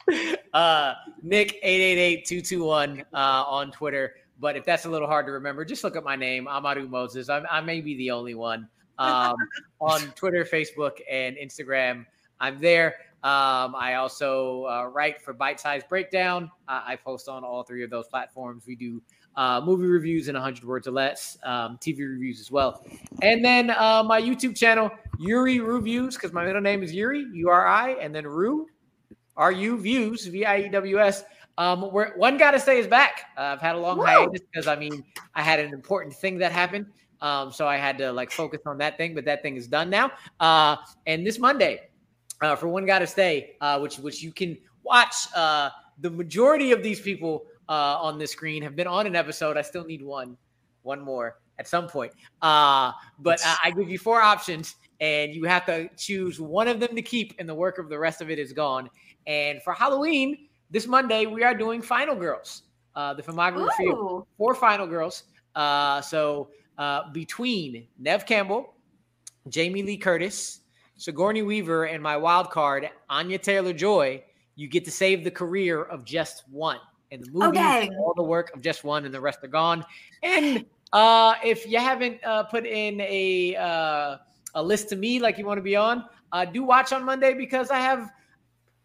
[SPEAKER 7] my god.
[SPEAKER 9] uh, Nick 888-221 uh, on Twitter. But if that's a little hard to remember, just look at my name, Amadu Moses. I'm, I may be the only one um, on Twitter, Facebook, and Instagram. I'm there. Um, I also uh, write for Bite Size Breakdown. Uh, I post on all three of those platforms. We do uh, movie reviews in 100 words or less, um, TV reviews as well. And then uh, my YouTube channel, Yuri Reviews, because my middle name is Yuri, U R I, and then Rue, are you views V I E W S? Um, where one gotta say is back. Uh, I've had a long hiatus because I mean I had an important thing that happened, um, so I had to like focus on that thing. But that thing is done now. Uh, and this Monday, uh, for one gotta stay, uh, which which you can watch. Uh, the majority of these people uh, on this screen have been on an episode. I still need one, one more at some point. Uh, but I, I give you four options, and you have to choose one of them to keep, and the work of the rest of it is gone. And for Halloween this Monday, we are doing Final Girls, uh, the filmography
[SPEAKER 1] Ooh.
[SPEAKER 9] of four Final Girls. Uh, so uh, between Nev Campbell, Jamie Lee Curtis, Sigourney Weaver, and my wild card, Anya Taylor Joy, you get to save the career of just one. And the movie,
[SPEAKER 1] Okay.
[SPEAKER 9] all the work of just one, and the rest are gone. And uh, if you haven't uh, put in a uh, a list to me like you want to be on, uh, do watch on Monday because I have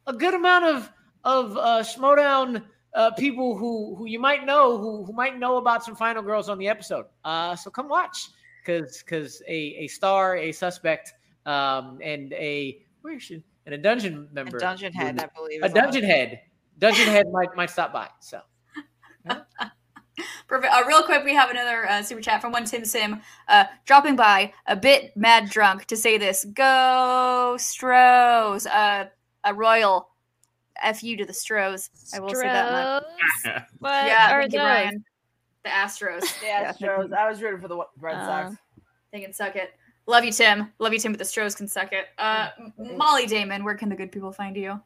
[SPEAKER 9] a good amount of of uh, Schmodown uh, people who who you might know who who might know about some Final Girls on the episode. Uh, so come watch because because a a star, a suspect, um, and a where should and a dungeon member,
[SPEAKER 7] dungeon head,
[SPEAKER 9] would-
[SPEAKER 7] I believe,
[SPEAKER 9] a
[SPEAKER 7] is on
[SPEAKER 9] dungeon
[SPEAKER 7] it.
[SPEAKER 9] head, dungeon head might might stop by. So
[SPEAKER 1] Perfect. Uh, real quick, we have another uh, super chat from one Tim Sim uh, dropping by a bit mad drunk to say this. Go Stros, uh, a royal F you to the Stros. I will say that much.
[SPEAKER 2] What
[SPEAKER 1] yeah,
[SPEAKER 2] are
[SPEAKER 1] thank you,
[SPEAKER 2] those?
[SPEAKER 1] Brian. The Astros.
[SPEAKER 2] The Yeah, Astros.
[SPEAKER 1] I was rooting for the Red
[SPEAKER 2] Sox.
[SPEAKER 1] They can suck it. Love you, Tim. Love you, Tim. But the Stros can suck it. Uh, Molly Damon, where can the good people find you?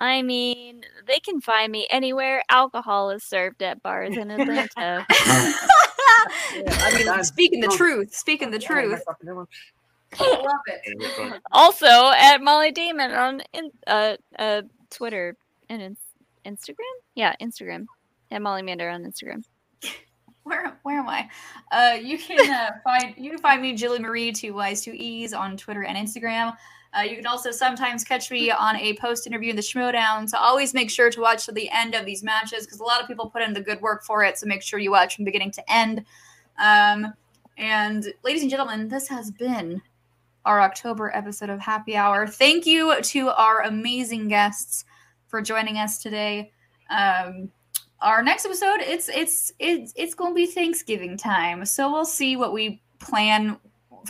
[SPEAKER 2] I mean, they can find me anywhere alcohol is served at bars in Atlanta.
[SPEAKER 1] Speaking the truth. Speaking the
[SPEAKER 8] Oh,
[SPEAKER 1] truth. Love it.
[SPEAKER 2] also at Molly Damon on in, uh, uh, Twitter and in- Instagram. Yeah, Instagram. At Molly Mander on Instagram.
[SPEAKER 1] Where where am I? Uh, you can uh, find you can find me Jilly Marie two Y's two E's on Twitter and Instagram. Uh, you can also sometimes catch me on a post interview in the Schmodown. So always make sure to watch to the end of these matches because a lot of people put in the good work for it. So make sure you watch from beginning to end. Um, and ladies and gentlemen, this has been our October episode of Happy Hour. Thank you to our amazing guests for joining us today. Um, our next episode, it's it's it's it's going to be Thanksgiving time, so we'll see what we plan.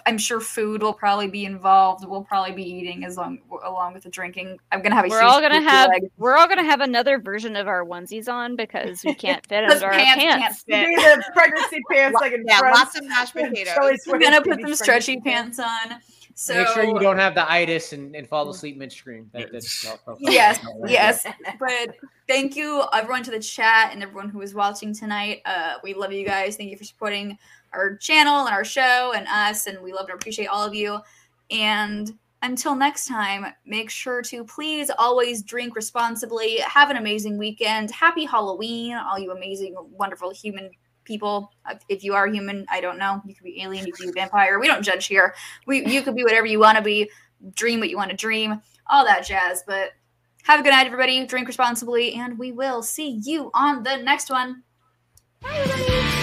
[SPEAKER 1] I'm sure food will probably be involved. We'll probably be eating as long along with the drinking. I'm gonna have a
[SPEAKER 2] we're
[SPEAKER 1] huge
[SPEAKER 2] all gonna
[SPEAKER 1] turkey
[SPEAKER 2] have
[SPEAKER 1] leg.
[SPEAKER 2] we're all gonna have another version of our onesies on because we can't fit
[SPEAKER 1] Those
[SPEAKER 2] under
[SPEAKER 1] pants
[SPEAKER 2] our
[SPEAKER 1] can't
[SPEAKER 2] pants.
[SPEAKER 1] fit.
[SPEAKER 4] Give me the pregnancy pants like in
[SPEAKER 7] Yeah,
[SPEAKER 4] France.
[SPEAKER 7] lots of mashed potatoes.
[SPEAKER 4] Joey's
[SPEAKER 1] I'm
[SPEAKER 4] wearing
[SPEAKER 1] gonna put
[SPEAKER 4] baby pregnancy
[SPEAKER 1] some stretchy pants on. So
[SPEAKER 9] Make sure you don't have the itis and, and fall asleep midstream. That, that's
[SPEAKER 1] yes, yes. But thank you, everyone, to the chat and everyone who was watching tonight. Uh, we love you guys. Thank you for supporting our channel and our show and us. And we love and appreciate all of you. And until next time, make sure to please always drink responsibly. Have an amazing weekend. Happy Halloween, all you amazing, wonderful human people. Uh, If you are human, I don't know. You could be alien. You could be vampire. We don't judge here. We you could be whatever you want to be. Dream what you want to dream. All that jazz. But have a good night, everybody. Drink responsibly, and we will see you on the next one. Bye, everybody.